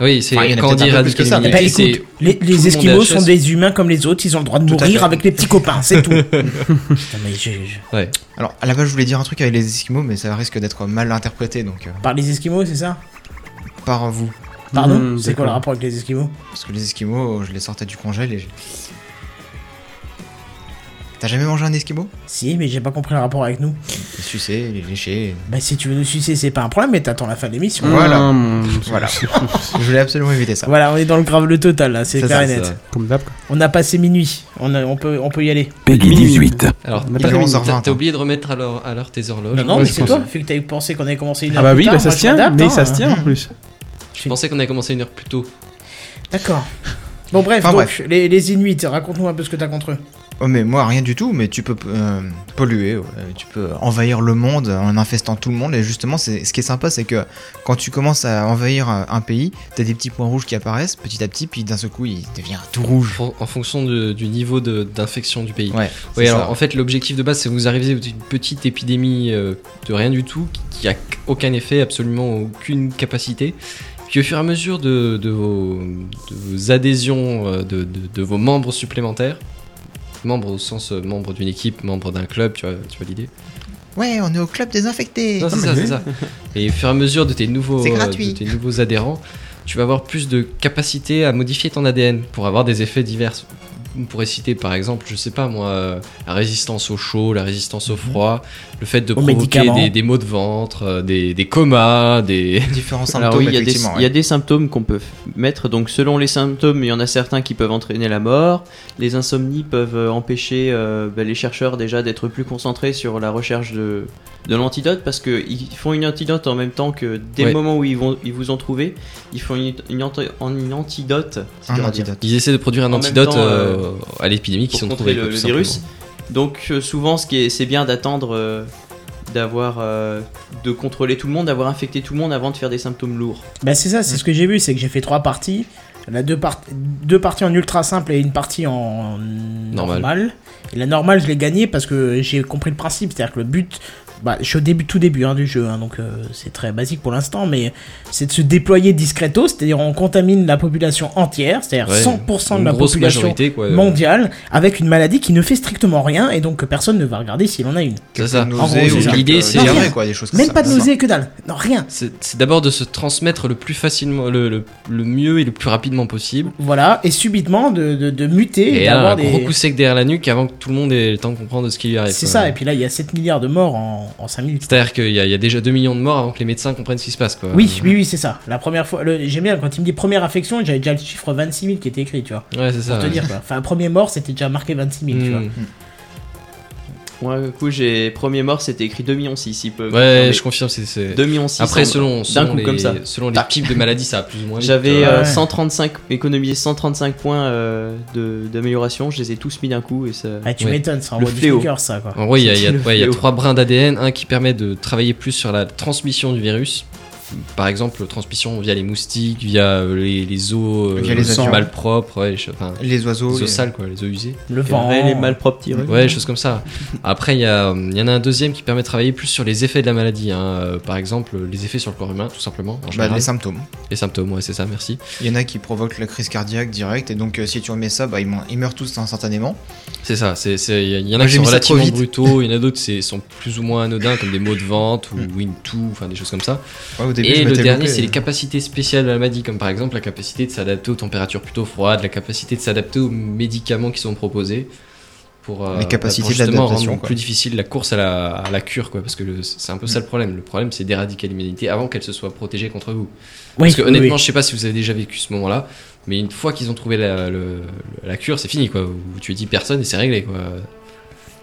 S3: Oui, c'est
S5: Enfin, il y en a
S3: quand on
S5: peut-être
S3: dit
S5: un peu
S3: éradiquer
S5: plus que ça, mais-
S1: Eh
S3: l'humanité,
S1: ben, écoute,
S3: c'est
S1: les,
S3: tout
S1: les
S3: le monde
S1: Esquimaux
S3: est à
S1: sont
S3: chaise.
S1: des humains comme les autres, ils ont le droit de
S5: Tout à
S1: mourir
S5: fait.
S1: avec les petits copains, c'est tout. Putain, mais je- je-
S5: Alors, à la base, je voulais dire un truc avec les Esquimaux, mais ça risque d'être mal interprété, donc euh,
S1: Par les Esquimaux, c'est ça
S5: par vous.
S1: Pardon
S4: Mm,
S2: Mmh,
S1: C'est quoi
S2: d'accord.
S1: le rapport avec les Esquimaux
S5: Parce que les Esquimaux, je les sortais du congèle et j'ai- T'as jamais mangé un Esquimau
S1: Si, mais j'ai pas compris le rapport avec nous.
S5: Les sucer, les lécher.
S1: Bah, si tu veux nous sucer, c'est pas un problème, mais t'attends la fin de l'émission.
S5: Voilà.
S2: Hum,
S5: Voilà. je voulais absolument éviter ça.
S1: Voilà, on est dans le grave le total là, c'est
S5: C'est
S1: clair
S5: ça,
S1: et net.
S3: ça.
S2: Comme d'hab. quoi.
S1: On a passé minuit, on, a- on, peut, on peut y aller.
S10: Peggy 18.
S3: Alors,
S2: On a
S5: Il est
S3: t'as-
S5: 11h20.
S3: t'as oublié de remettre à l'heure, à l'heure tes horloges.
S1: Non, non,
S2: ouais,
S1: mais
S2: je
S1: c'est
S2: pense.
S1: toi, vu que t'avais pensé qu'on avait commencé une heure
S2: Ah bah
S1: plus
S2: oui,
S1: tard,
S2: bah ça
S1: moi,
S2: se
S1: je
S2: tient,
S1: m'adapte,
S2: mais
S1: hein.
S2: ça se tient en plus.
S3: Je pensais qu'on avait commencé une heure plus tôt.
S1: D'accord. Bon, bref,
S5: Enfin,
S1: donc,
S5: bref.
S1: Les, les Inuits, raconte-nous un peu ce que t'as contre eux.
S5: Oh, mais moi, rien du tout, mais tu peux euh, polluer, ouais, tu peux envahir le monde en infestant tout le monde. Et justement, c'est, ce qui est sympa, c'est que quand tu commences à envahir euh, un un pays, t'as des petits points rouges qui apparaissent petit à petit, puis d'un seul coup, il devient tout rouge.
S3: En, en fonction de- du niveau de- d'infection du pays.
S5: Ouais, c'est
S3: Oui,
S5: ça.
S3: alors en fait, l'objectif de base, c'est que vous arrivez à une petite épidémie euh, de rien du tout, qui- qui a aucun effet, absolument aucune capacité. Puis au fur et à mesure de, de vos, de vos adhésions, euh, de, de- de vos membres supplémentaires, membres au sens euh, membres d'une équipe, membres d'un club, tu vois, tu vois l'idée
S5: Ouais, on est au club désinfecté.
S3: Non, c'est ça, c'est ça. Et au fur et à mesure de tes nouveaux,
S5: C'est
S3: euh,
S5: gratuit.
S3: de tes nouveaux adhérents, tu vas avoir plus de capacité à modifier ton ADN pour avoir des effets divers. On pourrait citer par exemple, je sais pas moi, euh, la résistance au chaud, la résistance
S1: Mhm.
S3: au froid, le fait de
S1: Aux
S3: provoquer
S1: médicaments.
S3: des, des maux de ventre, euh, des, des comas, des.
S5: Différents symptômes,
S4: Alors oui, il y, a des,
S5: effectivement.
S4: il y a
S5: ouais.
S4: des symptômes qu'on peut f- mettre. Donc selon les symptômes, il y en a certains qui peuvent entraîner la mort. Les insomnies peuvent euh, empêcher euh, bah, les chercheurs déjà d'être plus concentrés sur la recherche de, de l'antidote parce qu'ils font une antidote en même temps que dès
S3: Ouais.
S4: le moment où ils, vont, ils vous ont trouvé, ils font une, une, anti- une antidote. c'est
S5: Un
S4: dur à dire.
S5: antidote.
S3: Ils essaient de produire un
S4: En même
S3: antidote
S4: temps, euh,
S3: euh, à l'épidémie qui
S4: pour
S3: sont
S4: contrer
S3: trouvés.
S4: le,
S3: quoi,
S4: le
S3: tout
S4: virus.
S3: simplement.
S4: Donc euh, souvent, ce qui est, c'est bien d'attendre, euh, d'avoir, euh, de contrôler tout le monde, d'avoir infecté tout le monde avant de faire des symptômes lourds.
S1: Bah, c'est ça, c'est ce que j'ai vu, c'est que j'ai fait trois parties. La deux, par- deux parties en ultra simple et une partie en
S3: Normal.
S1: normale. Et la normale, je l'ai gagnée parce que j'ai compris le principe. C'est-à-dire que le but, bah, je suis au début, tout début hein, du jeu, hein, donc euh, c'est très basique pour l'instant, mais c'est de se déployer discreto, c'est-à-dire on contamine la population entière, c'est-à-dire
S3: Ouais,
S1: 100% de
S3: une
S1: la
S3: grosse
S1: population
S3: majorité, quoi. euh,
S1: mondiale, avec une maladie qui ne fait strictement rien et donc que personne ne va regarder s'il en a une.
S3: C'est ça.
S5: Nausées
S1: En gros, c'est
S5: ou
S1: ça.
S5: quelques
S3: L'idée, c'est-
S5: diarrhées, quoi, des choses comme
S1: Même
S5: ça.
S1: pas de nausée, que dalle. Non, rien.
S3: C'est c'est d'abord de se transmettre le plus facilement, le, le- le mieux et le plus rapidement possible.
S1: Voilà, et subitement de, de, de muter et,
S3: Et alors,
S1: d'avoir
S3: un gros
S1: des.
S3: coup sec derrière la nuque avant que tout le monde ait le temps de comprendre ce qui lui arrive.
S1: C'est
S3: quoi.
S1: ça, et puis là, il y a 7 milliards de morts en, 5 minutes.
S3: C'est-à-dire qu'il y, a- il y a déjà 2 millions de morts avant que les médecins comprennent ce qui se passe. Quoi.
S1: Oui, oui, oui, c'est ça. La première fois, le- j'aime bien quand il me dit première affection, j'avais déjà le chiffre 26 000 qui était écrit, tu vois.
S3: Ah Ouais, c'est ça.
S1: Pour te dire, quoi. Enfin, premier mort, c'était déjà marqué 26 000, tu vois.
S3: Mm.
S4: Moi, du coup, j'ai premier mort, c'était écrit 2 millions 6, il peut.
S3: Ouais, je confirme. c'est- c'est-
S4: 2 millions 6.
S3: Après, selon,
S4: d'un
S3: selon
S4: coup
S3: les,
S4: comme ça.
S3: selon
S1: Bah,
S3: les types de maladies, ça a plus ou moins. vite,
S4: J'avais
S3: tu vois.
S4: euh,
S1: Ouais.
S4: 135 économisé 135 points euh, de- d'amélioration, je les ai tous mis d'un coup et ça.
S1: Ah, tu
S3: Ouais.
S1: m'étonnes, ça
S4: Le
S1: envoie du
S4: fléau.
S1: sneaker, ça, quoi.
S3: En gros, il y a, il y a-
S4: le
S3: ouais, il y a
S4: fléau.
S3: trois brins d'ADN. Un qui permet de travailler plus sur la transmission du virus. Par exemple, transmission via les moustiques, via euh, les, les eaux euh,
S5: Via les
S1: avions.
S3: malpropres, ouais, les cho- enfin,
S5: Les oiseaux.
S3: les eaux
S5: les-
S3: sales, quoi, les eaux usées.
S1: Le
S4: Et en
S1: vent.
S4: vrai, les malpropres tirés.
S3: Ouais, choses comme ça. Après, il y, a, hum, il y en a un deuxième qui permet de travailler plus sur les effets de la maladie. hein. Euh, Par exemple, les effets sur le corps humain, tout simplement. en
S5: Bah,
S3: général.
S5: les
S3: les,
S5: symptômes.
S3: symptômes, ouais, c'est ça, merci.
S5: Il y en a qui provoquent la crise cardiaque directe, et donc euh, si tu remets ça, bah, ils, mon- ils meurent tous instantanément.
S3: C'est ça. c'est- c'est- Il y, a- il y en a
S5: Moi,
S3: qui
S5: j'ai
S3: sont
S5: mis ça trop
S3: relativement
S5: vite.
S3: brutaux, il y en a d'autres qui sont plus ou moins anodins, comme des mots de vente ou une toux, enfin des choses comme ça.
S5: Ouais, au début, je
S3: Et le
S5: m'étais
S3: dernier,
S5: loupé,
S3: c'est les
S5: euh.
S3: capacités spéciales de la maladie, comme par exemple la capacité de s'adapter aux températures plutôt froides, la capacité de s'adapter aux médicaments qui sont proposés. Pour, euh,
S5: Les capacités
S3: pour
S5: de
S3: justement
S5: l'adaptation,
S3: rendre
S5: quoi. Mm.
S3: plus difficile la course à la, à la cure, quoi, parce que le- c'est un peu ça le problème. Le problème, c'est d'éradiquer l'humanité avant qu'elle se soit protégée contre vous.
S1: Oui,
S3: parce que
S1: oui,
S3: honnêtement,
S1: oui.
S3: je sais pas si vous avez déjà vécu ce moment-là, mais une fois qu'ils ont trouvé la, le- la cure, c'est fini, quoi. Vous tuez 10 personnes et c'est réglé, quoi.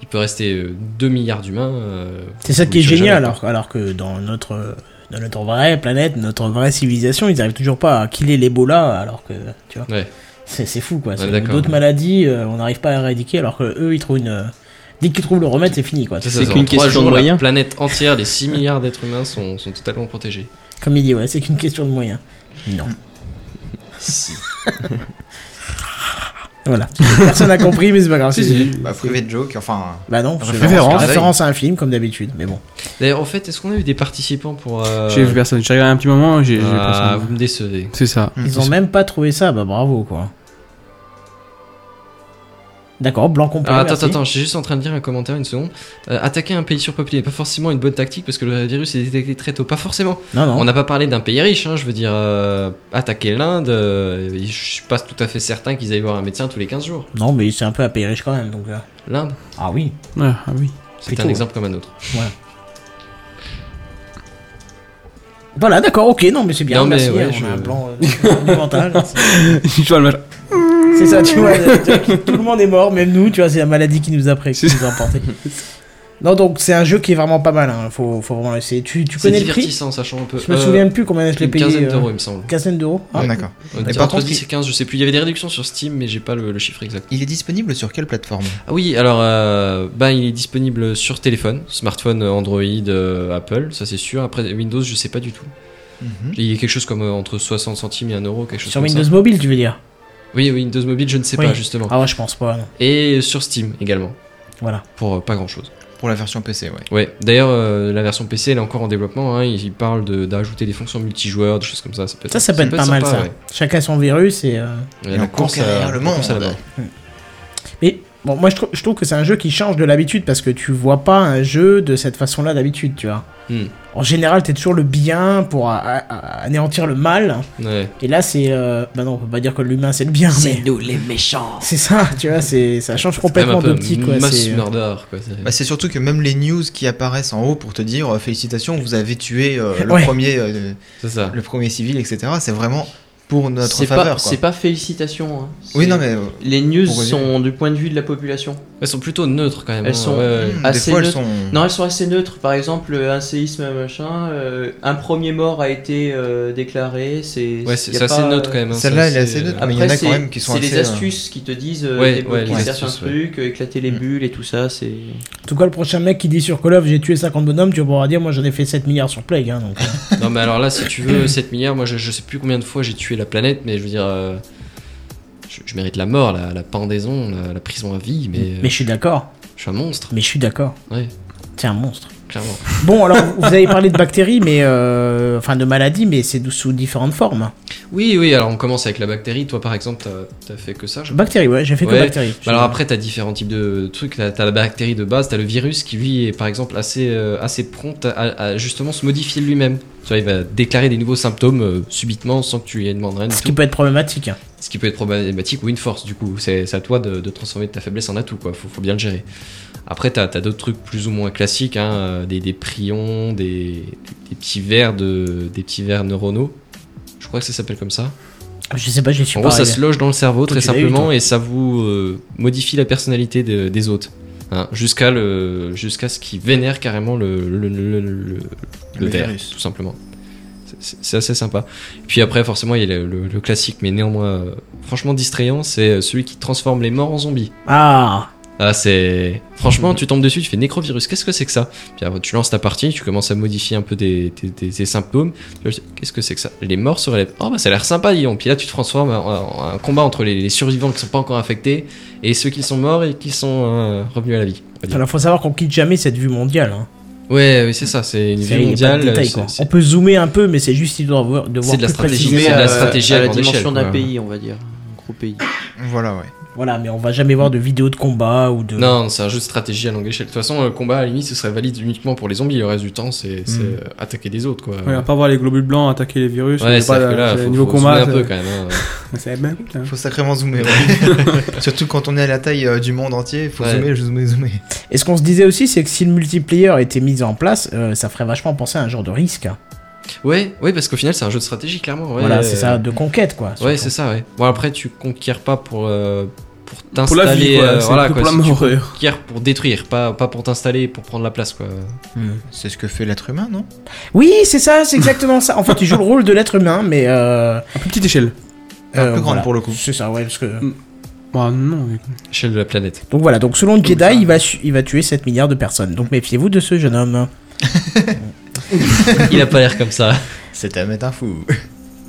S3: Il peut rester euh, 2 milliards d'humains. euh,
S1: C'est ça
S3: vous
S1: qui est
S3: le tuerez
S1: génial,
S3: jamais, quoi.
S1: alors, alors que dans notre. Dans notre vraie planète, notre vraie civilisation, ils arrivent toujours pas à killer l'Ebola, alors que, tu vois.
S3: Ouais.
S1: C'est c'est fou quoi.
S3: Ouais,
S1: C'est-
S3: d'accord.
S1: D'autres maladies, euh, on n'arrive pas à éradiquer alors que eux ils trouvent une. euh, Dès qu'ils trouvent le remède, c'est fini quoi.
S3: Ça,
S4: C'est
S3: ça,
S4: qu'une
S3: en trois
S4: question de
S3: jours, La
S4: moyens.
S3: planète entière, les 6 milliards d'êtres humains sont, sont totalement protégés.
S1: Comme il dit, ouais, c'est qu'une question de moyens. Non. voilà. Personne n'a compris, mais c'est pas grave. c'est-
S5: Bah, privé de joke, enfin.
S1: Bah non, c'est-
S2: Référence.
S1: référence à un film comme d'habitude, mais bon.
S3: D'ailleurs, en fait, est-ce qu'on a eu des participants pour. euh,
S2: J'ai vu personne. J'ai regardé un petit moment, j'ai j'ai
S3: Ah,
S2: personne.
S3: vous me décevez.
S2: C'est ça.
S1: Ils ont même pas trouvé ça, bah bravo quoi. D'accord, blanc complet.
S3: Ah, attends,
S1: merci.
S3: attends, attends, je suis juste en train de dire un commentaire, une seconde. Euh, attaquer un pays surpeuplé n'est pas forcément une bonne tactique parce que le virus est détecté très tôt. Pas forcément.
S1: Non, non.
S3: On n'a pas parlé d'un pays riche, hein, je veux dire, euh, attaquer l'Inde, euh, je suis pas tout à fait certain qu'ils aillent voir un médecin tous les 15 jours.
S1: Non, mais c'est un peu un pays riche quand même. Donc, euh.
S3: L'Inde,
S1: Ah oui.
S2: Ah, ah oui.
S3: c'est
S1: Plutôt,
S3: un
S1: ouais.
S3: exemple comme un autre.
S1: Voilà, d'accord, ok, non, mais c'est bien.
S3: Non, mais
S1: merci, hein,
S3: ouais,
S1: on
S3: je-
S1: a un blanc euh, monumental.
S2: tu vois le match.
S1: C'est ça, tu vois, tu vois que tout le monde est mort, même nous, tu vois, c'est la maladie qui nous a pris, qui nous a emportés. Non, donc c'est un jeu qui est vraiment pas mal, hein, faut, faut vraiment l'essayer. Tu, tu
S3: C'est
S1: connais le prix
S3: divertissant, sachant un peu.
S1: Je me
S3: Euh,
S1: souviens plus combien je l'ai
S3: Une
S1: payé.
S3: quinzaine
S1: euh,
S3: d'euros, il me semble.
S1: quinzaine d'euros Ah,
S5: Ah, D'accord.
S3: On
S5: Mais
S3: était
S5: par
S3: Euh, entre
S5: contre,
S3: 10 et 15, je sais plus. Il y avait des réductions sur Steam, mais j'ai pas le, le chiffre exact.
S5: Il est disponible sur quelle plateforme
S3: Ah oui, alors, euh, ben, il est disponible sur téléphone, smartphone, Android, euh, Apple, ça c'est sûr. Après, Windows, je sais pas du tout.
S5: Mhm.
S3: Il y a quelque chose comme euh, entre 60 centimes et 1 euro, quelque chose
S1: Sur
S3: comme
S1: Windows
S3: ça.
S1: Mobile, tu veux dire
S3: Oui, oui, Windows Mobile, je ne sais
S1: Oui.
S3: pas justement.
S1: Ah ouais, je pense pas, non.
S3: Et euh, sur Steam également,
S1: Voilà.
S3: pour euh, pas grand chose.
S5: Pour la version PC, ouais.
S3: Ouais, d'ailleurs, euh, la version PC elle est encore en développement, hein. ils parlent de- d'ajouter des fonctions multijoueurs, des choses comme ça. Ça peut être,
S1: Ça, ça peut être pas mal,
S3: sympa,
S1: ça.
S3: ouais.
S1: Chacun son virus et. euh,
S3: Et
S5: Et
S3: la
S5: on
S3: course à-
S5: conquérir le
S3: la course à la
S5: monde.
S3: mort.
S1: Mais bon, moi je, trou- je trouve que c'est un jeu qui change de l'habitude parce que tu vois pas un jeu de cette façon-là d'habitude, tu vois.
S3: Hmm.
S1: En général, t'es toujours le bien pour a- a- a- anéantir le mal.
S3: Ouais.
S1: Et là, c'est. euh, Bah non, on peut pas dire que l'humain c'est le bien,
S4: C'est
S1: mais.
S4: nous les méchants.
S1: C'est ça, tu vois, c'est ça change
S3: Même
S1: complètement
S3: un peu
S1: d'optique, quoi.
S3: mass
S1: c'est- euh,
S3: murder, quoi. c'est-
S5: Bah, c'est surtout que même les news qui apparaissent en haut pour te dire euh, félicitations, vous avez tué euh, le,
S1: Ouais.
S5: premier, euh,
S3: C'est ça.
S5: le premier civil, etc. C'est vraiment pour notre
S4: C'est pas,
S5: faveur. quoi.
S4: c'est pas félicitations. hein.
S5: Oui,
S4: C'est-
S5: non, mais euh,
S4: Les news
S5: Pour résumer.
S4: sont du point de vue de la population.
S3: Elles sont plutôt neutres quand même.
S4: Elles
S3: hein,
S4: sont-
S3: ouais, ouais.
S5: hmm, des
S4: assez
S5: fois elles
S4: neutre.
S5: sont.
S3: Mm.
S4: Non, elles sont assez neutres. Par exemple, euh, un séisme, machin, euh, un premier mort a été euh, déclaré. C'est
S3: Ouais,
S4: y
S3: c'est
S4: a
S3: c'est assez
S4: pas,
S3: neutre
S4: euh,
S3: quand même. hein,
S5: Celle-là,
S3: c'est
S5: elle est assez neutre. Ah, mais il y en a
S4: Après,
S5: quand même
S4: c'est
S5: qui sont
S4: c'est les
S5: assez, euh,
S4: astuces qui te disent euh,
S3: Ouais,
S4: débloquer
S3: ouais, les
S4: certains
S3: astuces, ouais.
S4: trucs, euh, éclater les
S5: Mm.
S4: bulles et tout ça. C'est
S1: En tout cas, le prochain mec qui dit sur Call of j'ai tué 50 bonhommes, tu pourras dire moi j'en ai fait 7 milliards sur Plague. Hein, donc, euh,
S3: Non, mais alors là, si tu veux, 7 milliards, moi je, je sais plus combien de fois j'ai tué la planète, mais je veux dire. euh, je, je mérite la mort, la, la pendaison, la, la prison à vie, mais, euh,
S1: Mais je suis d'accord,
S3: je suis un monstre,
S1: mais je suis d'accord.
S3: Ouais.
S1: T'es un monstre.
S3: clairement.
S1: Bon, alors vous avez parlé de bactéries, mais. euh, Enfin, de maladies, mais c'est sous différentes formes.
S3: Oui, oui, alors on commence avec la bactérie. Toi, par exemple, t'as- t'as fait que ça, je
S1: Bactéries, ouais, j'ai fait que
S3: Ouais.
S1: bactéries.
S3: Bah alors après, t'as différents types de trucs. T'as t'as la bactérie de base, t'as le virus qui lui est par exemple assez, euh, assez prompt à, à justement se modifier lui-même. Tu vois, il va déclarer des nouveaux symptômes euh, subitement sans que tu lui aies demandé rien du
S1: Ce
S3: tout.
S1: qui peut être problématique. hein.
S3: Ce qui peut être problématique ou une force, du coup. C'est c'est à toi de, de transformer ta faiblesse en atout, quoi. Faut, faut bien le gérer. Après, t'as as, d'autres trucs plus ou moins classiques, hein, euh, des, des prions, des, des petits vers de, des petits vers neuronaux. Je crois que ça s'appelle comme ça.
S1: Je sais pas, je suis
S3: En
S1: pas.
S3: gros, ça
S1: arrivé.
S3: se loge dans le cerveau
S1: Toi,
S3: très
S1: tu l'as eu,
S3: simplement
S1: toi.
S3: et ça vous euh, modifie la personnalité de- des hôtes. Hein, jusqu'à le jusqu'à ce qu'ils vénèrent carrément le, le, le, le- le- le verre,
S5: virus.
S3: tout simplement. C'est- C'est assez sympa. Puis après, forcément, il y a le, le- le classique, mais néanmoins euh, franchement distrayant, c'est euh, celui qui transforme les morts en zombies.
S1: Ah
S3: Ah, c'est. Franchement, tu tombes dessus, tu fais nécrovirus, qu'est-ce que c'est que ça Puis après, tu lances ta partie, tu commences à modifier un peu tes, tes- tes- tes symptômes. Tu vois, Qu'est-ce que c'est que ça Les morts se relèvent. Oh, bah ça a l'air sympa, dis donc. Puis là, tu te transformes en, en- en un combat entre les, les survivants qui sont pas encore infectés et ceux qui sont morts et qui sont euh, revenus à la vie. on va dire.
S1: Alors, faut savoir qu'on quitte jamais cette vue mondiale. hein.
S3: Ouais, oui, c'est ça, c'est une
S1: C'est-
S3: vie
S1: il y a pas de
S3: mondiale.
S1: détail,
S3: c'est-
S1: quoi.
S3: c'est-
S1: On peut zoomer un peu, mais c'est juste histoire de voir, de voir
S3: de la
S1: plus
S3: stratégie,
S1: précisément.
S3: c'est de la
S4: euh,
S3: stratégie à
S4: à la
S3: grande
S4: dimension
S3: échelle,
S4: d'un
S3: quoi.
S4: pays, on va dire, un gros pays.
S5: Voilà, ouais.
S1: Euh, Voilà, mais on va jamais voir de vidéos de combat ou de.
S3: Non, c'est un jeu de stratégie à longue échelle. De toute façon, le combat, à la limite, ce serait valide uniquement pour les zombies. Le reste du temps, c'est c'est,
S2: Mm.
S3: euh, attaquer des autres, quoi.
S2: Ouais, à pas voir les globules blancs attaquer les virus.
S3: Ouais,
S2: mais
S3: c'est
S2: pas,
S3: que là,
S2: c'est-
S3: faut,
S2: niveau
S3: faut
S2: combat,
S3: zoomer un peu
S2: c'est-
S3: quand même. hein.
S2: c'est hein. même. putain.
S5: Faut sacrément zoomer. ouais. Surtout quand on est à la taille euh, du monde entier, faut
S3: Ouais.
S5: zoomer, je zoomer, zoomer.
S1: Et ce qu'on se disait aussi, c'est que si le multiplayer était mis en place, euh, ça ferait vachement penser à un genre de risque. hein.
S3: Ouais, ouais, parce qu'au final, c'est un jeu de stratégie, clairement. ouais.
S1: voilà, c'est ça, de conquête, quoi.
S3: Ouais,
S1: surtout.
S3: c'est ça, ouais. Bon, après, tu conquières pas pour, euh, pour t'installer.
S2: Pour la vie, quoi.
S3: euh,
S2: c'est
S3: voilà,
S2: plus
S3: quoi.
S2: pour
S3: Si
S2: la
S3: tu
S2: mort. euh.
S3: conquières pour détruire, pas, pas pour t'installer et pour prendre la place, quoi.
S1: Hmm.
S5: C'est ce que fait l'être humain, non
S1: Oui, c'est ça, c'est exactement ça. En fait, tu joues le rôle de l'être humain, mais. Euh,
S2: À plus petite échelle.
S5: Un
S1: euh,
S5: peu grande
S1: voilà.
S5: pour le coup.
S1: C'est ça, ouais, parce que.
S2: Bah non. mais-
S3: Échelle de la planète.
S1: Donc voilà, donc selon Jedi, il va, su- il va tuer 7 milliards de personnes. Donc méfiez-vous de ce jeune homme.
S3: Il a pas l'air comme ça.
S5: C'est à mettre un fou.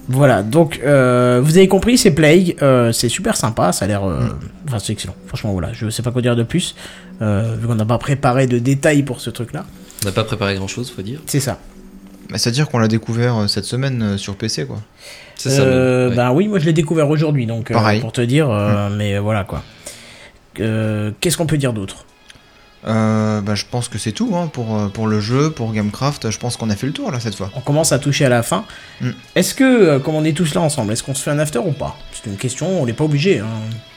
S1: Voilà, donc euh, vous avez compris, c'est Plague, euh, c'est super sympa, ça a l'air... euh, Enfin, c'est excellent. Franchement, voilà, je sais pas quoi dire de plus, euh, vu qu'on n'a pas préparé de détails pour ce truc-là.
S3: On n'a pas préparé grand chose, faut dire.
S1: C'est ça.
S5: Bah, C'est-à-dire qu'on l'a découvert euh, cette semaine euh, sur PC, quoi.
S3: C'est ça.
S1: Euh,
S3: le- ouais.
S1: Ben oui, moi je l'ai découvert aujourd'hui, donc euh,
S5: Pareil.
S1: pour te dire, euh, mais voilà quoi. Euh, Qu'est-ce qu'on peut dire d'autre
S5: Euh, bah, je pense que c'est tout hein, pour, euh, pour le jeu, pour Gamecraft. Je pense qu'on a fait le tour là cette fois.
S1: On commence à toucher à la fin.
S5: Mm.
S1: Est-ce que, euh, comme on est tous là ensemble, est-ce qu'on se fait un after ou pas C'est une question, on n'est pas obligé. hein.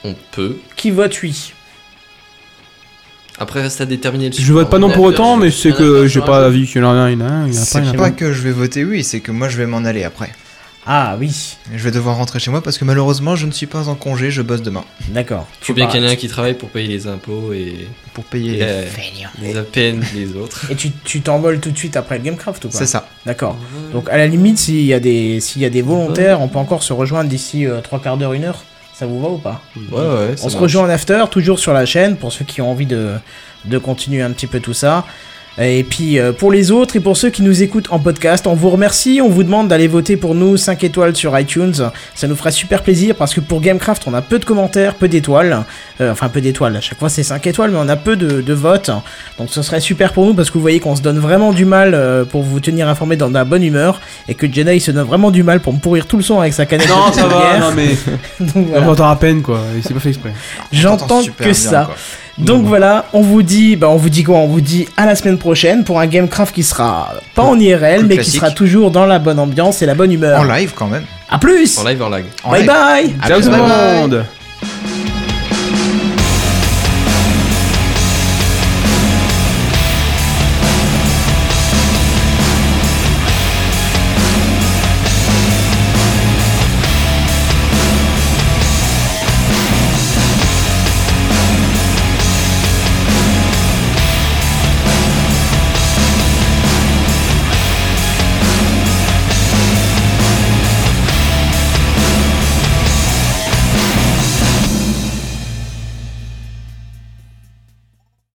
S3: On peut.
S1: Qui vote oui
S3: Après, reste à déterminer le
S2: Je vote pas non pour autant, mais c'est
S4: Il y en a
S2: que
S4: pas
S2: j'ai
S4: sur
S2: pas
S4: un.
S2: d'avis. Il y en a un, il y en a un, il y en a pas,
S5: C'est
S2: il y en a
S5: pas que je vais voter oui, c'est que moi je vais m'en aller après.
S1: Ah oui,
S5: Je vais devoir rentrer chez moi parce que malheureusement je ne suis pas en congé, je bosse demain
S1: d'accord.
S3: Faut bien
S1: pars-
S3: qu'il y en ait un qui travaille pour payer les impôts et
S5: pour payer.
S3: et, euh, les APN des autres.
S1: Et tu tu t'envoles tout de suite après le Gamecraft ou pas
S5: C'est ça.
S1: D'accord. Donc à la limite, s'il y, a des- s'il y a des volontaires, on peut encore se rejoindre d'ici euh, trois quarts d'heure, une heure. Ça vous va ou pas
S3: Ouais, ouais, ça
S1: On se
S3: marche.
S1: rejoint en after, toujours sur la chaîne, pour ceux qui ont envie de, de continuer un petit peu tout ça. Et puis euh, pour les autres et pour ceux qui nous écoutent en podcast, on vous remercie, on vous demande d'aller voter pour nous 5 étoiles sur iTunes, ça nous fera super plaisir parce que pour Gamecraft on a peu de commentaires, peu d'étoiles, Euh, enfin peu d'étoiles, à chaque fois c'est 5 étoiles mais on a peu de, de votes, donc ce serait super pour nous parce que vous voyez qu'on se donne vraiment du mal euh, pour vous tenir informés dans la bonne humeur et que Jedi se donne vraiment du mal pour me pourrir tout le son avec sa canette.
S2: Non,
S1: de
S2: ça va,
S1: bière.
S2: non mais.
S1: Donc,
S2: On
S1: voilà.
S2: l'entend à peine quoi, et c'est pas fait exprès.
S1: J'entends que ça. Donc voilà, on vous dit, bah on vous dit quoi On vous dit à la semaine prochaine pour un Gamecraft qui sera pas en IRL,
S5: Plus
S1: mais qui
S5: classique.
S1: sera toujours dans la bonne ambiance et la bonne humeur.
S5: En live quand même.
S1: À plus.
S3: En live, en lag.
S5: En
S1: bye
S5: live.
S1: bye.
S5: À
S2: Ciao
S5: plus,
S2: tout le
S5: bye bye.
S2: monde